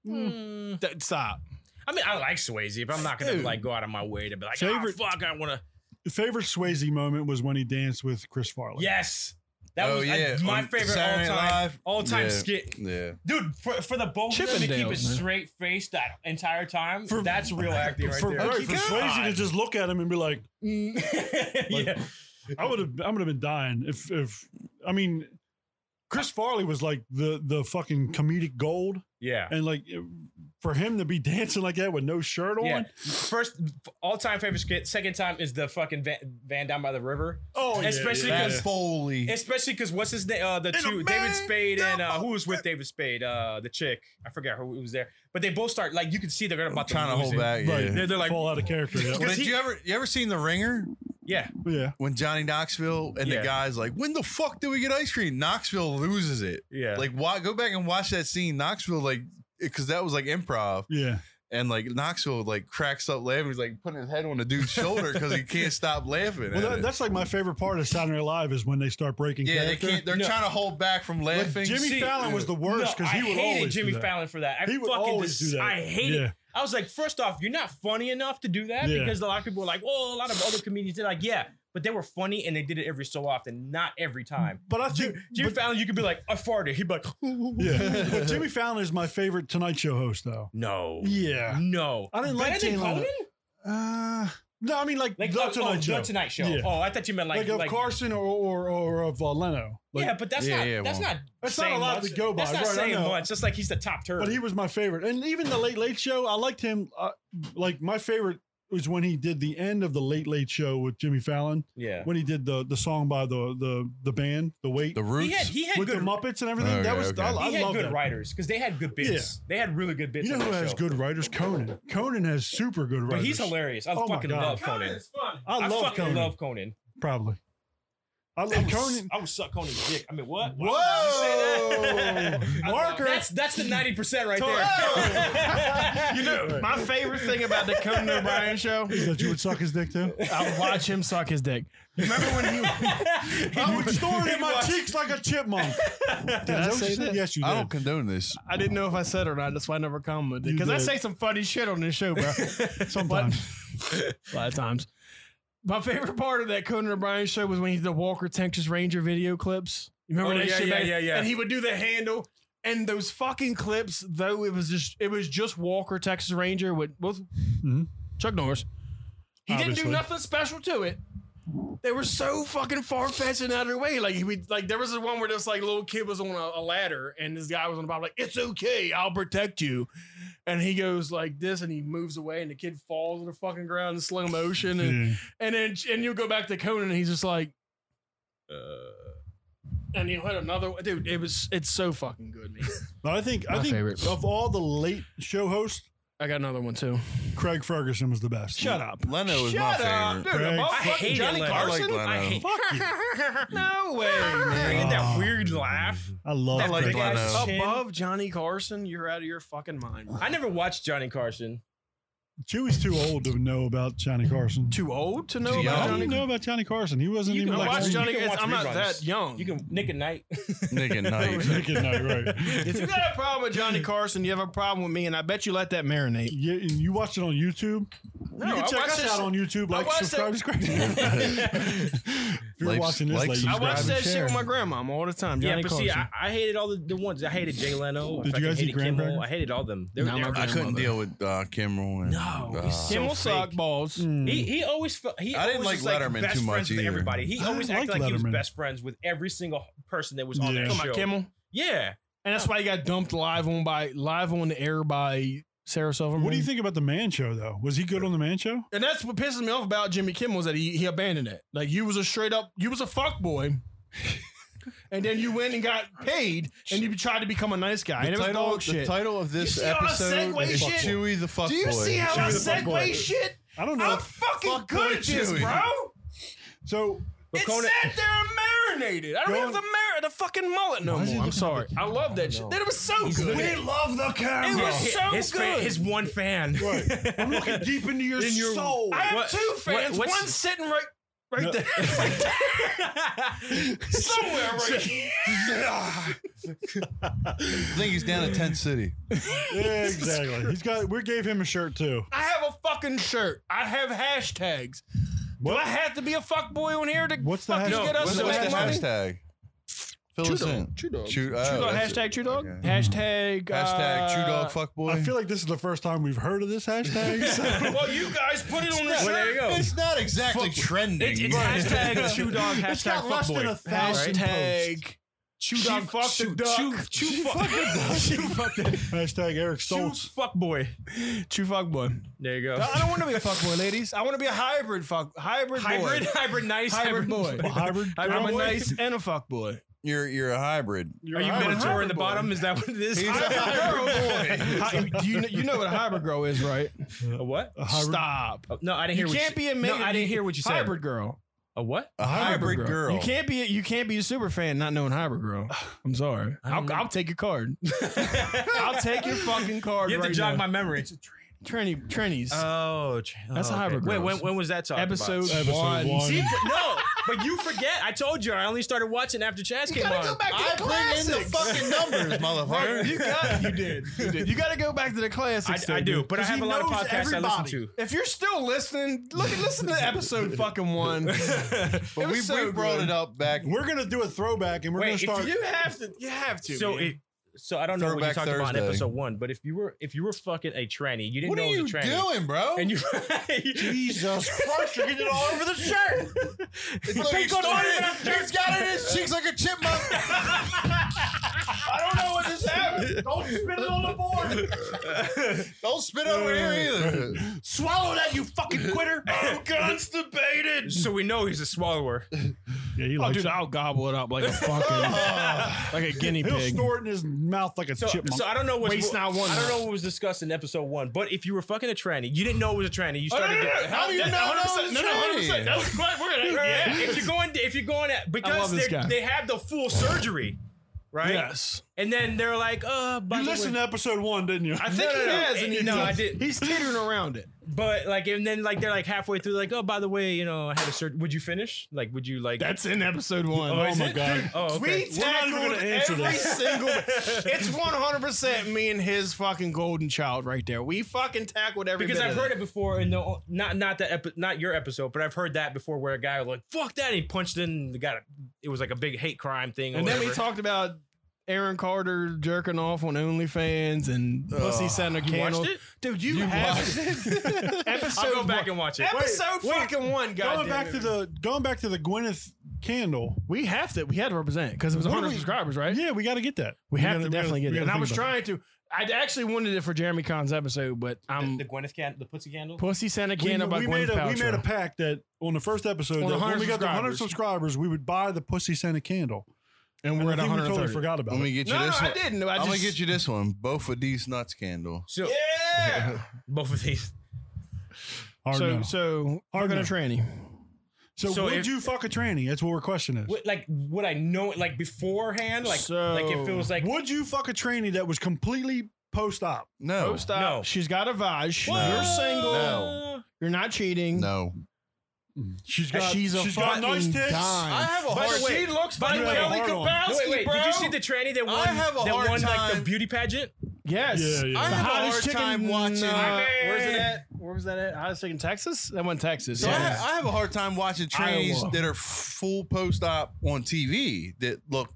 Speaker 4: Hmm.
Speaker 2: That- stop.
Speaker 4: I mean, I like Swayze, but I'm not gonna
Speaker 2: Dude.
Speaker 4: like go out of my way to be like,
Speaker 3: Favorite-
Speaker 4: oh, fuck, I wanna.
Speaker 3: Favorite Swayze moment was when he danced with Chris Farley.
Speaker 4: Yes. That
Speaker 5: Oh,
Speaker 4: was I-
Speaker 5: yeah,
Speaker 4: my
Speaker 5: on
Speaker 4: favorite all
Speaker 5: Saturday Night
Speaker 4: time
Speaker 5: Live.
Speaker 4: all time
Speaker 5: Yeah.
Speaker 4: skit,
Speaker 5: Yeah.
Speaker 4: dude. For, for the both of them to keep a
Speaker 2: Chippendales, man.
Speaker 4: straight face that entire time,
Speaker 3: For-
Speaker 4: that's real acting right
Speaker 3: For,
Speaker 4: there.
Speaker 3: right, for Swayze to just look at him and be like,
Speaker 4: yeah,
Speaker 3: I would have I would have been dying if if I mean Chris Farley was like the the fucking comedic gold
Speaker 4: yeah,
Speaker 3: and like for him to be dancing like that with no shirt on.
Speaker 4: yeah. First all time favorite skit. Second time is the fucking van, van down by the river.
Speaker 3: Oh, yeah,
Speaker 4: Especially
Speaker 3: yeah,
Speaker 5: That's
Speaker 4: because-
Speaker 5: Foley.
Speaker 4: Especially because what's his name? Uh, the
Speaker 3: a
Speaker 4: two, David
Speaker 3: man
Speaker 4: Spade
Speaker 3: down
Speaker 4: and uh,
Speaker 3: by
Speaker 4: who was with David Spade? Uh, the chick, I forget who was there, but they both start like you can see they're
Speaker 5: I'm
Speaker 4: about
Speaker 5: trying to
Speaker 4: lose
Speaker 5: hold
Speaker 4: it.
Speaker 5: back.
Speaker 3: Right.
Speaker 5: Yeah.
Speaker 4: They're, they're like,
Speaker 3: fall out of character. yeah.
Speaker 5: Well, did
Speaker 4: he-
Speaker 5: you ever you ever seen The Ringer
Speaker 4: yeah,
Speaker 3: yeah.
Speaker 5: when Johnny Knoxville and
Speaker 4: Yeah.
Speaker 5: the guys like when the fuck do we get ice cream? Knoxville loses it.
Speaker 4: yeah,
Speaker 5: Like why go back and watch that scene Knoxville like because that was like improv
Speaker 3: Yeah.
Speaker 5: and like Knoxville like cracks up laughing. He's like putting his head on the dude's shoulder because he can't stop laughing.
Speaker 3: Well,
Speaker 5: at
Speaker 3: that,
Speaker 5: it.
Speaker 3: that's like my favorite part of Saturday Night Live is when they start breaking
Speaker 5: yeah, they
Speaker 3: character.
Speaker 5: can't. They're
Speaker 4: No.
Speaker 5: trying to hold back from
Speaker 3: Like,
Speaker 5: laughing.
Speaker 3: Jimmy
Speaker 4: See,
Speaker 3: Fallon was the worst
Speaker 4: No,
Speaker 3: because he
Speaker 4: I
Speaker 3: would
Speaker 4: hated
Speaker 3: always
Speaker 4: Jimmy
Speaker 3: do that.
Speaker 4: Fallon for that. I
Speaker 3: He would
Speaker 4: fucking
Speaker 3: always
Speaker 4: dis-
Speaker 3: do that.
Speaker 4: I hate
Speaker 3: Yeah.
Speaker 4: it. I was like, first off, you're not funny enough to do that
Speaker 3: Yeah.
Speaker 4: because a lot of people were like, well, a lot of other comedians did like, yeah, but they were funny and they did it every so often, not every time.
Speaker 3: But I think
Speaker 4: Jimmy, Jimmy Fallon, you could be like, I farted. He'd be like,
Speaker 3: yeah. but Jimmy Fallon is my favorite Tonight Show host though.
Speaker 4: no,
Speaker 3: Yeah.
Speaker 4: no.
Speaker 3: I didn't like
Speaker 4: Better
Speaker 3: Jay
Speaker 4: than
Speaker 3: Leno.
Speaker 4: Conan?
Speaker 3: Uh, no, I mean like,
Speaker 4: Like
Speaker 3: the,
Speaker 4: oh,
Speaker 3: Tonight
Speaker 4: oh,
Speaker 3: Show.
Speaker 4: The Tonight Show.
Speaker 3: Yeah.
Speaker 4: Oh, I thought you meant like,
Speaker 3: like, of
Speaker 4: like-
Speaker 3: Carson or or, or of uh, Leno. Like,
Speaker 4: yeah, but that's
Speaker 5: Yeah,
Speaker 4: not
Speaker 5: yeah,
Speaker 4: that's
Speaker 5: well.
Speaker 4: not
Speaker 3: That's not a
Speaker 4: saying
Speaker 3: lot
Speaker 4: much.
Speaker 3: to go by,
Speaker 4: That's not
Speaker 3: right, I
Speaker 4: saying
Speaker 3: know.
Speaker 4: much. That's like he's the top turd.
Speaker 3: but he was my favorite. And even the Late Late Show, I liked him. Uh, like my favorite was when he did the end of the Late Late Show with Jimmy Fallon
Speaker 4: yeah,
Speaker 3: when he did the the song by the the the band, the Wait,
Speaker 5: the roots.
Speaker 4: he had he had
Speaker 3: with the
Speaker 4: good
Speaker 3: Muppets and everything.
Speaker 5: Okay,
Speaker 3: that was
Speaker 5: okay.
Speaker 3: I, I
Speaker 4: he had
Speaker 3: love
Speaker 4: good
Speaker 3: that.
Speaker 4: writers because they had good bits. They had really good bits.
Speaker 3: You know
Speaker 4: on
Speaker 3: who
Speaker 4: that
Speaker 3: has
Speaker 4: show.
Speaker 3: good writers? Conan. Conan has super good
Speaker 4: But
Speaker 3: writers.
Speaker 4: he's hilarious. I
Speaker 3: Oh my
Speaker 4: fucking
Speaker 3: God.
Speaker 4: love Conan.
Speaker 3: I
Speaker 4: I,
Speaker 3: love
Speaker 4: fucking
Speaker 3: Conan.
Speaker 4: love Conan.
Speaker 3: Probably. I
Speaker 4: I
Speaker 3: love
Speaker 4: would,
Speaker 3: Conan.
Speaker 4: I would suck Conan's dick. I mean, what?
Speaker 5: Whoa!
Speaker 3: Marker.
Speaker 4: That's that's the ninety percent right
Speaker 2: Whoa!
Speaker 4: there.
Speaker 2: You know, my favorite thing about the Conan O'Brien show,
Speaker 3: Is that you would suck his dick too?
Speaker 2: I watch him suck his dick. Remember when he?
Speaker 3: I would snort
Speaker 4: he
Speaker 3: in my
Speaker 4: was-
Speaker 3: cheeks like a chipmunk. Did
Speaker 2: I
Speaker 3: that
Speaker 2: say
Speaker 3: what you said?
Speaker 2: that?
Speaker 3: Yes, you did.
Speaker 5: I don't condone this.
Speaker 2: I didn't know if I said it or not. That's why I never commented
Speaker 3: You
Speaker 2: because I
Speaker 3: did.
Speaker 2: say some funny shit on this show, bro.
Speaker 3: Sometimes.
Speaker 2: a lot of times. My favorite part of that Conan O'Brien show was when he did the Walker Texas Ranger video clips. You remember
Speaker 4: Oh,
Speaker 2: that
Speaker 4: yeah,
Speaker 2: shit?
Speaker 4: yeah,
Speaker 2: back-
Speaker 4: yeah, yeah.
Speaker 2: And he would do the handle and those fucking clips. Though it was just it was just Walker Texas Ranger with both
Speaker 3: Mhm.
Speaker 2: Chuck Norris. He didn't
Speaker 3: Obviously.
Speaker 2: do nothing special to it. They were so fucking far fetched and out of their way. Like he would, like there was this one where this like little kid was on a, a ladder and this guy was on the bottom like it's okay, I'll protect you. And he goes like this and he moves away and the kid falls on the fucking ground in slow motion and
Speaker 3: Yeah.
Speaker 2: and then and you'll go back to Conan, and he's just like, "Uh," and you hit another dude. It was it's so fucking good, man.
Speaker 3: But I think I
Speaker 2: My
Speaker 3: think
Speaker 2: favorite.
Speaker 3: of all the late show hosts,
Speaker 2: I got another one too.
Speaker 3: Craig Ferguson was the best.
Speaker 2: up.
Speaker 5: Leno is my favorite.
Speaker 3: Craig-
Speaker 2: the
Speaker 4: I
Speaker 2: motherfucking
Speaker 4: hate
Speaker 2: Johnny
Speaker 4: it, Leno.
Speaker 5: I like
Speaker 2: Carson.
Speaker 5: Leno.
Speaker 4: I hate
Speaker 2: no way, man.
Speaker 4: He had that
Speaker 3: Oh.
Speaker 4: weird laugh.
Speaker 3: I love
Speaker 5: I like
Speaker 3: Craig.
Speaker 4: big
Speaker 5: Leno.
Speaker 4: ass chin.
Speaker 2: Above Johnny Carson, you're out of your fucking mind.
Speaker 4: I never watched Johnny Carson.
Speaker 3: Chewy's too old to know about Johnny Carson.
Speaker 2: Too old to know
Speaker 5: Too
Speaker 2: about
Speaker 5: young.
Speaker 3: I
Speaker 2: Johnny.
Speaker 3: didn't know about Johnny Carson. He wasn't
Speaker 4: You
Speaker 3: even
Speaker 4: can
Speaker 3: like
Speaker 4: watch
Speaker 2: Watch
Speaker 4: You
Speaker 2: Johnny.
Speaker 4: can watch
Speaker 2: I'm not
Speaker 4: reruns.
Speaker 2: that young.
Speaker 4: You can Nick at Night.
Speaker 5: Nigga, nice.
Speaker 3: Nick at night, right?
Speaker 2: if you got a problem with Johnny Carson, you have a problem with me, and I bet you let that marinate.
Speaker 3: You, you watched it on YouTube.
Speaker 4: No,
Speaker 3: you
Speaker 4: I
Speaker 3: can check
Speaker 4: watched
Speaker 3: us
Speaker 4: this-
Speaker 3: out on YouTube. Like,
Speaker 4: watched
Speaker 3: subscribe,
Speaker 4: it-
Speaker 3: subscribe. if you're
Speaker 5: Like,
Speaker 3: watching this,
Speaker 5: like,
Speaker 3: like,
Speaker 2: I
Speaker 5: subscribe,
Speaker 3: subscribe
Speaker 2: watched
Speaker 3: and
Speaker 2: that shit
Speaker 3: share.
Speaker 2: with my grandmama all the time. Johnny
Speaker 4: yeah, but
Speaker 2: Carson.
Speaker 4: see, I, I hated all the, the ones. I hated Jay Leno. I
Speaker 3: Did you
Speaker 4: fucking
Speaker 3: guys eat
Speaker 4: hated Kimmel.
Speaker 3: grandparents?
Speaker 4: I hated all them. They were,
Speaker 2: Now
Speaker 4: they
Speaker 2: my
Speaker 4: were-
Speaker 5: I couldn't deal with uh, Cameron.
Speaker 4: No,
Speaker 5: Uh,
Speaker 4: he's so
Speaker 2: Kimmel
Speaker 4: fake.
Speaker 2: softballs.
Speaker 3: Mm.
Speaker 4: He, he always felt he
Speaker 5: I didn't
Speaker 4: always was,
Speaker 5: like Letterman
Speaker 4: best
Speaker 5: too much
Speaker 4: friends with
Speaker 5: either.
Speaker 4: everybly. He
Speaker 3: I
Speaker 4: always
Speaker 3: liked
Speaker 4: acted like he was
Speaker 3: Letterman.
Speaker 4: best friends with every single person that was on
Speaker 3: Yeah.
Speaker 4: that
Speaker 3: Come
Speaker 2: Talking
Speaker 4: show.
Speaker 2: about Kimmel,
Speaker 4: Yeah,
Speaker 2: and that's why he got dumped live on by live on the air by Sarah Silverman.
Speaker 3: What do you think about the Man Show though? Was he good on the Man Show?
Speaker 2: And that's what pisses me off about Jimmy Kimmel is that he he abandoned it. Like you was a straight up, you was a fuck boy. And then you went and got paid, and you tried to become a nice guy, and it was dog shit.
Speaker 5: title of this
Speaker 2: You see how I segue
Speaker 5: is
Speaker 2: shit?
Speaker 5: Chewy the Fuck
Speaker 2: Do you see how I segue shit?
Speaker 3: I don't know.
Speaker 2: I'm fucking
Speaker 5: Fuck
Speaker 2: good
Speaker 5: boy
Speaker 2: at this,
Speaker 5: Chewy.
Speaker 2: bro.
Speaker 3: so
Speaker 4: but
Speaker 2: It
Speaker 4: Conan,
Speaker 2: sat there and marinated. I don't
Speaker 3: Go
Speaker 2: have the mar- the fucking mullet no
Speaker 3: Why is he
Speaker 2: more. I'm
Speaker 3: looking
Speaker 2: sorry. I love that shit. Dude, it was so good. It
Speaker 3: love the camera.
Speaker 2: was so
Speaker 4: his
Speaker 2: good.
Speaker 4: fan, his one fan.
Speaker 3: Right. I'm looking deep into your,
Speaker 4: In your-
Speaker 3: soul.
Speaker 2: I have
Speaker 4: What-
Speaker 2: two fans.
Speaker 4: what- what's-
Speaker 2: One's sitting right, right
Speaker 3: No.
Speaker 2: there, somewhere right here.
Speaker 5: I think he's down at Tent City.
Speaker 3: yeah, exactly. He's got. We gave him a shirt too.
Speaker 2: I have a fucking shirt. I have hashtags. Do I have to be a fuckboy on here to
Speaker 3: What's the
Speaker 2: fucking
Speaker 3: hashtag?
Speaker 2: get us
Speaker 5: What's,
Speaker 2: some
Speaker 5: what's the
Speaker 2: money?
Speaker 5: hashtag? Fill
Speaker 2: Chew
Speaker 5: us
Speaker 2: dog.
Speaker 5: in.
Speaker 2: Chew dog.
Speaker 5: Chew, oh,
Speaker 2: Chew dog.
Speaker 5: that's it.
Speaker 2: Hashtag chew dog.
Speaker 5: Okay.
Speaker 2: Hashtag
Speaker 5: Hashtag Chew
Speaker 2: uh,
Speaker 5: Dog Fuckboy.
Speaker 3: I feel like this is the first time we've heard of this hashtag. so-
Speaker 2: Well, you guys put it on the
Speaker 4: Well,
Speaker 2: shirt.
Speaker 4: there you go.
Speaker 5: it's not exactly trending.
Speaker 4: It's, it's hashtag chew dog hashtag
Speaker 3: It's got less
Speaker 4: fuckboy.
Speaker 3: than a thousand
Speaker 2: Hashtag chew
Speaker 4: She
Speaker 2: dog.
Speaker 4: fucked
Speaker 2: chew,
Speaker 4: a duck.
Speaker 2: Chew, chew,
Speaker 4: She
Speaker 2: fuck,
Speaker 4: fucked a duck.
Speaker 2: chew, fuck,
Speaker 3: hashtag Eric
Speaker 4: Chew
Speaker 3: Stoltz.
Speaker 4: fuckboy.
Speaker 2: chew fuck boy.
Speaker 4: There you go.
Speaker 2: I don't want to be a fuck boy, ladies. I want to be a hybrid fuck hybrid
Speaker 4: hybrid,
Speaker 2: boy.
Speaker 4: hybrid, nice,
Speaker 2: Hybrid boy.
Speaker 3: Hybrid.
Speaker 2: I'm a
Speaker 3: cowboy?
Speaker 2: nice and a fuck boy.
Speaker 5: You're you're a hybrid.
Speaker 3: You're
Speaker 4: Are you
Speaker 3: a hybrid.
Speaker 4: Minotaur in the bottom? Is that what it is?
Speaker 2: Hi- do you, kn- you know what a hybrid girl is, right?
Speaker 4: A what?
Speaker 3: A hybrid-
Speaker 2: Stop.
Speaker 4: Oh, No, I didn't
Speaker 2: You
Speaker 4: hear. what
Speaker 2: can't be a
Speaker 4: No,
Speaker 2: man.
Speaker 4: I didn't hear what you said.
Speaker 2: Hybrid girl.
Speaker 4: A what?
Speaker 5: A hybrid, girl.
Speaker 2: You can't be a, you can't be a super fan not knowing hybrid girl. I'm sorry.
Speaker 4: don't
Speaker 2: I'll,
Speaker 4: know.
Speaker 2: I'll take your card. I'll take your fucking card.
Speaker 4: You have
Speaker 2: right
Speaker 4: to jog
Speaker 2: now.
Speaker 4: my memory.
Speaker 2: Trini, Trini's
Speaker 4: Oh,
Speaker 2: That's a hybrid
Speaker 4: Wait,
Speaker 2: girls.
Speaker 4: when, when was that talking
Speaker 2: episode,
Speaker 4: About?
Speaker 3: Episode
Speaker 2: one.
Speaker 3: one.
Speaker 4: See, but no, but you forget. I told you I only started watching after Chaz came on.
Speaker 5: I bring in the fucking numbers, motherfucker.
Speaker 2: You got you did. You did. You got to go back to the classics.
Speaker 4: Uh, I- I
Speaker 2: though,
Speaker 4: do,
Speaker 2: dude,
Speaker 4: but I
Speaker 2: 'cause
Speaker 4: have
Speaker 2: he
Speaker 4: a lot of
Speaker 2: knows
Speaker 4: podcasts I listen
Speaker 2: everybody.
Speaker 4: to.
Speaker 2: If you're still listening, look at listen to episode fucking one.
Speaker 5: but we, we brought it up back.
Speaker 3: We're gonna do a throwback, and we're
Speaker 4: Wait, if
Speaker 3: gonna start.
Speaker 2: You have to. You have to.
Speaker 4: So
Speaker 2: man.
Speaker 4: it, so I don't know what you
Speaker 5: Throwback
Speaker 4: talked about in
Speaker 5: Thursday.
Speaker 4: episode one, but if you were if you were fucking a tranny, you didn't
Speaker 5: What
Speaker 4: know
Speaker 5: are
Speaker 4: it
Speaker 5: you
Speaker 4: was a tranny.
Speaker 5: doing, bro?
Speaker 4: And you,
Speaker 5: Jesus Christ, you're getting it all over the shirt. It's like
Speaker 4: pink on
Speaker 5: started-
Speaker 4: it.
Speaker 5: He's got it in his cheeks like a chipmunk.
Speaker 2: I don't know what just happened. Don't spit it on the board.
Speaker 5: Don't spit over here either.
Speaker 2: Swallow that, you fucking quitter. I'm constipated.
Speaker 4: so we know he's a swallower.
Speaker 3: yeah, he
Speaker 2: Oh,
Speaker 3: likes
Speaker 2: dude,
Speaker 3: it.
Speaker 2: I'll gobble it up like a fucking, like a guinea
Speaker 3: He'll
Speaker 2: pig.
Speaker 3: snort in his mouth like a
Speaker 4: So,
Speaker 3: chipmunk.
Speaker 4: so I don't know what's
Speaker 2: Waste not, want
Speaker 4: I don't
Speaker 2: not.
Speaker 4: know what was discussed in episode one, but if you were fucking a tranny, you didn't know it was a tranny. You started. getting-
Speaker 5: How do you know that was tranny?
Speaker 2: That's quite weird.
Speaker 4: Yeah, if you're going, if you're going at because
Speaker 2: love this
Speaker 4: they're-
Speaker 2: guy.
Speaker 4: they have the full surgery, right?
Speaker 2: Yes.
Speaker 4: And then they're like, uh, by
Speaker 3: you
Speaker 4: the
Speaker 3: listened
Speaker 4: way-
Speaker 3: to episode one, didn't you?
Speaker 2: I think
Speaker 4: no,
Speaker 2: he
Speaker 4: no.
Speaker 2: has, and he
Speaker 4: No,
Speaker 2: does.
Speaker 4: I didn't.
Speaker 2: He's teetering around it.
Speaker 4: but like, and then like they're like halfway through, like, oh, by the way, you know, I had a surgery. Would you finish? Like, would you like?
Speaker 2: That's in episode one.
Speaker 4: oh, is
Speaker 3: my
Speaker 4: it?
Speaker 3: God.
Speaker 4: Dude, oh, okay.
Speaker 2: We
Speaker 3: We're not even
Speaker 2: tackled
Speaker 3: gonna answer
Speaker 2: every
Speaker 3: this.
Speaker 2: single. It's one hundred percent me and his fucking golden child right there. We fucking tackled every.
Speaker 4: because
Speaker 2: bit
Speaker 4: I've
Speaker 2: of
Speaker 4: heard
Speaker 2: that.
Speaker 4: it before, and the not not that epi- not your episode, but I've heard that before, where a guy was like, "Fuck that," and he punched in the guy. It was like a big hate crime thing. Or
Speaker 2: and then we
Speaker 4: whatever.
Speaker 2: talked about Aaron Carter jerking off on OnlyFans and pussy setting a
Speaker 4: watched
Speaker 2: candle.
Speaker 4: it?
Speaker 2: Dude, you, have it. episode.
Speaker 4: I'll go back
Speaker 2: one.
Speaker 4: and watch it.
Speaker 2: Episode
Speaker 3: wait.
Speaker 2: fucking one, guys.
Speaker 3: going back to the going back to the Gwyneth candle.
Speaker 2: we have to. We had to represent because it was
Speaker 3: What do
Speaker 2: 100
Speaker 3: we-
Speaker 2: subscribers, right?
Speaker 3: Yeah, we got to get that.
Speaker 2: We have to
Speaker 3: gotta-
Speaker 2: definitely
Speaker 3: gotta-
Speaker 2: get
Speaker 3: we
Speaker 2: it. And
Speaker 3: gotta
Speaker 2: I
Speaker 3: think
Speaker 2: was
Speaker 3: about
Speaker 2: trying to. I actually wanted it for Jeremy Khan's episode, but
Speaker 5: Mm.
Speaker 2: I'm
Speaker 4: the Gwyneth can the pussy candle.
Speaker 2: pussy Santa
Speaker 3: We,
Speaker 2: Cana by
Speaker 3: we
Speaker 2: Gwyneth
Speaker 3: made a, we made a
Speaker 2: Paltrow.
Speaker 3: pact that on the first episode,
Speaker 2: On
Speaker 3: that
Speaker 2: the
Speaker 3: when
Speaker 2: 100
Speaker 3: we got the 100
Speaker 2: subscribers.
Speaker 3: subscribers, we would buy the pussy Santa candle.
Speaker 2: and
Speaker 3: And
Speaker 2: we're
Speaker 3: I
Speaker 2: at
Speaker 3: think we
Speaker 2: 130.
Speaker 3: totally forgot about
Speaker 5: Let me
Speaker 3: it.
Speaker 5: get you
Speaker 2: no, no,
Speaker 5: this
Speaker 2: I
Speaker 5: one.
Speaker 2: didn't. I
Speaker 5: I'm
Speaker 2: just,
Speaker 5: gonna get you this one. Both of these nuts candle.
Speaker 4: So
Speaker 2: Yeah.
Speaker 4: both of these.
Speaker 3: Hard
Speaker 2: so
Speaker 3: no. so,
Speaker 2: so
Speaker 3: Hard
Speaker 2: fucking a
Speaker 3: no.
Speaker 2: tranny.
Speaker 4: so
Speaker 3: would
Speaker 4: if-
Speaker 3: you fuck a tranny? That's what we're questioning.
Speaker 4: What, like would I know it like beferhand? Like
Speaker 2: So-
Speaker 4: like it feels like
Speaker 3: would you fuck a tranny that was completely post op.
Speaker 5: No.
Speaker 2: Oh, stop.
Speaker 4: No.
Speaker 2: She's got a vaj.
Speaker 5: No.
Speaker 2: You're single.
Speaker 5: No.
Speaker 2: You're not cheating.
Speaker 5: No.
Speaker 3: She's got
Speaker 2: She's a
Speaker 3: she's got nice
Speaker 2: fucking
Speaker 3: tits.
Speaker 2: dime. I
Speaker 5: have a
Speaker 4: By the hard- way-
Speaker 5: She looks
Speaker 4: by
Speaker 5: like
Speaker 4: the way-
Speaker 5: Kelly
Speaker 3: Hold on.
Speaker 5: Kabowski,
Speaker 4: No, wait, wait.
Speaker 5: bro.
Speaker 4: Did you see the tranny that won?
Speaker 5: have a
Speaker 4: that
Speaker 5: hard
Speaker 4: won like the
Speaker 5: time-
Speaker 4: beauty pageant.
Speaker 2: Yes.
Speaker 3: Yeah, yeah.
Speaker 5: I
Speaker 2: The
Speaker 5: have a
Speaker 2: hottest
Speaker 5: hard
Speaker 2: chick
Speaker 5: time
Speaker 2: in,
Speaker 5: watching.
Speaker 2: uh, where's it
Speaker 5: Man.
Speaker 2: at? Where was that at? I was thinking Texas. That went Texas.
Speaker 5: So I,
Speaker 2: yeah.
Speaker 5: ha- I have a hard time watching trannies
Speaker 2: Iowa.
Speaker 5: that are full post op on TV that look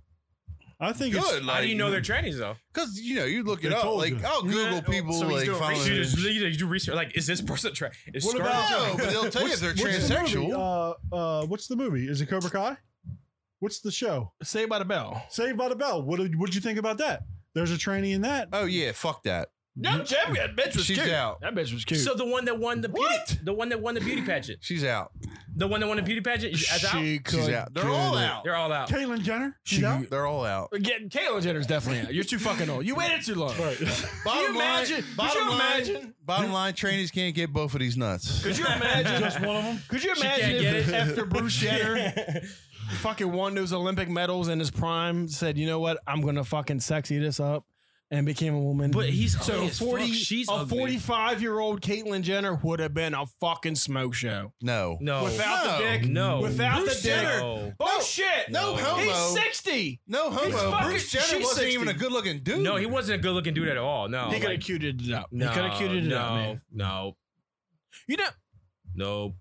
Speaker 3: I think
Speaker 5: good.
Speaker 3: it's
Speaker 5: Like,
Speaker 4: How do you know they're trannies though?
Speaker 5: Because you know you look it
Speaker 3: They
Speaker 5: up.
Speaker 3: told
Speaker 5: Like
Speaker 3: you.
Speaker 5: I'll
Speaker 2: Oh,
Speaker 5: Google people
Speaker 4: So he's
Speaker 5: like
Speaker 4: doing
Speaker 5: following.
Speaker 4: research. You just- you do research. Like, is this person trans? Is
Speaker 3: What
Speaker 4: Scarlett
Speaker 3: about-
Speaker 5: no,
Speaker 4: Johansson-
Speaker 5: but they'll tell you if they're
Speaker 3: What's the movie?
Speaker 5: transsexual.
Speaker 3: Uh, uh, what's the movie? Is it Cobra Kai? What's the show?
Speaker 2: Saved by the Bell.
Speaker 3: Saved by the Bell. What did what'd you think about that? There's a trainee in that.
Speaker 5: Oh yeah, fuck that.
Speaker 2: No, Jeb, that bitch was
Speaker 5: She's
Speaker 2: cute.
Speaker 5: out.
Speaker 2: That bitch was cute.
Speaker 4: So the one that won the beauty,
Speaker 5: What?
Speaker 4: the one that won the beauty pageant,
Speaker 5: She's out.
Speaker 4: the one that won the beauty pageant, is as out.
Speaker 2: she
Speaker 5: She's
Speaker 2: could.
Speaker 5: out. They're all
Speaker 2: get it.
Speaker 5: out.
Speaker 4: They're all out.
Speaker 3: Caitlyn Jenner. She's
Speaker 2: She-
Speaker 3: out.
Speaker 5: They're all out.
Speaker 2: Again, Caitlyn Jenner's definitely out. You're too fucking old. You waited too long. Can you imagine? Could you imagine?
Speaker 5: Bottom line, trainees can't get both of these nuts.
Speaker 2: Could you imagine? Just one of them. Could you imagine
Speaker 4: can't
Speaker 2: if
Speaker 4: get it.
Speaker 2: after Bruce Jenner fucking won those Olympic medals in his prime, said, "You know what? I'm gonna fucking sexy this up," and became a woman.
Speaker 4: But he's
Speaker 2: so
Speaker 4: ugly as fuck.
Speaker 2: forty.
Speaker 4: She's
Speaker 2: a
Speaker 4: ugly.
Speaker 2: 45 year old Caitlyn Jenner would have been a fucking smoke show
Speaker 5: No.
Speaker 4: No,
Speaker 2: without
Speaker 5: No.
Speaker 2: the dick.
Speaker 4: no,
Speaker 2: Without
Speaker 5: Bruce
Speaker 2: the dick.
Speaker 5: Jenner.
Speaker 4: No.
Speaker 2: Bullshit.
Speaker 5: No homo.
Speaker 2: Oh, He's sixty.
Speaker 5: No
Speaker 2: He's
Speaker 5: homo.
Speaker 2: fucking-
Speaker 5: Bruce Jenner
Speaker 2: she's
Speaker 5: wasn't
Speaker 2: 60.
Speaker 5: even a good looking dude.
Speaker 4: No, he wasn't a good looking dude at all. No,
Speaker 2: he could have
Speaker 4: like,
Speaker 2: cuted it up.
Speaker 4: Oh no,
Speaker 2: he could have cuted it
Speaker 4: no,
Speaker 2: up, man.
Speaker 4: No,
Speaker 2: You know,
Speaker 4: no.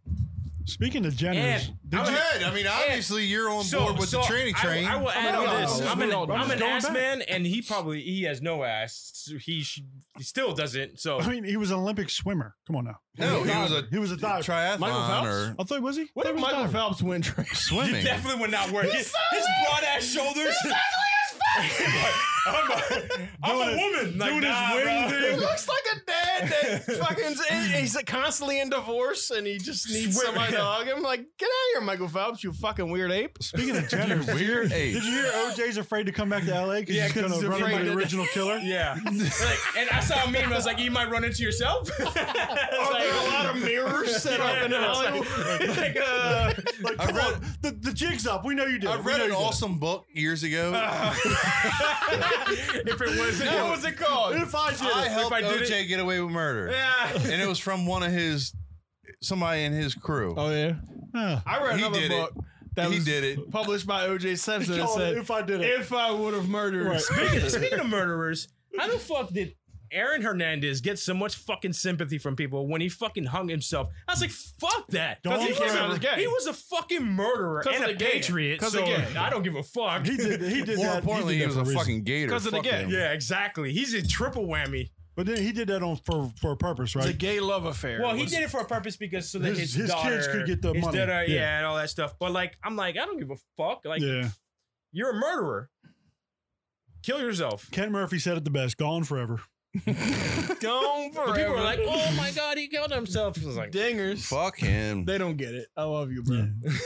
Speaker 3: Speaking of genders,
Speaker 4: And-
Speaker 3: did
Speaker 5: Go
Speaker 3: you,
Speaker 5: ahead. I mean, obviously you're on board with the tranny
Speaker 4: I-
Speaker 5: train.
Speaker 4: I, will add
Speaker 2: no, no,
Speaker 4: this.
Speaker 2: no,
Speaker 4: I'm
Speaker 2: no,
Speaker 4: an,
Speaker 2: no,
Speaker 4: I'm
Speaker 2: no,
Speaker 4: an
Speaker 2: going
Speaker 4: ass
Speaker 2: back.
Speaker 4: man, and he probably he has no ass. So He, sh- he still doesn't. So
Speaker 3: I mean, he was an Olympic swimmer. Come on now.
Speaker 5: no, he was a
Speaker 3: He was a diver.
Speaker 2: Michael
Speaker 5: triathlon
Speaker 2: Phelps?
Speaker 5: or
Speaker 3: I thought was he?
Speaker 2: what
Speaker 3: I
Speaker 2: if
Speaker 3: thought he was a
Speaker 2: Michael
Speaker 3: diver.
Speaker 2: Phelps win track?
Speaker 5: swimming.
Speaker 4: definitely would not work. His, his broad ass shoulders. I'm a, I'm a woman. Like,
Speaker 3: doing his
Speaker 4: nah,
Speaker 3: wing
Speaker 4: bro.
Speaker 3: thing.
Speaker 2: He looks like a dad that fucking he's constantly in divorce and he just needs somebody to hug him. Like, get out of here, Michael Phelps, you fucking weird ape.
Speaker 3: Speaking of genders, did you
Speaker 5: Weird age.
Speaker 3: did you hear OJ's afraid to come back to LA because
Speaker 4: Yeah,
Speaker 3: he's
Speaker 4: 'cause
Speaker 3: going
Speaker 4: he's
Speaker 3: to run
Speaker 4: afraid
Speaker 3: into the
Speaker 4: that-
Speaker 3: original killer?
Speaker 4: Yeah. Like, and I saw a meme. I was like, you might run into yourself. Are
Speaker 2: a lot of mirrors set up in Hollywood?
Speaker 4: like, uh,
Speaker 3: Like,
Speaker 5: I
Speaker 3: come
Speaker 5: read-
Speaker 3: on, the, the jig's up. We know you did.
Speaker 5: I
Speaker 3: it. We
Speaker 5: read
Speaker 3: know
Speaker 5: an
Speaker 3: you did it.
Speaker 5: awesome book years ago.
Speaker 4: if it was, what was it called?
Speaker 3: If I did,
Speaker 5: I
Speaker 3: it.
Speaker 5: helped
Speaker 4: I did
Speaker 5: OJ get away with murder,
Speaker 4: Yeah.
Speaker 5: and it was from one of his somebody in his crew.
Speaker 2: Oh yeah.
Speaker 3: Huh.
Speaker 2: I read
Speaker 5: He
Speaker 2: another
Speaker 5: did
Speaker 2: book that
Speaker 5: he
Speaker 2: was
Speaker 5: did it.
Speaker 2: published by OJ Simpson that
Speaker 3: Call it
Speaker 2: said
Speaker 3: if I did it.
Speaker 2: if I would have murdered
Speaker 3: Right.
Speaker 4: Speaking, speaking of murderers, how the fuck did Aaron Hernandez get so much fucking sympathy from people when he fucking hung himself? I was like, fuck that.
Speaker 3: 'Cause
Speaker 4: he,
Speaker 3: he came out
Speaker 4: was
Speaker 2: as
Speaker 4: a,
Speaker 2: gay.
Speaker 4: he was a fucking murderer
Speaker 2: 'Cause
Speaker 4: and
Speaker 2: of
Speaker 4: a
Speaker 2: the gay.
Speaker 4: patriot.
Speaker 2: 'Cause
Speaker 4: So
Speaker 2: of gay.
Speaker 4: I don't give a fuck.
Speaker 3: he did, he did
Speaker 5: More
Speaker 3: that.
Speaker 5: importantly,
Speaker 3: he,
Speaker 5: he,
Speaker 3: did that
Speaker 5: was
Speaker 3: for
Speaker 5: a
Speaker 3: reason.
Speaker 5: fucking gator.
Speaker 2: 'Cause of the
Speaker 5: Fuck
Speaker 2: gay.
Speaker 5: him.
Speaker 4: yeah, exactly. He's a triple whammy.
Speaker 3: But then he did that on for for a purpose,
Speaker 2: It's a
Speaker 3: right?
Speaker 2: gay love affair.
Speaker 4: Well, he
Speaker 2: Was-
Speaker 4: did it for a purpose because so that
Speaker 3: His-
Speaker 4: his,
Speaker 3: his
Speaker 4: daughter,
Speaker 3: kids could get the
Speaker 4: his
Speaker 3: money.
Speaker 4: daughter, yeah.
Speaker 3: Yeah.
Speaker 4: and all that stuff. But like, I'm like, I don't give a fuck. Like,
Speaker 3: yeah.
Speaker 4: you're a murderer. Kill yourself.
Speaker 3: Ken Murphy said it the best. Gone forever.
Speaker 2: gone
Speaker 4: And
Speaker 2: forever.
Speaker 4: people are like, oh my god, he killed himself. I was like,
Speaker 2: dingers.
Speaker 5: Fuck him.
Speaker 2: They don't get it. I love you, bro.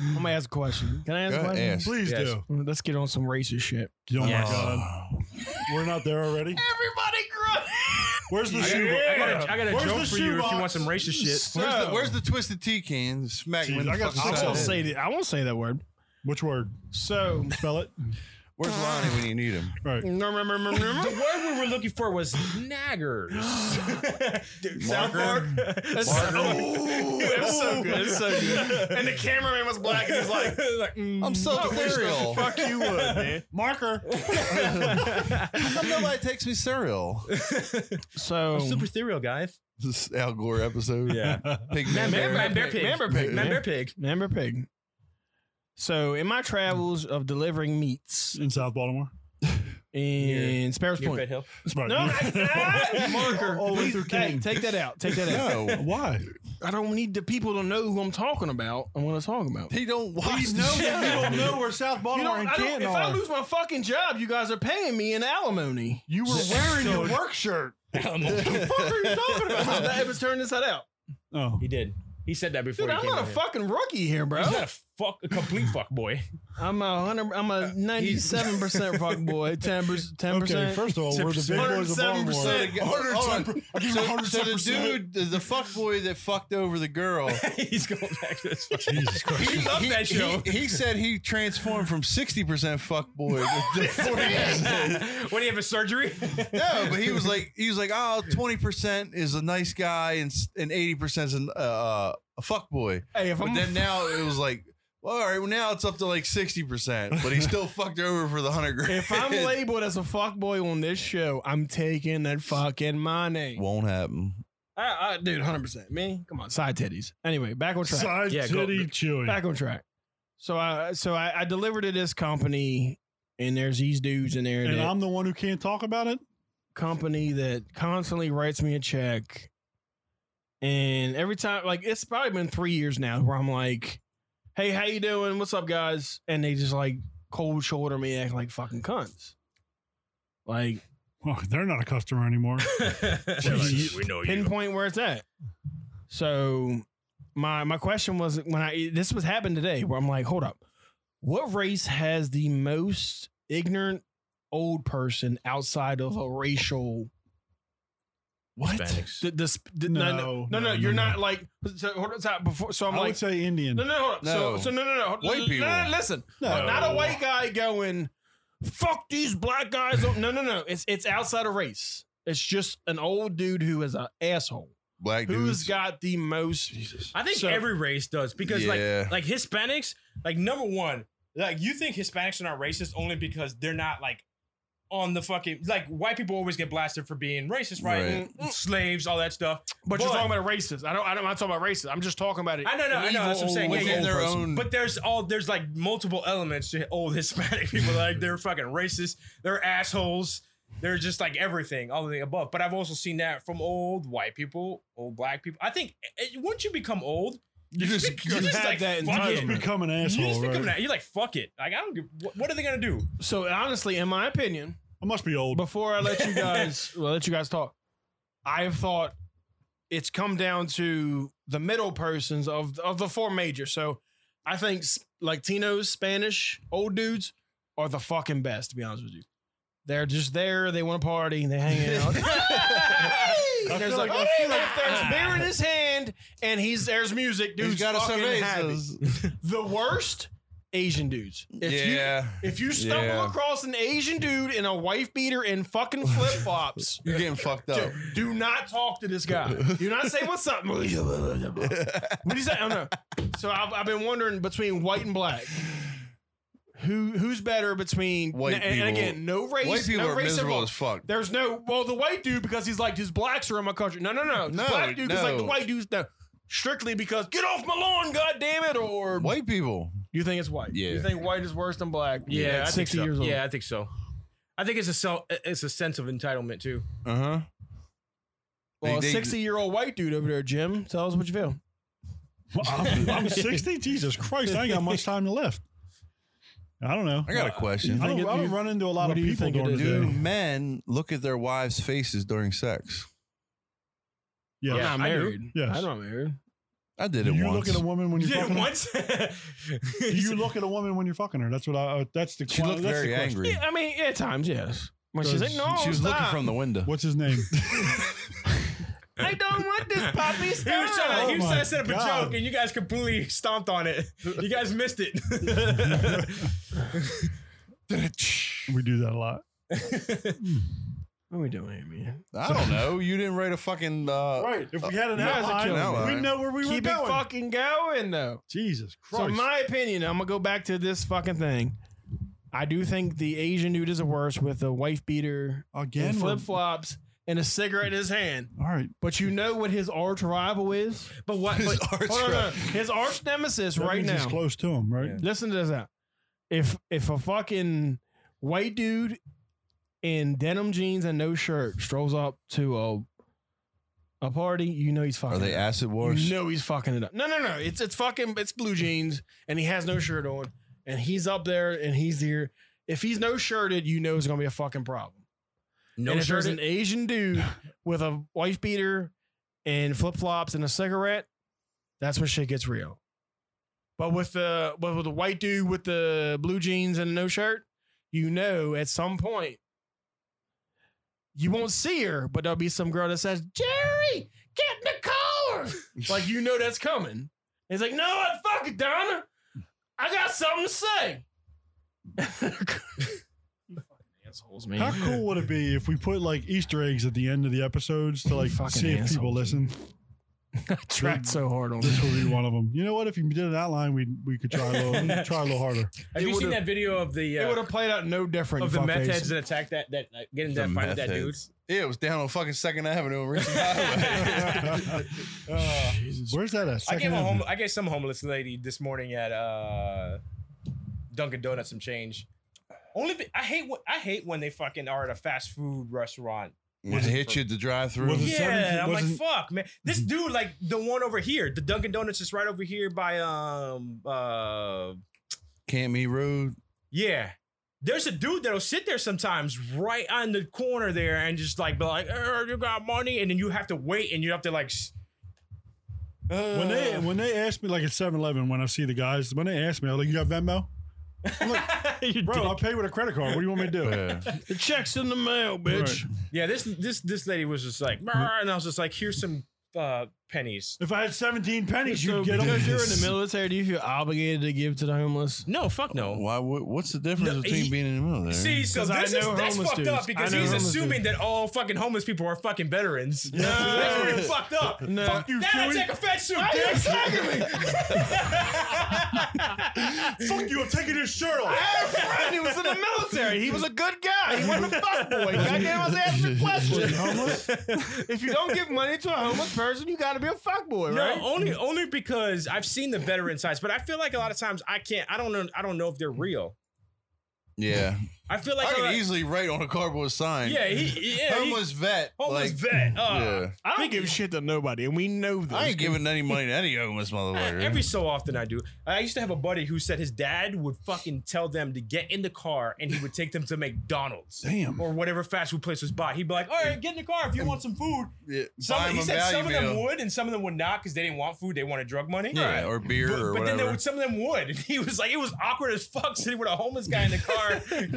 Speaker 2: I'm gonna ask a question. Can I ask
Speaker 5: Go
Speaker 2: a question?
Speaker 5: ask.
Speaker 3: Please
Speaker 4: Yes.
Speaker 3: do.
Speaker 2: Let's get on some racist shit.
Speaker 3: Oh
Speaker 4: Yes.
Speaker 3: my god. We're not there already.
Speaker 2: Everybody
Speaker 3: Where's the
Speaker 4: I got,
Speaker 3: shoe?
Speaker 4: I got a, I got a
Speaker 3: Where's
Speaker 4: joke
Speaker 3: the
Speaker 4: for you if
Speaker 3: shoebox?
Speaker 4: you want some racist shit.
Speaker 5: Where's
Speaker 2: So-
Speaker 5: the, where's the twisted tea can? Smack him in the
Speaker 3: I got-
Speaker 5: fucking
Speaker 2: I
Speaker 3: I
Speaker 5: side.
Speaker 3: saw
Speaker 5: of
Speaker 2: won't
Speaker 5: the
Speaker 2: say
Speaker 5: head.
Speaker 2: that. I won't say that word.
Speaker 3: Which word?
Speaker 2: So
Speaker 3: Spell it.
Speaker 5: Where's Lonnie when you need him?
Speaker 3: Right.
Speaker 4: The word we were looking for was naggers.
Speaker 5: Marker.
Speaker 2: That's it's so good. It's so good. And the cameraman was black, and he's like,
Speaker 4: mm,
Speaker 5: I'm so cereal.
Speaker 2: "Fuck you, would man."
Speaker 3: Marker.
Speaker 5: How come nobody takes me cereal?
Speaker 2: So,
Speaker 4: Super serial guys.
Speaker 5: This Al Gore episode.
Speaker 4: Yeah.
Speaker 5: Big
Speaker 4: Man, man,
Speaker 5: man. bear.
Speaker 4: man, bear pig.
Speaker 2: Member pig.
Speaker 4: Man, bear pig.
Speaker 2: member pig. So, in my travels of delivering meats
Speaker 3: In South Baltimore.
Speaker 2: in Sparrows
Speaker 4: Near Fed
Speaker 2: Point,
Speaker 4: Hill.
Speaker 3: That's right.
Speaker 2: no, I- ah, marker.
Speaker 3: All the way through
Speaker 2: Hey,
Speaker 3: King.
Speaker 2: take that out. Take that out.
Speaker 5: No.
Speaker 3: Why?
Speaker 2: I don't need the people to know who I'm talking about and what I'm talking about.
Speaker 5: He don't watch the
Speaker 3: No,
Speaker 5: show.
Speaker 3: you don't know where South
Speaker 2: You
Speaker 3: Baltimore
Speaker 2: don't,
Speaker 3: and
Speaker 2: I don't,
Speaker 3: Canton
Speaker 2: if I
Speaker 3: are.
Speaker 2: lose my fucking job, you guys are paying me in alimony.
Speaker 3: You were wearing your work shirt.
Speaker 2: What are you talking about? That was turn this side out.
Speaker 3: Oh.
Speaker 4: He did. He said that before.
Speaker 2: Dude,
Speaker 4: he
Speaker 2: I'm
Speaker 4: came
Speaker 2: not a
Speaker 4: in here.
Speaker 2: fucking rookie here, bro.
Speaker 4: He's not a fuck, a complete fuck boy.
Speaker 2: I'm a hundred. I'm a ninety-seven percent fuck boy. Ten percent. Ten
Speaker 3: Okay,
Speaker 2: percent.
Speaker 3: first of all, we're the big boys of Baltimore.
Speaker 2: 107%.
Speaker 5: Hold on.
Speaker 3: I give him
Speaker 5: So, so the
Speaker 3: 110%.
Speaker 5: dude, the, the fuck boy that fucked over the girl,
Speaker 4: He's going back to this. fucking-
Speaker 3: Jesus Christ.
Speaker 5: he,
Speaker 4: Love
Speaker 5: he-
Speaker 4: that show.
Speaker 5: he- he said he transformed from 60% fuck boy to 40%.
Speaker 4: when he have a surgery?
Speaker 5: No, but he was like, he was like, oh, 20% is a nice guy and s- and 80% is an, uh, a fuck boy.
Speaker 2: Hey, if
Speaker 5: But
Speaker 2: I'm
Speaker 5: then now it was like, well, all right, well, now it's up to like 60%, but he still fucked her over for the 100 grand.
Speaker 2: if I'm labeled as a fuck boy on this show, I'm taking that fucking money.
Speaker 5: Won't happen.
Speaker 2: I, I, dude, hundred percent. Man, come on, side titties. Anyway, back on track.
Speaker 3: Side
Speaker 4: Yeah, go-
Speaker 3: titty chewy.
Speaker 2: back on track. So I so I, I delivered to this company, and there's these dudes in there
Speaker 3: And
Speaker 2: that
Speaker 3: I'm the one who can't talk about it?
Speaker 2: company that constantly writes me a check, and every time like it's probably been three years now where I'm like, "Hey, how you doing? What's up, guys?" And they just like cold shoulder me, acting like fucking cunts. Like
Speaker 3: Well, they're not a customer anymore. Jesus.
Speaker 4: we know
Speaker 2: pinpoint where it's at. So my my question was when I this was happened today where I'm like, hold up, what race has the most ignorant old person outside of a racial? What?
Speaker 4: Hispanics.
Speaker 2: The, the, sp- the-
Speaker 3: No,
Speaker 2: no, no, no,
Speaker 3: no, no,
Speaker 2: you're
Speaker 3: no.
Speaker 2: not like. So, hold on, stop, before, so I'm
Speaker 3: I
Speaker 2: like,
Speaker 3: would say Indian.
Speaker 2: no, no, hold up.
Speaker 5: No.
Speaker 2: So, so no, no, no. hold-
Speaker 5: White
Speaker 2: no,
Speaker 5: people.
Speaker 2: no, listen,
Speaker 3: No.
Speaker 2: not a white guy going, "Fuck these black guys." Oh, no, no, no. It's it's outside of race. It's just an old dude who is an asshole.
Speaker 5: Black
Speaker 2: Who's
Speaker 5: dudes.
Speaker 2: got the most?
Speaker 4: I think
Speaker 2: So-
Speaker 4: every race does because
Speaker 5: Yeah.
Speaker 4: like like Hispanics, like number one, like you think Hispanics are not racist only because they're not like on the fucking like white people always get blasted for being racist, right? Slaves, all that stuff.
Speaker 2: But, you're
Speaker 4: But-
Speaker 2: talking about a racist. I don't. I don't. I'm not talking about racist. I'm just talking about it.
Speaker 4: I don't know, I know, that's what I'm saying. Yeah,
Speaker 5: within
Speaker 4: yeah.
Speaker 5: their
Speaker 2: person.
Speaker 5: own.
Speaker 4: But there's all there's like multiple elements to old Hispanic people. Like they're fucking racist, they're assholes, they're just like everything, all of the above. But I've also seen that from old white people, old black people. I think eh, eh, once you become old, you,
Speaker 5: just-
Speaker 4: just,
Speaker 5: you
Speaker 4: you just
Speaker 2: have
Speaker 4: like
Speaker 2: that
Speaker 4: fuck
Speaker 3: You
Speaker 4: it.
Speaker 3: just become an
Speaker 4: You
Speaker 3: asshole,
Speaker 4: just become
Speaker 3: right?
Speaker 4: that. You're like, fuck it. Like, I don't give. What, what are they gonna do?
Speaker 2: So honestly, in my opinion,
Speaker 3: I must be old.
Speaker 2: before I let you guys, well, let you guys talk. I've thought it's come down to the middle persons of of the four majors. So I think S- Latinos, Spanish, old dudes are the fucking best. To be honest with you, they're just there. They want to party. They hang out.
Speaker 3: I
Speaker 2: there's
Speaker 3: feel
Speaker 2: like,
Speaker 3: like- I feel
Speaker 2: like there's beer in his hand, and he's there's music. Dude's
Speaker 5: He's got a
Speaker 2: fucking happy.
Speaker 5: cerveza.
Speaker 2: The worst Asian dudes. If you
Speaker 5: Yeah.
Speaker 2: if you stumble
Speaker 5: Yeah.
Speaker 2: across an Asian dude in a wife beater and fucking flip flops,
Speaker 5: You're getting fucked up.
Speaker 2: do not talk to this guy. Do not say what's up. what do you say? I don't know. So I've, I've been wondering between white and black. Who who's better between
Speaker 5: White
Speaker 2: and, and
Speaker 5: people.
Speaker 2: again no race
Speaker 5: White people
Speaker 2: no
Speaker 5: are
Speaker 2: race
Speaker 5: miserable
Speaker 2: involved.
Speaker 5: as fuck.
Speaker 2: There's no well the white dude because he's like his blacks are in my country. No no no
Speaker 5: No,
Speaker 2: black dude because like the
Speaker 5: no.
Speaker 2: white dude's no strictly because get off my lawn god damn it or
Speaker 5: White people.
Speaker 2: you think it's white
Speaker 5: Yeah.
Speaker 2: you think white is worse than black
Speaker 4: I
Speaker 2: At
Speaker 4: think
Speaker 2: sixty
Speaker 4: so.
Speaker 2: years old
Speaker 4: Yeah, I think so. I think it's a self, it's a sense of entitlement too.
Speaker 5: Uh huh. They-
Speaker 2: Well, a
Speaker 5: they-
Speaker 2: 60 year old white dude over there, Jim. Tell us what you feel.
Speaker 3: I'm, I'm 60? Jesus Christ, I ain't got much time left. I don't know.
Speaker 5: I got a question.
Speaker 3: I don't,
Speaker 2: think it-
Speaker 3: I don't
Speaker 2: you-
Speaker 3: run into a lot
Speaker 2: what
Speaker 3: of
Speaker 2: do you
Speaker 3: people
Speaker 2: think it
Speaker 3: during
Speaker 2: is,
Speaker 3: the
Speaker 5: Do
Speaker 3: day.
Speaker 5: men look at their wives' faces during sex?
Speaker 3: Yes.
Speaker 4: Yeah, I do.
Speaker 3: Yes.
Speaker 2: I'm not married.
Speaker 5: I did
Speaker 3: Do
Speaker 5: it
Speaker 3: you
Speaker 5: once.
Speaker 3: look at a woman when you're fucking her?
Speaker 4: once.
Speaker 3: Do you look at a woman when you're fucking her? That's what I. Uh, that's the.
Speaker 5: she
Speaker 3: quali-
Speaker 5: looked
Speaker 3: that's the
Speaker 5: very
Speaker 3: question.
Speaker 5: angry.
Speaker 2: Yeah, I mean, at times, yes. When she's like, no,
Speaker 5: She was
Speaker 2: stop.
Speaker 5: looking from the window.
Speaker 3: What's his name?
Speaker 2: I don't want this, Poppy.
Speaker 4: He was trying
Speaker 3: Oh
Speaker 4: to, he was
Speaker 3: my
Speaker 4: trying to set up a
Speaker 3: God.
Speaker 4: joke, and you guys completely stomped on it. You guys missed it.
Speaker 3: we do that a lot.
Speaker 2: What are we doing here, man?
Speaker 5: I don't know. You didn't write a fucking. Uh,
Speaker 3: Right. If we had an
Speaker 5: No,
Speaker 2: it's a
Speaker 3: outline,
Speaker 5: killer.
Speaker 3: we
Speaker 5: Outline.
Speaker 3: know where we
Speaker 2: Keep
Speaker 3: were
Speaker 2: it
Speaker 3: going.
Speaker 2: fucking going, though.
Speaker 3: Jesus
Speaker 2: So,
Speaker 3: Christ.
Speaker 2: in my opinion, I'm going to go back to this fucking thing. I do think the Asian dude is the worst with a wife beater
Speaker 3: Again,
Speaker 2: and
Speaker 3: we're-
Speaker 2: flip flops and a cigarette in his hand.
Speaker 3: All right.
Speaker 2: But you know what his arch rival is?
Speaker 4: but what?
Speaker 5: His
Speaker 4: But,
Speaker 5: arch
Speaker 2: Hold on, hold on.
Speaker 5: right.
Speaker 2: His arch nemesis
Speaker 3: That
Speaker 2: right
Speaker 3: means he's
Speaker 2: now.
Speaker 3: close to him, right?
Speaker 2: Listen to this out. If if a fucking white dude in denim jeans and no shirt strolls up to a a party, you know he's fucking.
Speaker 5: Are they
Speaker 2: it up.
Speaker 5: acid wars?
Speaker 2: You know he's fucking it up. No, no, no. It's it's fucking it's blue jeans and he has no shirt on and he's up there and he's here. If he's no shirted, you know it's gonna be a fucking problem.
Speaker 4: no
Speaker 2: and if there's
Speaker 4: shirt.
Speaker 2: an Asian dude with a wife beater and flip flops and a cigarette, that's when shit gets real. But with the but with the white dude with the blue jeans and no shirt, you know at some point you won't see her, but there'll be some girl that says, Jerry, get in the car. like you know that's coming. And he's like, no, I fuck it, Donna. I got something to say. assholes, man.
Speaker 3: How cool would it be if we put like Easter eggs at the end of the episodes to like
Speaker 2: Fucking
Speaker 3: see if people
Speaker 2: assholes.
Speaker 3: listen?
Speaker 2: I tried so hard on
Speaker 3: This
Speaker 2: this.
Speaker 3: would be one of them. You know what? If you did an outline, we we could try a little try a little harder.
Speaker 4: Have you seen that video of the
Speaker 2: It would
Speaker 4: uh,
Speaker 2: have played out no different.
Speaker 4: of the
Speaker 2: fuckface.
Speaker 4: meth heads that attacked that that uh, getting that
Speaker 5: The
Speaker 4: fight with that
Speaker 5: meth
Speaker 4: dude?
Speaker 5: heads. Yeah, it was down on fucking Second Avenue in Richmond Highway.
Speaker 3: Uh, where's that at?
Speaker 4: I gave
Speaker 3: Second
Speaker 4: a home,
Speaker 3: Avenue.
Speaker 4: I gave some homeless lady this morning at uh, Dunkin' Donuts some change. Only be- I hate what I hate when they fucking are at a fast food restaurant.
Speaker 5: When they hit you at the drive-through.
Speaker 3: Was it-
Speaker 4: Yeah, I'm like
Speaker 3: wasn't-
Speaker 4: fuck, man. This dude like the one over here. The Dunkin' Donuts is right over here by um uh
Speaker 5: Can't be rude.
Speaker 4: yeah. There's a dude that'll sit there sometimes right on the corner there and just like be like, "Er, you got money, and then you have to wait and you have to like. s-
Speaker 3: When they
Speaker 4: Uh,
Speaker 3: when they asked me like at 7-Eleven when I see the guys when they asked me I'm like you got Venmo, bro I'll pay with a credit card. What do you want me to do?
Speaker 2: The check's in the mail, bitch.
Speaker 4: Yeah, this this this lady was just like,
Speaker 2: Mm-hmm.
Speaker 4: "Brr," and I was just like, here's some uh, pennies.
Speaker 3: If I had seventeen pennies,
Speaker 2: So
Speaker 3: you'd get them.
Speaker 2: because you're in the military, do you feel obligated to give to the homeless?
Speaker 4: No, fuck no.
Speaker 5: Why? What, what's the difference
Speaker 4: No,
Speaker 5: between
Speaker 4: he-
Speaker 5: being in the middle there?
Speaker 4: See, so
Speaker 2: 'Cause I
Speaker 4: this is
Speaker 2: know
Speaker 4: that's
Speaker 2: homeless
Speaker 4: fucked
Speaker 2: dudes.
Speaker 4: up because
Speaker 2: I know
Speaker 4: he's
Speaker 2: homeless
Speaker 4: assuming that all fucking homeless people are fucking veterans. that's pretty fucked up.
Speaker 2: No.
Speaker 4: Fuck you, Dad, I take a fat suit. Dick.
Speaker 3: Fuck you! I'm taking this shirt off.
Speaker 2: friend who was in the military. He was a good guy. He wasn't a fuckboy. Goddamn, I was asking questions. if you don't give money to a homeless person, you got to be a fuckboy,
Speaker 4: No, oh,
Speaker 2: right?
Speaker 4: only only because I've seen the veteran sides, but I feel like a lot of times I can't. I don't know. I don't know if they're real.
Speaker 5: yeah,
Speaker 4: I feel like
Speaker 5: I
Speaker 4: a lot-
Speaker 5: could easily write on a cardboard sign.
Speaker 4: yeah, he yeah, he-
Speaker 5: homeless vet.
Speaker 4: homeless
Speaker 5: like,
Speaker 4: vet. Uh,
Speaker 5: yeah.
Speaker 2: I don't give shit to nobody, and we know this.
Speaker 5: I ain't giving any money to any homeless motherfucker.
Speaker 4: Every so often I do. I used to have a buddy who said his dad would fucking tell them to get in the car and he would take them to McDonald's.
Speaker 5: Damn.
Speaker 4: Or whatever fast food place was by. He'd be like, all right, get in the car if you want some food.
Speaker 5: yeah, buy
Speaker 4: Some,
Speaker 5: 'em
Speaker 4: he
Speaker 5: a
Speaker 4: said
Speaker 5: value
Speaker 4: some of them
Speaker 5: meal.
Speaker 4: would and some of them would not because they didn't want food. They wanted drug money.
Speaker 5: Yeah, or beer
Speaker 4: But,
Speaker 5: or
Speaker 4: but
Speaker 5: whatever.
Speaker 4: then there would, some of them would. And he was like, it was awkward as fuck sitting with a homeless guy in the car.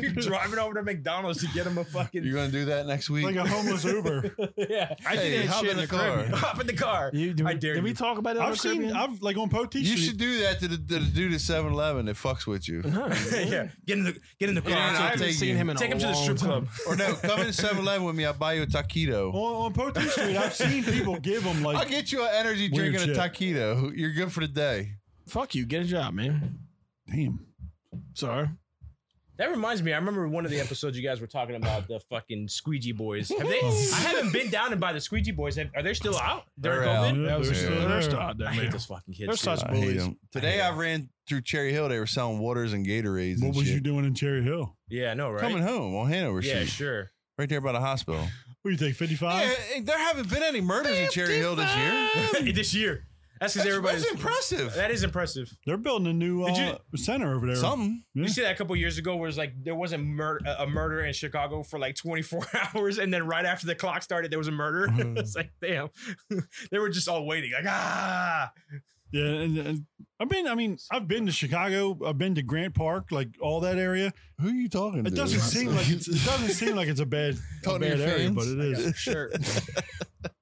Speaker 4: You're driving over to McDonald's to get him a fucking.
Speaker 5: You're gonna do that next week.
Speaker 3: Like a homeless Uber.
Speaker 4: Yeah.
Speaker 2: I
Speaker 5: Hey,
Speaker 2: did that
Speaker 5: hop
Speaker 2: shit
Speaker 5: in
Speaker 2: in the
Speaker 5: the
Speaker 2: Caribbean.
Speaker 5: car.
Speaker 4: Hop in the car.
Speaker 2: You, do
Speaker 4: I
Speaker 2: we-
Speaker 4: dare
Speaker 2: Did
Speaker 4: you.
Speaker 2: we talk about it? on
Speaker 3: I've
Speaker 2: the
Speaker 3: seen.
Speaker 2: Caribbean?
Speaker 3: I've like on Poteet
Speaker 5: You
Speaker 3: Street.
Speaker 5: should do that to the, to the dude at 7-Eleven that fucks with you.
Speaker 4: yeah. Get in the get in the car.
Speaker 5: Yeah,
Speaker 2: I haven't
Speaker 5: take
Speaker 2: seen
Speaker 5: you.
Speaker 2: him in a
Speaker 4: Take him to the
Speaker 2: long
Speaker 4: strip
Speaker 2: time.
Speaker 4: club.
Speaker 5: Or no, come in 7-Eleven with me. I'll buy you a taquito.
Speaker 3: on, on Poteet Street. I've seen people give them
Speaker 5: I'll
Speaker 3: like
Speaker 5: get you an energy drink
Speaker 3: Weird
Speaker 5: and a
Speaker 3: shit.
Speaker 5: taquito. You're good for the day.
Speaker 2: Fuck you. Get a job, man.
Speaker 3: damn.
Speaker 2: Sorry.
Speaker 4: That reminds me, I remember one of the episodes you guys were talking about the fucking squeegee boys. Have they? I haven't been down and by the squeegee boys. Have- Are they still out during
Speaker 5: They're
Speaker 4: COVID?
Speaker 5: out.
Speaker 3: Yeah,
Speaker 2: That was
Speaker 3: they're
Speaker 5: still
Speaker 3: still
Speaker 2: They're
Speaker 3: there.
Speaker 2: still out there,
Speaker 4: I hate
Speaker 2: man.
Speaker 4: those fucking kids.
Speaker 2: They're
Speaker 4: dude.
Speaker 2: such
Speaker 5: I hate
Speaker 2: bullies.
Speaker 5: 'em. Today I, ran through Cherry Hill. They were selling waters and Gatorades.
Speaker 3: What
Speaker 5: and
Speaker 3: was
Speaker 5: shit.
Speaker 3: you doing in Cherry Hill?
Speaker 4: yeah, I know, right?
Speaker 5: Coming home on Hanover
Speaker 4: yeah,
Speaker 5: Street,
Speaker 4: sure.
Speaker 5: right there by the hospital.
Speaker 3: What do you think? Fifty five.
Speaker 5: Yeah, hey, there haven't been any murders in Cherry Hill this year.
Speaker 4: this year. That's because
Speaker 5: That's,
Speaker 4: everybody's.
Speaker 5: that's impressive.
Speaker 4: That is impressive.
Speaker 3: They're building a new
Speaker 4: Did
Speaker 3: uh, center over there.
Speaker 5: Something.
Speaker 3: Yeah.
Speaker 4: You see that a couple years ago, where it's like there wasn't mur- a a murder in Chicago for like 24 hours, and then right after the clock started, there was a murder. it's like damn, they were just all waiting, like ah.
Speaker 3: Yeah, and, and I've been. I mean, I've been to Chicago. I've been to Grant Park, like all that area.
Speaker 5: Who are you talking to?
Speaker 3: It doesn't seem like it's, it doesn't seem like it's a bad, a
Speaker 5: Talking to your
Speaker 3: bad area,
Speaker 5: fans?
Speaker 3: but it is.
Speaker 2: Sure.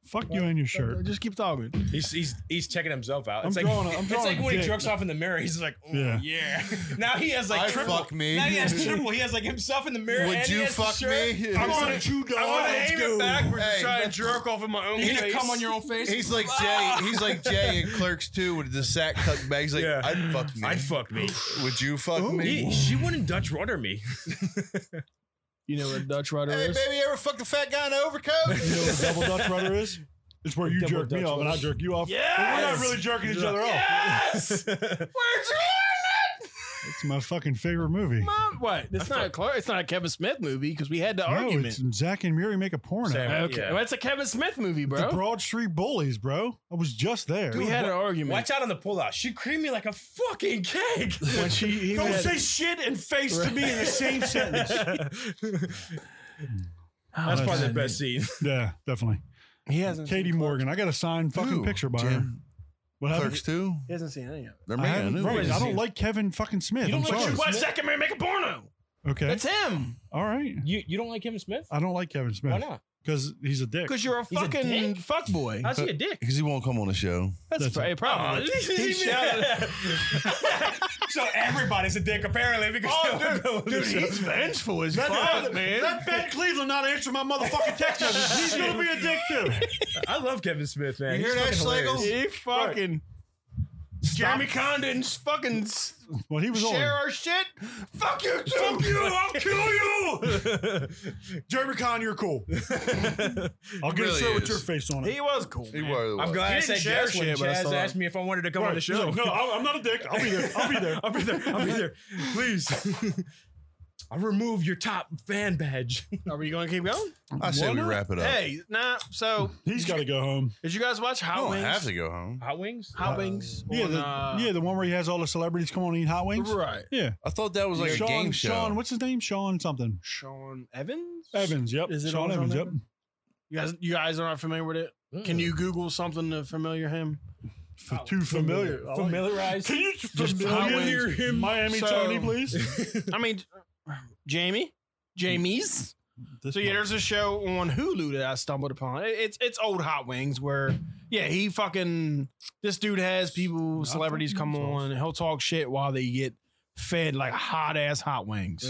Speaker 3: Fuck you and your shirt.
Speaker 2: Just keep talking.
Speaker 4: He's he's he's checking himself out.
Speaker 3: I'm
Speaker 4: It's like
Speaker 3: drawing. A, I'm
Speaker 4: It's
Speaker 3: drawing.
Speaker 4: like
Speaker 3: a
Speaker 4: when he
Speaker 3: dick.
Speaker 4: jerks off in the mirror, he's like, oh, yeah.
Speaker 3: Yeah.
Speaker 4: Now he has like
Speaker 5: I
Speaker 4: triple.
Speaker 5: fuck me.
Speaker 4: Now he has triple. He has like himself in the mirror. and
Speaker 5: Would
Speaker 4: he
Speaker 5: you
Speaker 4: has the
Speaker 5: fuck
Speaker 4: shirt.
Speaker 5: me?
Speaker 4: I'm on
Speaker 5: He's
Speaker 4: it. I want to aim it backwards
Speaker 5: Hey,
Speaker 4: and try to
Speaker 5: that's-
Speaker 4: jerk off in my own
Speaker 1: You
Speaker 4: face.
Speaker 1: gonna come on your own face?
Speaker 5: He's like Jay. He's like Jay in Clerks too with the sack tuck bag. He's like,
Speaker 4: Yeah.
Speaker 5: I'd fuck me.
Speaker 4: I'd fuck me.
Speaker 5: Would you fuck me?
Speaker 4: He- she wouldn't Dutch rudder me.
Speaker 2: You know what a Dutch rudder
Speaker 5: Hey,
Speaker 2: is?
Speaker 5: baby, you ever fuck a fat guy in an overcoat?
Speaker 3: You know what a double Dutch rudder is? It's where you
Speaker 4: Double
Speaker 3: jerk me
Speaker 4: Dutch
Speaker 3: off and I
Speaker 4: rudder.
Speaker 3: jerk you off. But
Speaker 4: Yeah.
Speaker 3: We're not really jerking each other off.
Speaker 4: Yes.
Speaker 3: It's my fucking favorite movie.
Speaker 2: Mom, um, what? It's not a Clark. It's not a Kevin Smith movie because we had the
Speaker 3: No,
Speaker 2: argument.
Speaker 3: it's Zach and Miri make a porn.
Speaker 4: Sam,
Speaker 3: out.
Speaker 2: Okay,
Speaker 4: Yeah.
Speaker 2: well, that's a Kevin Smith movie,
Speaker 3: The
Speaker 2: bro.
Speaker 3: Broad Street Bullies, bro. I was just there.
Speaker 2: we had an argument.
Speaker 4: Watch out on the pullout. She creamed me like a fucking cake.
Speaker 2: when she he
Speaker 3: Don't
Speaker 2: had-
Speaker 3: say shit and face to me in the same sentence.
Speaker 4: That's probably the
Speaker 2: God.
Speaker 4: best scene.
Speaker 3: Yeah, definitely.
Speaker 2: He hasn't.
Speaker 3: Katie Morgan. I got a signed fucking
Speaker 5: Ooh,
Speaker 3: picture by her.
Speaker 5: Jim.
Speaker 3: What happened?
Speaker 5: Clerks too.
Speaker 6: He hasn't seen any of it.
Speaker 5: They're
Speaker 3: I,
Speaker 5: making a
Speaker 3: haven't-
Speaker 5: new
Speaker 3: bro,
Speaker 5: one.
Speaker 3: I don't like Kevin fucking Smith.
Speaker 4: You
Speaker 3: I'm
Speaker 4: don't like
Speaker 3: sorry.
Speaker 4: Kevin
Speaker 2: Wes Zuckerman make a porno.
Speaker 3: Okay.
Speaker 2: That's him.
Speaker 3: All right.
Speaker 4: You you don't like Kevin Smith?
Speaker 3: I don't like Kevin Smith
Speaker 4: Why not?
Speaker 3: because he's a dick.
Speaker 2: Because you're a
Speaker 4: He's a
Speaker 2: fucking
Speaker 4: dick?
Speaker 2: fuckboy.
Speaker 4: How's he a dick?
Speaker 5: because he won't come on the show.
Speaker 2: That's,
Speaker 3: That's-
Speaker 2: probably
Speaker 4: Oh,
Speaker 2: probably. He shouted-
Speaker 4: so everybody's a dick apparently because
Speaker 2: Oh, dude, dude, he's vengeful as
Speaker 3: That-
Speaker 2: fuck,
Speaker 3: that-
Speaker 2: man.
Speaker 3: That Ben Cleveland not answer my motherfucking text messages. He's gonna be a dick too.
Speaker 4: I love Kevin Smith, man.
Speaker 5: You
Speaker 4: He's
Speaker 5: hear that,
Speaker 4: fucking
Speaker 5: Schlegel?
Speaker 4: hilarious.
Speaker 2: He fucking Jeremy Condon's fucking s-
Speaker 3: Well, he was
Speaker 2: share
Speaker 3: on.
Speaker 2: our shit. Fuck you too.
Speaker 3: Fuck you! I'll kill you. Jeremy Con, you're cool. I'll get
Speaker 5: Really
Speaker 3: a shirt with
Speaker 5: is.
Speaker 3: your face on it.
Speaker 2: He was cool.
Speaker 5: He was.
Speaker 4: I'm glad I
Speaker 2: didn't
Speaker 4: said
Speaker 2: share
Speaker 4: yes when
Speaker 2: shit, but I
Speaker 4: Chaz
Speaker 2: saw
Speaker 4: asked
Speaker 2: that.
Speaker 4: me if I wanted to come on the
Speaker 3: He's
Speaker 4: show.
Speaker 3: like, no, I'm I'm not a dick. I'll be there. I'll be there.
Speaker 4: I'll be there. I'll be there. Please. I'll remove your top fan badge.
Speaker 2: Are we going to keep going?
Speaker 5: I say we wrap it up.
Speaker 2: Hey, nah. So,
Speaker 3: He's got to go home.
Speaker 2: did you guys watch
Speaker 5: I
Speaker 2: Hot
Speaker 5: don't
Speaker 2: Wings?
Speaker 5: have to go home.
Speaker 4: Hot wings?
Speaker 2: Hot Wings.
Speaker 3: Yeah,
Speaker 2: on,
Speaker 3: the,
Speaker 2: uh,
Speaker 3: yeah, the one where he has all the celebrities come on and eat hot wings.
Speaker 2: Right.
Speaker 3: Yeah,
Speaker 5: I thought that was like
Speaker 3: Sean.
Speaker 5: a game show.
Speaker 3: Sean, what's his name? Sean something.
Speaker 2: Sean Evans.
Speaker 3: Evans. Yep.
Speaker 2: Is it on
Speaker 3: Sean
Speaker 2: Sean
Speaker 3: Evans? Yep.
Speaker 2: Evans? You guys, you guys are not familiar with it.
Speaker 4: Mm.
Speaker 2: Can you
Speaker 3: Mm.
Speaker 2: Google something to familiar him?
Speaker 3: F- too
Speaker 4: Oh,
Speaker 3: familiar. I like-
Speaker 4: familiarize?
Speaker 3: Can you
Speaker 2: Hot
Speaker 3: familiar
Speaker 2: Wings.
Speaker 3: him? Miami
Speaker 2: So-
Speaker 3: Tony, please.
Speaker 2: I mean, Jamie, Jamie's. So yeah, there's a show on Hulu that I stumbled upon. It- It's it's old Hot Wings where yeah he fucking this dude has people celebrities come on and he'll talk shit while they get fed like hot ass hot wings.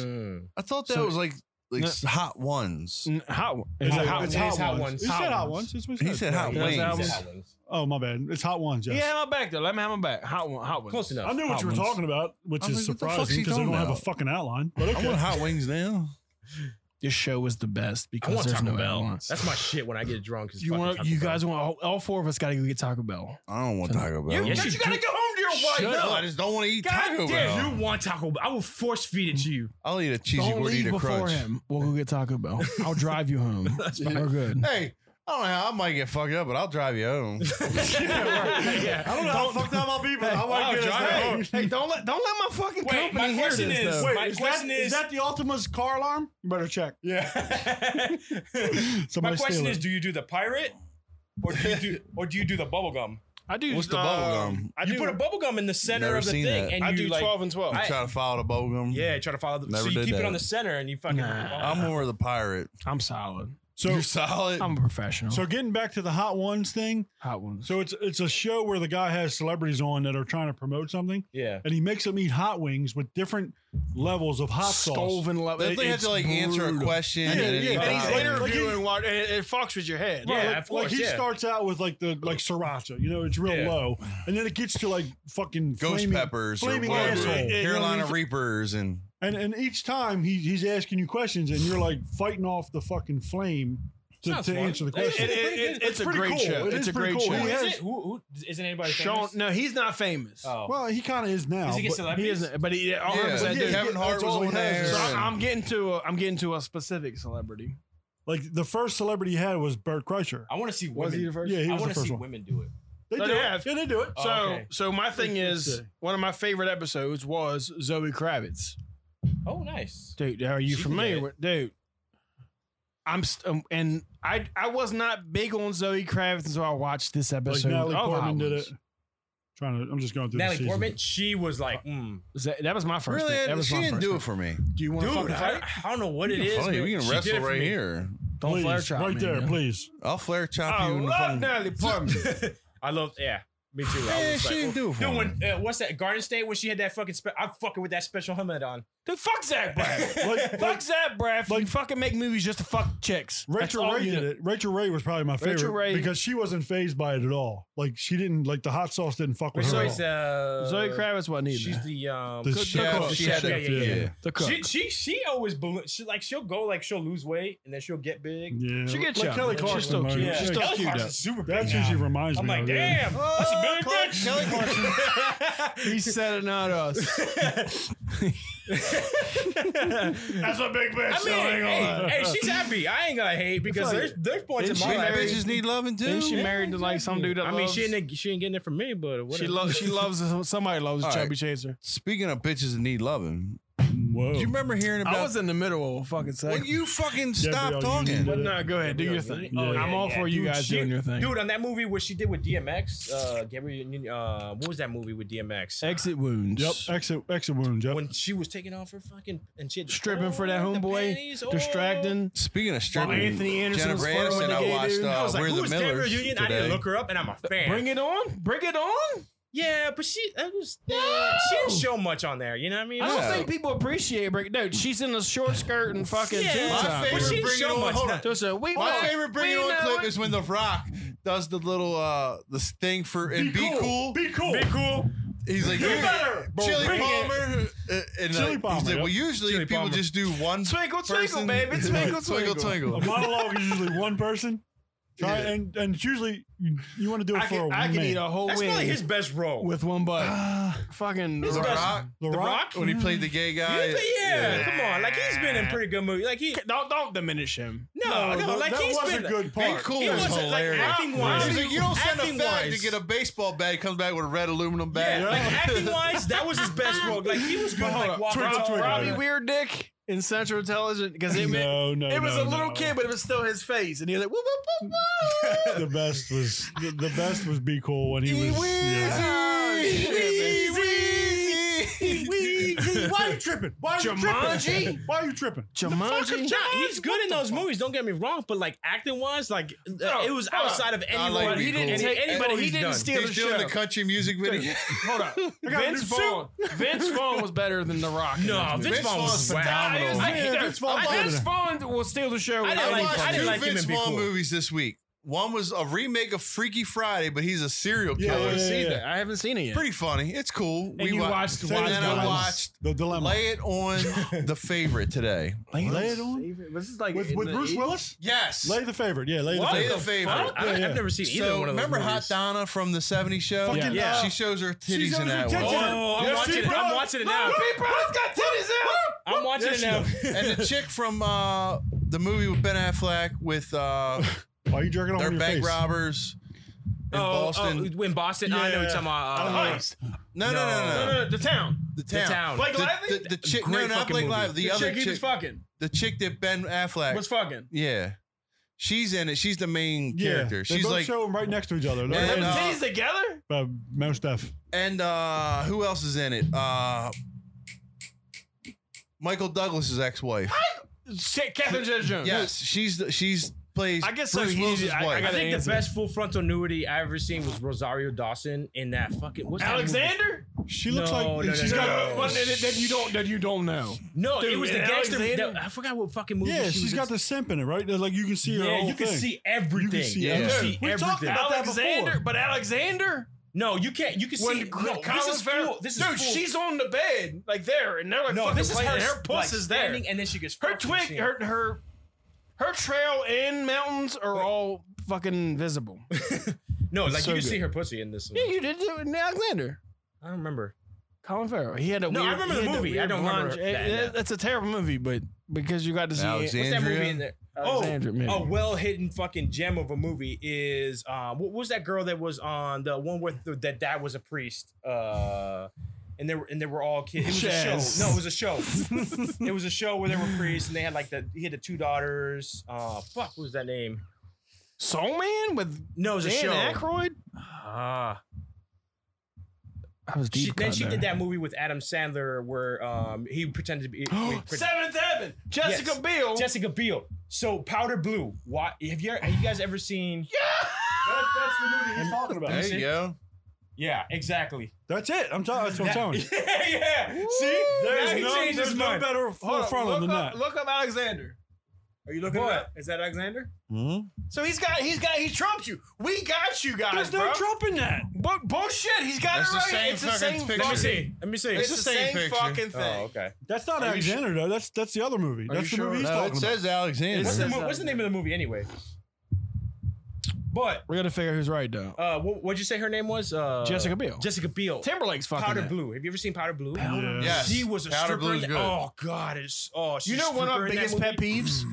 Speaker 5: I thought that
Speaker 2: So-
Speaker 5: was like like
Speaker 2: No.
Speaker 5: s- hot ones.
Speaker 2: N- Hot
Speaker 3: It's,
Speaker 2: is it
Speaker 3: a
Speaker 2: hot
Speaker 3: hot, it's
Speaker 2: wings?
Speaker 3: hot,
Speaker 4: Hot
Speaker 3: ones.
Speaker 4: ones.
Speaker 3: He
Speaker 2: Hot
Speaker 3: said hot
Speaker 2: ones.
Speaker 3: ones. That's what
Speaker 5: He said hot
Speaker 2: Yeah, that
Speaker 5: wings.
Speaker 2: was-
Speaker 3: Oh my bad. It's hot ones. Yes.
Speaker 2: Yeah, have my back though. Let me have my back. Hot one, hot one.
Speaker 4: Close enough.
Speaker 3: I knew what
Speaker 2: Hot
Speaker 3: you were
Speaker 2: ones.
Speaker 3: talking about, which
Speaker 5: I'm
Speaker 3: is
Speaker 5: like, what the fuck's
Speaker 3: surprising
Speaker 5: he
Speaker 3: because they don't
Speaker 5: talking
Speaker 3: have a
Speaker 5: about?
Speaker 3: fucking outline. But
Speaker 5: I want
Speaker 3: okay.
Speaker 5: hot wings now.
Speaker 2: This show is the best
Speaker 4: I
Speaker 2: because
Speaker 4: want
Speaker 2: there's
Speaker 4: Taco
Speaker 2: no
Speaker 4: Bell.
Speaker 2: balance.
Speaker 4: That's my shit when I get drunk. is
Speaker 2: you
Speaker 4: fucking
Speaker 2: want
Speaker 4: Taco
Speaker 2: you
Speaker 4: Bell.
Speaker 2: guys want all, all four of us got to go get Taco Bell.
Speaker 5: I don't want Taco Bell.
Speaker 4: Yes, you do.
Speaker 2: home to
Speaker 5: Shut up. I just don't want to eat Taco
Speaker 4: God damn,
Speaker 5: Bell.
Speaker 4: you want Taco Bell. I will force feed it to you.
Speaker 5: I'll eat a cheesy
Speaker 2: Don't leave
Speaker 5: gordita
Speaker 2: before
Speaker 5: crunch.
Speaker 2: him. We'll go get Taco Bell. I'll drive you home. We're good.
Speaker 5: Hey, I don't know how I might get fucked up, but I'll drive you home.
Speaker 3: I don't know how fucked up I'll be, but I
Speaker 4: I'll
Speaker 3: want to get
Speaker 4: drive
Speaker 3: us home.
Speaker 4: it.
Speaker 2: Hey, don't let don't let my fucking
Speaker 4: Wait, my question is,
Speaker 2: though.
Speaker 3: Wait,
Speaker 4: My
Speaker 3: is,
Speaker 4: question
Speaker 3: that,
Speaker 4: is-
Speaker 3: is that the Ultima's car alarm? You better check.
Speaker 4: Yeah.
Speaker 3: Somebody steal it.
Speaker 4: do you do the pirate, or do you do, or do you do the bubble gum?
Speaker 2: I do.
Speaker 5: What's the
Speaker 2: uh,
Speaker 5: bubble gum?
Speaker 2: I
Speaker 4: you
Speaker 2: do,
Speaker 4: put a bubble gum in the center
Speaker 5: Never
Speaker 4: of the
Speaker 5: seen
Speaker 4: thing,
Speaker 5: that.
Speaker 4: and
Speaker 2: I
Speaker 4: you
Speaker 2: do
Speaker 4: like,
Speaker 2: twelve and twelve.
Speaker 5: You
Speaker 4: I-
Speaker 5: try to follow the bubblegum.
Speaker 4: yeah, you try to follow the.
Speaker 5: Never
Speaker 4: so you
Speaker 5: did
Speaker 4: keep it
Speaker 5: that.
Speaker 4: on the center, and you fucking.
Speaker 2: Nah.
Speaker 5: I'm more of the pirate.
Speaker 2: I'm solid.
Speaker 3: So,
Speaker 5: You're solid.
Speaker 2: I'm a professional.
Speaker 3: so getting back to the hot ones thing.
Speaker 2: Hot ones.
Speaker 3: So it's it's a show where the guy has celebrities on that are trying to promote something,
Speaker 4: yeah.
Speaker 3: and he makes them eat hot wings with different levels of hot sauce.
Speaker 2: Stoven love.
Speaker 5: Then they have to like answer a question.
Speaker 3: Yeah,
Speaker 5: and then
Speaker 3: yeah,
Speaker 5: eat
Speaker 3: and he's
Speaker 5: it.
Speaker 3: like- interviewing
Speaker 2: what it, it fucks with your head.
Speaker 4: Yeah,
Speaker 3: Right, like,
Speaker 4: of course,
Speaker 3: like he
Speaker 4: yeah.
Speaker 3: starts out with like the like sriracha, you know, it's real
Speaker 4: Yeah.
Speaker 3: low, and then it gets to like fucking
Speaker 5: ghost
Speaker 3: flaming-
Speaker 5: peppers, or
Speaker 3: flaming
Speaker 5: whatever,
Speaker 3: asshole. Yeah,
Speaker 5: Carolina
Speaker 3: you know,
Speaker 5: Reapers, and
Speaker 3: and and each time he, he's asking you questions, and you're like fighting off the fucking flame to,
Speaker 4: Sounds
Speaker 3: to
Speaker 4: fun.
Speaker 3: answer the
Speaker 4: That's
Speaker 3: question.
Speaker 4: it.
Speaker 2: it's a
Speaker 3: pretty
Speaker 2: great
Speaker 3: cool.
Speaker 2: show.
Speaker 3: It
Speaker 2: It's
Speaker 3: is
Speaker 2: a
Speaker 3: pretty
Speaker 2: great
Speaker 3: cool.
Speaker 2: show.
Speaker 4: Who
Speaker 3: He
Speaker 4: is
Speaker 3: has-
Speaker 4: it? Who, who isn't anybody?
Speaker 2: Sean,
Speaker 4: famous?
Speaker 2: no, he's not famous.
Speaker 4: Oh.
Speaker 3: Well, he kind of is now.
Speaker 4: Does he get
Speaker 3: but-
Speaker 4: celebrities?
Speaker 2: He isn't, but he, all
Speaker 5: Yeah,
Speaker 2: yeah,
Speaker 5: yeah,
Speaker 3: dude.
Speaker 5: Kevin
Speaker 3: That's
Speaker 5: Hart was
Speaker 3: all he has
Speaker 5: on there.
Speaker 3: is-
Speaker 2: So I-
Speaker 5: and-
Speaker 2: I'm getting to a, I'm getting to a specific celebrity.
Speaker 3: Like the first celebrity he had was Bert Kreischer.
Speaker 4: I want to see women.
Speaker 2: first?
Speaker 3: Yeah, he
Speaker 4: I
Speaker 3: was
Speaker 4: want
Speaker 3: the
Speaker 4: to
Speaker 3: first
Speaker 4: see
Speaker 3: one.
Speaker 4: women do it.
Speaker 3: They
Speaker 2: No,
Speaker 3: do
Speaker 2: they
Speaker 3: it.
Speaker 2: have.
Speaker 3: Yeah, they do it.
Speaker 4: Oh,
Speaker 2: So,
Speaker 4: okay.
Speaker 2: so my thing is,
Speaker 3: Okay.
Speaker 2: one of my favorite episodes was Zoe Kravitz.
Speaker 4: Oh, nice.
Speaker 2: Dude, are you
Speaker 4: She can
Speaker 2: familiar
Speaker 4: get it.
Speaker 2: with dude? I'm st- um, and I I was not big on Zoe Kravitz until I watched this
Speaker 3: Like
Speaker 2: episode.
Speaker 3: Natalie
Speaker 2: of
Speaker 3: Portman did
Speaker 2: Hours.
Speaker 3: it. Trying to, I'm just going through. the
Speaker 4: Natalie
Speaker 3: season.
Speaker 4: Portman. She was like, mm,
Speaker 2: Was That, that was my first.
Speaker 5: really,
Speaker 2: thing. That was
Speaker 5: she
Speaker 2: my
Speaker 5: didn't
Speaker 2: first
Speaker 5: do
Speaker 2: thing.
Speaker 5: it for me.
Speaker 2: Do you want to
Speaker 4: dude,
Speaker 2: fucking
Speaker 4: I,
Speaker 2: fight?
Speaker 4: I don't know what it is.
Speaker 5: Funny,
Speaker 4: man.
Speaker 5: we
Speaker 4: She
Speaker 5: can
Speaker 4: did
Speaker 5: wrestle
Speaker 4: it for
Speaker 5: right
Speaker 4: me.
Speaker 5: here.
Speaker 2: Don't
Speaker 3: Please,
Speaker 2: flare trap
Speaker 3: right
Speaker 2: me,
Speaker 3: there,
Speaker 2: man.
Speaker 3: please.
Speaker 5: I'll flare chop
Speaker 2: I
Speaker 5: you in the
Speaker 2: Oh, love
Speaker 5: phone.
Speaker 2: Natalie Portman.
Speaker 4: I love, yeah, me too. I
Speaker 5: Yeah,
Speaker 4: was
Speaker 5: she
Speaker 4: like,
Speaker 5: didn't do it for
Speaker 4: Dude,
Speaker 5: me.
Speaker 4: when uh, what's that Garden State when she had that fucking? Spe- I'm fucking with that special helmet on.
Speaker 2: Dude, fuck Zach Braff.
Speaker 3: Like-
Speaker 2: fuck Zach Braff. you
Speaker 3: like-
Speaker 2: fucking make movies just to fuck chicks. That's
Speaker 3: Rachel
Speaker 2: all
Speaker 3: Ray
Speaker 2: you
Speaker 3: did
Speaker 2: do.
Speaker 3: it. Rachel Ray was probably my
Speaker 2: Rachel
Speaker 3: favorite
Speaker 2: Ray-
Speaker 3: because she wasn't phazed by it at all. Like she didn't like the hot sauce didn't fuck with
Speaker 4: Zoe,
Speaker 3: her. at all.
Speaker 4: uh,
Speaker 2: Zoe Kravitz wasn't either.
Speaker 4: She's the um.
Speaker 3: The
Speaker 4: cook-
Speaker 5: chef,
Speaker 4: cook.
Speaker 5: she had
Speaker 4: yeah,
Speaker 5: a-
Speaker 4: yeah, yeah.
Speaker 5: yeah.
Speaker 2: the cook.
Speaker 4: She she she always balloon. She like she'll go like she'll lose weight and then she'll get big.
Speaker 3: Yeah,
Speaker 2: She gets
Speaker 3: like
Speaker 2: you.
Speaker 3: Kelly
Speaker 2: She's
Speaker 3: Clarkson.
Speaker 2: still
Speaker 3: man.
Speaker 2: cute.
Speaker 3: Yeah.
Speaker 2: She's still
Speaker 4: Kelly
Speaker 2: cute,
Speaker 4: Clarkson's super big.
Speaker 3: That's
Speaker 4: now.
Speaker 3: usually reminds
Speaker 4: I'm
Speaker 3: me.
Speaker 4: like,
Speaker 3: of, yeah.
Speaker 4: damn, that's a big bitch.
Speaker 5: Kelly Clarkson.
Speaker 2: he said it, not us.
Speaker 3: That's a big bitch.
Speaker 4: I mean, hey, hey, she's happy. I ain't gonna hate because there's there's points in
Speaker 2: Didn't
Speaker 4: my
Speaker 2: she
Speaker 5: Big
Speaker 4: life.
Speaker 2: marry-
Speaker 5: bitches need loving too.
Speaker 2: Then she married to like some dude that
Speaker 4: I mean,
Speaker 2: loves,
Speaker 4: she ain't she ain't getting it from me, but whatever.
Speaker 2: she loves she loves somebody loves
Speaker 5: All right.
Speaker 2: Chubby Chaser.
Speaker 5: Speaking of bitches that need loving,
Speaker 3: Whoa.
Speaker 5: Do you remember hearing
Speaker 6: I
Speaker 5: about
Speaker 6: was in the middle of a fucking
Speaker 5: when
Speaker 6: second.
Speaker 5: you fucking
Speaker 3: Debbie, are
Speaker 5: stop
Speaker 3: you
Speaker 5: talking?
Speaker 3: needed?
Speaker 2: No, go ahead, do your thing.
Speaker 3: Yeah.
Speaker 2: I'm all for you
Speaker 4: Dude,
Speaker 2: guys
Speaker 4: she-
Speaker 2: doing your thing.
Speaker 4: Dude, on that movie what she did with DMX, uh, Gabriel, uh, what was that movie with DMX?
Speaker 2: Exit wounds.
Speaker 3: Yep. Exit, exit wound. Yep.
Speaker 4: When she was taking off her fucking and she had
Speaker 2: Stripping for that
Speaker 4: Oh, the
Speaker 2: homeboy,
Speaker 4: panties, oh.
Speaker 2: distracting.
Speaker 5: Speaking of stripping,
Speaker 2: Well, Anthony Anderson
Speaker 5: Jennifer
Speaker 2: was flirting with
Speaker 5: Aniston,
Speaker 2: the
Speaker 5: I
Speaker 2: gay
Speaker 5: watched
Speaker 2: dude.
Speaker 5: uh,
Speaker 4: I was like,
Speaker 5: We're the
Speaker 4: who's Gabriel
Speaker 5: Millers
Speaker 4: Union? I
Speaker 5: today.
Speaker 4: didn't look her up, and I'm a fan.
Speaker 2: Bring it on. Bring it on.
Speaker 4: Yeah, but she that was she didn't show much on there. You know what I mean?
Speaker 2: I
Speaker 4: It
Speaker 2: don't
Speaker 4: was
Speaker 5: Yeah.
Speaker 2: think people appreciate Bring. Dude, she's in a short skirt and fucking
Speaker 4: Yeah.
Speaker 2: tube
Speaker 4: My
Speaker 2: top.
Speaker 4: favorite- she didn't
Speaker 5: Bring It
Speaker 4: show
Speaker 5: On-
Speaker 4: much.
Speaker 5: hold on.
Speaker 2: There's a we
Speaker 5: My
Speaker 2: know it,
Speaker 5: favorite bring
Speaker 2: we
Speaker 5: it on
Speaker 2: know
Speaker 5: clip
Speaker 2: it.
Speaker 5: is when The Rock does the little uh the thing for and be, cool.
Speaker 3: Be cool. Be cool.
Speaker 5: He's like "You're
Speaker 3: better, bro,
Speaker 5: Chili
Speaker 3: bring it."
Speaker 5: Palmer, uh, and
Speaker 3: Chili
Speaker 5: uh,
Speaker 3: Palmer,
Speaker 5: He's like,
Speaker 3: yep.
Speaker 5: well, usually
Speaker 4: Chili
Speaker 5: people
Speaker 4: Palmer.
Speaker 5: just do one
Speaker 2: Twinkle, twinkle,
Speaker 5: person-
Speaker 2: baby, twinkle,
Speaker 5: twinkle,
Speaker 2: twinkle.
Speaker 3: A
Speaker 5: twinkle.
Speaker 3: monologue is usually one person. Try
Speaker 5: Yeah.
Speaker 3: and and it's usually you, you want to do it
Speaker 2: I
Speaker 3: for
Speaker 2: can,
Speaker 3: a
Speaker 2: I can
Speaker 3: man.
Speaker 2: eat a whole
Speaker 4: That's probably
Speaker 2: wing
Speaker 4: his best role.
Speaker 2: with one butt. fucking
Speaker 5: The Rock,
Speaker 3: The,
Speaker 4: The
Speaker 3: Rock.
Speaker 4: Rock?
Speaker 5: when he played the gay guy.
Speaker 4: yeah, come on. Like he's been in pretty good movies. Like he
Speaker 2: Don't don't diminish him.
Speaker 4: no, no,
Speaker 3: that-
Speaker 4: like
Speaker 3: that
Speaker 4: he's
Speaker 3: was
Speaker 4: been
Speaker 3: a good
Speaker 5: Be
Speaker 3: part.
Speaker 5: cool
Speaker 4: He
Speaker 5: was
Speaker 4: wasn't, like,
Speaker 5: hilarious.
Speaker 4: acting-wise-
Speaker 5: He's like, you don't send a fag
Speaker 4: acting-wise-
Speaker 5: to get a baseball bat. He comes back with a red aluminum bat.
Speaker 4: Yeah, like acting wise, that was his best role. Like he was good.
Speaker 3: But hold
Speaker 4: Like
Speaker 3: up,
Speaker 4: walking
Speaker 3: Twinkle,
Speaker 4: around.
Speaker 3: Twinkle.
Speaker 2: Robbie Weird Dick in Central Intelligence because it, meant-
Speaker 3: No, no,
Speaker 2: it was
Speaker 3: no,
Speaker 2: a little
Speaker 3: no.
Speaker 2: kid, but it was still his face, and he was like, whoop, whoop, whoop, whoop.
Speaker 3: the best was the, the best was be cool when he was. yeah.
Speaker 5: Why
Speaker 3: Why are you tripping? Why are you tripping?
Speaker 2: Jumanji?
Speaker 3: Why are you tripping?
Speaker 4: Fucking
Speaker 2: Jumanji.
Speaker 4: John, he's good in those movies. Don't get me wrong, but like acting wise, like uh, it was
Speaker 2: hold on.
Speaker 4: outside of any
Speaker 5: I like
Speaker 4: role
Speaker 5: Be
Speaker 4: he
Speaker 5: Cool.
Speaker 4: didn't take.
Speaker 2: But he
Speaker 4: he's
Speaker 2: didn't
Speaker 4: done.
Speaker 2: steal the
Speaker 5: He's doing
Speaker 2: show.
Speaker 5: the country music video.
Speaker 2: Hold up. Vince Vaughn. Vince Vaughn was better than The Rock. in
Speaker 4: No,
Speaker 2: that movie.
Speaker 4: Vince
Speaker 5: Vince
Speaker 4: Vaughn was
Speaker 5: Vaughn's
Speaker 4: phenomenal.
Speaker 5: phenomenal.
Speaker 2: I,
Speaker 3: Yeah,
Speaker 2: I,
Speaker 3: Vince Vaughn
Speaker 2: I,
Speaker 3: better
Speaker 2: Vince
Speaker 3: than-
Speaker 2: Vaughn will steal the show.
Speaker 4: I didn't
Speaker 2: I
Speaker 5: I
Speaker 4: like-
Speaker 5: watched
Speaker 4: I didn't
Speaker 5: two
Speaker 4: like him
Speaker 5: Vince
Speaker 4: in Be
Speaker 5: Vaughn
Speaker 4: Cool.
Speaker 5: movies this week. One was a remake of Freaky Friday, but he's a serial
Speaker 3: Yeah,
Speaker 5: killer.
Speaker 3: yeah, yeah.
Speaker 2: see that. I haven't seen it yet.
Speaker 5: Pretty funny. It's cool.
Speaker 2: and you
Speaker 5: wa-
Speaker 2: watched
Speaker 3: Say
Speaker 5: and
Speaker 2: Wise
Speaker 5: then
Speaker 3: that
Speaker 5: I
Speaker 3: again.
Speaker 2: Guys.
Speaker 5: watched
Speaker 3: The dilemma.
Speaker 5: Lay It On the Favorite today.
Speaker 3: Lay it on?
Speaker 2: This is like
Speaker 3: with
Speaker 2: in
Speaker 3: with
Speaker 2: the
Speaker 3: Bruce
Speaker 2: 80s.
Speaker 3: Willis.
Speaker 5: Yes.
Speaker 3: Lay the favorite. Yeah, lay
Speaker 4: What
Speaker 3: the
Speaker 5: Lay
Speaker 3: favorite.
Speaker 5: the
Speaker 4: fuck?
Speaker 5: Favorite.
Speaker 4: I,
Speaker 3: Yeah, yeah.
Speaker 4: I've never seen either
Speaker 5: So
Speaker 4: one of those
Speaker 5: remember Hot
Speaker 4: movies.
Speaker 5: Donna from the 70s show?
Speaker 3: Fucking
Speaker 2: Yeah.
Speaker 5: She shows her
Speaker 3: She's
Speaker 5: titties in
Speaker 3: under
Speaker 5: that
Speaker 3: titties.
Speaker 5: one.
Speaker 4: Oh, I'm
Speaker 3: Yes,
Speaker 4: watching
Speaker 3: she
Speaker 4: it. I'm
Speaker 3: does.
Speaker 4: watching it now.
Speaker 2: Brown's got titties out.
Speaker 4: I'm watching it now.
Speaker 5: and the chick from uh, the movie with Ben Affleck with uh,
Speaker 3: Why are you jerking off
Speaker 5: their
Speaker 3: on your
Speaker 5: bank
Speaker 3: face?
Speaker 5: robbers
Speaker 4: Oh,
Speaker 5: in Boston.
Speaker 4: oh, in Boston. I know what you're
Speaker 3: Yeah.
Speaker 4: talking about. Uh,
Speaker 2: Heist.
Speaker 5: no, no, no, no,
Speaker 2: The town.
Speaker 5: The
Speaker 4: The
Speaker 5: town.
Speaker 4: town.
Speaker 2: Blake
Speaker 5: The,
Speaker 2: Lively.
Speaker 5: the, the chick,
Speaker 4: Great
Speaker 5: no, not
Speaker 4: fucking
Speaker 5: Blake
Speaker 4: movie.
Speaker 5: Lively. The,
Speaker 11: The
Speaker 5: other
Speaker 11: chick
Speaker 5: chick,
Speaker 11: he was fucking
Speaker 5: the chick that Ben Affleck.
Speaker 11: was fucking.
Speaker 5: yeah, she's in it. She's the main
Speaker 3: Yeah,
Speaker 5: character.
Speaker 3: They
Speaker 5: She's
Speaker 3: both
Speaker 5: like,
Speaker 3: show them right next to each other.
Speaker 5: Yeah,
Speaker 3: They're
Speaker 5: and, uh,
Speaker 3: in-
Speaker 2: Titties together?
Speaker 3: uh, Most Def.
Speaker 5: and uh, who else is in it? Uh, Michael Douglas's ex-wife.
Speaker 2: Shit, Catherine Zeta-Jones.
Speaker 5: Yes, she's the, she's plays.
Speaker 2: I guess so.
Speaker 5: Bruce
Speaker 2: He-
Speaker 5: Willis's
Speaker 2: I- I
Speaker 5: wife.
Speaker 4: I
Speaker 2: gotta
Speaker 4: think the
Speaker 2: answer.
Speaker 4: best full frontal nudity I ever seen was Rosario Dawson in that fucking what's that
Speaker 2: Alexander?
Speaker 3: She looks
Speaker 4: No,
Speaker 3: like
Speaker 4: no, no,
Speaker 3: she's
Speaker 4: no,
Speaker 3: got.
Speaker 4: no.
Speaker 3: a-
Speaker 2: One that, that you don't that you don't know.
Speaker 4: movie? No, it
Speaker 2: Dude,
Speaker 4: was the
Speaker 2: and
Speaker 4: gangster.
Speaker 2: Alexander-
Speaker 4: that- I forgot what fucking movie.
Speaker 3: Yeah,
Speaker 4: she
Speaker 3: she's
Speaker 4: was
Speaker 3: got
Speaker 4: in.
Speaker 3: the simp in it, right? Like you can see her.
Speaker 4: Yeah,
Speaker 3: whole
Speaker 4: you can
Speaker 3: thing.
Speaker 4: see everything.
Speaker 3: see
Speaker 4: yeah, you can
Speaker 5: everything.
Speaker 4: see
Speaker 3: We talked
Speaker 4: everything.
Speaker 3: about that before.
Speaker 2: Alexander, but Alexander,
Speaker 4: No, you can't. You can
Speaker 2: when
Speaker 4: see.
Speaker 2: Chris-
Speaker 4: No,
Speaker 2: Colin
Speaker 4: this is
Speaker 2: Farrell,
Speaker 4: full. This is
Speaker 2: dude,
Speaker 4: full.
Speaker 2: she's on the bed like there, and they're like
Speaker 4: no.
Speaker 2: fucking
Speaker 4: This is
Speaker 2: playing,
Speaker 4: her.
Speaker 2: and her puss
Speaker 4: like,
Speaker 2: is there.
Speaker 4: standing, and then she gets
Speaker 2: Her
Speaker 4: fucked from
Speaker 2: twig,
Speaker 4: seeing-
Speaker 2: her her her trail and mountains are all fucking visible.
Speaker 4: No, like
Speaker 3: So
Speaker 4: you can
Speaker 3: good.
Speaker 4: see her pussy in this. One.
Speaker 2: yeah, you did it in Alexander.
Speaker 4: I don't remember.
Speaker 2: Colin Farrell. He had a
Speaker 4: No, I
Speaker 2: weird,
Speaker 4: remember
Speaker 2: he
Speaker 4: the
Speaker 2: had a
Speaker 4: movie.
Speaker 2: weird
Speaker 4: I don't remember
Speaker 2: blonde-
Speaker 4: that,
Speaker 2: it-
Speaker 4: no.
Speaker 2: it- That's a terrible movie, but because you got to see it.
Speaker 4: Eh, What's that
Speaker 5: Alexandria?
Speaker 4: movie in there?
Speaker 2: Alexandra, maybe.
Speaker 4: Oh, a well hidden fucking gem of a movie is um, what was that girl that was on the one where the, that dad was a priest, uh, and they were and they were all kids. It was
Speaker 2: Shaz.
Speaker 4: a show. No, it was a show. it was a show where they were priests and they had like the he had the two daughters. Uh, fuck, what was that name?
Speaker 2: Soul Man with
Speaker 4: No, it was a
Speaker 2: Dan
Speaker 4: show.
Speaker 2: Aykroyd.
Speaker 4: Ah,
Speaker 2: I was
Speaker 4: she,
Speaker 2: deep.
Speaker 4: then she did that movie with Adam Sandler where um he pretended to be he pre-
Speaker 2: Seventh Heaven. Jessica
Speaker 4: Yes.
Speaker 2: Biel.
Speaker 4: Jessica Biel. So Powder Blue. Why have you have you guys ever seen?
Speaker 3: That, that's the movie he's talking about.
Speaker 5: There you go.
Speaker 4: Yeah, exactly.
Speaker 3: That's it. I'm telling. That's what I'm telling you.
Speaker 4: yeah, yeah. See, Now
Speaker 3: There's
Speaker 4: he
Speaker 3: no,
Speaker 4: changed
Speaker 3: there's
Speaker 4: his
Speaker 3: no
Speaker 4: mind.
Speaker 3: better full
Speaker 2: Hold up,
Speaker 3: frontal
Speaker 2: look
Speaker 3: than
Speaker 2: up,
Speaker 3: that.
Speaker 2: Look up Alexander. Are you looking
Speaker 4: What?
Speaker 2: up? Is that Alexander?
Speaker 5: Mhm.
Speaker 2: So he's got, he's got, he trumped you. We got you guys, bro.
Speaker 3: Trump in that.
Speaker 2: Bu- bullshit. He's got
Speaker 5: That's
Speaker 2: it
Speaker 5: the
Speaker 2: right.
Speaker 5: same
Speaker 2: it's the
Speaker 5: fucking
Speaker 2: same.
Speaker 5: picture.
Speaker 4: Let me
Speaker 2: fucking-
Speaker 4: see. Let me see.
Speaker 2: It's, the same,
Speaker 5: picture.
Speaker 2: fucking thing.
Speaker 4: Oh, okay.
Speaker 3: That's not Alexander though. That's that's the other movie.
Speaker 2: Are
Speaker 3: That's the
Speaker 2: you
Speaker 3: movie
Speaker 2: sure?
Speaker 3: he's
Speaker 5: No,
Speaker 3: talking
Speaker 5: it
Speaker 3: about.
Speaker 5: says Alexander.
Speaker 4: What's the,
Speaker 2: says
Speaker 4: mo- what's the name of the movie anyway? But
Speaker 2: We're gonna figure who's right though.
Speaker 4: uh, what, what'd you say her name was? Uh,
Speaker 2: Jessica Biel.
Speaker 4: Jessica Biel.
Speaker 2: Timberlake's fucking.
Speaker 4: Powder
Speaker 2: that.
Speaker 4: Blue. Have you ever seen Powder Blue?
Speaker 3: Yeah.
Speaker 5: Yes.
Speaker 4: She was a
Speaker 5: Powder
Speaker 4: stripper.
Speaker 5: Blue
Speaker 4: in
Speaker 5: is
Speaker 4: that-
Speaker 5: good.
Speaker 4: Oh God, it's oh. She's
Speaker 2: You know one of
Speaker 4: our
Speaker 2: my biggest pet peeves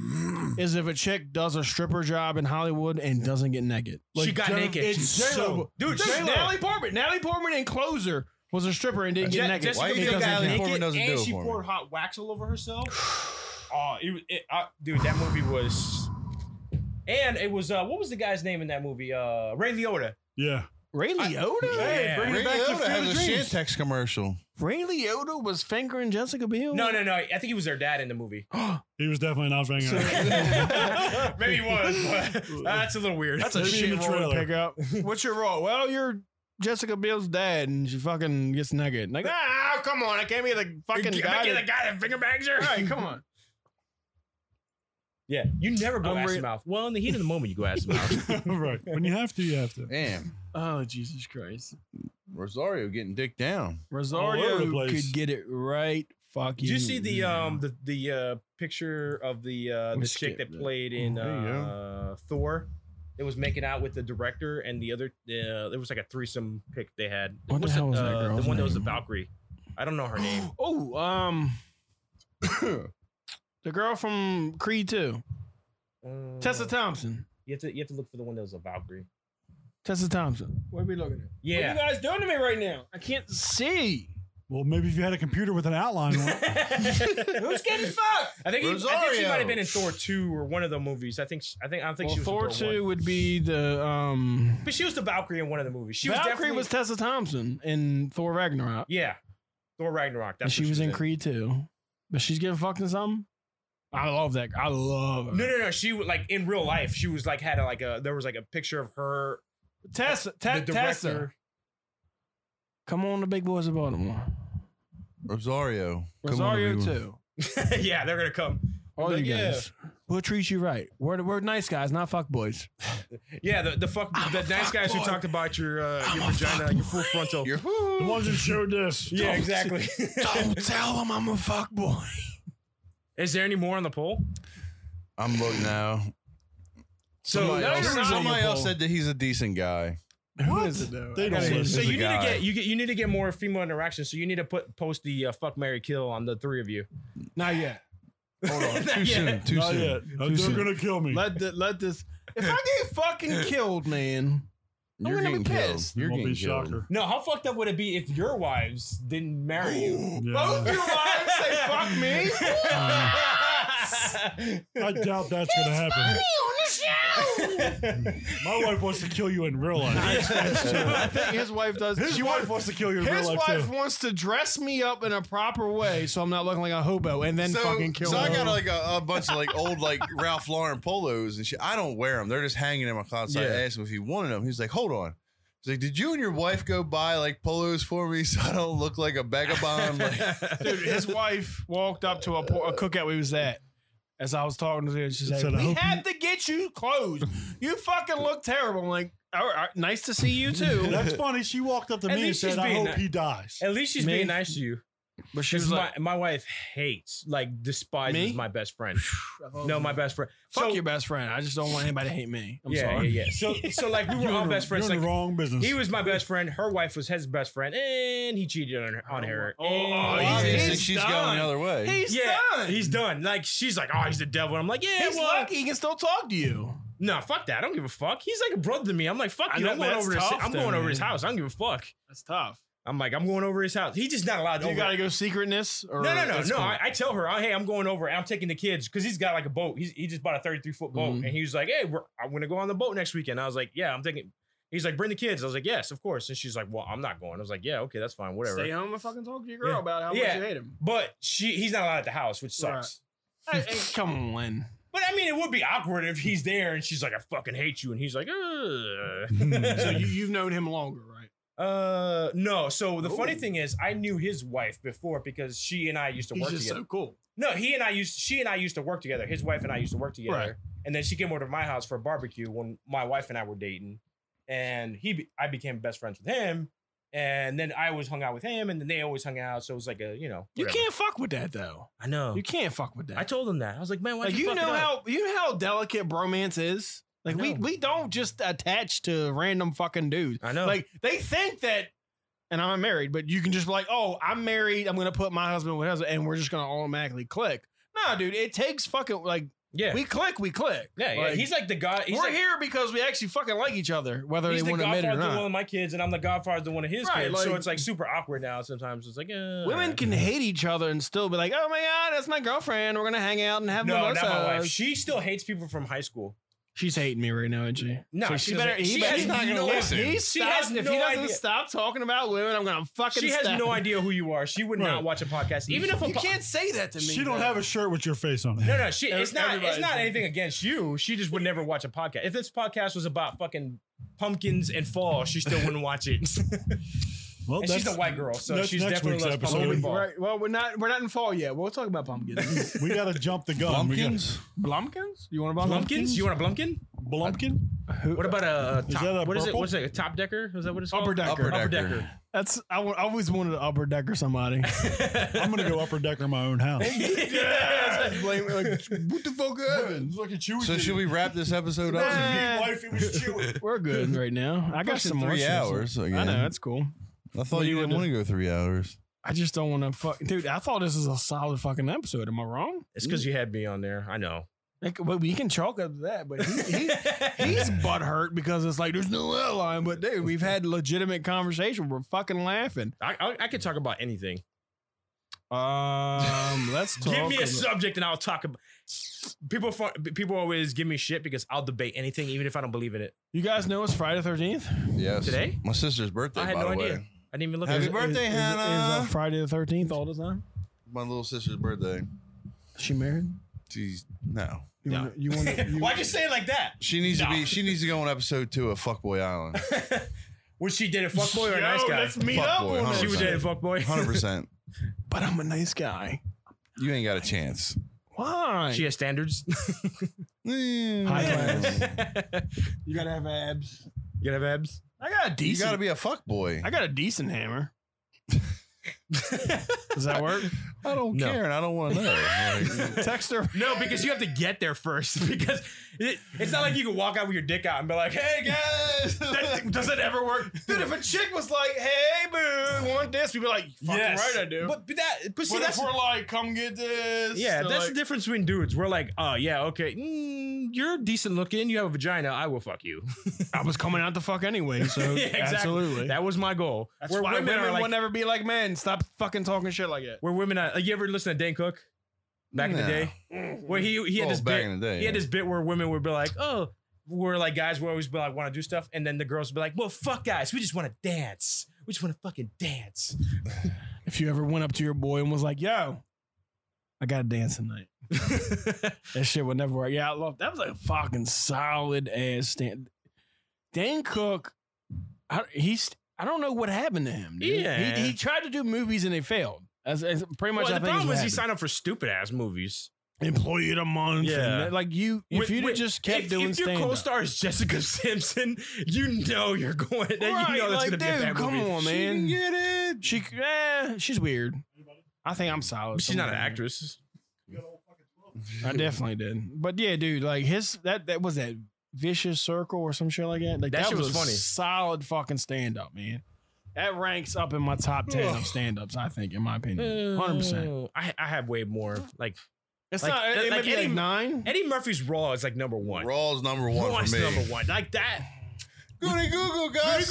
Speaker 2: is if a chick does a stripper job in Hollywood and doesn't get naked.
Speaker 4: She got
Speaker 3: Jennifer-
Speaker 4: naked.
Speaker 3: It's
Speaker 4: J-Lo.
Speaker 3: so
Speaker 4: Dude,
Speaker 2: Dude,
Speaker 4: J-Lo.
Speaker 2: Natalie Portman, Natalie Portman and Closer was a stripper and didn't
Speaker 4: Je-
Speaker 2: get naked.
Speaker 4: Jessica
Speaker 5: Why you
Speaker 4: Biel
Speaker 5: think
Speaker 4: got
Speaker 5: Natalie
Speaker 4: naked
Speaker 5: Portman doesn't
Speaker 4: and
Speaker 5: do it
Speaker 4: she
Speaker 5: for me?
Speaker 4: poured hot wax all over herself. Oh, it, was- it, I- dude, that movie was. And it was uh, what was the guy's name in that movie? Uh, Ray Liotta.
Speaker 3: Yeah.
Speaker 2: Ray Liotta?
Speaker 4: Yeah.
Speaker 5: Ray
Speaker 3: back to
Speaker 5: Liotta
Speaker 3: Field
Speaker 5: has
Speaker 3: of
Speaker 5: a
Speaker 3: Dreams.
Speaker 5: Shantex commercial.
Speaker 2: Ray Liotta was fingering Jessica Biel?
Speaker 4: No, no, no. I think he was their dad in the movie.
Speaker 3: He was definitely not fingering. her.
Speaker 4: Maybe he was. But that's a little weird.
Speaker 2: That's a
Speaker 3: Maybe
Speaker 2: shit
Speaker 3: in the
Speaker 2: role to
Speaker 3: trailer.
Speaker 2: pick up. What's your role? Well, you're Jessica Biel's dad, and she fucking gets naked. Like, ah, come on, I can't be the fucking
Speaker 4: Make
Speaker 2: guy.
Speaker 4: it the
Speaker 2: that-
Speaker 4: guy that finger bangs her.
Speaker 2: Right, come on.
Speaker 4: Yeah, you never go
Speaker 2: I'm
Speaker 4: ass
Speaker 2: re-
Speaker 4: to mouth. Well, in the heat of the moment, you go ass to mouth.
Speaker 3: right. When you have to, you have to.
Speaker 5: Damn.
Speaker 2: Oh Jesus Christ!
Speaker 5: Rosario getting dick down.
Speaker 3: All over the
Speaker 2: Rosario
Speaker 3: place.
Speaker 2: could get it right. Fuck
Speaker 4: Did
Speaker 2: you.
Speaker 4: you see the um the the uh, picture of the uh,
Speaker 2: We
Speaker 4: the chick
Speaker 2: skipped
Speaker 4: that
Speaker 2: it.
Speaker 4: played in
Speaker 5: Oh, there you go.
Speaker 4: uh, Thor? That was making out with the director and the other. Uh, there was like a threesome pick they had.
Speaker 2: What the
Speaker 4: What's
Speaker 2: hell was that
Speaker 4: uh, The
Speaker 2: girl's
Speaker 4: one that was the
Speaker 2: name?
Speaker 4: Valkyrie. I don't know her name.
Speaker 2: Oh, um, the girl from Creed Two,
Speaker 4: Uh,
Speaker 2: Tessa Thompson.
Speaker 4: You have to you have to look for the one that was a Valkyrie.
Speaker 2: Tessa Thompson. What are we looking at?
Speaker 4: Yeah.
Speaker 2: What are you guys doing to me right now? I can't see.
Speaker 3: Well, maybe if you had a computer with an outline on it.
Speaker 4: Who's getting fucked? I think, he, I think she
Speaker 5: Rosario.
Speaker 4: might have been in Thor two or one of the movies. I think she- I think I don't think
Speaker 2: Well,
Speaker 4: she was
Speaker 2: Thor
Speaker 4: in Thor
Speaker 2: Two
Speaker 4: One.
Speaker 2: would be the um.
Speaker 4: But she was the Valkyrie in one of the movies. She
Speaker 2: Valkyrie
Speaker 4: was definitely
Speaker 2: was Tessa Thompson in Thor Ragnarok.
Speaker 4: yeah. Thor Ragnarok.
Speaker 2: and
Speaker 4: That's
Speaker 2: she
Speaker 4: what
Speaker 2: was in Creed too. But she's getting fucked in something. I love that. I love her.
Speaker 4: No, no, no. She w- like in real life. She was like had a, like a there was like a picture of her.
Speaker 2: Tessa, Ta-
Speaker 4: the director.
Speaker 2: Tessa, come on, the big boys of Baltimore.
Speaker 5: Rosario. Come on,
Speaker 2: Rosario
Speaker 5: everyone.
Speaker 2: too.
Speaker 4: yeah, they're gonna come.
Speaker 2: All
Speaker 4: But
Speaker 2: you
Speaker 4: yeah.
Speaker 2: guys, we'll treat you right. We're we're nice guys, not fuck boys.
Speaker 4: Yeah, the the fuck the nice guys who talked about your uh, your vagina, your full frontal.
Speaker 5: You're
Speaker 3: The ones that showed this.
Speaker 4: yeah, exactly.
Speaker 2: Don't tell them I'm a fuck boy.
Speaker 4: Is there any more on the poll?
Speaker 5: I'm looking now.
Speaker 4: So
Speaker 5: somebody
Speaker 4: no,
Speaker 5: else,
Speaker 4: you're not.
Speaker 5: somebody else
Speaker 2: Unbelievable.
Speaker 5: said that he's a decent guy.
Speaker 2: Who is it though?
Speaker 3: They
Speaker 2: I gotta
Speaker 3: don't
Speaker 2: hear
Speaker 3: listen.
Speaker 4: So
Speaker 5: There's
Speaker 4: you
Speaker 5: a
Speaker 4: need to
Speaker 5: guy.
Speaker 4: get you get you need to get more female interaction. So you need to put post the uh, fuck Mary kill on the three of you.
Speaker 2: this. Not yet.
Speaker 5: Hold on.
Speaker 4: Not
Speaker 5: Too
Speaker 4: yet.
Speaker 5: soon. Too
Speaker 3: Not
Speaker 5: soon.
Speaker 3: yet. Uh,
Speaker 2: soon.
Speaker 3: They're gonna kill me.
Speaker 2: Let the, let this. If I get fucking killed, man, I'm
Speaker 5: You're
Speaker 2: gonna be
Speaker 5: getting killed.
Speaker 2: pissed.
Speaker 5: You're
Speaker 3: Won't
Speaker 5: getting
Speaker 3: be
Speaker 5: killed.
Speaker 3: shocker.
Speaker 4: No, how fucked up would it be if your wives didn't marry you?
Speaker 3: Yeah.
Speaker 2: your wives say fuck me. Uh,
Speaker 3: I doubt that's gonna happen. My wife wants to kill you in real life.
Speaker 2: I think his wife does.
Speaker 3: His
Speaker 2: she
Speaker 3: wife
Speaker 2: wants-
Speaker 3: wants to kill you in real
Speaker 2: His
Speaker 3: life
Speaker 2: wife
Speaker 3: too.
Speaker 2: wants to dress me up in a proper way so I'm not looking like a hobo and then fucking kill
Speaker 5: so I
Speaker 2: her.
Speaker 5: got like a, a bunch of like old like Ralph Lauren polos and shit. I don't wear them; they're just hanging in my closet. So I
Speaker 4: Yeah.
Speaker 5: asked him if he wanted them. He's like, "Hold on." He's like, "Did you and your wife go buy like polos for me so I don't look like a vagabond?" Like,
Speaker 2: Oh, Dude, his wife walked up to a, por- a cookout we was at as I was talking to her. and She said,
Speaker 3: Said, "I
Speaker 2: "We
Speaker 3: hope
Speaker 2: had to get you clothes. You fucking look terrible." I'm like, "All right, nice to see you too."
Speaker 3: That's funny. She walked up to me
Speaker 4: At
Speaker 3: and
Speaker 4: least she's
Speaker 3: said, "I
Speaker 4: being
Speaker 3: hope
Speaker 4: nice.
Speaker 3: he dies."
Speaker 4: At least she's
Speaker 2: Me?
Speaker 4: being nice to you.
Speaker 2: but she was
Speaker 4: Because my,
Speaker 2: like,
Speaker 4: my wife hates, like, despises
Speaker 2: Me?
Speaker 4: my best friend. no, my best friend.
Speaker 2: "Fuck
Speaker 4: so,
Speaker 2: your best friend. I just don't want anybody to hate me. I'm
Speaker 4: yeah,
Speaker 2: sorry."
Speaker 4: yeah, yeah. So, so like, we were
Speaker 3: You're
Speaker 4: all
Speaker 3: in the-
Speaker 4: best friends.
Speaker 3: You're in
Speaker 4: Like,
Speaker 3: the wrong business.
Speaker 4: he was my best friend. Her wife was his best friend, and he cheated on her. On her.
Speaker 2: Oh,
Speaker 4: and-
Speaker 2: oh,
Speaker 5: well, obviously,
Speaker 2: he's
Speaker 5: she's
Speaker 2: done.
Speaker 5: going the other way.
Speaker 2: He's
Speaker 4: yeah,
Speaker 2: done.
Speaker 4: he's done. Like, she's like, oh, he's the devil. And I'm like, yeah,
Speaker 2: He's
Speaker 4: well,
Speaker 2: lucky. He can still talk to you.
Speaker 4: No, fuck that. I don't give a fuck. He's like a brother to me. I'm like, fuck
Speaker 2: I
Speaker 4: you.
Speaker 2: know,
Speaker 4: I'm going
Speaker 2: that's
Speaker 4: over. His,
Speaker 2: tough,
Speaker 4: I'm
Speaker 2: though,
Speaker 4: going over his
Speaker 2: man.
Speaker 4: house. I don't give a fuck.
Speaker 2: That's tough.
Speaker 4: I'm like, I'm going over his house. He's just not allowed to.
Speaker 2: Do you
Speaker 4: over-
Speaker 2: gotta go secretness? Or
Speaker 4: No, no, no,
Speaker 2: that's
Speaker 4: no.
Speaker 2: cool?
Speaker 4: I, I tell her, oh, hey, I'm going over. I'm taking the kids because he's got like a boat. He's, he just bought a 33 foot boat,
Speaker 2: Mhm.
Speaker 4: and he was like, hey, we're, I'm gonna go on the boat next weekend. I was like, yeah, I'm taking. He's like, bring the kids. I was like, yes, of course. And she's like, well, I'm not going. I was like, yeah, okay, that's fine, whatever.
Speaker 2: Stay home and fucking talk to your girl
Speaker 4: girl Yeah.
Speaker 2: about how
Speaker 4: much Yeah.
Speaker 2: much
Speaker 4: you
Speaker 2: you hate him.
Speaker 4: But she, he's not allowed at the house, which
Speaker 2: Right.
Speaker 4: sucks.
Speaker 2: come on.
Speaker 4: But I mean, it would be awkward if he's there and she's like, I fucking hate you, and he's like, Ugh.
Speaker 2: So you, you've known him longer, right?
Speaker 4: Uh no. So the funny thing is, I knew his wife before because she and I used to
Speaker 2: He's
Speaker 4: work
Speaker 2: just
Speaker 4: together.
Speaker 2: so cool.
Speaker 4: no, he and I used she and I used to work together. His wife and I used to work together,
Speaker 2: Right.
Speaker 4: and then she came over to my house for a barbecue when my wife and I were dating, and he be- I became best friends with him, and then I always hung out with him, and then they always hung out. So it was like a you know
Speaker 2: You
Speaker 4: whatever.
Speaker 2: can't fuck with that though.
Speaker 4: I know.
Speaker 2: You can't fuck with that.
Speaker 4: I told him that I was like, man, why
Speaker 2: like
Speaker 4: you,
Speaker 2: you
Speaker 4: fuck
Speaker 2: know
Speaker 4: it up?"
Speaker 2: how you know how delicate bromance is. Like we
Speaker 4: know.
Speaker 2: we don't just attach to random fucking dudes.
Speaker 4: I know.
Speaker 2: Like they think that. And I'm married, but you can just be like, "Oh, I'm married. I'm gonna put my husband with husband, and we're just gonna automatically click." Nah, dude, it takes fucking like
Speaker 4: Yeah.
Speaker 2: We click, we click.
Speaker 4: yeah, yeah.
Speaker 2: Like,
Speaker 4: He's like the god. He's
Speaker 2: we're
Speaker 4: like,
Speaker 2: here because we actually fucking like each other, whether
Speaker 4: He's
Speaker 2: they
Speaker 4: the
Speaker 2: want to admit
Speaker 4: godfather
Speaker 2: it or
Speaker 4: to one
Speaker 2: not.
Speaker 4: of my kids, and I'm the godfather to one of his
Speaker 2: Right,
Speaker 4: kids. so
Speaker 2: like-
Speaker 4: it's like super awkward now. Sometimes it's like eh,
Speaker 2: Women can hate each other and still be like, "Oh my god, that's my girlfriend. We're gonna hang out and have
Speaker 4: No,
Speaker 2: mimosas."
Speaker 4: not my wife. She still hates people from high school.
Speaker 2: She's hating me right now, isn't she?
Speaker 4: No,
Speaker 2: So
Speaker 4: she
Speaker 2: she better.
Speaker 4: doesn't-
Speaker 2: He
Speaker 4: she
Speaker 2: better,
Speaker 4: has not
Speaker 2: you
Speaker 4: gonna
Speaker 2: know what?
Speaker 4: listen.
Speaker 2: He
Speaker 4: She
Speaker 2: stops-
Speaker 4: has
Speaker 2: if
Speaker 4: no
Speaker 2: he doesn't
Speaker 4: idea.
Speaker 2: stop talking about women, I'm gonna fucking.
Speaker 4: She has
Speaker 2: stab
Speaker 4: no
Speaker 2: him.
Speaker 4: idea who you are. She would not
Speaker 3: Right.
Speaker 4: watch a podcast, even if a
Speaker 2: You
Speaker 4: po-
Speaker 2: can't say that to me.
Speaker 3: She don't
Speaker 2: though.
Speaker 3: have a shirt with your face on it.
Speaker 4: No, no, she, it's not. It's
Speaker 2: Everybody's
Speaker 4: not
Speaker 2: like-
Speaker 4: anything against you. She just would never watch a podcast. If this podcast was about fucking pumpkins and fall, she still wouldn't watch it.
Speaker 3: Well,
Speaker 4: and she's a
Speaker 3: that's-
Speaker 4: white girl, so
Speaker 3: that's
Speaker 4: she's
Speaker 3: next week's
Speaker 4: definitely loves pumpkin
Speaker 3: episode.
Speaker 4: and
Speaker 2: Well,
Speaker 4: fall.
Speaker 2: we're, well, we're not. We're not in fall yet. We'll talk about pumpkins.
Speaker 3: We gotta jump the gun.
Speaker 5: Pumpkins?
Speaker 2: Blumpkins? You want a
Speaker 4: Blumpkins?
Speaker 2: bumpkin?
Speaker 4: You want a Blumpkin?
Speaker 3: We got, Blumpkin?
Speaker 4: What about a, a top?
Speaker 3: that a
Speaker 4: what is it?
Speaker 3: purple?
Speaker 4: What's it? A top decker? Is that what it's called?
Speaker 2: Upper decker.
Speaker 5: Upper decker.
Speaker 4: Upper decker.
Speaker 2: That's I, wa- I always wanted an upper decker somebody.
Speaker 3: I'm gonna go upper decker my own house.
Speaker 2: Blame- like,
Speaker 5: What the fuck
Speaker 3: Look at you.
Speaker 5: So should we wrap this episode up?
Speaker 2: Nah.
Speaker 3: Wife, it was Chewy.
Speaker 2: we're good right now. I got
Speaker 5: Pushing
Speaker 2: some more
Speaker 5: three
Speaker 2: shit.
Speaker 5: hours again.
Speaker 2: I know that's cool.
Speaker 5: I thought
Speaker 2: What
Speaker 5: you
Speaker 2: are you
Speaker 5: didn't
Speaker 2: gonna
Speaker 5: want to go three hours.
Speaker 2: I just don't want to fuck, dude. I thought this was a solid fucking episode. Am I wrong?
Speaker 4: It's because you had me on there. I know.
Speaker 2: Like, well, we can chalk up to that, but he, he, he's butthurt because it's like there's no outline. But dude, we've had legitimate conversation. We're fucking laughing.
Speaker 4: I, I, I could talk about anything.
Speaker 2: Um, let's talk.
Speaker 4: give me a
Speaker 2: about-
Speaker 4: subject and I'll talk about. People fu- people always give me shit because I'll debate anything, even if I don't believe in it.
Speaker 2: you guys know it's Friday thirteenth.
Speaker 5: Yes.
Speaker 4: Today?
Speaker 5: My sister's birthday,
Speaker 4: I had
Speaker 5: by
Speaker 4: no
Speaker 5: the
Speaker 4: idea.
Speaker 5: way.
Speaker 4: I didn't even look
Speaker 5: Happy
Speaker 4: at it.
Speaker 5: birthday,
Speaker 2: is, Is,
Speaker 5: Hannah.
Speaker 2: uh, Friday the thirteenth all the time.
Speaker 5: My little sister's birthday.
Speaker 2: Is she married?
Speaker 5: She's no.
Speaker 2: You
Speaker 4: No.
Speaker 2: wanna- you want to?
Speaker 4: Why'd you say it like that?
Speaker 5: She needs
Speaker 4: No.
Speaker 5: to be. She needs to go on episode two of Fuckboy Island.
Speaker 4: Was she dating a fuckboy or a nice guy?
Speaker 2: Let's meet
Speaker 5: Fuck
Speaker 2: up
Speaker 5: boy,
Speaker 2: on
Speaker 5: huh?
Speaker 2: it.
Speaker 4: She was dating a fuckboy.
Speaker 5: Hundred percent.
Speaker 2: But I'm a nice guy.
Speaker 5: You ain't got a chance.
Speaker 2: Why?
Speaker 4: She has standards.
Speaker 2: High class.
Speaker 4: you
Speaker 2: You gotta have abs.
Speaker 4: gotta have abs.
Speaker 2: I got a
Speaker 5: You
Speaker 2: decent.
Speaker 5: got to be a fuckboy.
Speaker 2: I got a decent hammer. Does that work?
Speaker 5: I don't
Speaker 4: No.
Speaker 5: care, and I don't want to know. Like,
Speaker 2: Text her.
Speaker 4: No, because you have to get there first. Because it, it's not like you can walk out with your dick out and be like, "Hey guys, that, does it ever work?"
Speaker 2: Dude, if a chick was like, "Hey, boo, want this?" We'd be like, "Fucking
Speaker 3: Yes.
Speaker 2: right, I do."
Speaker 4: But, but that, but see,
Speaker 2: But
Speaker 4: that's
Speaker 2: if we're like, "Come get this,"
Speaker 4: yeah,
Speaker 2: so
Speaker 4: that's
Speaker 2: like,
Speaker 4: the difference between dudes. We're like, "Oh yeah, okay, mm, you're decent looking, you have a vagina, I will fuck you."
Speaker 2: I was coming out the fuck anyway, so
Speaker 4: Yeah, exactly.
Speaker 2: absolutely.
Speaker 4: That was my goal.
Speaker 2: that's why women,
Speaker 4: are
Speaker 2: will never be like men. Stop fucking talking shit like that.
Speaker 4: where women are, like, you ever listen to Dan Cook back in the
Speaker 5: No.
Speaker 4: day? Where he he had
Speaker 5: Oh,
Speaker 4: this
Speaker 5: back
Speaker 4: bit,
Speaker 5: in the day,
Speaker 4: he had
Speaker 5: yeah.
Speaker 4: this bit where women would be like, oh, where like guys would always be like, want to do stuff, and then the girls would be like, well, fuck guys, we just want to dance, we just want to fucking dance.
Speaker 2: If you ever went up to your boy and was like, "Yo, I got to dance tonight," that shit would never work. Yeah, I love that was a fucking solid ass stand. Dan Cook, I, he's I don't know what happened to him. dude.
Speaker 4: Yeah.
Speaker 2: he, he tried to do movies and they failed. That's, that's pretty much.
Speaker 4: well,
Speaker 2: I
Speaker 4: the
Speaker 2: think is
Speaker 4: problem
Speaker 2: what
Speaker 4: was he
Speaker 2: happened.
Speaker 4: signed up for stupid ass movies.
Speaker 2: employee of the month.
Speaker 4: Yeah.
Speaker 2: and, like you, if
Speaker 4: With-
Speaker 2: you
Speaker 4: with-
Speaker 2: just kept
Speaker 4: if,
Speaker 2: doing
Speaker 4: if your
Speaker 2: stand
Speaker 4: co-star is Jessica Simpson, you know you're going. That you know
Speaker 2: like,
Speaker 4: that's gonna
Speaker 2: dude,
Speaker 4: be a bad
Speaker 2: come
Speaker 4: movie.
Speaker 2: on,
Speaker 5: She didn't
Speaker 2: man.
Speaker 5: get it.
Speaker 2: She, eh, she's weird. I think I'm solid.
Speaker 4: She's not an
Speaker 2: somewhere.
Speaker 4: actress.
Speaker 2: I definitely did. But yeah, dude, like his that that was that vicious circle or some shit like that. Like
Speaker 4: That
Speaker 2: that,
Speaker 4: shit
Speaker 2: was,
Speaker 4: was
Speaker 2: a
Speaker 4: funny.
Speaker 2: Solid fucking stand up, man. That ranks up in my top ten of stand ups. I think, in my opinion, hundred percent.
Speaker 4: I, I have way more. Like
Speaker 2: It's
Speaker 4: Like-
Speaker 2: not. It,
Speaker 4: like
Speaker 2: may be
Speaker 4: any-
Speaker 2: like nine.
Speaker 4: Eddie Murphy's Raw is like number one.
Speaker 5: Raw's number one
Speaker 4: Raw's
Speaker 5: for me.
Speaker 4: number one. Like that.
Speaker 5: Goody Google, guys.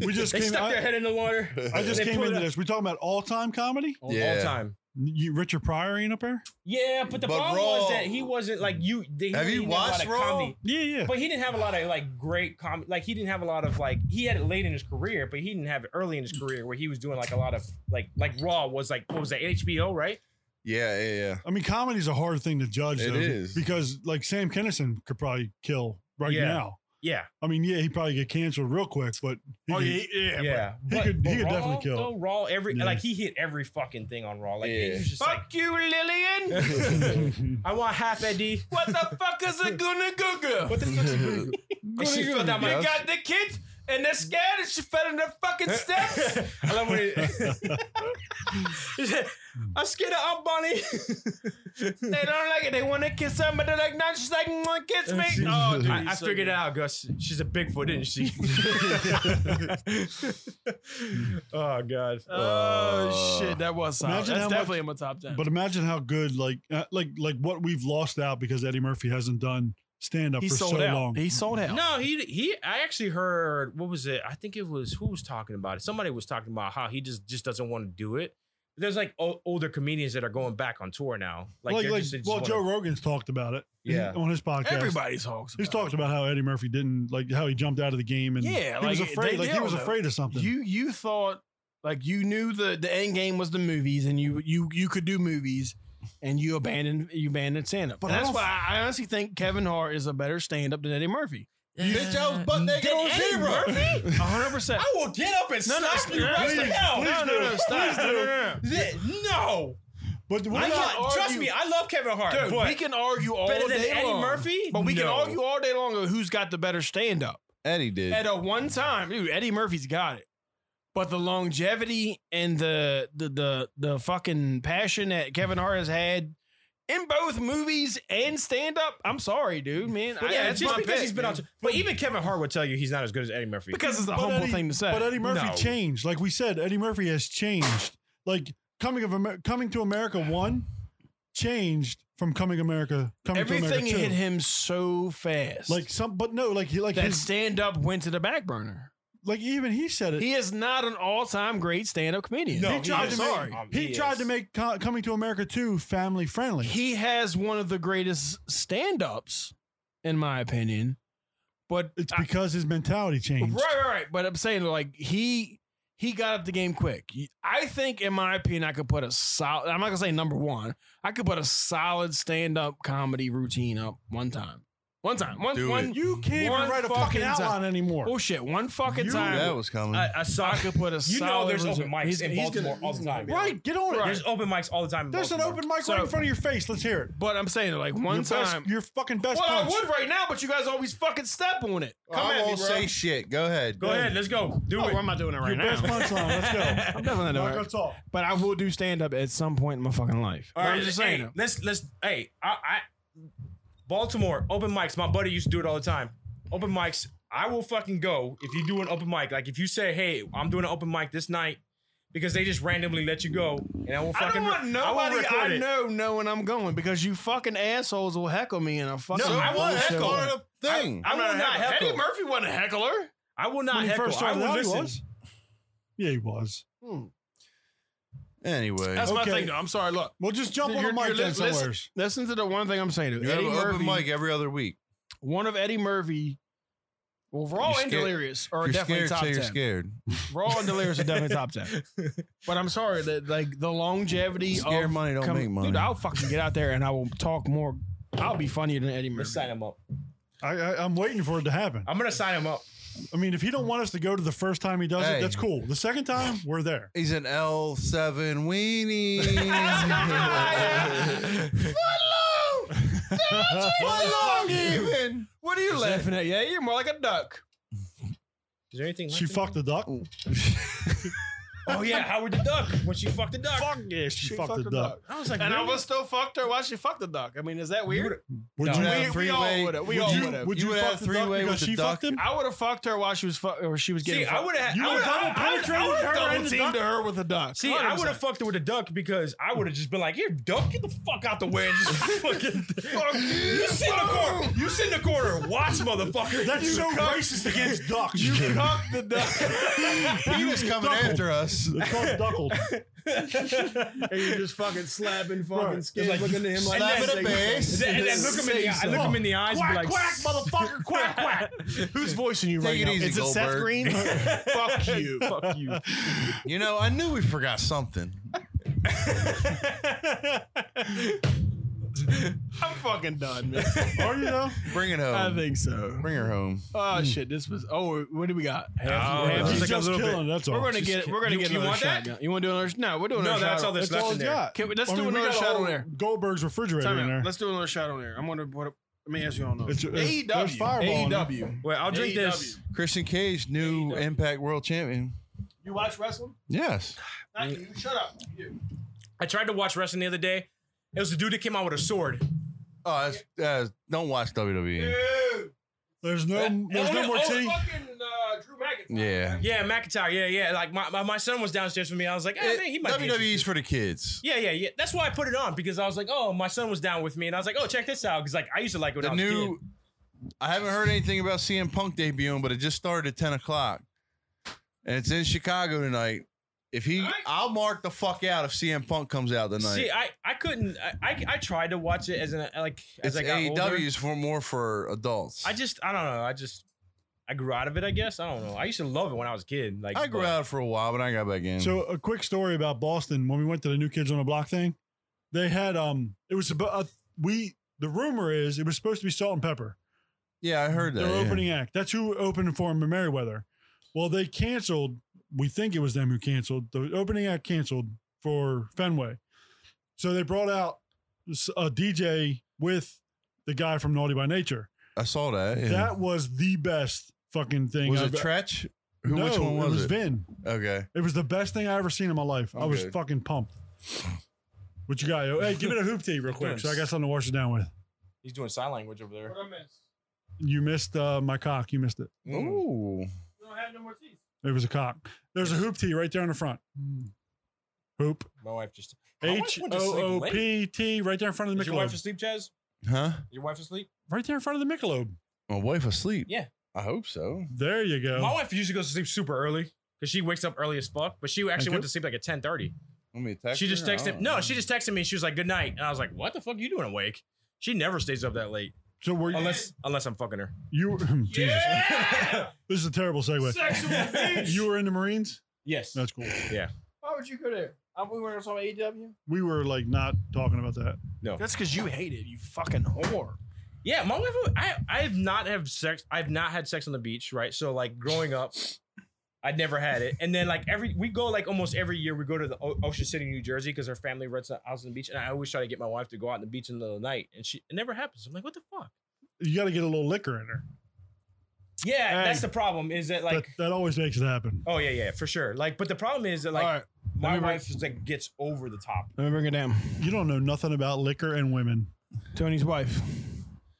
Speaker 3: We just
Speaker 4: They
Speaker 3: came.
Speaker 4: stuck their
Speaker 3: I,
Speaker 4: head in the water.
Speaker 3: I just
Speaker 4: They
Speaker 3: came
Speaker 4: put
Speaker 3: into
Speaker 4: it-
Speaker 3: this. We talking about all time comedy?
Speaker 4: All,
Speaker 5: Yeah.
Speaker 4: all time.
Speaker 3: You, Richard Pryor ain't up there?
Speaker 4: Yeah, but the
Speaker 5: But
Speaker 4: problem was
Speaker 5: Raw-
Speaker 4: that he wasn't like you. They, he
Speaker 5: Have you
Speaker 4: didn't have a lot
Speaker 5: watched
Speaker 4: of
Speaker 5: Raw?
Speaker 4: Comedy.
Speaker 3: Yeah, yeah.
Speaker 4: But he didn't have a lot of like great comedy. Like he didn't have a lot of like he had it late in his career, but he didn't have it early in his career where he was doing like a lot of like like Raw was like what was that HBO right?
Speaker 5: Yeah, yeah, yeah.
Speaker 3: I mean, comedy's a hard thing to judge.
Speaker 5: It
Speaker 3: though,
Speaker 5: is.
Speaker 3: because like Sam Kinison could probably kill right
Speaker 4: Yeah.
Speaker 3: now.
Speaker 4: Yeah,
Speaker 3: I mean, yeah, he probably get canceled real quick, but
Speaker 2: Oh,
Speaker 3: he could-
Speaker 4: yeah.
Speaker 3: he
Speaker 4: But-
Speaker 3: could- he
Speaker 4: but
Speaker 3: could
Speaker 4: Raw,
Speaker 3: definitely kill.
Speaker 4: Though, Raw every
Speaker 3: Yeah.
Speaker 4: like he hit every fucking thing on Raw. Like he
Speaker 5: Yeah.
Speaker 4: was just like
Speaker 2: Fuck you, Lillian.
Speaker 4: I want half Eddie.
Speaker 2: what the fuck is a gonna go go?
Speaker 4: What the fuck's a good
Speaker 2: And she filled out my
Speaker 5: Yes.
Speaker 2: got the kids and they're scared and she fell in the fucking steps.
Speaker 4: I love when he- I'm scared of Aunt Bonnie.
Speaker 2: they don't like it. They want to kiss her, but they're like, no, she's like, mm, kiss me. Oh, dude,
Speaker 4: I, I
Speaker 2: so
Speaker 4: figured
Speaker 2: good.
Speaker 4: it out, Gus. She's a Bigfoot, isn't she? oh God.
Speaker 2: Oh, shit. That was solid.
Speaker 3: Imagine
Speaker 2: That's
Speaker 3: how much-
Speaker 2: definitely in my top 10.
Speaker 3: But imagine how good, like, uh, like, like what we've lost out because Eddie Murphy hasn't done stand up
Speaker 2: he
Speaker 3: for
Speaker 2: sold
Speaker 3: so
Speaker 2: out.
Speaker 3: long.
Speaker 2: He sold out.
Speaker 4: No, he he. I actually heard what was it? I think it was who was talking about it. Somebody was talking about how he just just doesn't want to do it. There's like o- older comedians that are going back on tour now.
Speaker 3: like,
Speaker 4: Like,
Speaker 3: like,
Speaker 4: they're just- they just
Speaker 3: well,
Speaker 4: wanna-
Speaker 3: Joe Rogan's talked about it.
Speaker 4: Yeah.
Speaker 3: on his podcast.
Speaker 2: Everybody talks.
Speaker 3: He's
Speaker 2: about
Speaker 3: talked about how Eddie Murphy didn't like how he jumped out of the game and
Speaker 2: Yeah,
Speaker 3: he was
Speaker 2: like, they
Speaker 3: afraid. Like he
Speaker 2: don't
Speaker 3: was
Speaker 2: know.
Speaker 3: afraid of
Speaker 2: it.
Speaker 3: something.
Speaker 2: You you thought like you knew the the end game was the movies, and you you you could do movies, and you abandoned you abandoned stand up.
Speaker 3: But
Speaker 2: But
Speaker 3: I
Speaker 2: that's
Speaker 3: don't-
Speaker 2: why I honestly think Kevin Hart is a better stand up than Eddie Murphy.
Speaker 5: Bitch, I was butt naked on zebra.
Speaker 2: One hundred percent.
Speaker 4: I will get up and
Speaker 2: No, no,
Speaker 4: slap you
Speaker 2: no,
Speaker 4: right
Speaker 2: no,
Speaker 4: the hell.
Speaker 2: no, no, no, stop. No, no, no.
Speaker 4: Th- No,
Speaker 3: but what
Speaker 4: I
Speaker 3: about-
Speaker 4: can, trust me, I love Kevin Hart,
Speaker 2: Dude,
Speaker 4: but
Speaker 2: we can argue all
Speaker 4: better than
Speaker 2: day
Speaker 4: Eddie
Speaker 2: long.
Speaker 4: Murphy?
Speaker 2: but we can
Speaker 4: No.
Speaker 2: argue all day long of who's got the better stand up.
Speaker 5: Eddie did.
Speaker 2: At a one time, dude, Eddie Murphy's got it. But the longevity and the the the the fucking passion that Kevin Hart has had in both movies and stand up, I'm sorry, dude, man.
Speaker 4: But
Speaker 2: I-
Speaker 4: yeah,
Speaker 2: that's
Speaker 4: just
Speaker 2: my
Speaker 4: because
Speaker 2: pick,
Speaker 4: he's been
Speaker 2: man.
Speaker 4: on. But even Kevin Hart would tell you he's not as good as Eddie Murphy.
Speaker 2: because it's a
Speaker 3: But
Speaker 2: humble
Speaker 3: Eddie-
Speaker 2: thing to say.
Speaker 3: But Eddie Murphy
Speaker 4: No.
Speaker 3: changed. Like we said, Eddie Murphy has changed. Like coming of Amer- coming to America one changed from coming America coming to
Speaker 2: everything
Speaker 3: America two.
Speaker 2: hit him so fast,
Speaker 3: Like some, but no, like he like
Speaker 2: that
Speaker 3: his,
Speaker 2: stand up went to the back burner.
Speaker 3: like even he said it.
Speaker 2: He is not an all time great stand up comedian.
Speaker 3: he
Speaker 4: he
Speaker 3: tried
Speaker 4: is.
Speaker 3: to make,
Speaker 4: Sorry.
Speaker 3: he,
Speaker 4: He
Speaker 3: tried
Speaker 4: is.
Speaker 3: to make co- coming to America two family friendly.
Speaker 2: he has one of the greatest stand ups, in my opinion. But
Speaker 3: it's
Speaker 2: I-
Speaker 3: because his mentality changed.
Speaker 2: Right, right, right. But I'm saying like he he got up the game quick. I think, in my opinion, I could put a solid. I'm not gonna say number one. I could put a solid stand up comedy routine up one time, one time, one
Speaker 5: Do
Speaker 2: one.
Speaker 5: it.
Speaker 3: You can't
Speaker 2: One
Speaker 3: even write a fucking
Speaker 2: fucking time. Oh,
Speaker 3: outline anymore.
Speaker 2: Bullshit. One fucking
Speaker 3: You-
Speaker 2: time.
Speaker 5: that was coming.
Speaker 4: I, I saw.
Speaker 2: I could put a.
Speaker 4: You know,
Speaker 2: solid
Speaker 4: there's
Speaker 2: routine.
Speaker 4: open mics
Speaker 2: He's-
Speaker 4: in
Speaker 2: he's gonna-
Speaker 4: Baltimore all the time.
Speaker 3: Right, get on it.
Speaker 4: There's open mics all the time. in
Speaker 3: There's an
Speaker 4: Baltimore.
Speaker 3: open mic
Speaker 2: So-
Speaker 3: right in front of your face. Let's hear it.
Speaker 2: But I'm saying like one
Speaker 3: your
Speaker 2: time.
Speaker 3: best, your fucking best.
Speaker 2: well, I
Speaker 3: punch.
Speaker 2: would right now, but you guys always fucking step on it.
Speaker 3: Oh,
Speaker 2: Come
Speaker 5: I
Speaker 2: at me,
Speaker 5: won't
Speaker 2: bro.
Speaker 5: say shit. Go ahead.
Speaker 4: Go ahead, let's go. Do
Speaker 2: Oh,
Speaker 4: it.
Speaker 2: I'm not doing it right
Speaker 3: Your best
Speaker 2: now.
Speaker 3: punchline. Let's go.
Speaker 2: I'm definitely not
Speaker 3: Knock
Speaker 2: doing it.
Speaker 3: us off.
Speaker 2: But I will do stand up at some point in my fucking life.
Speaker 4: All
Speaker 2: But
Speaker 4: right,
Speaker 2: I'm just
Speaker 4: hey,
Speaker 2: saying.
Speaker 4: let's let's. Hey, I, I Baltimore open mics. My buddy used to do it all the time. Open mics. I will fucking go if you do an open mic. Like if you say, "Hey, I'm doing an open mic this night," because they just randomly let you go, and I will
Speaker 2: I
Speaker 4: fucking.
Speaker 2: don't want
Speaker 4: I will
Speaker 2: nobody I,
Speaker 4: record it.
Speaker 2: know knowing I'm going because you fucking assholes will heckle me in a fucking.
Speaker 4: No, I won't
Speaker 2: bullshit
Speaker 4: heckle.
Speaker 2: way.
Speaker 5: Part of the thing.
Speaker 4: I will not heckle.
Speaker 2: Eddie Murphy wasn't a heckler.
Speaker 4: I will not
Speaker 3: When he
Speaker 4: heckle.
Speaker 3: first
Speaker 4: I
Speaker 3: started
Speaker 4: will
Speaker 3: out, he
Speaker 4: listen.
Speaker 3: was. Yeah, he was.
Speaker 5: anyway,
Speaker 2: That's
Speaker 3: Okay.
Speaker 2: my thing. Though. I'm sorry. Look,
Speaker 3: Well, just jump on
Speaker 2: You're-
Speaker 3: a mic
Speaker 2: you're
Speaker 3: then
Speaker 2: li-
Speaker 3: somewhere.
Speaker 2: listen to the one thing I'm saying.
Speaker 5: you
Speaker 2: Eddie
Speaker 5: have an
Speaker 2: Murphy,
Speaker 5: open mic every other week.
Speaker 2: one of Eddie Murphy. Well, Raw
Speaker 5: You're
Speaker 2: and
Speaker 5: scared-
Speaker 2: Delirious are
Speaker 5: If you're
Speaker 2: definitely
Speaker 5: scared,
Speaker 2: top
Speaker 5: say you're
Speaker 2: ten.
Speaker 5: scared.
Speaker 2: Raw and Delirious are definitely top ten. But I'm sorry that like the longevity
Speaker 5: Scared
Speaker 2: of
Speaker 5: money don't
Speaker 2: come-
Speaker 5: make money.
Speaker 2: Dude, I'll fucking get out there and I will talk more. I'll be funnier than Eddie
Speaker 4: Let's
Speaker 2: Murphy.
Speaker 4: sign him up.
Speaker 3: I, I, I'm waiting for it to happen.
Speaker 4: I'm gonna sign him up.
Speaker 3: I mean, if he don't want us to go to the first time he does it,
Speaker 5: Hey.
Speaker 3: that's cool. The second time, we're there.
Speaker 5: He's an L7 weenie. How long even?
Speaker 2: What are you laughing at? Yeah, you're more like a duck.
Speaker 4: Is there anything?
Speaker 3: She
Speaker 4: left in
Speaker 3: fucked the duck.
Speaker 4: there? Oh yeah, Howard the Duck. When she fucked the duck.
Speaker 2: Fuck yeah,
Speaker 3: she fucked the duck.
Speaker 4: I was like,
Speaker 2: And I
Speaker 4: really?
Speaker 2: was still fucked her. Why she fucked the duck? I mean, is that weird?
Speaker 3: Would
Speaker 5: No.
Speaker 3: you?
Speaker 5: Would
Speaker 2: We,
Speaker 5: have
Speaker 2: we all
Speaker 5: three-way-
Speaker 2: would have. We
Speaker 5: would
Speaker 2: all
Speaker 5: you-
Speaker 2: would have.
Speaker 3: Would you,
Speaker 5: You would
Speaker 3: fuck
Speaker 5: have
Speaker 3: the duck
Speaker 5: three-way
Speaker 3: because
Speaker 5: with
Speaker 3: she
Speaker 5: the duck?
Speaker 3: fucked him?
Speaker 2: I would have fucked her while she was fuck or she was getting.
Speaker 4: See, I
Speaker 2: fucked.
Speaker 4: would have.
Speaker 3: You
Speaker 4: I
Speaker 3: would've
Speaker 4: would have
Speaker 3: double penetrated her and the duck?
Speaker 2: to her with a duck.
Speaker 4: See, I would have fucked it with a duck because I would have just been like, "Here, duck, get the fuck out the way and just fucking fuck you. sit in the corner. You sit in the corner. Watch, motherfucker.
Speaker 3: That's
Speaker 4: You
Speaker 3: so
Speaker 4: cuck.
Speaker 3: racist against ducks. You
Speaker 2: fucked the duck.
Speaker 5: He was coming
Speaker 3: Duckled.
Speaker 5: after us.
Speaker 3: called duckled.
Speaker 2: and you just fucking slapping, fucking skin,
Speaker 4: like,
Speaker 2: looking at him like
Speaker 5: slap
Speaker 2: that.
Speaker 5: in the face.
Speaker 4: And then look him in the eye. I look him in the eyes
Speaker 3: Quack,
Speaker 4: and be like,
Speaker 3: quack, motherfucker, quack, quack.
Speaker 2: Who's voicing you
Speaker 5: Take
Speaker 2: right
Speaker 5: it
Speaker 2: now?
Speaker 5: easy,
Speaker 2: Is it Seth
Speaker 5: Goldberg.
Speaker 2: Green? Fuck you.
Speaker 4: "Fuck you."
Speaker 5: You know, I knew we forgot something.
Speaker 2: I'm fucking done, man.
Speaker 3: Are you Hmm. though?
Speaker 5: Bring it
Speaker 2: I
Speaker 5: home.
Speaker 2: think so.
Speaker 5: Bring her home.
Speaker 2: Oh shit, this was. Oh, what do we got?
Speaker 4: Oh,
Speaker 2: half-
Speaker 4: just
Speaker 3: He's
Speaker 4: like a
Speaker 3: just
Speaker 4: little
Speaker 3: killing. That's all.
Speaker 2: We're gonna
Speaker 3: Just
Speaker 2: get. We're gonna
Speaker 4: you-
Speaker 2: get.
Speaker 4: you
Speaker 2: another
Speaker 4: want that?
Speaker 2: shotgun. You want to do another? sh- No, we're doing
Speaker 4: No,
Speaker 2: another.
Speaker 4: that's
Speaker 2: shotgun.
Speaker 4: all that's
Speaker 3: That's
Speaker 4: left
Speaker 3: all
Speaker 4: in
Speaker 3: he's
Speaker 4: there.
Speaker 3: got.
Speaker 2: Okay, let's
Speaker 3: I
Speaker 2: do
Speaker 3: mean, we
Speaker 2: another
Speaker 3: got
Speaker 2: shot
Speaker 3: all
Speaker 2: on there.
Speaker 3: Goldberg's refrigerator
Speaker 2: Time
Speaker 3: in
Speaker 2: out.
Speaker 3: there.
Speaker 2: Let's do another E shot on there. I'm gonna. What,
Speaker 6: Let me ask you on those.
Speaker 3: It's- it's-
Speaker 6: AEW.
Speaker 3: there's fireball in there.
Speaker 6: AEW.
Speaker 4: Wait, I'll drink this.
Speaker 2: AEW.
Speaker 5: Christian Cage, new Impact World Champion.
Speaker 2: You watch wrestling?
Speaker 5: Yes.
Speaker 2: Not you. Shut up. You.
Speaker 4: I tried to watch wrestling the other day. It was the dude that came out with a sword.
Speaker 5: Oh, that's,
Speaker 2: uh,
Speaker 5: that's, don't watch
Speaker 2: E.
Speaker 5: WWE.
Speaker 3: There's no, there's
Speaker 4: Only-
Speaker 3: no more tea.
Speaker 4: only fucking, uh, Drew McIntyre.
Speaker 5: Yeah.
Speaker 4: Yeah, McIntyre. Yeah, yeah. Like my, my, my son was downstairs with me. I was like, eh, man, he
Speaker 5: It-
Speaker 4: might be
Speaker 5: WWE's
Speaker 4: interested.
Speaker 5: for the kids.
Speaker 4: Yeah, yeah, yeah. That's why I put it on because I was like, oh, my son was down with me, and I was like, oh, check this out because like I used to like it when I was
Speaker 5: the
Speaker 4: a
Speaker 5: new.
Speaker 4: kid.
Speaker 5: I haven't heard anything about CM Punk debuting, but it just started at ten o'clock, and it's in Chicago tonight. If he,
Speaker 4: Alright.
Speaker 5: I'll mark the fuck out if CM Punk comes out tonight.
Speaker 4: See, I, I couldn't. I, I I tried to watch it as an like as
Speaker 5: it's E
Speaker 4: I got older.
Speaker 5: AEW's for more for adults.
Speaker 4: I just I don't know. I just I grew out of it. I guess I don't know. I used to love it when I was a kid. Like
Speaker 5: I grew
Speaker 4: but-
Speaker 5: out for a while, but I got back in.
Speaker 3: So a quick story about Boston when we went to the New Kids on the Block thing, they had um it was about uh, we the rumor is it was supposed to be Salt and Pepper
Speaker 5: yeah, I heard that.
Speaker 3: their
Speaker 5: yeah.
Speaker 3: opening act. That's who opened for him in Merriweather. Well, they canceled. We think it was them who canceled the opening act canceled for Fenway. So they brought out s- a DJ with the guy from Naughty by Nature.
Speaker 5: I saw that. yeah.
Speaker 3: That was the best fucking thing.
Speaker 5: was
Speaker 3: I've- e-,
Speaker 5: it Tretch? Who?
Speaker 3: No,
Speaker 5: which one
Speaker 3: it?
Speaker 5: was,
Speaker 3: was
Speaker 5: it?
Speaker 3: Vin.
Speaker 5: Okay.
Speaker 3: It was the best thing I ever seen in my life. I was
Speaker 5: Okay.
Speaker 3: fucking pumped. What you got? yo? Hey, give it a hoop tee real quick. So I got something to wash it down with.
Speaker 4: He's doing sign language over there.
Speaker 3: You missed uh, my cock. You missed it.
Speaker 4: Mm.
Speaker 5: Ooh.
Speaker 3: It was a cock. There's a hoop tee right there in the front.
Speaker 4: Hmm.
Speaker 3: Hoop.
Speaker 4: My wife just. My wife
Speaker 3: H
Speaker 4: went
Speaker 3: O
Speaker 4: to sleep
Speaker 3: O
Speaker 4: late.
Speaker 3: P T right there in front of the
Speaker 4: Is your wife
Speaker 3: Michelob.
Speaker 4: asleep, Chaz? Is
Speaker 5: Huh?
Speaker 4: your wife asleep?
Speaker 3: Right there in front of the Michelob.
Speaker 5: My wife asleep.
Speaker 4: Yeah.
Speaker 5: I hope so.
Speaker 3: There you
Speaker 4: My
Speaker 3: go.
Speaker 4: wife usually goes to sleep super early because she wakes up early as fuck. But she actually
Speaker 3: Thank
Speaker 4: went
Speaker 3: you. Oh,
Speaker 4: to sleep like at ten thirty.
Speaker 5: Let me text.
Speaker 4: She just
Speaker 5: her? I
Speaker 4: texted.
Speaker 5: don't
Speaker 4: No,
Speaker 5: know.
Speaker 4: she just texted me. She was like, "Good night," and I was like, "What the fuck you doing awake?" She never stays up that late
Speaker 3: So were you?
Speaker 4: unless unless I'm fucking her.
Speaker 3: you hmm, Jesus. this is a terrible segue. You were in the Marines.
Speaker 4: yes.
Speaker 3: That's cool.
Speaker 11: Why would you go there? I, we were talking AEW.
Speaker 3: We were like not talking about that.
Speaker 2: That's because you hate it. You fucking whore.
Speaker 4: Yeah, my wife. I I have not have sex. I've not had sex on the beach, right? So like growing up, I'd never had it, and then like every we go like almost every year we go to the o- Ocean City, New Jersey, because her family rents a house on the beach, and I always try to get my wife to go out on the beach in the middle of the night, and she it never happens. I'm like, what the fuck?
Speaker 3: You got to get a little liquor in there.
Speaker 4: Yeah,
Speaker 3: Hey.
Speaker 4: that's the problem. Is that like.
Speaker 3: that, that always makes it happen.
Speaker 4: Oh yeah, yeah, for sure. Like, but the problem is that like
Speaker 2: All right.
Speaker 4: my
Speaker 2: me bring-
Speaker 4: wife is like gets over the top.
Speaker 2: Let me bring it down.
Speaker 3: You don't know nothing about liquor and women.
Speaker 2: Tony's wife.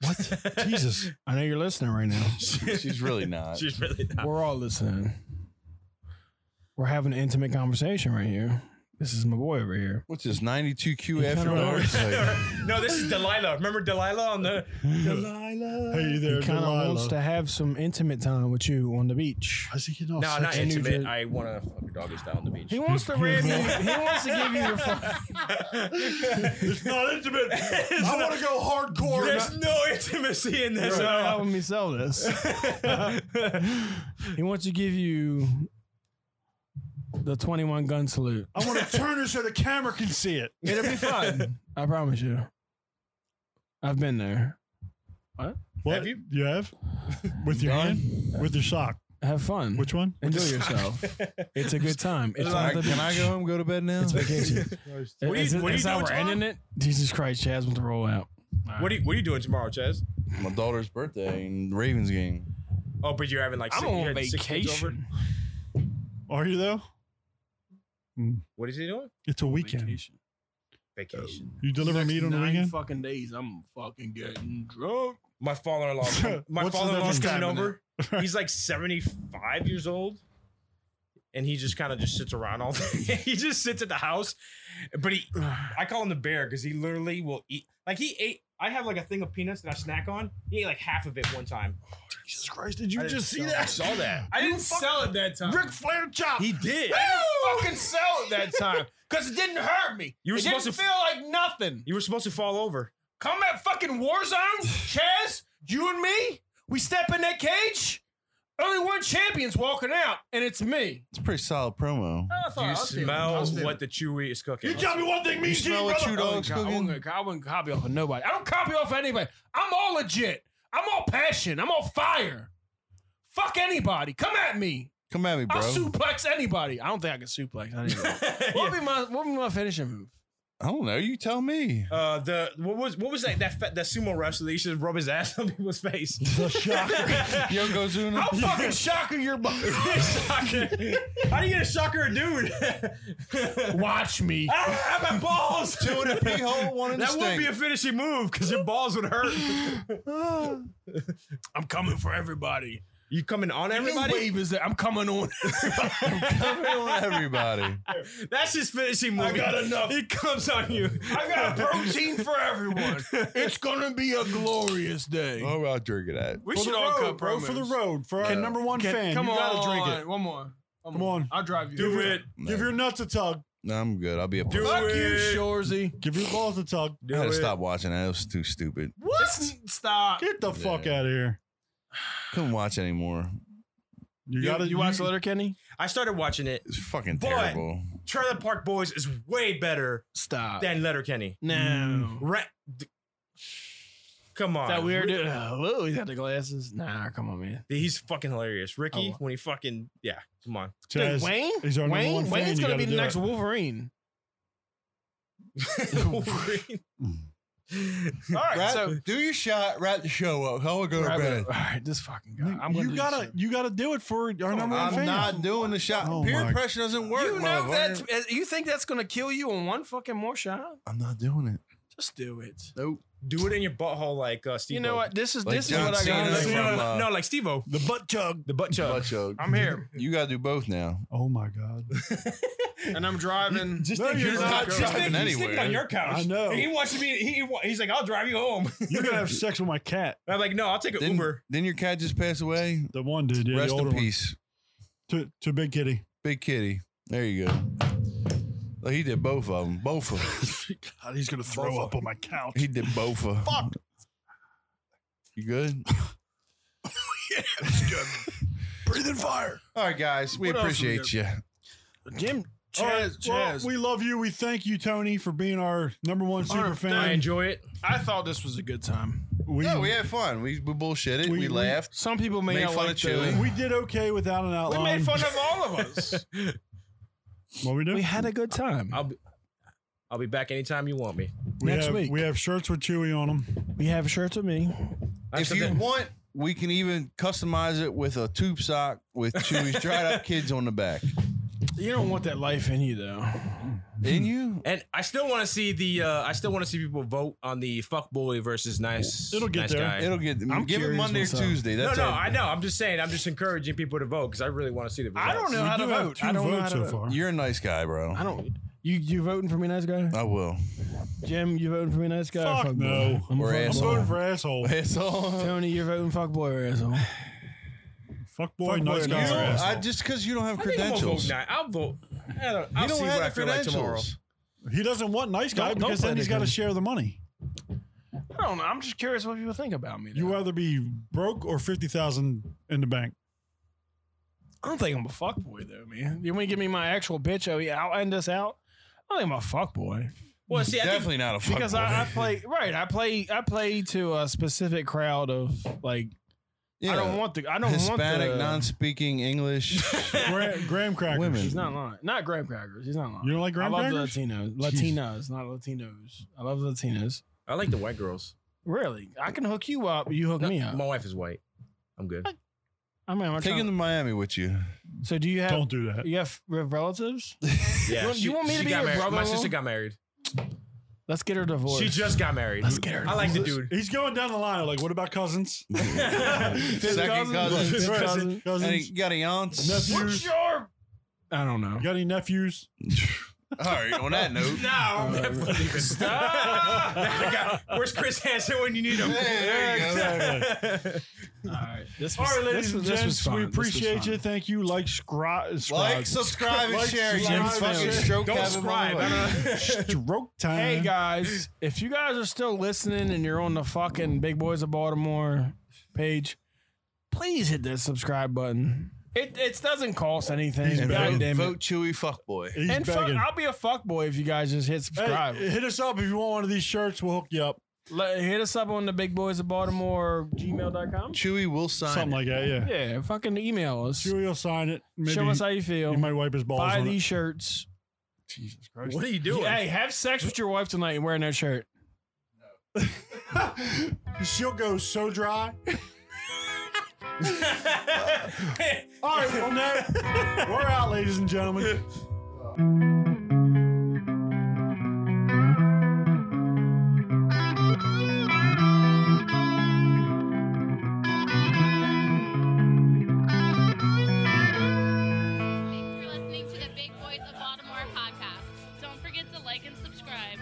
Speaker 3: Jesus.
Speaker 2: I know you're listening right now.
Speaker 5: She's really not.
Speaker 4: She's really not.
Speaker 2: We're all listening. We're having an intimate conversation right here. This is my boy over here.
Speaker 5: What's this? 92 Q
Speaker 2: kinda
Speaker 5: after dark.
Speaker 2: works.
Speaker 5: Like,
Speaker 4: no, this is Delilah. Remember Delilah on the
Speaker 2: Delilah.
Speaker 3: Hey
Speaker 2: He
Speaker 3: there,
Speaker 2: kind of wants
Speaker 3: Delilah.
Speaker 2: to have some intimate time with you on the beach.
Speaker 3: I think you know.
Speaker 4: No, not
Speaker 2: in New
Speaker 4: intimate.
Speaker 2: Jer-
Speaker 4: I want to fuck a doggy style on the beach.
Speaker 2: He wants to rib you. He wants to give you the fuck.
Speaker 3: it's not intimate.
Speaker 4: There's
Speaker 3: I want to go hardcore.
Speaker 4: There's no intimacy in this. uh,
Speaker 2: That's not
Speaker 4: at all.
Speaker 2: helping me sell this. he wants to give you the 21 gun salute.
Speaker 3: I want to turn it so the camera can see it.
Speaker 2: It'll be fun. I promise you. I've been there.
Speaker 3: What?
Speaker 4: Have you?
Speaker 3: You have? With your
Speaker 5: Done?
Speaker 3: hand? With your sock?
Speaker 2: Have fun.
Speaker 3: Which one?
Speaker 2: Enjoy yourself. it's a good time. It's
Speaker 5: can,
Speaker 2: on
Speaker 5: I,
Speaker 2: the
Speaker 5: can I go
Speaker 2: beach.
Speaker 5: home? Go to bed now?
Speaker 2: It's vacation.
Speaker 4: What are you-
Speaker 2: Is it-
Speaker 4: what are you
Speaker 2: is that
Speaker 4: doing
Speaker 2: we're
Speaker 4: tomorrow?
Speaker 2: ending it? Jesus Christ, Chaz with the rollout.
Speaker 4: What are you What are you doing tomorrow, Chaz?
Speaker 5: My daughter's birthday and Ravens game.
Speaker 4: Oh, but you're having like six, you had six kids over?
Speaker 3: Are you though?
Speaker 4: What is he doing?
Speaker 3: It's a weekend.
Speaker 4: Vacation.
Speaker 3: You deliver meat on the weekend?
Speaker 2: fucking days. I'm fucking getting drunk.
Speaker 4: My father-in-law. My
Speaker 3: What's the difference?
Speaker 4: father-in-law's coming over. He's like 75 years old. And he just kind of just sits around all day. he just sits at the house, but he, I call him the bear because he literally will eat. Like he ate. I have like a thing of peanuts that I snack on. He ate like half of it one time.
Speaker 3: Jesus Christ, did you
Speaker 4: I didn't
Speaker 3: just see
Speaker 4: sell
Speaker 3: that?
Speaker 4: it. I saw that. I didn't sell it that time.
Speaker 3: Ric Flair chop.
Speaker 4: He did.
Speaker 11: Fucking sell it that time because it didn't hurt me.
Speaker 4: You were
Speaker 11: it didn't
Speaker 4: supposed to-
Speaker 11: feel like nothing.
Speaker 4: You were supposed to fall over.
Speaker 11: Come at fucking Warzone, Chaz. You and me. We step in that cage. Only one champion's walking out, and it's me.
Speaker 5: It's a pretty solid promo.
Speaker 2: Oh,
Speaker 4: Do you smell what the Chewy is cooking?
Speaker 3: You tell me one thing, me and
Speaker 5: smell what
Speaker 3: brother.
Speaker 5: you
Speaker 2: I
Speaker 5: dogs
Speaker 2: wouldn't, co- I
Speaker 5: cooking?
Speaker 2: wouldn't- I wouldn't copy off of nobody.
Speaker 11: I don't copy off anybody. I'm all legit. I'm all passion. I'm all fire. Fuck anybody. Come at me.
Speaker 5: Come at me, bro.
Speaker 11: I'll suplex anybody.
Speaker 2: Anybody. I don't think I can suplex. anybody. what would be my what would be my finishing move?
Speaker 5: I don't know. You tell me.
Speaker 4: Uh, the what was what was that that fa- that sumo wrestler? They used to rub his ass on people's face.
Speaker 3: The shocker.
Speaker 5: Yokozuna.
Speaker 2: How fucking shocker your bu-
Speaker 4: Shocker. How do you get a shocker, a dude?
Speaker 2: Watch me.
Speaker 4: I don't have my balls.
Speaker 5: Two in the pee hole, one in the
Speaker 4: That would be
Speaker 5: stink.
Speaker 4: a finishing move because your balls would hurt.
Speaker 2: I'm coming for everybody.
Speaker 4: You coming on everybody?
Speaker 2: Wave is there. I'm coming on.
Speaker 5: Coming on everybody.
Speaker 4: That's his finishing move. I got enough. He comes on you.
Speaker 2: I got a protein for everyone. It's gonna be a glorious day.
Speaker 5: Oh, I'll drink it out.
Speaker 2: We
Speaker 3: for the
Speaker 2: should all
Speaker 3: road,
Speaker 2: cut
Speaker 3: bro.
Speaker 2: promos.
Speaker 3: For the road. For our number one fan.
Speaker 2: come
Speaker 3: you gotta
Speaker 2: on.
Speaker 3: drink it.
Speaker 11: One more. One
Speaker 3: Come
Speaker 11: more.
Speaker 3: on.
Speaker 11: I'll drive you.
Speaker 3: Do it.
Speaker 5: No.
Speaker 3: Give your nuts a tug.
Speaker 5: No, I'm good. I'll be a
Speaker 4: Do
Speaker 2: Fuck you,
Speaker 4: it.
Speaker 2: Shorzy.
Speaker 3: Give your balls a tug.
Speaker 5: I had to stop watching that. It was too stupid.
Speaker 2: What? stop.
Speaker 3: Get the
Speaker 5: Yeah.
Speaker 3: fuck out of here.
Speaker 5: Couldn't watch anymore.
Speaker 3: You,
Speaker 2: You,
Speaker 3: gotta
Speaker 2: you watch Letter Kenny?
Speaker 4: I started watching it.
Speaker 5: It's fucking
Speaker 4: But-
Speaker 5: terrible.
Speaker 4: Trailer Park Boys is way better
Speaker 2: Stop.
Speaker 4: than Letterkenny.
Speaker 2: no.
Speaker 4: Ra- d- Come on.
Speaker 2: Is that weird? dude? Oh, whoa, he's got the glasses. Nah, come on, man.
Speaker 4: He's fucking hilarious. Ricky,
Speaker 2: Oh.
Speaker 4: when he fucking, yeah, come on.
Speaker 3: Chaz,
Speaker 2: Dude, Wayne?
Speaker 3: he's our number
Speaker 2: Wayne?
Speaker 3: one fan.
Speaker 2: Wayne's
Speaker 3: You
Speaker 2: gonna
Speaker 3: gotta
Speaker 2: be the
Speaker 3: do
Speaker 2: next
Speaker 3: it.
Speaker 2: Wolverine.
Speaker 4: Wolverine.
Speaker 2: All right, so
Speaker 5: do your shot. Wrap the show up. How we go
Speaker 2: All right, this fucking guy. I'm gonna
Speaker 3: you
Speaker 2: do
Speaker 3: gotta,
Speaker 2: this.
Speaker 3: you gotta do it for our number one
Speaker 5: I'm
Speaker 3: fan.
Speaker 5: not doing the shot.
Speaker 3: Oh
Speaker 5: Peer
Speaker 3: my-
Speaker 5: pressure doesn't work.
Speaker 2: You know
Speaker 5: motherfucker.
Speaker 2: that. uh, You think that's gonna kill you on one fucking more shot?
Speaker 5: I'm not doing it.
Speaker 2: Just do it.
Speaker 5: Nope.
Speaker 4: Do it in your butthole like uh, Steve.
Speaker 2: You know what? This is
Speaker 5: Like
Speaker 2: this
Speaker 5: John
Speaker 2: is what I
Speaker 5: Cena
Speaker 2: got.
Speaker 5: from,
Speaker 2: to
Speaker 5: uh,
Speaker 4: no, like Steve O.
Speaker 3: The butt chug.
Speaker 4: The butt chug.
Speaker 5: Butt chug.
Speaker 2: I'm here
Speaker 5: You gotta do both now.
Speaker 3: Oh my god.
Speaker 2: and I'm driving.
Speaker 4: Just
Speaker 3: No,
Speaker 4: think
Speaker 3: you're
Speaker 4: you're
Speaker 3: not
Speaker 4: not Uh, just
Speaker 5: driving
Speaker 4: think he's
Speaker 5: anywhere.
Speaker 4: sleeping on your couch.
Speaker 3: I know.
Speaker 4: And he wants to be. He, he- he's like, I'll drive you home.
Speaker 3: You're gonna have sex with my cat.
Speaker 4: I'm like, no, I'll take an
Speaker 5: Didn't,
Speaker 4: Uber.
Speaker 5: didn't your cat just pass away?
Speaker 3: The one dude, yeah,
Speaker 5: Rest
Speaker 3: the older
Speaker 5: in peace.
Speaker 3: one. To, to Big Kitty.
Speaker 5: Big kitty. There you go. Oh, he did both of them. Both of them.
Speaker 3: God, he's gonna throw up on my couch.
Speaker 5: He did both of them. Fuck. You good?
Speaker 3: breathing fire.
Speaker 5: All right, guys. We
Speaker 2: What else we
Speaker 5: appreciate you.
Speaker 2: Jim,
Speaker 3: All right,
Speaker 2: Chaz,
Speaker 3: well,
Speaker 2: Chaz.
Speaker 3: we love you. We thank you, Tony, for being our number one super fan.
Speaker 4: enjoy it.
Speaker 2: I thought this was a good time.
Speaker 3: We,
Speaker 5: No, we had fun. We, we bullshitted.
Speaker 3: We-
Speaker 5: We,
Speaker 3: we-
Speaker 5: laughed.
Speaker 2: Some people may
Speaker 5: Made
Speaker 2: not
Speaker 5: fun
Speaker 2: like
Speaker 5: of
Speaker 2: the-
Speaker 5: Chili.
Speaker 3: we did okay without an
Speaker 2: We
Speaker 3: outline.
Speaker 2: made fun of all of us.
Speaker 3: What we do?
Speaker 2: we had a good time.
Speaker 4: I'll be, I'll be back anytime you want me.
Speaker 3: Uh, We
Speaker 2: next
Speaker 3: have,
Speaker 2: week.
Speaker 3: We have shirts with Chewy on them.
Speaker 2: We have shirts with me.
Speaker 5: If you want, we can even customize it with a tube sock with Chewy's dried up kids on the back.
Speaker 2: You don't want that life in you though.
Speaker 5: In you?
Speaker 4: and I still want to see the. Uh, I still want to see people vote on the fuck boy versus nice.
Speaker 3: It'll get
Speaker 4: nice
Speaker 3: there.
Speaker 4: Guy.
Speaker 5: It'll get.
Speaker 2: I'm
Speaker 5: give it
Speaker 2: curious
Speaker 5: Monday or
Speaker 2: what's up.
Speaker 5: Tuesday.
Speaker 4: no,
Speaker 5: That's
Speaker 4: no,
Speaker 5: all.
Speaker 4: I know. I'm just saying. I'm just encouraging people to vote because I really want to see the. Results.
Speaker 2: I don't know
Speaker 3: we
Speaker 2: how to
Speaker 3: do have
Speaker 2: vote.
Speaker 3: two
Speaker 2: I don't know
Speaker 3: votes
Speaker 2: how to
Speaker 3: so
Speaker 2: vote.
Speaker 3: far.
Speaker 5: You're a nice guy, bro.
Speaker 2: I don't. You you voting for me, nice guy?
Speaker 5: I will.
Speaker 2: Jim, you voting for me, nice guy?
Speaker 3: Uh, Fuck
Speaker 2: or fuckboy?
Speaker 3: no.
Speaker 2: I'm a
Speaker 5: Or
Speaker 2: fuckboy.
Speaker 3: I'm
Speaker 5: asshole.
Speaker 3: voting for asshole.
Speaker 5: It's all.
Speaker 2: Tony, you're voting fuck boy or asshole.
Speaker 3: Fuck boy,
Speaker 2: Fuck
Speaker 3: nice
Speaker 2: boy,
Speaker 3: guy.
Speaker 2: nice
Speaker 3: or
Speaker 2: guy.
Speaker 3: asshole.
Speaker 5: I just because you don't have
Speaker 4: I think I'm gonna vote
Speaker 5: credentials.
Speaker 4: nine. I'll vote. I don't,
Speaker 5: You
Speaker 4: I'll
Speaker 5: don't
Speaker 4: see
Speaker 5: have
Speaker 4: what I
Speaker 5: the
Speaker 4: feel like tomorrow.
Speaker 5: credentials.
Speaker 3: he doesn't want nice guy
Speaker 2: Don't- don't
Speaker 3: because
Speaker 2: play
Speaker 3: then he's
Speaker 2: that
Speaker 3: got to
Speaker 2: game.
Speaker 3: share the money.
Speaker 2: I don't know. I'm just curious what people think about me.
Speaker 3: You
Speaker 2: though.
Speaker 3: rather be broke or fifty thousand in the bank.
Speaker 2: I don't think I'm a fuck boy though, man. You want to give me my actual bitch? Oh yeah, I'll end this out. I don't think I'm a fuck boy
Speaker 4: Well, see, I think
Speaker 5: Definitely not a fuck
Speaker 2: because I, I play right. I play I play to a specific crowd of like I don't want the I don't
Speaker 5: Hispanic,
Speaker 2: want the
Speaker 5: non-speaking English.
Speaker 3: Gra- Graham crackers.
Speaker 5: Women.
Speaker 2: He's not lying. Not graham crackers. He's not lying.
Speaker 3: You don't like
Speaker 2: I
Speaker 3: graham
Speaker 2: love
Speaker 3: crackers?
Speaker 2: Latinos. Latinos, not Latinos. I love Latinos.
Speaker 4: I like the white girls.
Speaker 2: Really, I can hook you up. You hook
Speaker 4: No,
Speaker 2: me up.
Speaker 4: My wife is white. I'm good.
Speaker 2: I mean, I'm
Speaker 5: Take him to
Speaker 2: trying,
Speaker 5: Miami with you.
Speaker 2: so do you have
Speaker 3: Don't do that.
Speaker 2: you have re- relatives?
Speaker 4: Yeah,
Speaker 2: You want- you want me to
Speaker 4: she
Speaker 2: be
Speaker 4: got
Speaker 2: your
Speaker 4: married. My
Speaker 2: brother-in-law?
Speaker 4: sister got married.
Speaker 2: Let's get her divorced.
Speaker 4: She just got married.
Speaker 2: Let's get her
Speaker 4: I like the
Speaker 2: divorced.
Speaker 4: dude.
Speaker 3: He's going down the line. Like, what about cousins?
Speaker 5: Second cousin.
Speaker 3: Right,
Speaker 2: cousin.
Speaker 5: And
Speaker 3: cousins.
Speaker 5: he got a aunt.
Speaker 3: nephews.
Speaker 2: your? I don't know.
Speaker 3: You got any nephews?
Speaker 5: All right. On that note.
Speaker 4: No, I'm definitely leaving. Stop. Where's Chris Hansen when you need him?
Speaker 5: Hey, there you go.
Speaker 2: All right, this
Speaker 3: All
Speaker 2: was,
Speaker 3: right, ladies
Speaker 2: this was,
Speaker 3: and
Speaker 2: this was
Speaker 3: gents,
Speaker 2: fun.
Speaker 3: we
Speaker 2: This was
Speaker 3: appreciate
Speaker 2: fun.
Speaker 3: you. Thank you. Like, scri-
Speaker 5: Like, subscribe, and
Speaker 3: Like,
Speaker 5: share. You
Speaker 3: subscribe,
Speaker 5: fucking
Speaker 3: share.
Speaker 5: stroke
Speaker 4: Don't
Speaker 5: having
Speaker 4: subscribe.
Speaker 5: motherfucker.
Speaker 3: stroke time.
Speaker 2: Hey guys, if you guys are still listening and you're on the fucking Big Boys of Baltimore page, please hit that subscribe button. It it doesn't cost anything.
Speaker 3: He's
Speaker 2: God
Speaker 3: begging.
Speaker 2: damn it.
Speaker 5: Vote Chewy fuckboy.
Speaker 3: He's
Speaker 2: and fuck,
Speaker 3: begging.
Speaker 2: I'll be a fuckboy if you guys just hit subscribe.
Speaker 3: Hey, hit us up if you want one of these shirts. We'll hook you up.
Speaker 2: Let- hit us up on the Big Boys of Baltimore gmail.com.
Speaker 5: Chewy will sign.
Speaker 3: Something like that, yeah.
Speaker 2: Yeah, fucking email us.
Speaker 3: Chewy will sign it. Maybe
Speaker 2: Show us how you feel.
Speaker 3: he might wipe his balls
Speaker 2: Buy
Speaker 3: on it.
Speaker 2: these shirts.
Speaker 3: Jesus Christ.
Speaker 4: What are you doing?
Speaker 2: Hey, have sex with your wife tonight and wearing that shirt.
Speaker 3: She'll go so dry. All right, well, no. We're out, ladies and gentlemen.
Speaker 12: Thanks for listening to the Big Boys of Baltimore podcast. Don't forget to like and subscribe.